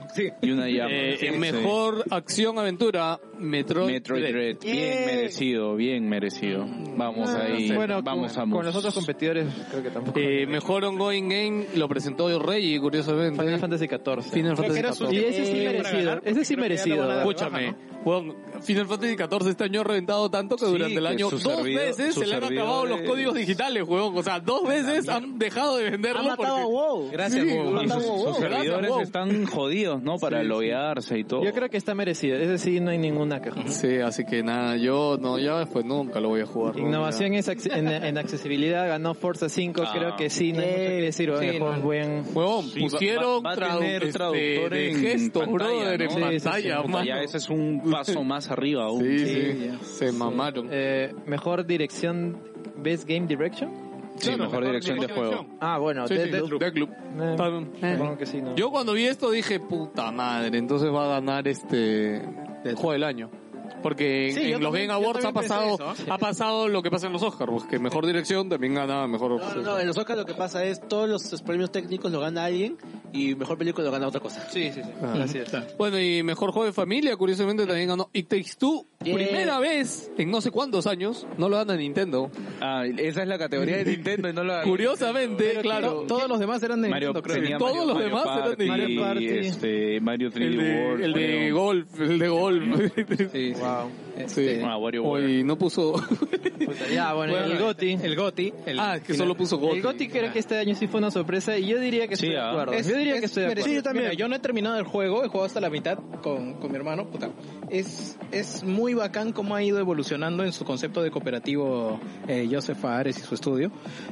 [SPEAKER 5] Y una llama.
[SPEAKER 2] Eh,
[SPEAKER 5] Sí.
[SPEAKER 2] en mejor acción aventura, Metroid,
[SPEAKER 5] Metroid
[SPEAKER 2] Dread.
[SPEAKER 5] Dread. Bien Mm. Ah, merecido, bien merecido. Vamos ahí. vamos,
[SPEAKER 7] con,
[SPEAKER 5] vamos.
[SPEAKER 7] con los otros competidores creo que tampoco.
[SPEAKER 2] Eh, mejor ongoing game lo presentó Reggie, curiosamente.
[SPEAKER 7] Final Fantasy XIV.
[SPEAKER 2] Final Fantasy XIV.
[SPEAKER 7] Y ese sí merecido, ese sí merecido.
[SPEAKER 2] Escúchame, weón, Final Fantasy XIV este año ha reventado tanto que
[SPEAKER 5] Sí,
[SPEAKER 2] durante el
[SPEAKER 5] que
[SPEAKER 2] año
[SPEAKER 5] sus
[SPEAKER 2] dos
[SPEAKER 5] servido-
[SPEAKER 2] veces
[SPEAKER 5] sus
[SPEAKER 2] se le han acabado los
[SPEAKER 5] servidores-
[SPEAKER 2] códigos digitales, weón. O sea, dos veces han dejado de venderlo porque...
[SPEAKER 18] WoW.
[SPEAKER 4] Gracias, Hugo.
[SPEAKER 5] Y sus,
[SPEAKER 2] gracias,
[SPEAKER 5] sus servidores
[SPEAKER 2] wow.
[SPEAKER 5] están jodidos, ¿no? Para loguearse y todo.
[SPEAKER 7] Yo creo que está merecido, ese sí no hay ninguna queja.
[SPEAKER 2] Sí, así que nada, yo no, ya después nunca lo voy a jugar. weón,
[SPEAKER 7] Innovación es acce- en, en accesibilidad, ganó Forza 5,
[SPEAKER 5] Ah.
[SPEAKER 7] creo que sí, no hay mucho que decir,
[SPEAKER 4] Sí,
[SPEAKER 7] oye, fue un
[SPEAKER 4] no.
[SPEAKER 7] buen...
[SPEAKER 2] ya. Weón,
[SPEAKER 5] Sí, va-
[SPEAKER 2] pusieron
[SPEAKER 5] va- va a
[SPEAKER 2] trau-
[SPEAKER 5] tener
[SPEAKER 2] este,
[SPEAKER 5] traductor
[SPEAKER 2] de
[SPEAKER 5] en
[SPEAKER 2] gestos,
[SPEAKER 5] pantalla,
[SPEAKER 2] brother, en
[SPEAKER 5] ¿no?
[SPEAKER 2] pantalla,
[SPEAKER 7] Sí, sí, sí.
[SPEAKER 5] Puta, ya
[SPEAKER 2] mano.
[SPEAKER 5] ese es un paso más arriba aún.
[SPEAKER 2] Sí, sí, se mamaron.
[SPEAKER 7] Eh, mejor dirección, Best Game Direction.
[SPEAKER 5] Sí, mejor, dirección de juego.
[SPEAKER 7] Ah, bueno,
[SPEAKER 2] Sí, sí,
[SPEAKER 7] Dead- Deadloop.
[SPEAKER 2] Deadloop.
[SPEAKER 7] Eh,
[SPEAKER 2] Está bien. Eh.
[SPEAKER 7] supongo que sí, ¿no?
[SPEAKER 2] Yo cuando vi esto dije, puta madre, entonces va a ganar este juego del año. Porque en-
[SPEAKER 4] Sí,
[SPEAKER 2] en,
[SPEAKER 4] yo
[SPEAKER 2] los
[SPEAKER 4] también-
[SPEAKER 2] Game
[SPEAKER 4] yo
[SPEAKER 2] Awards ha
[SPEAKER 4] también
[SPEAKER 2] pasado,
[SPEAKER 4] pensé eso, ¿eh?
[SPEAKER 2] ha pasado lo que pasa en los Oscars, pues que mejor dirección también gana mejor.
[SPEAKER 18] No, no, no, en los Oscars lo que pasa es todos los premios técnicos lo gana alguien y mejor película lo gana otra cosa. Sí, sí, sí.
[SPEAKER 2] Bueno, y mejor juego de familia, curiosamente también ganó It Takes Two. Primera vez en no sé cuántos años, no lo gana Nintendo.
[SPEAKER 5] Ah, esa es la categoría de Nintendo y no la
[SPEAKER 2] Curiosamente, claro,
[SPEAKER 4] To- Todos los demás eran de
[SPEAKER 5] Mario,
[SPEAKER 4] Nintendo, creo.
[SPEAKER 5] tenía
[SPEAKER 2] Todos
[SPEAKER 5] Mario-
[SPEAKER 2] los
[SPEAKER 5] Mario
[SPEAKER 2] demás eran
[SPEAKER 5] Party,
[SPEAKER 2] de Mario
[SPEAKER 7] Party.
[SPEAKER 5] Este, Mario 3D
[SPEAKER 2] el de,
[SPEAKER 5] World.
[SPEAKER 2] el de golf, el de golf.
[SPEAKER 4] Sí, Este, sí.
[SPEAKER 2] Sí.
[SPEAKER 5] Ah, WarioWare.
[SPEAKER 2] Oye, no puso...
[SPEAKER 7] Ya, bueno, y el GOTY.
[SPEAKER 4] El Goti. El
[SPEAKER 2] ah, que solo puso
[SPEAKER 7] El
[SPEAKER 2] golf.
[SPEAKER 7] GOTY creo que este año sí fue una sorpresa y yo diría que
[SPEAKER 5] Sí,
[SPEAKER 7] estoy de
[SPEAKER 5] ah.
[SPEAKER 7] acuerdo.
[SPEAKER 4] Es-
[SPEAKER 7] yo diría
[SPEAKER 4] es
[SPEAKER 7] que estoy de acuerdo.
[SPEAKER 4] merecido. Mira, yo no he terminado el juego, he jugado hasta la mitad con, con mi hermano, puta. Es, es muy bacán cómo ha ido evolucionando en su concepto de cooperativo eh, Joseph Fares y su estudio.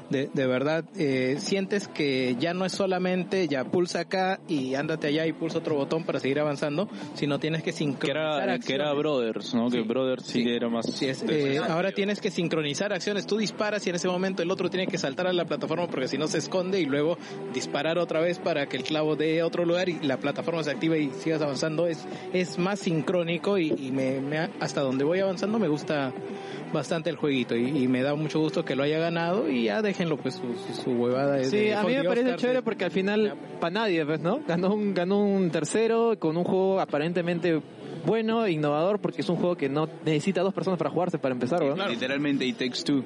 [SPEAKER 4] De, de verdad, eh, sientes que ya no es solamente ya pulsa acá y ándate allá y pulsa otro botón para seguir avanzando, sino tienes que
[SPEAKER 5] que
[SPEAKER 4] sincronizar
[SPEAKER 5] era, que
[SPEAKER 4] acciones.
[SPEAKER 5] era Brothers, ¿no? Que
[SPEAKER 4] Sí.
[SPEAKER 5] Brothers sí,
[SPEAKER 4] Sí.
[SPEAKER 5] era más... este,
[SPEAKER 4] Sí, es, eh,
[SPEAKER 5] de ese
[SPEAKER 4] ahora
[SPEAKER 5] sentido.
[SPEAKER 4] tienes que sincronizar acciones. Tú disparas y en ese momento el otro tiene que saltar a la plataforma porque si no se esconde y luego disparar otra vez para que el clavo dé a otro lugar y la plataforma se activa y sigas avanzando. Es, es más sincrónico y, y me, me ha- hasta donde voy avanzando me gusta bastante el jueguito y, y me da mucho gusto que lo haya ganado y ya déjenlo pues su, su- su huevada. de-
[SPEAKER 7] Sí,
[SPEAKER 4] de
[SPEAKER 7] a mí me
[SPEAKER 4] Fondi
[SPEAKER 7] parece
[SPEAKER 4] Oscar,
[SPEAKER 7] chévere
[SPEAKER 4] de-
[SPEAKER 7] porque al final, para nadie, pues, ¿no? Ganó un, ganó un tercero con un juego aparentemente bueno, e innovador, porque es un juego que no necesita dos personas para jugarse para empezar, ¿no?
[SPEAKER 5] Literalmente, y Takes Two.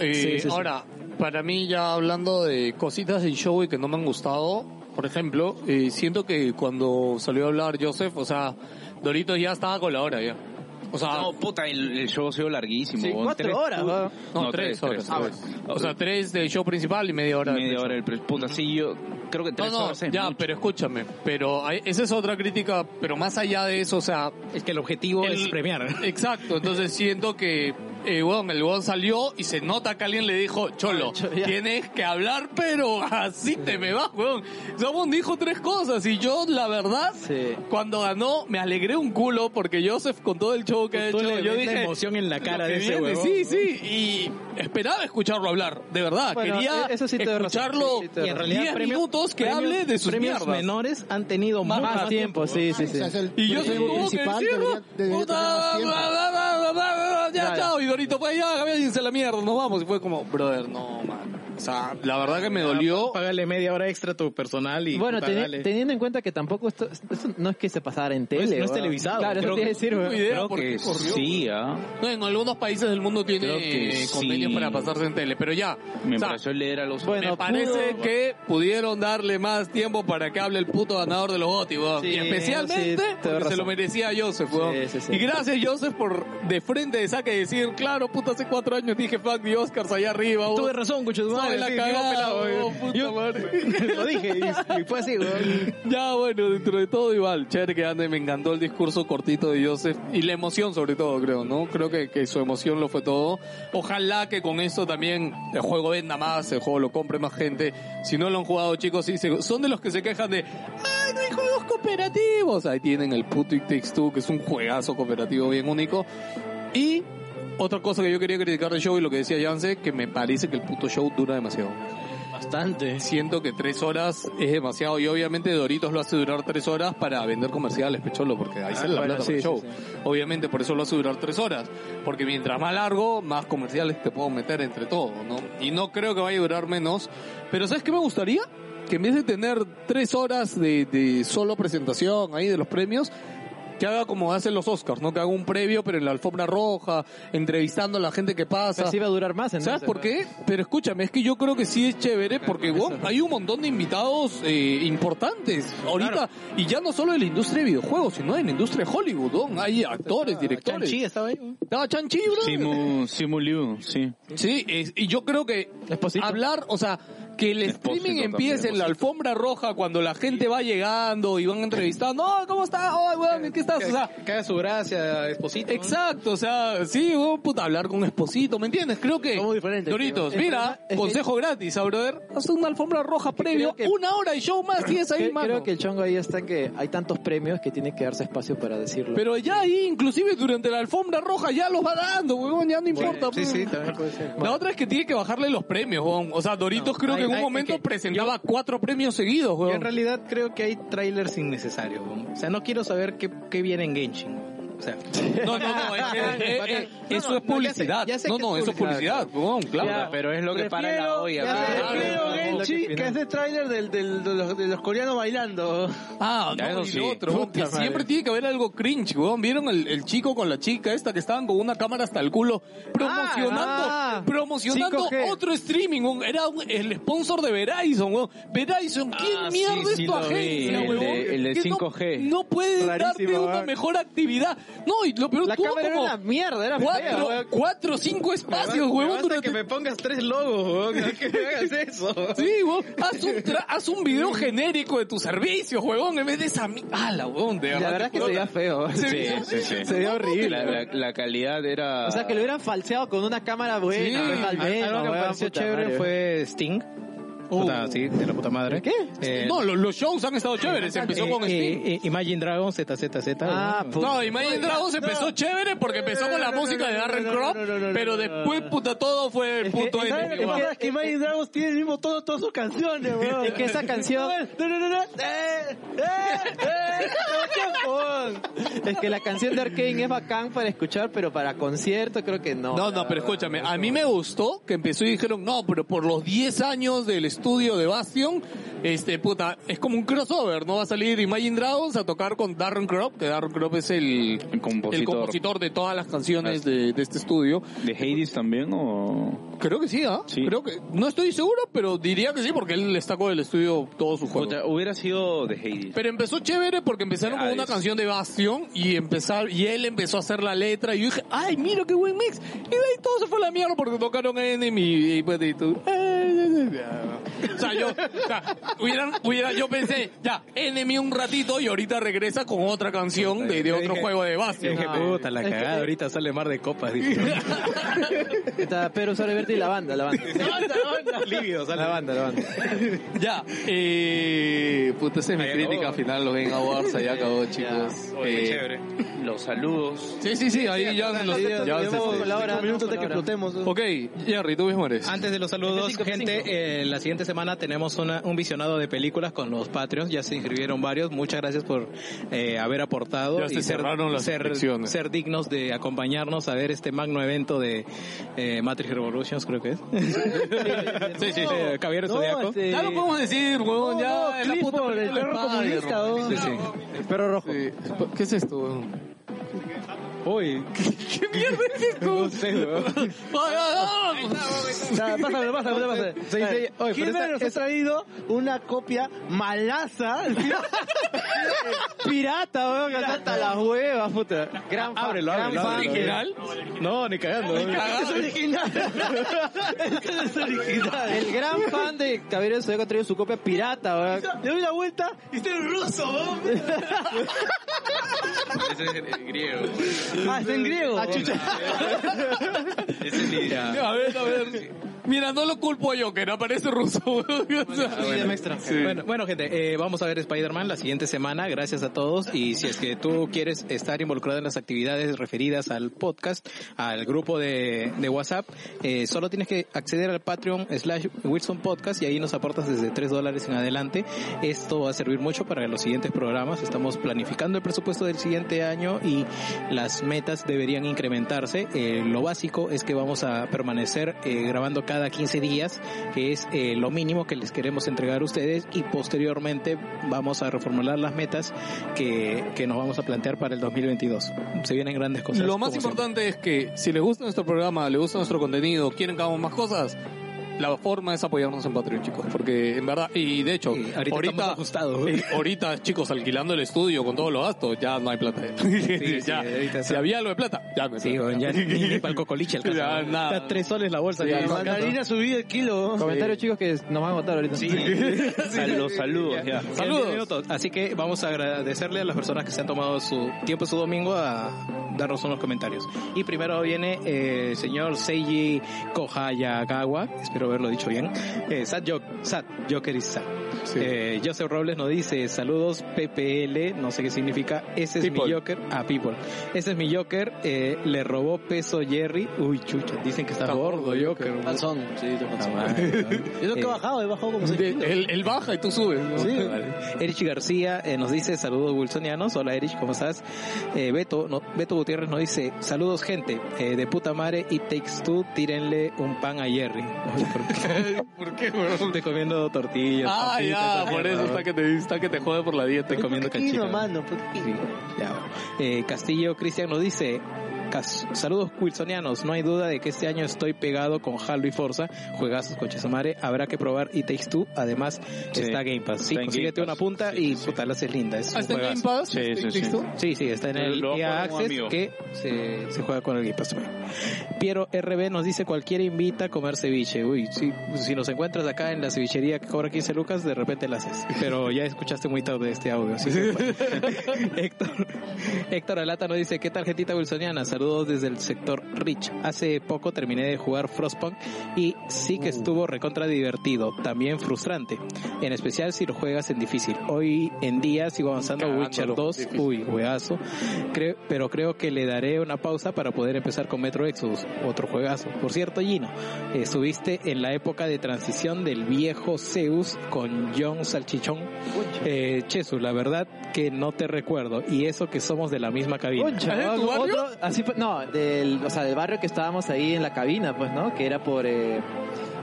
[SPEAKER 2] Eh,
[SPEAKER 7] Sí, sí, sí.
[SPEAKER 2] Ahora, para mí ya hablando de cositas del show y que no me han gustado, por ejemplo, eh, siento que cuando salió a hablar Joseph, o sea, Doritos ya estaba con la hora ya. O sea,
[SPEAKER 5] No, puta, el, el show ha sido larguísimo.
[SPEAKER 7] Sí,
[SPEAKER 5] weón.
[SPEAKER 7] cuatro
[SPEAKER 5] Tres-
[SPEAKER 7] horas, ¿no?
[SPEAKER 2] no,
[SPEAKER 5] no,
[SPEAKER 2] tres,
[SPEAKER 5] tres,
[SPEAKER 2] horas.
[SPEAKER 5] tres,
[SPEAKER 2] tres. o sea, tres del show principal y media hora. del
[SPEAKER 5] Media
[SPEAKER 2] show.
[SPEAKER 5] hora el pre- Puta, sí, yo creo que
[SPEAKER 2] No,
[SPEAKER 5] tres
[SPEAKER 2] no,
[SPEAKER 5] horas es
[SPEAKER 2] ya,
[SPEAKER 5] mucho.
[SPEAKER 2] pero escúchame, pero hay- esa es otra crítica, pero más allá de eso, o sea,
[SPEAKER 4] Es que el objetivo
[SPEAKER 2] El-
[SPEAKER 4] es premiar.
[SPEAKER 2] Exacto, entonces siento que eh, weón, el weón salió y se nota que alguien le dijo, Cholo, tienes que hablar, pero así te me vas, weón. Somos dijo tres cosas y yo, la verdad,
[SPEAKER 7] Sí.
[SPEAKER 2] cuando ganó, me alegré un culo porque Joseph, con todo el show que ha
[SPEAKER 4] Tú
[SPEAKER 2] hecho,
[SPEAKER 4] le
[SPEAKER 2] yo
[SPEAKER 4] ves la
[SPEAKER 2] dije...
[SPEAKER 4] emoción en la
[SPEAKER 2] "Lo
[SPEAKER 4] cara
[SPEAKER 2] que
[SPEAKER 4] de ese
[SPEAKER 2] viene,
[SPEAKER 4] huevón.
[SPEAKER 2] Sí, sí, y esperaba escucharlo hablar, de verdad.
[SPEAKER 7] Bueno,
[SPEAKER 2] Quería
[SPEAKER 7] e- eso sí te doy razón,
[SPEAKER 2] escucharlo
[SPEAKER 7] sí, sí te doy
[SPEAKER 4] Y en
[SPEAKER 7] razón.
[SPEAKER 4] realidad
[SPEAKER 2] 10
[SPEAKER 4] premios-
[SPEAKER 2] minutos que
[SPEAKER 4] premios-
[SPEAKER 2] hable de sus
[SPEAKER 4] premios
[SPEAKER 2] mierdas.
[SPEAKER 4] menores han tenido
[SPEAKER 2] Más-
[SPEAKER 4] más,
[SPEAKER 7] Más tiempo, sí, sí, sí.
[SPEAKER 11] O sea, es el
[SPEAKER 2] Y yo soy
[SPEAKER 11] objetivo
[SPEAKER 2] principal,
[SPEAKER 11] principal, debería- debería
[SPEAKER 2] puta,
[SPEAKER 11] tener más
[SPEAKER 2] bla,
[SPEAKER 11] tiempo.
[SPEAKER 2] bla, bla, bla, bla, bla, ya,
[SPEAKER 7] Ya,
[SPEAKER 2] chao, y Dorito, pues ya, cállense la mierda, nos vamos. Y fue como, brother, no, man. O sea, la verdad que me dolió.
[SPEAKER 4] Págale media hora extra a tu personal y.
[SPEAKER 7] Bueno,
[SPEAKER 4] puta,
[SPEAKER 7] teni-
[SPEAKER 4] dale.
[SPEAKER 7] teniendo en cuenta que tampoco esto, esto no es que se pasara en tele.
[SPEAKER 4] no es
[SPEAKER 7] weón.
[SPEAKER 4] televisado.
[SPEAKER 7] Claro, eso
[SPEAKER 4] Creo
[SPEAKER 7] te iba a
[SPEAKER 4] que-
[SPEAKER 7] decir, weón.
[SPEAKER 5] Creo
[SPEAKER 2] por
[SPEAKER 5] que
[SPEAKER 2] qué corrió.
[SPEAKER 5] sí, ¿ah?
[SPEAKER 2] No, en algunos países del mundo
[SPEAKER 5] Creo
[SPEAKER 2] tiene
[SPEAKER 5] que
[SPEAKER 2] convenios
[SPEAKER 5] sí.
[SPEAKER 2] para pasarse en tele, pero ya.
[SPEAKER 5] Me
[SPEAKER 2] o sea,
[SPEAKER 5] pareció leer a los...
[SPEAKER 7] Bueno,
[SPEAKER 2] me parece
[SPEAKER 7] pudo-
[SPEAKER 2] que pudieron darle más tiempo para que hable el puto ganador de los Gotti, weón.
[SPEAKER 7] Sí,
[SPEAKER 2] y
[SPEAKER 7] sí,
[SPEAKER 2] especialmente
[SPEAKER 7] te doy
[SPEAKER 2] porque se
[SPEAKER 7] razón.
[SPEAKER 2] lo merecía Joseph, weón.
[SPEAKER 7] Sí, sí, sí.
[SPEAKER 2] Y gracias, Joseph, por de frente de saque decir, claro, puta, hace cuatro años dije fuck the Oscars allá arriba, weón.
[SPEAKER 4] Tuve razón, cucho.
[SPEAKER 2] Sobre la cagada, weón, puta madre.
[SPEAKER 4] Lo dije y, y fue así, weón.
[SPEAKER 2] Ya, bueno, dentro de todo igual, chévere que ande, me encantó el discurso cortito de Joseph y la emoción sobre todo, creo, ¿no? Creo que, que su emoción lo fue todo. Ojalá que con eso también el juego venda más, el juego lo compre más gente. Si no lo han jugado, chicos, sí, se- son de los que se quejan de, ¡ay, no hay juegos cooperativos! Ahí tienen el puto It Takes Two, que es un juegazo cooperativo bien único. Y otra cosa que yo quería criticar del show y lo que decía Yance, que me parece que el puto show dura demasiado.
[SPEAKER 18] Bastante.
[SPEAKER 2] eh, Siento que tres horas es demasiado y obviamente Doritos lo hace durar tres horas para vender comerciales, pecholo, porque ahí sale la plata para el show. Obviamente por eso lo hace durar tres horas, porque mientras más largo, más comerciales te puedo meter entre todo, ¿no? Y no creo que vaya a durar menos, pero ¿sabes qué me gustaría? Que en vez de tener tres horas de, de solo presentación ahí de los premios, que haga como hacen los Oscars, ¿no? Que haga un previo, pero en la alfombra roja, entrevistando a la gente que pasa.
[SPEAKER 7] Pero sí va a durar más entonces,
[SPEAKER 2] ¿Sabes por
[SPEAKER 7] weón.
[SPEAKER 2] qué? Pero escúchame, es que yo creo que sí es chévere porque weón, hay un montón de invitados eh, importantes ahorita y ya no solo de la industria de videojuegos, sino de la industria de Hollywood, weón. hay actores, directores.
[SPEAKER 4] Chanchi estaba ahí, weón.
[SPEAKER 2] Estaba Chanchi, bro.
[SPEAKER 5] Simu, Simu Liu, sí.
[SPEAKER 2] Sí, es- y yo creo que hablar, o sea, que el
[SPEAKER 5] Espósito
[SPEAKER 2] streaming
[SPEAKER 5] también,
[SPEAKER 2] empiece en la alfombra roja cuando la gente va llegando y van entrevistando, "Oh, ¿cómo estás? Oh, weón, ¿en qué estás?" O sea,
[SPEAKER 4] Caga su gracia, esposito. ¿no?
[SPEAKER 2] Exacto, o sea, sí, weón, puta, hablar con Esposito, ¿me entiendes? Creo que...
[SPEAKER 18] Somos diferentes,
[SPEAKER 2] Doritos,
[SPEAKER 7] tío.
[SPEAKER 2] mira,
[SPEAKER 7] Es que-
[SPEAKER 2] consejo gratis, a brother, haz una alfombra roja previo,
[SPEAKER 7] creo que-
[SPEAKER 2] una hora y show más y es ahí,
[SPEAKER 7] Creo,
[SPEAKER 2] mano.
[SPEAKER 7] creo que el chongo ahí está en que hay tantos premios que tiene que darse espacio para decirlo.
[SPEAKER 2] Pero ya ahí, inclusive durante la alfombra roja, ya los va dando, weón, ya no importa.
[SPEAKER 4] Sí,
[SPEAKER 2] weón.
[SPEAKER 4] sí, también puede ser.
[SPEAKER 2] La otra es que tiene que bajarle los premios, weón. O sea, Doritos
[SPEAKER 4] No,
[SPEAKER 2] creo que
[SPEAKER 4] hay-
[SPEAKER 2] en un
[SPEAKER 4] hay-
[SPEAKER 2] momento
[SPEAKER 4] es que
[SPEAKER 2] presentaba cuatro premios seguidos,
[SPEAKER 4] Yo
[SPEAKER 2] weón.
[SPEAKER 4] en realidad creo que hay trailers innecesarios. ¿no? O sea, no quiero saber qué, qué viene en Genshin. ¿no? O sea,
[SPEAKER 2] No, no, no, es que- eh, eh,
[SPEAKER 4] No,
[SPEAKER 2] eso
[SPEAKER 4] no,
[SPEAKER 2] es
[SPEAKER 4] no, ya sé,
[SPEAKER 2] publicidad.
[SPEAKER 4] ya sé
[SPEAKER 2] no,
[SPEAKER 4] que
[SPEAKER 2] no,
[SPEAKER 4] es
[SPEAKER 2] eso es publicidad, weón, claro.
[SPEAKER 5] Pero es lo que para la olla.
[SPEAKER 18] Ya
[SPEAKER 5] pues.
[SPEAKER 18] sé,
[SPEAKER 2] claro,
[SPEAKER 18] creo,
[SPEAKER 2] claro,
[SPEAKER 18] Genchi, que es el tráiler del, del- de, los, de los coreanos bailando.
[SPEAKER 2] Ah,
[SPEAKER 5] Ya,
[SPEAKER 2] no,
[SPEAKER 5] eso
[SPEAKER 2] y
[SPEAKER 5] sí.
[SPEAKER 2] lo otro, weón, que siempre tiene que haber algo cringe, weón. ¿Vieron el, el chico con la chica esta que estaban con una cámara hasta el culo promocionando,
[SPEAKER 18] ah,
[SPEAKER 2] promocionando
[SPEAKER 18] 5G.
[SPEAKER 2] otro streaming? weón? Era un- el sponsor de Verizon, weón. Verizon, ¿quién
[SPEAKER 5] Ah, sí,
[SPEAKER 2] mierda es
[SPEAKER 5] sí
[SPEAKER 2] tu
[SPEAKER 5] lo vi,
[SPEAKER 2] agencia,
[SPEAKER 5] el
[SPEAKER 2] weón?
[SPEAKER 5] de- el de
[SPEAKER 2] Que no-
[SPEAKER 5] 5G.
[SPEAKER 2] No, puede darte
[SPEAKER 18] Rarísimo,
[SPEAKER 2] una
[SPEAKER 18] weón.
[SPEAKER 2] mejor actividad. No, y lo peor
[SPEAKER 7] la
[SPEAKER 2] tuvo
[SPEAKER 7] cámara era
[SPEAKER 2] como
[SPEAKER 7] una mierda, era fea,
[SPEAKER 2] cuatro,
[SPEAKER 7] weón.
[SPEAKER 2] cuatro, cinco espacios,
[SPEAKER 4] Me
[SPEAKER 2] weón,
[SPEAKER 4] basta
[SPEAKER 2] durante
[SPEAKER 4] que me pongas tres logos, weón. que me hagas eso.
[SPEAKER 2] Sí, weón. Haz un, tra- haz un video genérico de tus servicios, weón, en vez de esa... mi- ¡Hala, weón! De
[SPEAKER 7] La verdad es que se veía feo.
[SPEAKER 5] Sí, sí, sí.
[SPEAKER 7] Se veía horrible.
[SPEAKER 5] La, la- la calidad era...
[SPEAKER 7] O sea, que lo hubieran falseado con una cámara buena,
[SPEAKER 2] Sí.
[SPEAKER 7] pues, al menos,
[SPEAKER 4] Algo que me
[SPEAKER 7] weón,
[SPEAKER 4] pareció
[SPEAKER 7] puta
[SPEAKER 4] chévere
[SPEAKER 7] madre. Uh.
[SPEAKER 4] fue Sting. Puta, sí, de la puta madre.
[SPEAKER 7] ¿Qué?
[SPEAKER 4] Eh,
[SPEAKER 2] No, lo- los, shows han estado chéveres. Empezó
[SPEAKER 4] eh,
[SPEAKER 2] con
[SPEAKER 4] eh,
[SPEAKER 2] Sting.
[SPEAKER 4] eh, Imagine Dragons, ZZZ.
[SPEAKER 7] Ah,
[SPEAKER 4] weón.
[SPEAKER 7] puta.
[SPEAKER 2] No, Imagine Dragons empezó chévere porque empezó con la música de Darren Croft, pero después, puta, todo fue el puto
[SPEAKER 18] ¿Sabes lo
[SPEAKER 2] ending,
[SPEAKER 18] que
[SPEAKER 2] weón.
[SPEAKER 18] pasa? Es que Imagine Dragons tiene el mismo tono de todas sus canciones, weón.
[SPEAKER 7] Es que esa canción-
[SPEAKER 18] No, no, no, no. Eh, eh, eh, todo el tiempo, weón.
[SPEAKER 7] Es que la canción de Arkane es bacán para escuchar, pero para concierto creo que no.
[SPEAKER 2] No, no, pero escúchame, a mí me gustó que empezó y dijeron, no, pero por los 10 años del estudio de Bastion, este, puta, es como un crossover, ¿no? Va a salir Imagine Dragons a tocar con Darren Crop, que Darren Crop es el,
[SPEAKER 5] El compositor.
[SPEAKER 2] el compositor de todas las canciones de, de este estudio.
[SPEAKER 5] ¿De Hades también o...?
[SPEAKER 2] Creo que sí, ¿ah?
[SPEAKER 5] Sí.
[SPEAKER 2] Creo que, no estoy seguro, pero diría que sí, porque él destacó del estudio todo su juego.
[SPEAKER 5] Puta, hubiera sido de Hades.
[SPEAKER 2] Pero empezó chévere porque empezaron con una
[SPEAKER 5] Hades.
[SPEAKER 2] canción de Bastion y empezar y él empezó a hacer la letra y yo dije, ay, mira qué buen mix. Y de ahí todo se fue a la mierda porque tocaron Enemy y pues y tú, "Ay, ay, ay". O sea, yo, o sea, hubieran- hubiera- yo pensé, ya, Enemy un ratito y ahorita regresa con otra canción de, de otro juego de Bastion.
[SPEAKER 4] Dije, puta, la cagada. Ahorita sale mar de copas. dije.
[SPEAKER 7] Está Pedro Sobreverte y la banda, la banda.
[SPEAKER 4] Lívido, sale.
[SPEAKER 7] La banda, la banda.
[SPEAKER 2] Ya, eh, puta, esa es mi
[SPEAKER 4] Ay,
[SPEAKER 2] crítica
[SPEAKER 4] no.
[SPEAKER 2] final, los Game Awards, ya acabó, chicos. Eh,
[SPEAKER 5] Los saludos.
[SPEAKER 2] sí, sí, sí, ahí ya los- ya Ah, se-
[SPEAKER 7] Vamos con la hora,
[SPEAKER 18] Cinco minutos
[SPEAKER 7] vamos con
[SPEAKER 18] de
[SPEAKER 7] la
[SPEAKER 18] que
[SPEAKER 7] hora.
[SPEAKER 18] explotemos.
[SPEAKER 2] Ok, Jerry, tú mismo eres.
[SPEAKER 4] Antes de los saludos,
[SPEAKER 18] Cinco,
[SPEAKER 4] gente,
[SPEAKER 18] cinco.
[SPEAKER 4] eh, la siguiente semana tenemos una- un visionado de películas con los Patreons. Ya se inscribieron varios. Muchas gracias por eh, haber aportado
[SPEAKER 2] Ya se cerraron las
[SPEAKER 4] ser,
[SPEAKER 2] inscripciones.
[SPEAKER 4] ser dignos de acompañarnos a ver este magno evento de eh, Matrix Revolutions, creo que es. sí, sí, sí. eh, Caballero Zodiaco.
[SPEAKER 7] este,
[SPEAKER 2] Ya lo podemos decir, huevón, ya. es la puta
[SPEAKER 7] Clifford, el
[SPEAKER 2] película de
[SPEAKER 7] perro
[SPEAKER 2] Spider-Man.
[SPEAKER 7] comunista, huevón.
[SPEAKER 2] Sí, sí.
[SPEAKER 7] El perro rojo.
[SPEAKER 2] Sí. ¿Qué es esto, huevón?
[SPEAKER 4] Uy,
[SPEAKER 2] ¿Qué mierda es esto?
[SPEAKER 4] no sé, weón.
[SPEAKER 2] Ay, ay, ay.
[SPEAKER 7] Ya, Pásamelo, pásamelo, pásamelo.
[SPEAKER 4] Sí, sí, oye, pero esta-
[SPEAKER 7] Jimena nos ha traído una copia malaza. pirata, weón, que está hasta las huevas, puta. Gran fan,
[SPEAKER 4] Ábrelo,
[SPEAKER 7] gran
[SPEAKER 4] ábrelo,
[SPEAKER 7] fan.
[SPEAKER 4] ábrelo.
[SPEAKER 2] ¿Original?
[SPEAKER 4] No, ni cagando.
[SPEAKER 7] Es original. es original. El gran fan de Caballero del Zodíaco ha traído su copia pirata, weón. Le doy la vuelta y está en ruso, weón.
[SPEAKER 5] Ese es el griego.
[SPEAKER 7] Ah, está en griego. Ah, chucha.
[SPEAKER 5] Ese es el
[SPEAKER 2] Ya, A ver, a ver. Mira, no lo culpo yo, que no aparece ruso, huevón. O sea,
[SPEAKER 4] Bueno, bueno, gente, eh, vamos a ver Spider-Man la siguiente semana. Gracias a todos. Y si es que tú quieres estar involucrado en las actividades referidas al podcast, al grupo de, de WhatsApp, eh, solo tienes que acceder al Patreon slash Wilson Podcast y ahí nos aportas desde 3 dólares en adelante. Esto va a servir mucho para los siguientes programas. Estamos planificando el presupuesto del siguiente año y las metas deberían incrementarse. Eh, lo básico es que vamos a permanecer eh, grabando cada 15 días, que es eh, lo mínimo que les queremos entregar a ustedes y posteriormente vamos a reformular las metas que, que nos vamos a plantear para el 2022. Se vienen grandes cosas.
[SPEAKER 2] Lo más
[SPEAKER 4] como siempre.
[SPEAKER 2] importante es que si les gusta nuestro programa, les gusta nuestro contenido, quieren que hagamos más cosas, la forma es apoyarnos en Patreon, chicos. Porque en verdad, y de hecho,
[SPEAKER 4] Sí, ahorita estamos
[SPEAKER 2] ahorita,
[SPEAKER 4] ajustados.
[SPEAKER 2] eh, ahorita, chicos, alquilando el estudio con todos los gastos, ya no hay plata. Ya,
[SPEAKER 4] sí, ahorita
[SPEAKER 2] si
[SPEAKER 4] sí.
[SPEAKER 2] había lo de plata, ya me
[SPEAKER 4] Sí, bueno, ya ni, ni pa'l cocoliche el caso.
[SPEAKER 2] Ya, nada.
[SPEAKER 4] Está tres soles la bolsa. ya, no alcanza.
[SPEAKER 7] Mandarina subido el kilo. Comentarios, chicos, que nos van a votar ahorita.
[SPEAKER 5] A los saludos, ya.
[SPEAKER 4] Quedan
[SPEAKER 2] Saludos.
[SPEAKER 4] 10 minutos. Así que vamos a agradecerle a las personas que se han tomado su tiempo, su domingo, a darnos unos comentarios. Y primero viene eh, el señor Seiji Kohayagawa, espero haberlo dicho bien. Eh, Sad, Jok- Sad Joker is Sad. Eh, Joseph Robles nos dice, saludos PPL, no sé qué significa, ese es mi
[SPEAKER 2] People.
[SPEAKER 4] Joker, a People. Ese es mi Joker, eh, le robó peso Jerry, uy chucha, dicen que está,
[SPEAKER 2] Está
[SPEAKER 4] gordo,
[SPEAKER 2] gordo, Joker.
[SPEAKER 4] Joker.
[SPEAKER 18] Panzón, sí, te
[SPEAKER 4] Ah,
[SPEAKER 18] panzón.
[SPEAKER 4] madre, ¿no?
[SPEAKER 18] Es lo que he
[SPEAKER 4] Eh,
[SPEAKER 18] bajado, he bajado como 6
[SPEAKER 2] De-
[SPEAKER 18] kilos.
[SPEAKER 2] él, él baja y tú subes. ¿no?
[SPEAKER 4] Vale. Erich García eh, nos dice saludos wilsonianos. Hola Erich, ¿cómo estás? Eh, Beto, no- Beto Gutiérrez nos dice saludos gente eh, de puta madre y takes two, tírenle un pan a Jerry.
[SPEAKER 2] ¿Por qué, weón?
[SPEAKER 4] Estoy comiendo tortillas.
[SPEAKER 2] Ah,
[SPEAKER 4] papitas,
[SPEAKER 2] ya,
[SPEAKER 4] esa
[SPEAKER 2] por
[SPEAKER 4] mierda,
[SPEAKER 2] eso
[SPEAKER 4] ¿no?
[SPEAKER 2] está que te, está que te jode por la dieta.
[SPEAKER 4] Estoy comiendo
[SPEAKER 18] Poquito,
[SPEAKER 4] canchita.
[SPEAKER 18] mano, poquito.
[SPEAKER 4] Sí, ya. Eh, Castillo Cristian nos dice "Cas- Saludos Wilsonianos, no hay duda de que este año estoy pegado con Halo y Forza, juegazos coches madre, habrá que probar y Takes Two, además
[SPEAKER 5] Sí.
[SPEAKER 4] está Game Pass. Sí,
[SPEAKER 5] Está en
[SPEAKER 4] consíguete
[SPEAKER 5] Game
[SPEAKER 4] una
[SPEAKER 5] Pass.
[SPEAKER 4] punta
[SPEAKER 5] Sí,
[SPEAKER 4] y
[SPEAKER 5] sí, sí.
[SPEAKER 4] puta la haces linda. Es un
[SPEAKER 2] Ah, ¿Está en
[SPEAKER 4] juegazo.
[SPEAKER 2] Game Pass?
[SPEAKER 5] Sí, sí, sí.
[SPEAKER 2] ¿Listo?
[SPEAKER 4] Sí, sí, está en el
[SPEAKER 5] Lo voy a
[SPEAKER 4] EA
[SPEAKER 5] jugar con un
[SPEAKER 4] Access
[SPEAKER 5] amigo.
[SPEAKER 4] que se, se juega con el Game Pass también. Piero RB nos dice cualquiera invita a comer ceviche. Uy, si, si nos encuentras acá en la cevichería que cobra 15 lucas, de repente la haces. Pero ya escuchaste muy tarde este audio. así que, bueno. Héctor, Héctor Alata nos dice, ¿qué tal gentita wilsoniana? Saludos desde el sector Rich. Hace poco terminé de jugar Frostpunk y sí que estuvo recontra divertido, también frustrante. En especial si lo juegas en difícil. Hoy en día sigo avanzando
[SPEAKER 2] Cagándolo,
[SPEAKER 4] Witcher 2.
[SPEAKER 2] difícil.
[SPEAKER 4] Uy, juegazo. Creo, pero creo que le daré una pausa para poder empezar con Metro Exodus, otro juegazo. Por cierto, Gino, eh, estuviste en la época de transición del viejo Zeus con John Salchichón. Eh, Chesu, la verdad que no te recuerdo, y eso que somos de la misma cabina.
[SPEAKER 7] Concha,
[SPEAKER 2] ¿Es de
[SPEAKER 7] ¿no?
[SPEAKER 2] tu barrio?
[SPEAKER 7] Otro- así fue- no, del, o sea, del barrio que estábamos ahí en la cabina, pues, ¿no? Que era por, eh,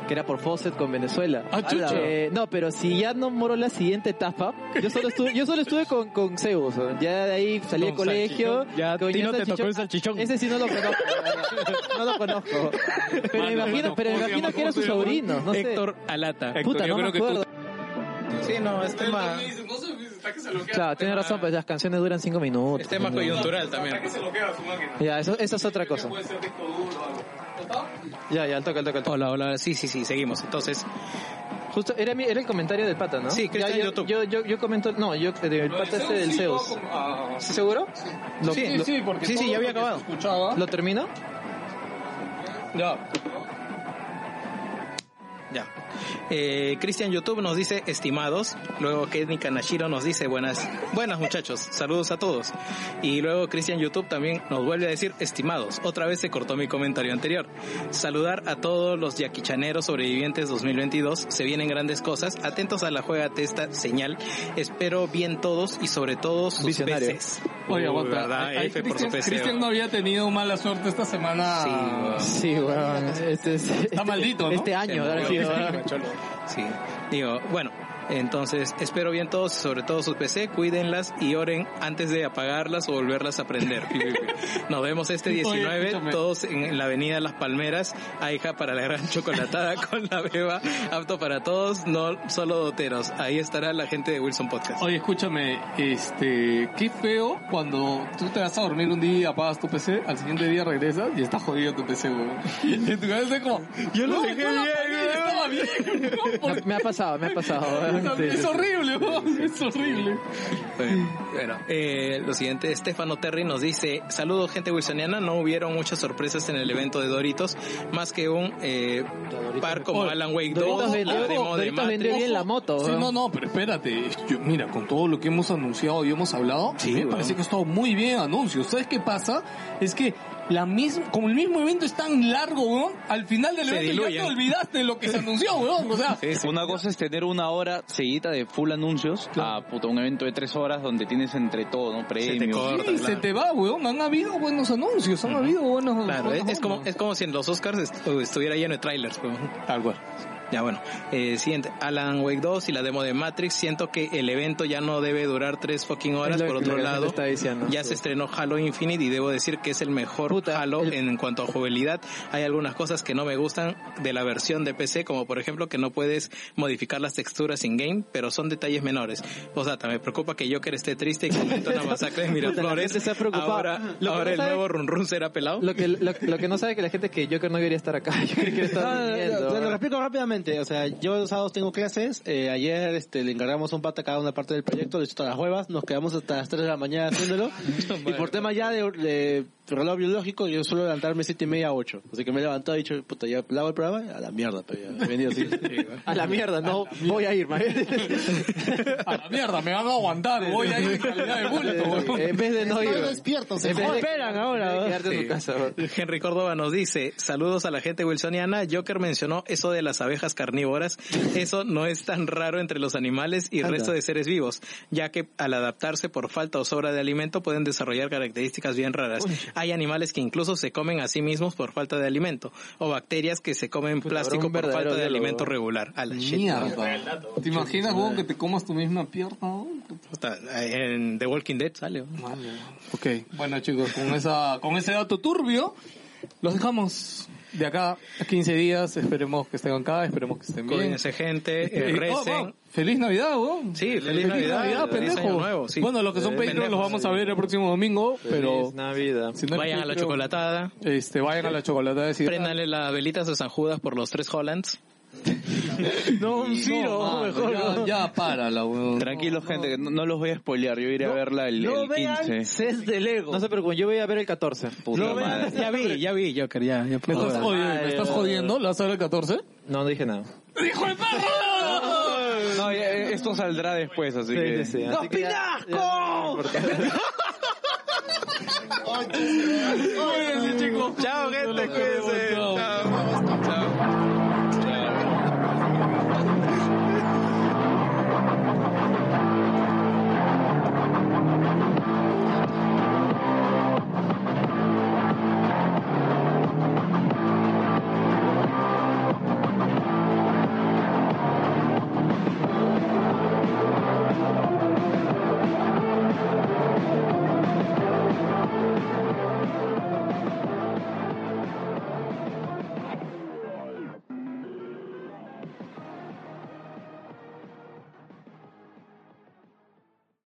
[SPEAKER 7] que era por Fawcett con Venezuela.
[SPEAKER 2] Ah, chucha.
[SPEAKER 7] Eh, no, pero si ya no moró la siguiente etapa, yo solo estuve, yo solo estuve con, con Zeus. ¿no? Ya de ahí salí del
[SPEAKER 4] Con
[SPEAKER 7] colegio.
[SPEAKER 4] salchichón. Ya,
[SPEAKER 7] con
[SPEAKER 4] a ti no
[SPEAKER 7] Jonathan
[SPEAKER 4] te tocó el
[SPEAKER 7] Chichón. Ah,
[SPEAKER 4] salchichón.
[SPEAKER 7] Ese sí no lo conozco, la verdad. no lo conozco. Pero me
[SPEAKER 2] Mano,
[SPEAKER 7] imagino,
[SPEAKER 2] mano,
[SPEAKER 7] pero me
[SPEAKER 2] ¿cómo se
[SPEAKER 7] imagino
[SPEAKER 2] llama?
[SPEAKER 7] que era su
[SPEAKER 2] ¿Cómo se llama?
[SPEAKER 7] sobrino, no sé.
[SPEAKER 4] Héctor Alata.
[SPEAKER 2] Héctor,
[SPEAKER 7] Puta,
[SPEAKER 2] yo
[SPEAKER 7] no me
[SPEAKER 2] creo que tú-
[SPEAKER 7] acuerdo.
[SPEAKER 4] Sí, no, es tema,
[SPEAKER 7] Claro, tiene razón, pues las canciones duran cinco minutos.
[SPEAKER 4] coyuntural también.
[SPEAKER 7] Ya, eso, eso es otra cosa. Ya, ya, al toque, al toque, al toque.
[SPEAKER 4] Hola, hola, sí, sí, sí, seguimos. Entonces,
[SPEAKER 7] Justo, era, mi- era el comentario del pata, ¿no?
[SPEAKER 4] Sí, que está
[SPEAKER 7] Ya,
[SPEAKER 4] en
[SPEAKER 7] yo,
[SPEAKER 4] YouTube.
[SPEAKER 7] yo, yo, yo comento, no, yo, eh, el pata este del Zeus. ¿Sí, ¿Seguro? Lo-
[SPEAKER 4] sí,
[SPEAKER 7] lo-
[SPEAKER 4] sí, porque sí, sí, ya había acabado.
[SPEAKER 7] ¿Lo termino?
[SPEAKER 4] Ya. Ya. Eh, Cristian YouTube nos dice estimados. Luego Kenny Kanashiro nos dice buenas, buenas muchachos. Saludos a todos. Y luego Cristian YouTube también nos vuelve a decir estimados. Otra vez se cortó mi comentario anterior. Saludar a todos los yaquichaneros sobrevivientes 2022. Se vienen grandes cosas. Atentos a la juega testa señal. Espero bien todos y sobre todo sus
[SPEAKER 7] Visionario.
[SPEAKER 4] peces.
[SPEAKER 2] Oye,
[SPEAKER 4] Uy,
[SPEAKER 2] aguanta.
[SPEAKER 4] ¿verdad?
[SPEAKER 2] Ay, ay,
[SPEAKER 4] F por su
[SPEAKER 2] Cristian
[SPEAKER 4] PC,
[SPEAKER 2] Cristian
[SPEAKER 4] weón.
[SPEAKER 2] no había tenido mala suerte esta semana.
[SPEAKER 4] Sí, weón.
[SPEAKER 7] Sí, weón. Este, es- este-
[SPEAKER 2] maldito, ¿no?
[SPEAKER 7] Este año, ahora sí, weón.
[SPEAKER 4] Sí, digo, bueno, entonces espero bien todos, sobre todo sus PC, cuídenlas y oren antes de apagarlas o volverlas a prender. Nos vemos este 19,
[SPEAKER 2] escúchame.
[SPEAKER 4] todos en la avenida Las Palmeras, Aija para la gran chocolatada con la beba, apto para todos, no solo doteros. Ahí estará la gente de Wilson Podcast.
[SPEAKER 2] Oye, escúchame, este, qué feo cuando tú te vas a dormir un día, apagas tu PC, al siguiente día regresas y está jodido tu PC, weón. Y en tu cabeza es como, yo lo dejé bien, estaba bien, weón, ¿por
[SPEAKER 7] Me- Me ha pasado, me ha pasado.
[SPEAKER 2] qué?
[SPEAKER 7] weón.
[SPEAKER 2] Es horrible, weón, es horrible.
[SPEAKER 4] Bueno, eh, lo siguiente, Stefano Terry nos dice, saludos gente wilsoniana, no hubieron muchas sorpresas en el evento de Doritos, más que un eh, par como
[SPEAKER 2] Oye,
[SPEAKER 4] Alan Wake 2,
[SPEAKER 7] Oh, Doritos
[SPEAKER 4] la
[SPEAKER 7] vendió-
[SPEAKER 4] demo de
[SPEAKER 7] Doritos vendió
[SPEAKER 4] Matrix.
[SPEAKER 7] bien la moto,
[SPEAKER 2] Sí,
[SPEAKER 7] weón.
[SPEAKER 2] no, no, pero espérate. Yo- mira, con todo lo que hemos anunciado y hemos hablado,
[SPEAKER 4] Sí,
[SPEAKER 2] me
[SPEAKER 4] weón.
[SPEAKER 2] parece que ha estado muy bien anuncio. ¿Sabes qué pasa? Es que la misma, como el mismo evento es tan largo, weón, al final del
[SPEAKER 4] Se
[SPEAKER 2] evento ya
[SPEAKER 4] diluyen.
[SPEAKER 2] te olvidaste de lo que se anunció, weón. O sea,
[SPEAKER 5] Una cosa es tener una hora seguida de full anuncios a puta, un evento de tres horas donde tienes entre todo, ¿no? Premios.
[SPEAKER 4] corta,
[SPEAKER 2] sí, se
[SPEAKER 4] claro.
[SPEAKER 2] te va, weón. Han habido buenos anuncios, han habido buenos
[SPEAKER 4] Claro, es,
[SPEAKER 2] buenas
[SPEAKER 4] es como,
[SPEAKER 2] ondas.
[SPEAKER 4] es como si en los Oscars est- estuviera lleno de trailers. pues.
[SPEAKER 2] Tal cual.
[SPEAKER 4] Ya bueno, eh, siguiente, Alan Wake 2 y la demo de Matrix, siento que el evento ya no debe durar tres fucking horas,
[SPEAKER 7] Es lo
[SPEAKER 4] por
[SPEAKER 7] que
[SPEAKER 4] otro
[SPEAKER 7] la gente
[SPEAKER 4] lado,
[SPEAKER 7] está diciendo.
[SPEAKER 4] Ya se estrenó Halo Infinite y debo decir que es el mejor
[SPEAKER 7] Puta,
[SPEAKER 4] Halo
[SPEAKER 7] el-
[SPEAKER 4] en cuanto a jugabilidad. Hay algunas cosas que no me gustan de la versión de PC, como por ejemplo que no puedes modificar las texturas in game, pero son detalles menores. O sea, me preocupa que Joker esté triste y que cometa una masacre en Miraflores.
[SPEAKER 7] gente se ha preocupado.
[SPEAKER 4] Ahora,
[SPEAKER 7] Lo que
[SPEAKER 4] ahora
[SPEAKER 7] no
[SPEAKER 4] el
[SPEAKER 7] sabe-
[SPEAKER 4] nuevo Run Run será pelado.
[SPEAKER 7] Lo que, lo, lo que no sabe que la gente es que Joker no quería estar acá. Joker quería estar
[SPEAKER 6] No, no, no,
[SPEAKER 7] durmiendo,
[SPEAKER 6] te lo
[SPEAKER 7] weón.
[SPEAKER 6] explico rápidamente. O sea, yo los sábados tengo clases. eh, ayer este, le encargamos a un pata cada una parte del proyecto, le hizo todas las huevas. Nos quedamos hasta las 3 de la mañana haciéndolo. y por tema ya de, de reloj biológico, yo suelo levantarme 7 y media a 8. Así que me he levantado y he dicho, puta, ya lavo el programa a la mierda. Pero ya, he venido así.
[SPEAKER 7] A la mierda, no, voy a ir, man. Este,
[SPEAKER 2] A la mierda, me van a aguantar, voy a ir en calidad de bulto, weón.
[SPEAKER 7] en vez de no ir.
[SPEAKER 11] Estoy
[SPEAKER 7] weón.
[SPEAKER 11] despierto, se
[SPEAKER 7] En vez de-
[SPEAKER 11] jode.
[SPEAKER 7] esperan ahora, weón. Quedarte en tu casa, weón.
[SPEAKER 4] Henry Córdoba nos dice, saludos a la gente wilsoniana, Joker mencionó eso de las abejas carnívoras, eso no es tan raro entre los animales y el resto de seres vivos, ya que al adaptarse por falta o sobra de alimento pueden desarrollar características bien raras. Hay animales que incluso se comen a sí mismos por falta de alimento, o bacterias que se comen
[SPEAKER 7] habrá
[SPEAKER 4] plástico
[SPEAKER 7] un
[SPEAKER 4] por falta
[SPEAKER 7] verdadero
[SPEAKER 4] de
[SPEAKER 7] diálogo.
[SPEAKER 4] alimento regular. A la shit.
[SPEAKER 2] Mierda. ¿Te imaginas, weón, que te comas tu misma pierna, weón?
[SPEAKER 4] Puta, En The Walking Dead sale. ¿no?
[SPEAKER 2] Ok. Bueno, chicos, con, esa, con ese dato turbio, los dejamos de acá a 15 días. Esperemos que estén acá, esperemos que estén bien.
[SPEAKER 4] Cuídense gente, eh,
[SPEAKER 2] Eh, oh,
[SPEAKER 4] recen.
[SPEAKER 2] wow. Feliz Navidad, weón.
[SPEAKER 4] Sí, feliz Navidad, feliz
[SPEAKER 2] pendejo.
[SPEAKER 4] Año Nuevo, sí.
[SPEAKER 2] Bueno, los que son
[SPEAKER 4] Eh,
[SPEAKER 2] pedidos los
[SPEAKER 4] pendejos,
[SPEAKER 2] vamos a ver el próximo domingo, pero
[SPEAKER 7] Feliz Navidad.
[SPEAKER 2] si no es
[SPEAKER 4] Vayan a la
[SPEAKER 2] Patreon,
[SPEAKER 4] chocolatada.
[SPEAKER 2] Este, vayan a la chocolatada de Sidra.
[SPEAKER 4] Préndanle las velitas de San Judas por los tres Hollands.
[SPEAKER 2] No, un
[SPEAKER 6] ciro, mejor,
[SPEAKER 2] Ya,
[SPEAKER 6] ¿no?
[SPEAKER 2] ya párala, weón.
[SPEAKER 5] Tranquilos, gente, que no, no los voy a spoilear. Yo iré a verla el, el 15.
[SPEAKER 6] Cés de Lego.
[SPEAKER 7] No se preocupen, yo voy a ver el 14.
[SPEAKER 5] Puta madre.
[SPEAKER 4] Ya vi, ya vi, Joker, ya. ya
[SPEAKER 2] ¿Me estás, oye, ¿me estás jodiendo? ¿La vas a ver el 14?
[SPEAKER 7] No, no dije nada.
[SPEAKER 2] ¡Hijo de perro!
[SPEAKER 5] No, ya, eh, esto saldrá después, así
[SPEAKER 7] Sí,
[SPEAKER 5] que...
[SPEAKER 7] sí, sí, así que ya-
[SPEAKER 2] Oye, sí, chicos. Chao, gente. Cuídense. Chao.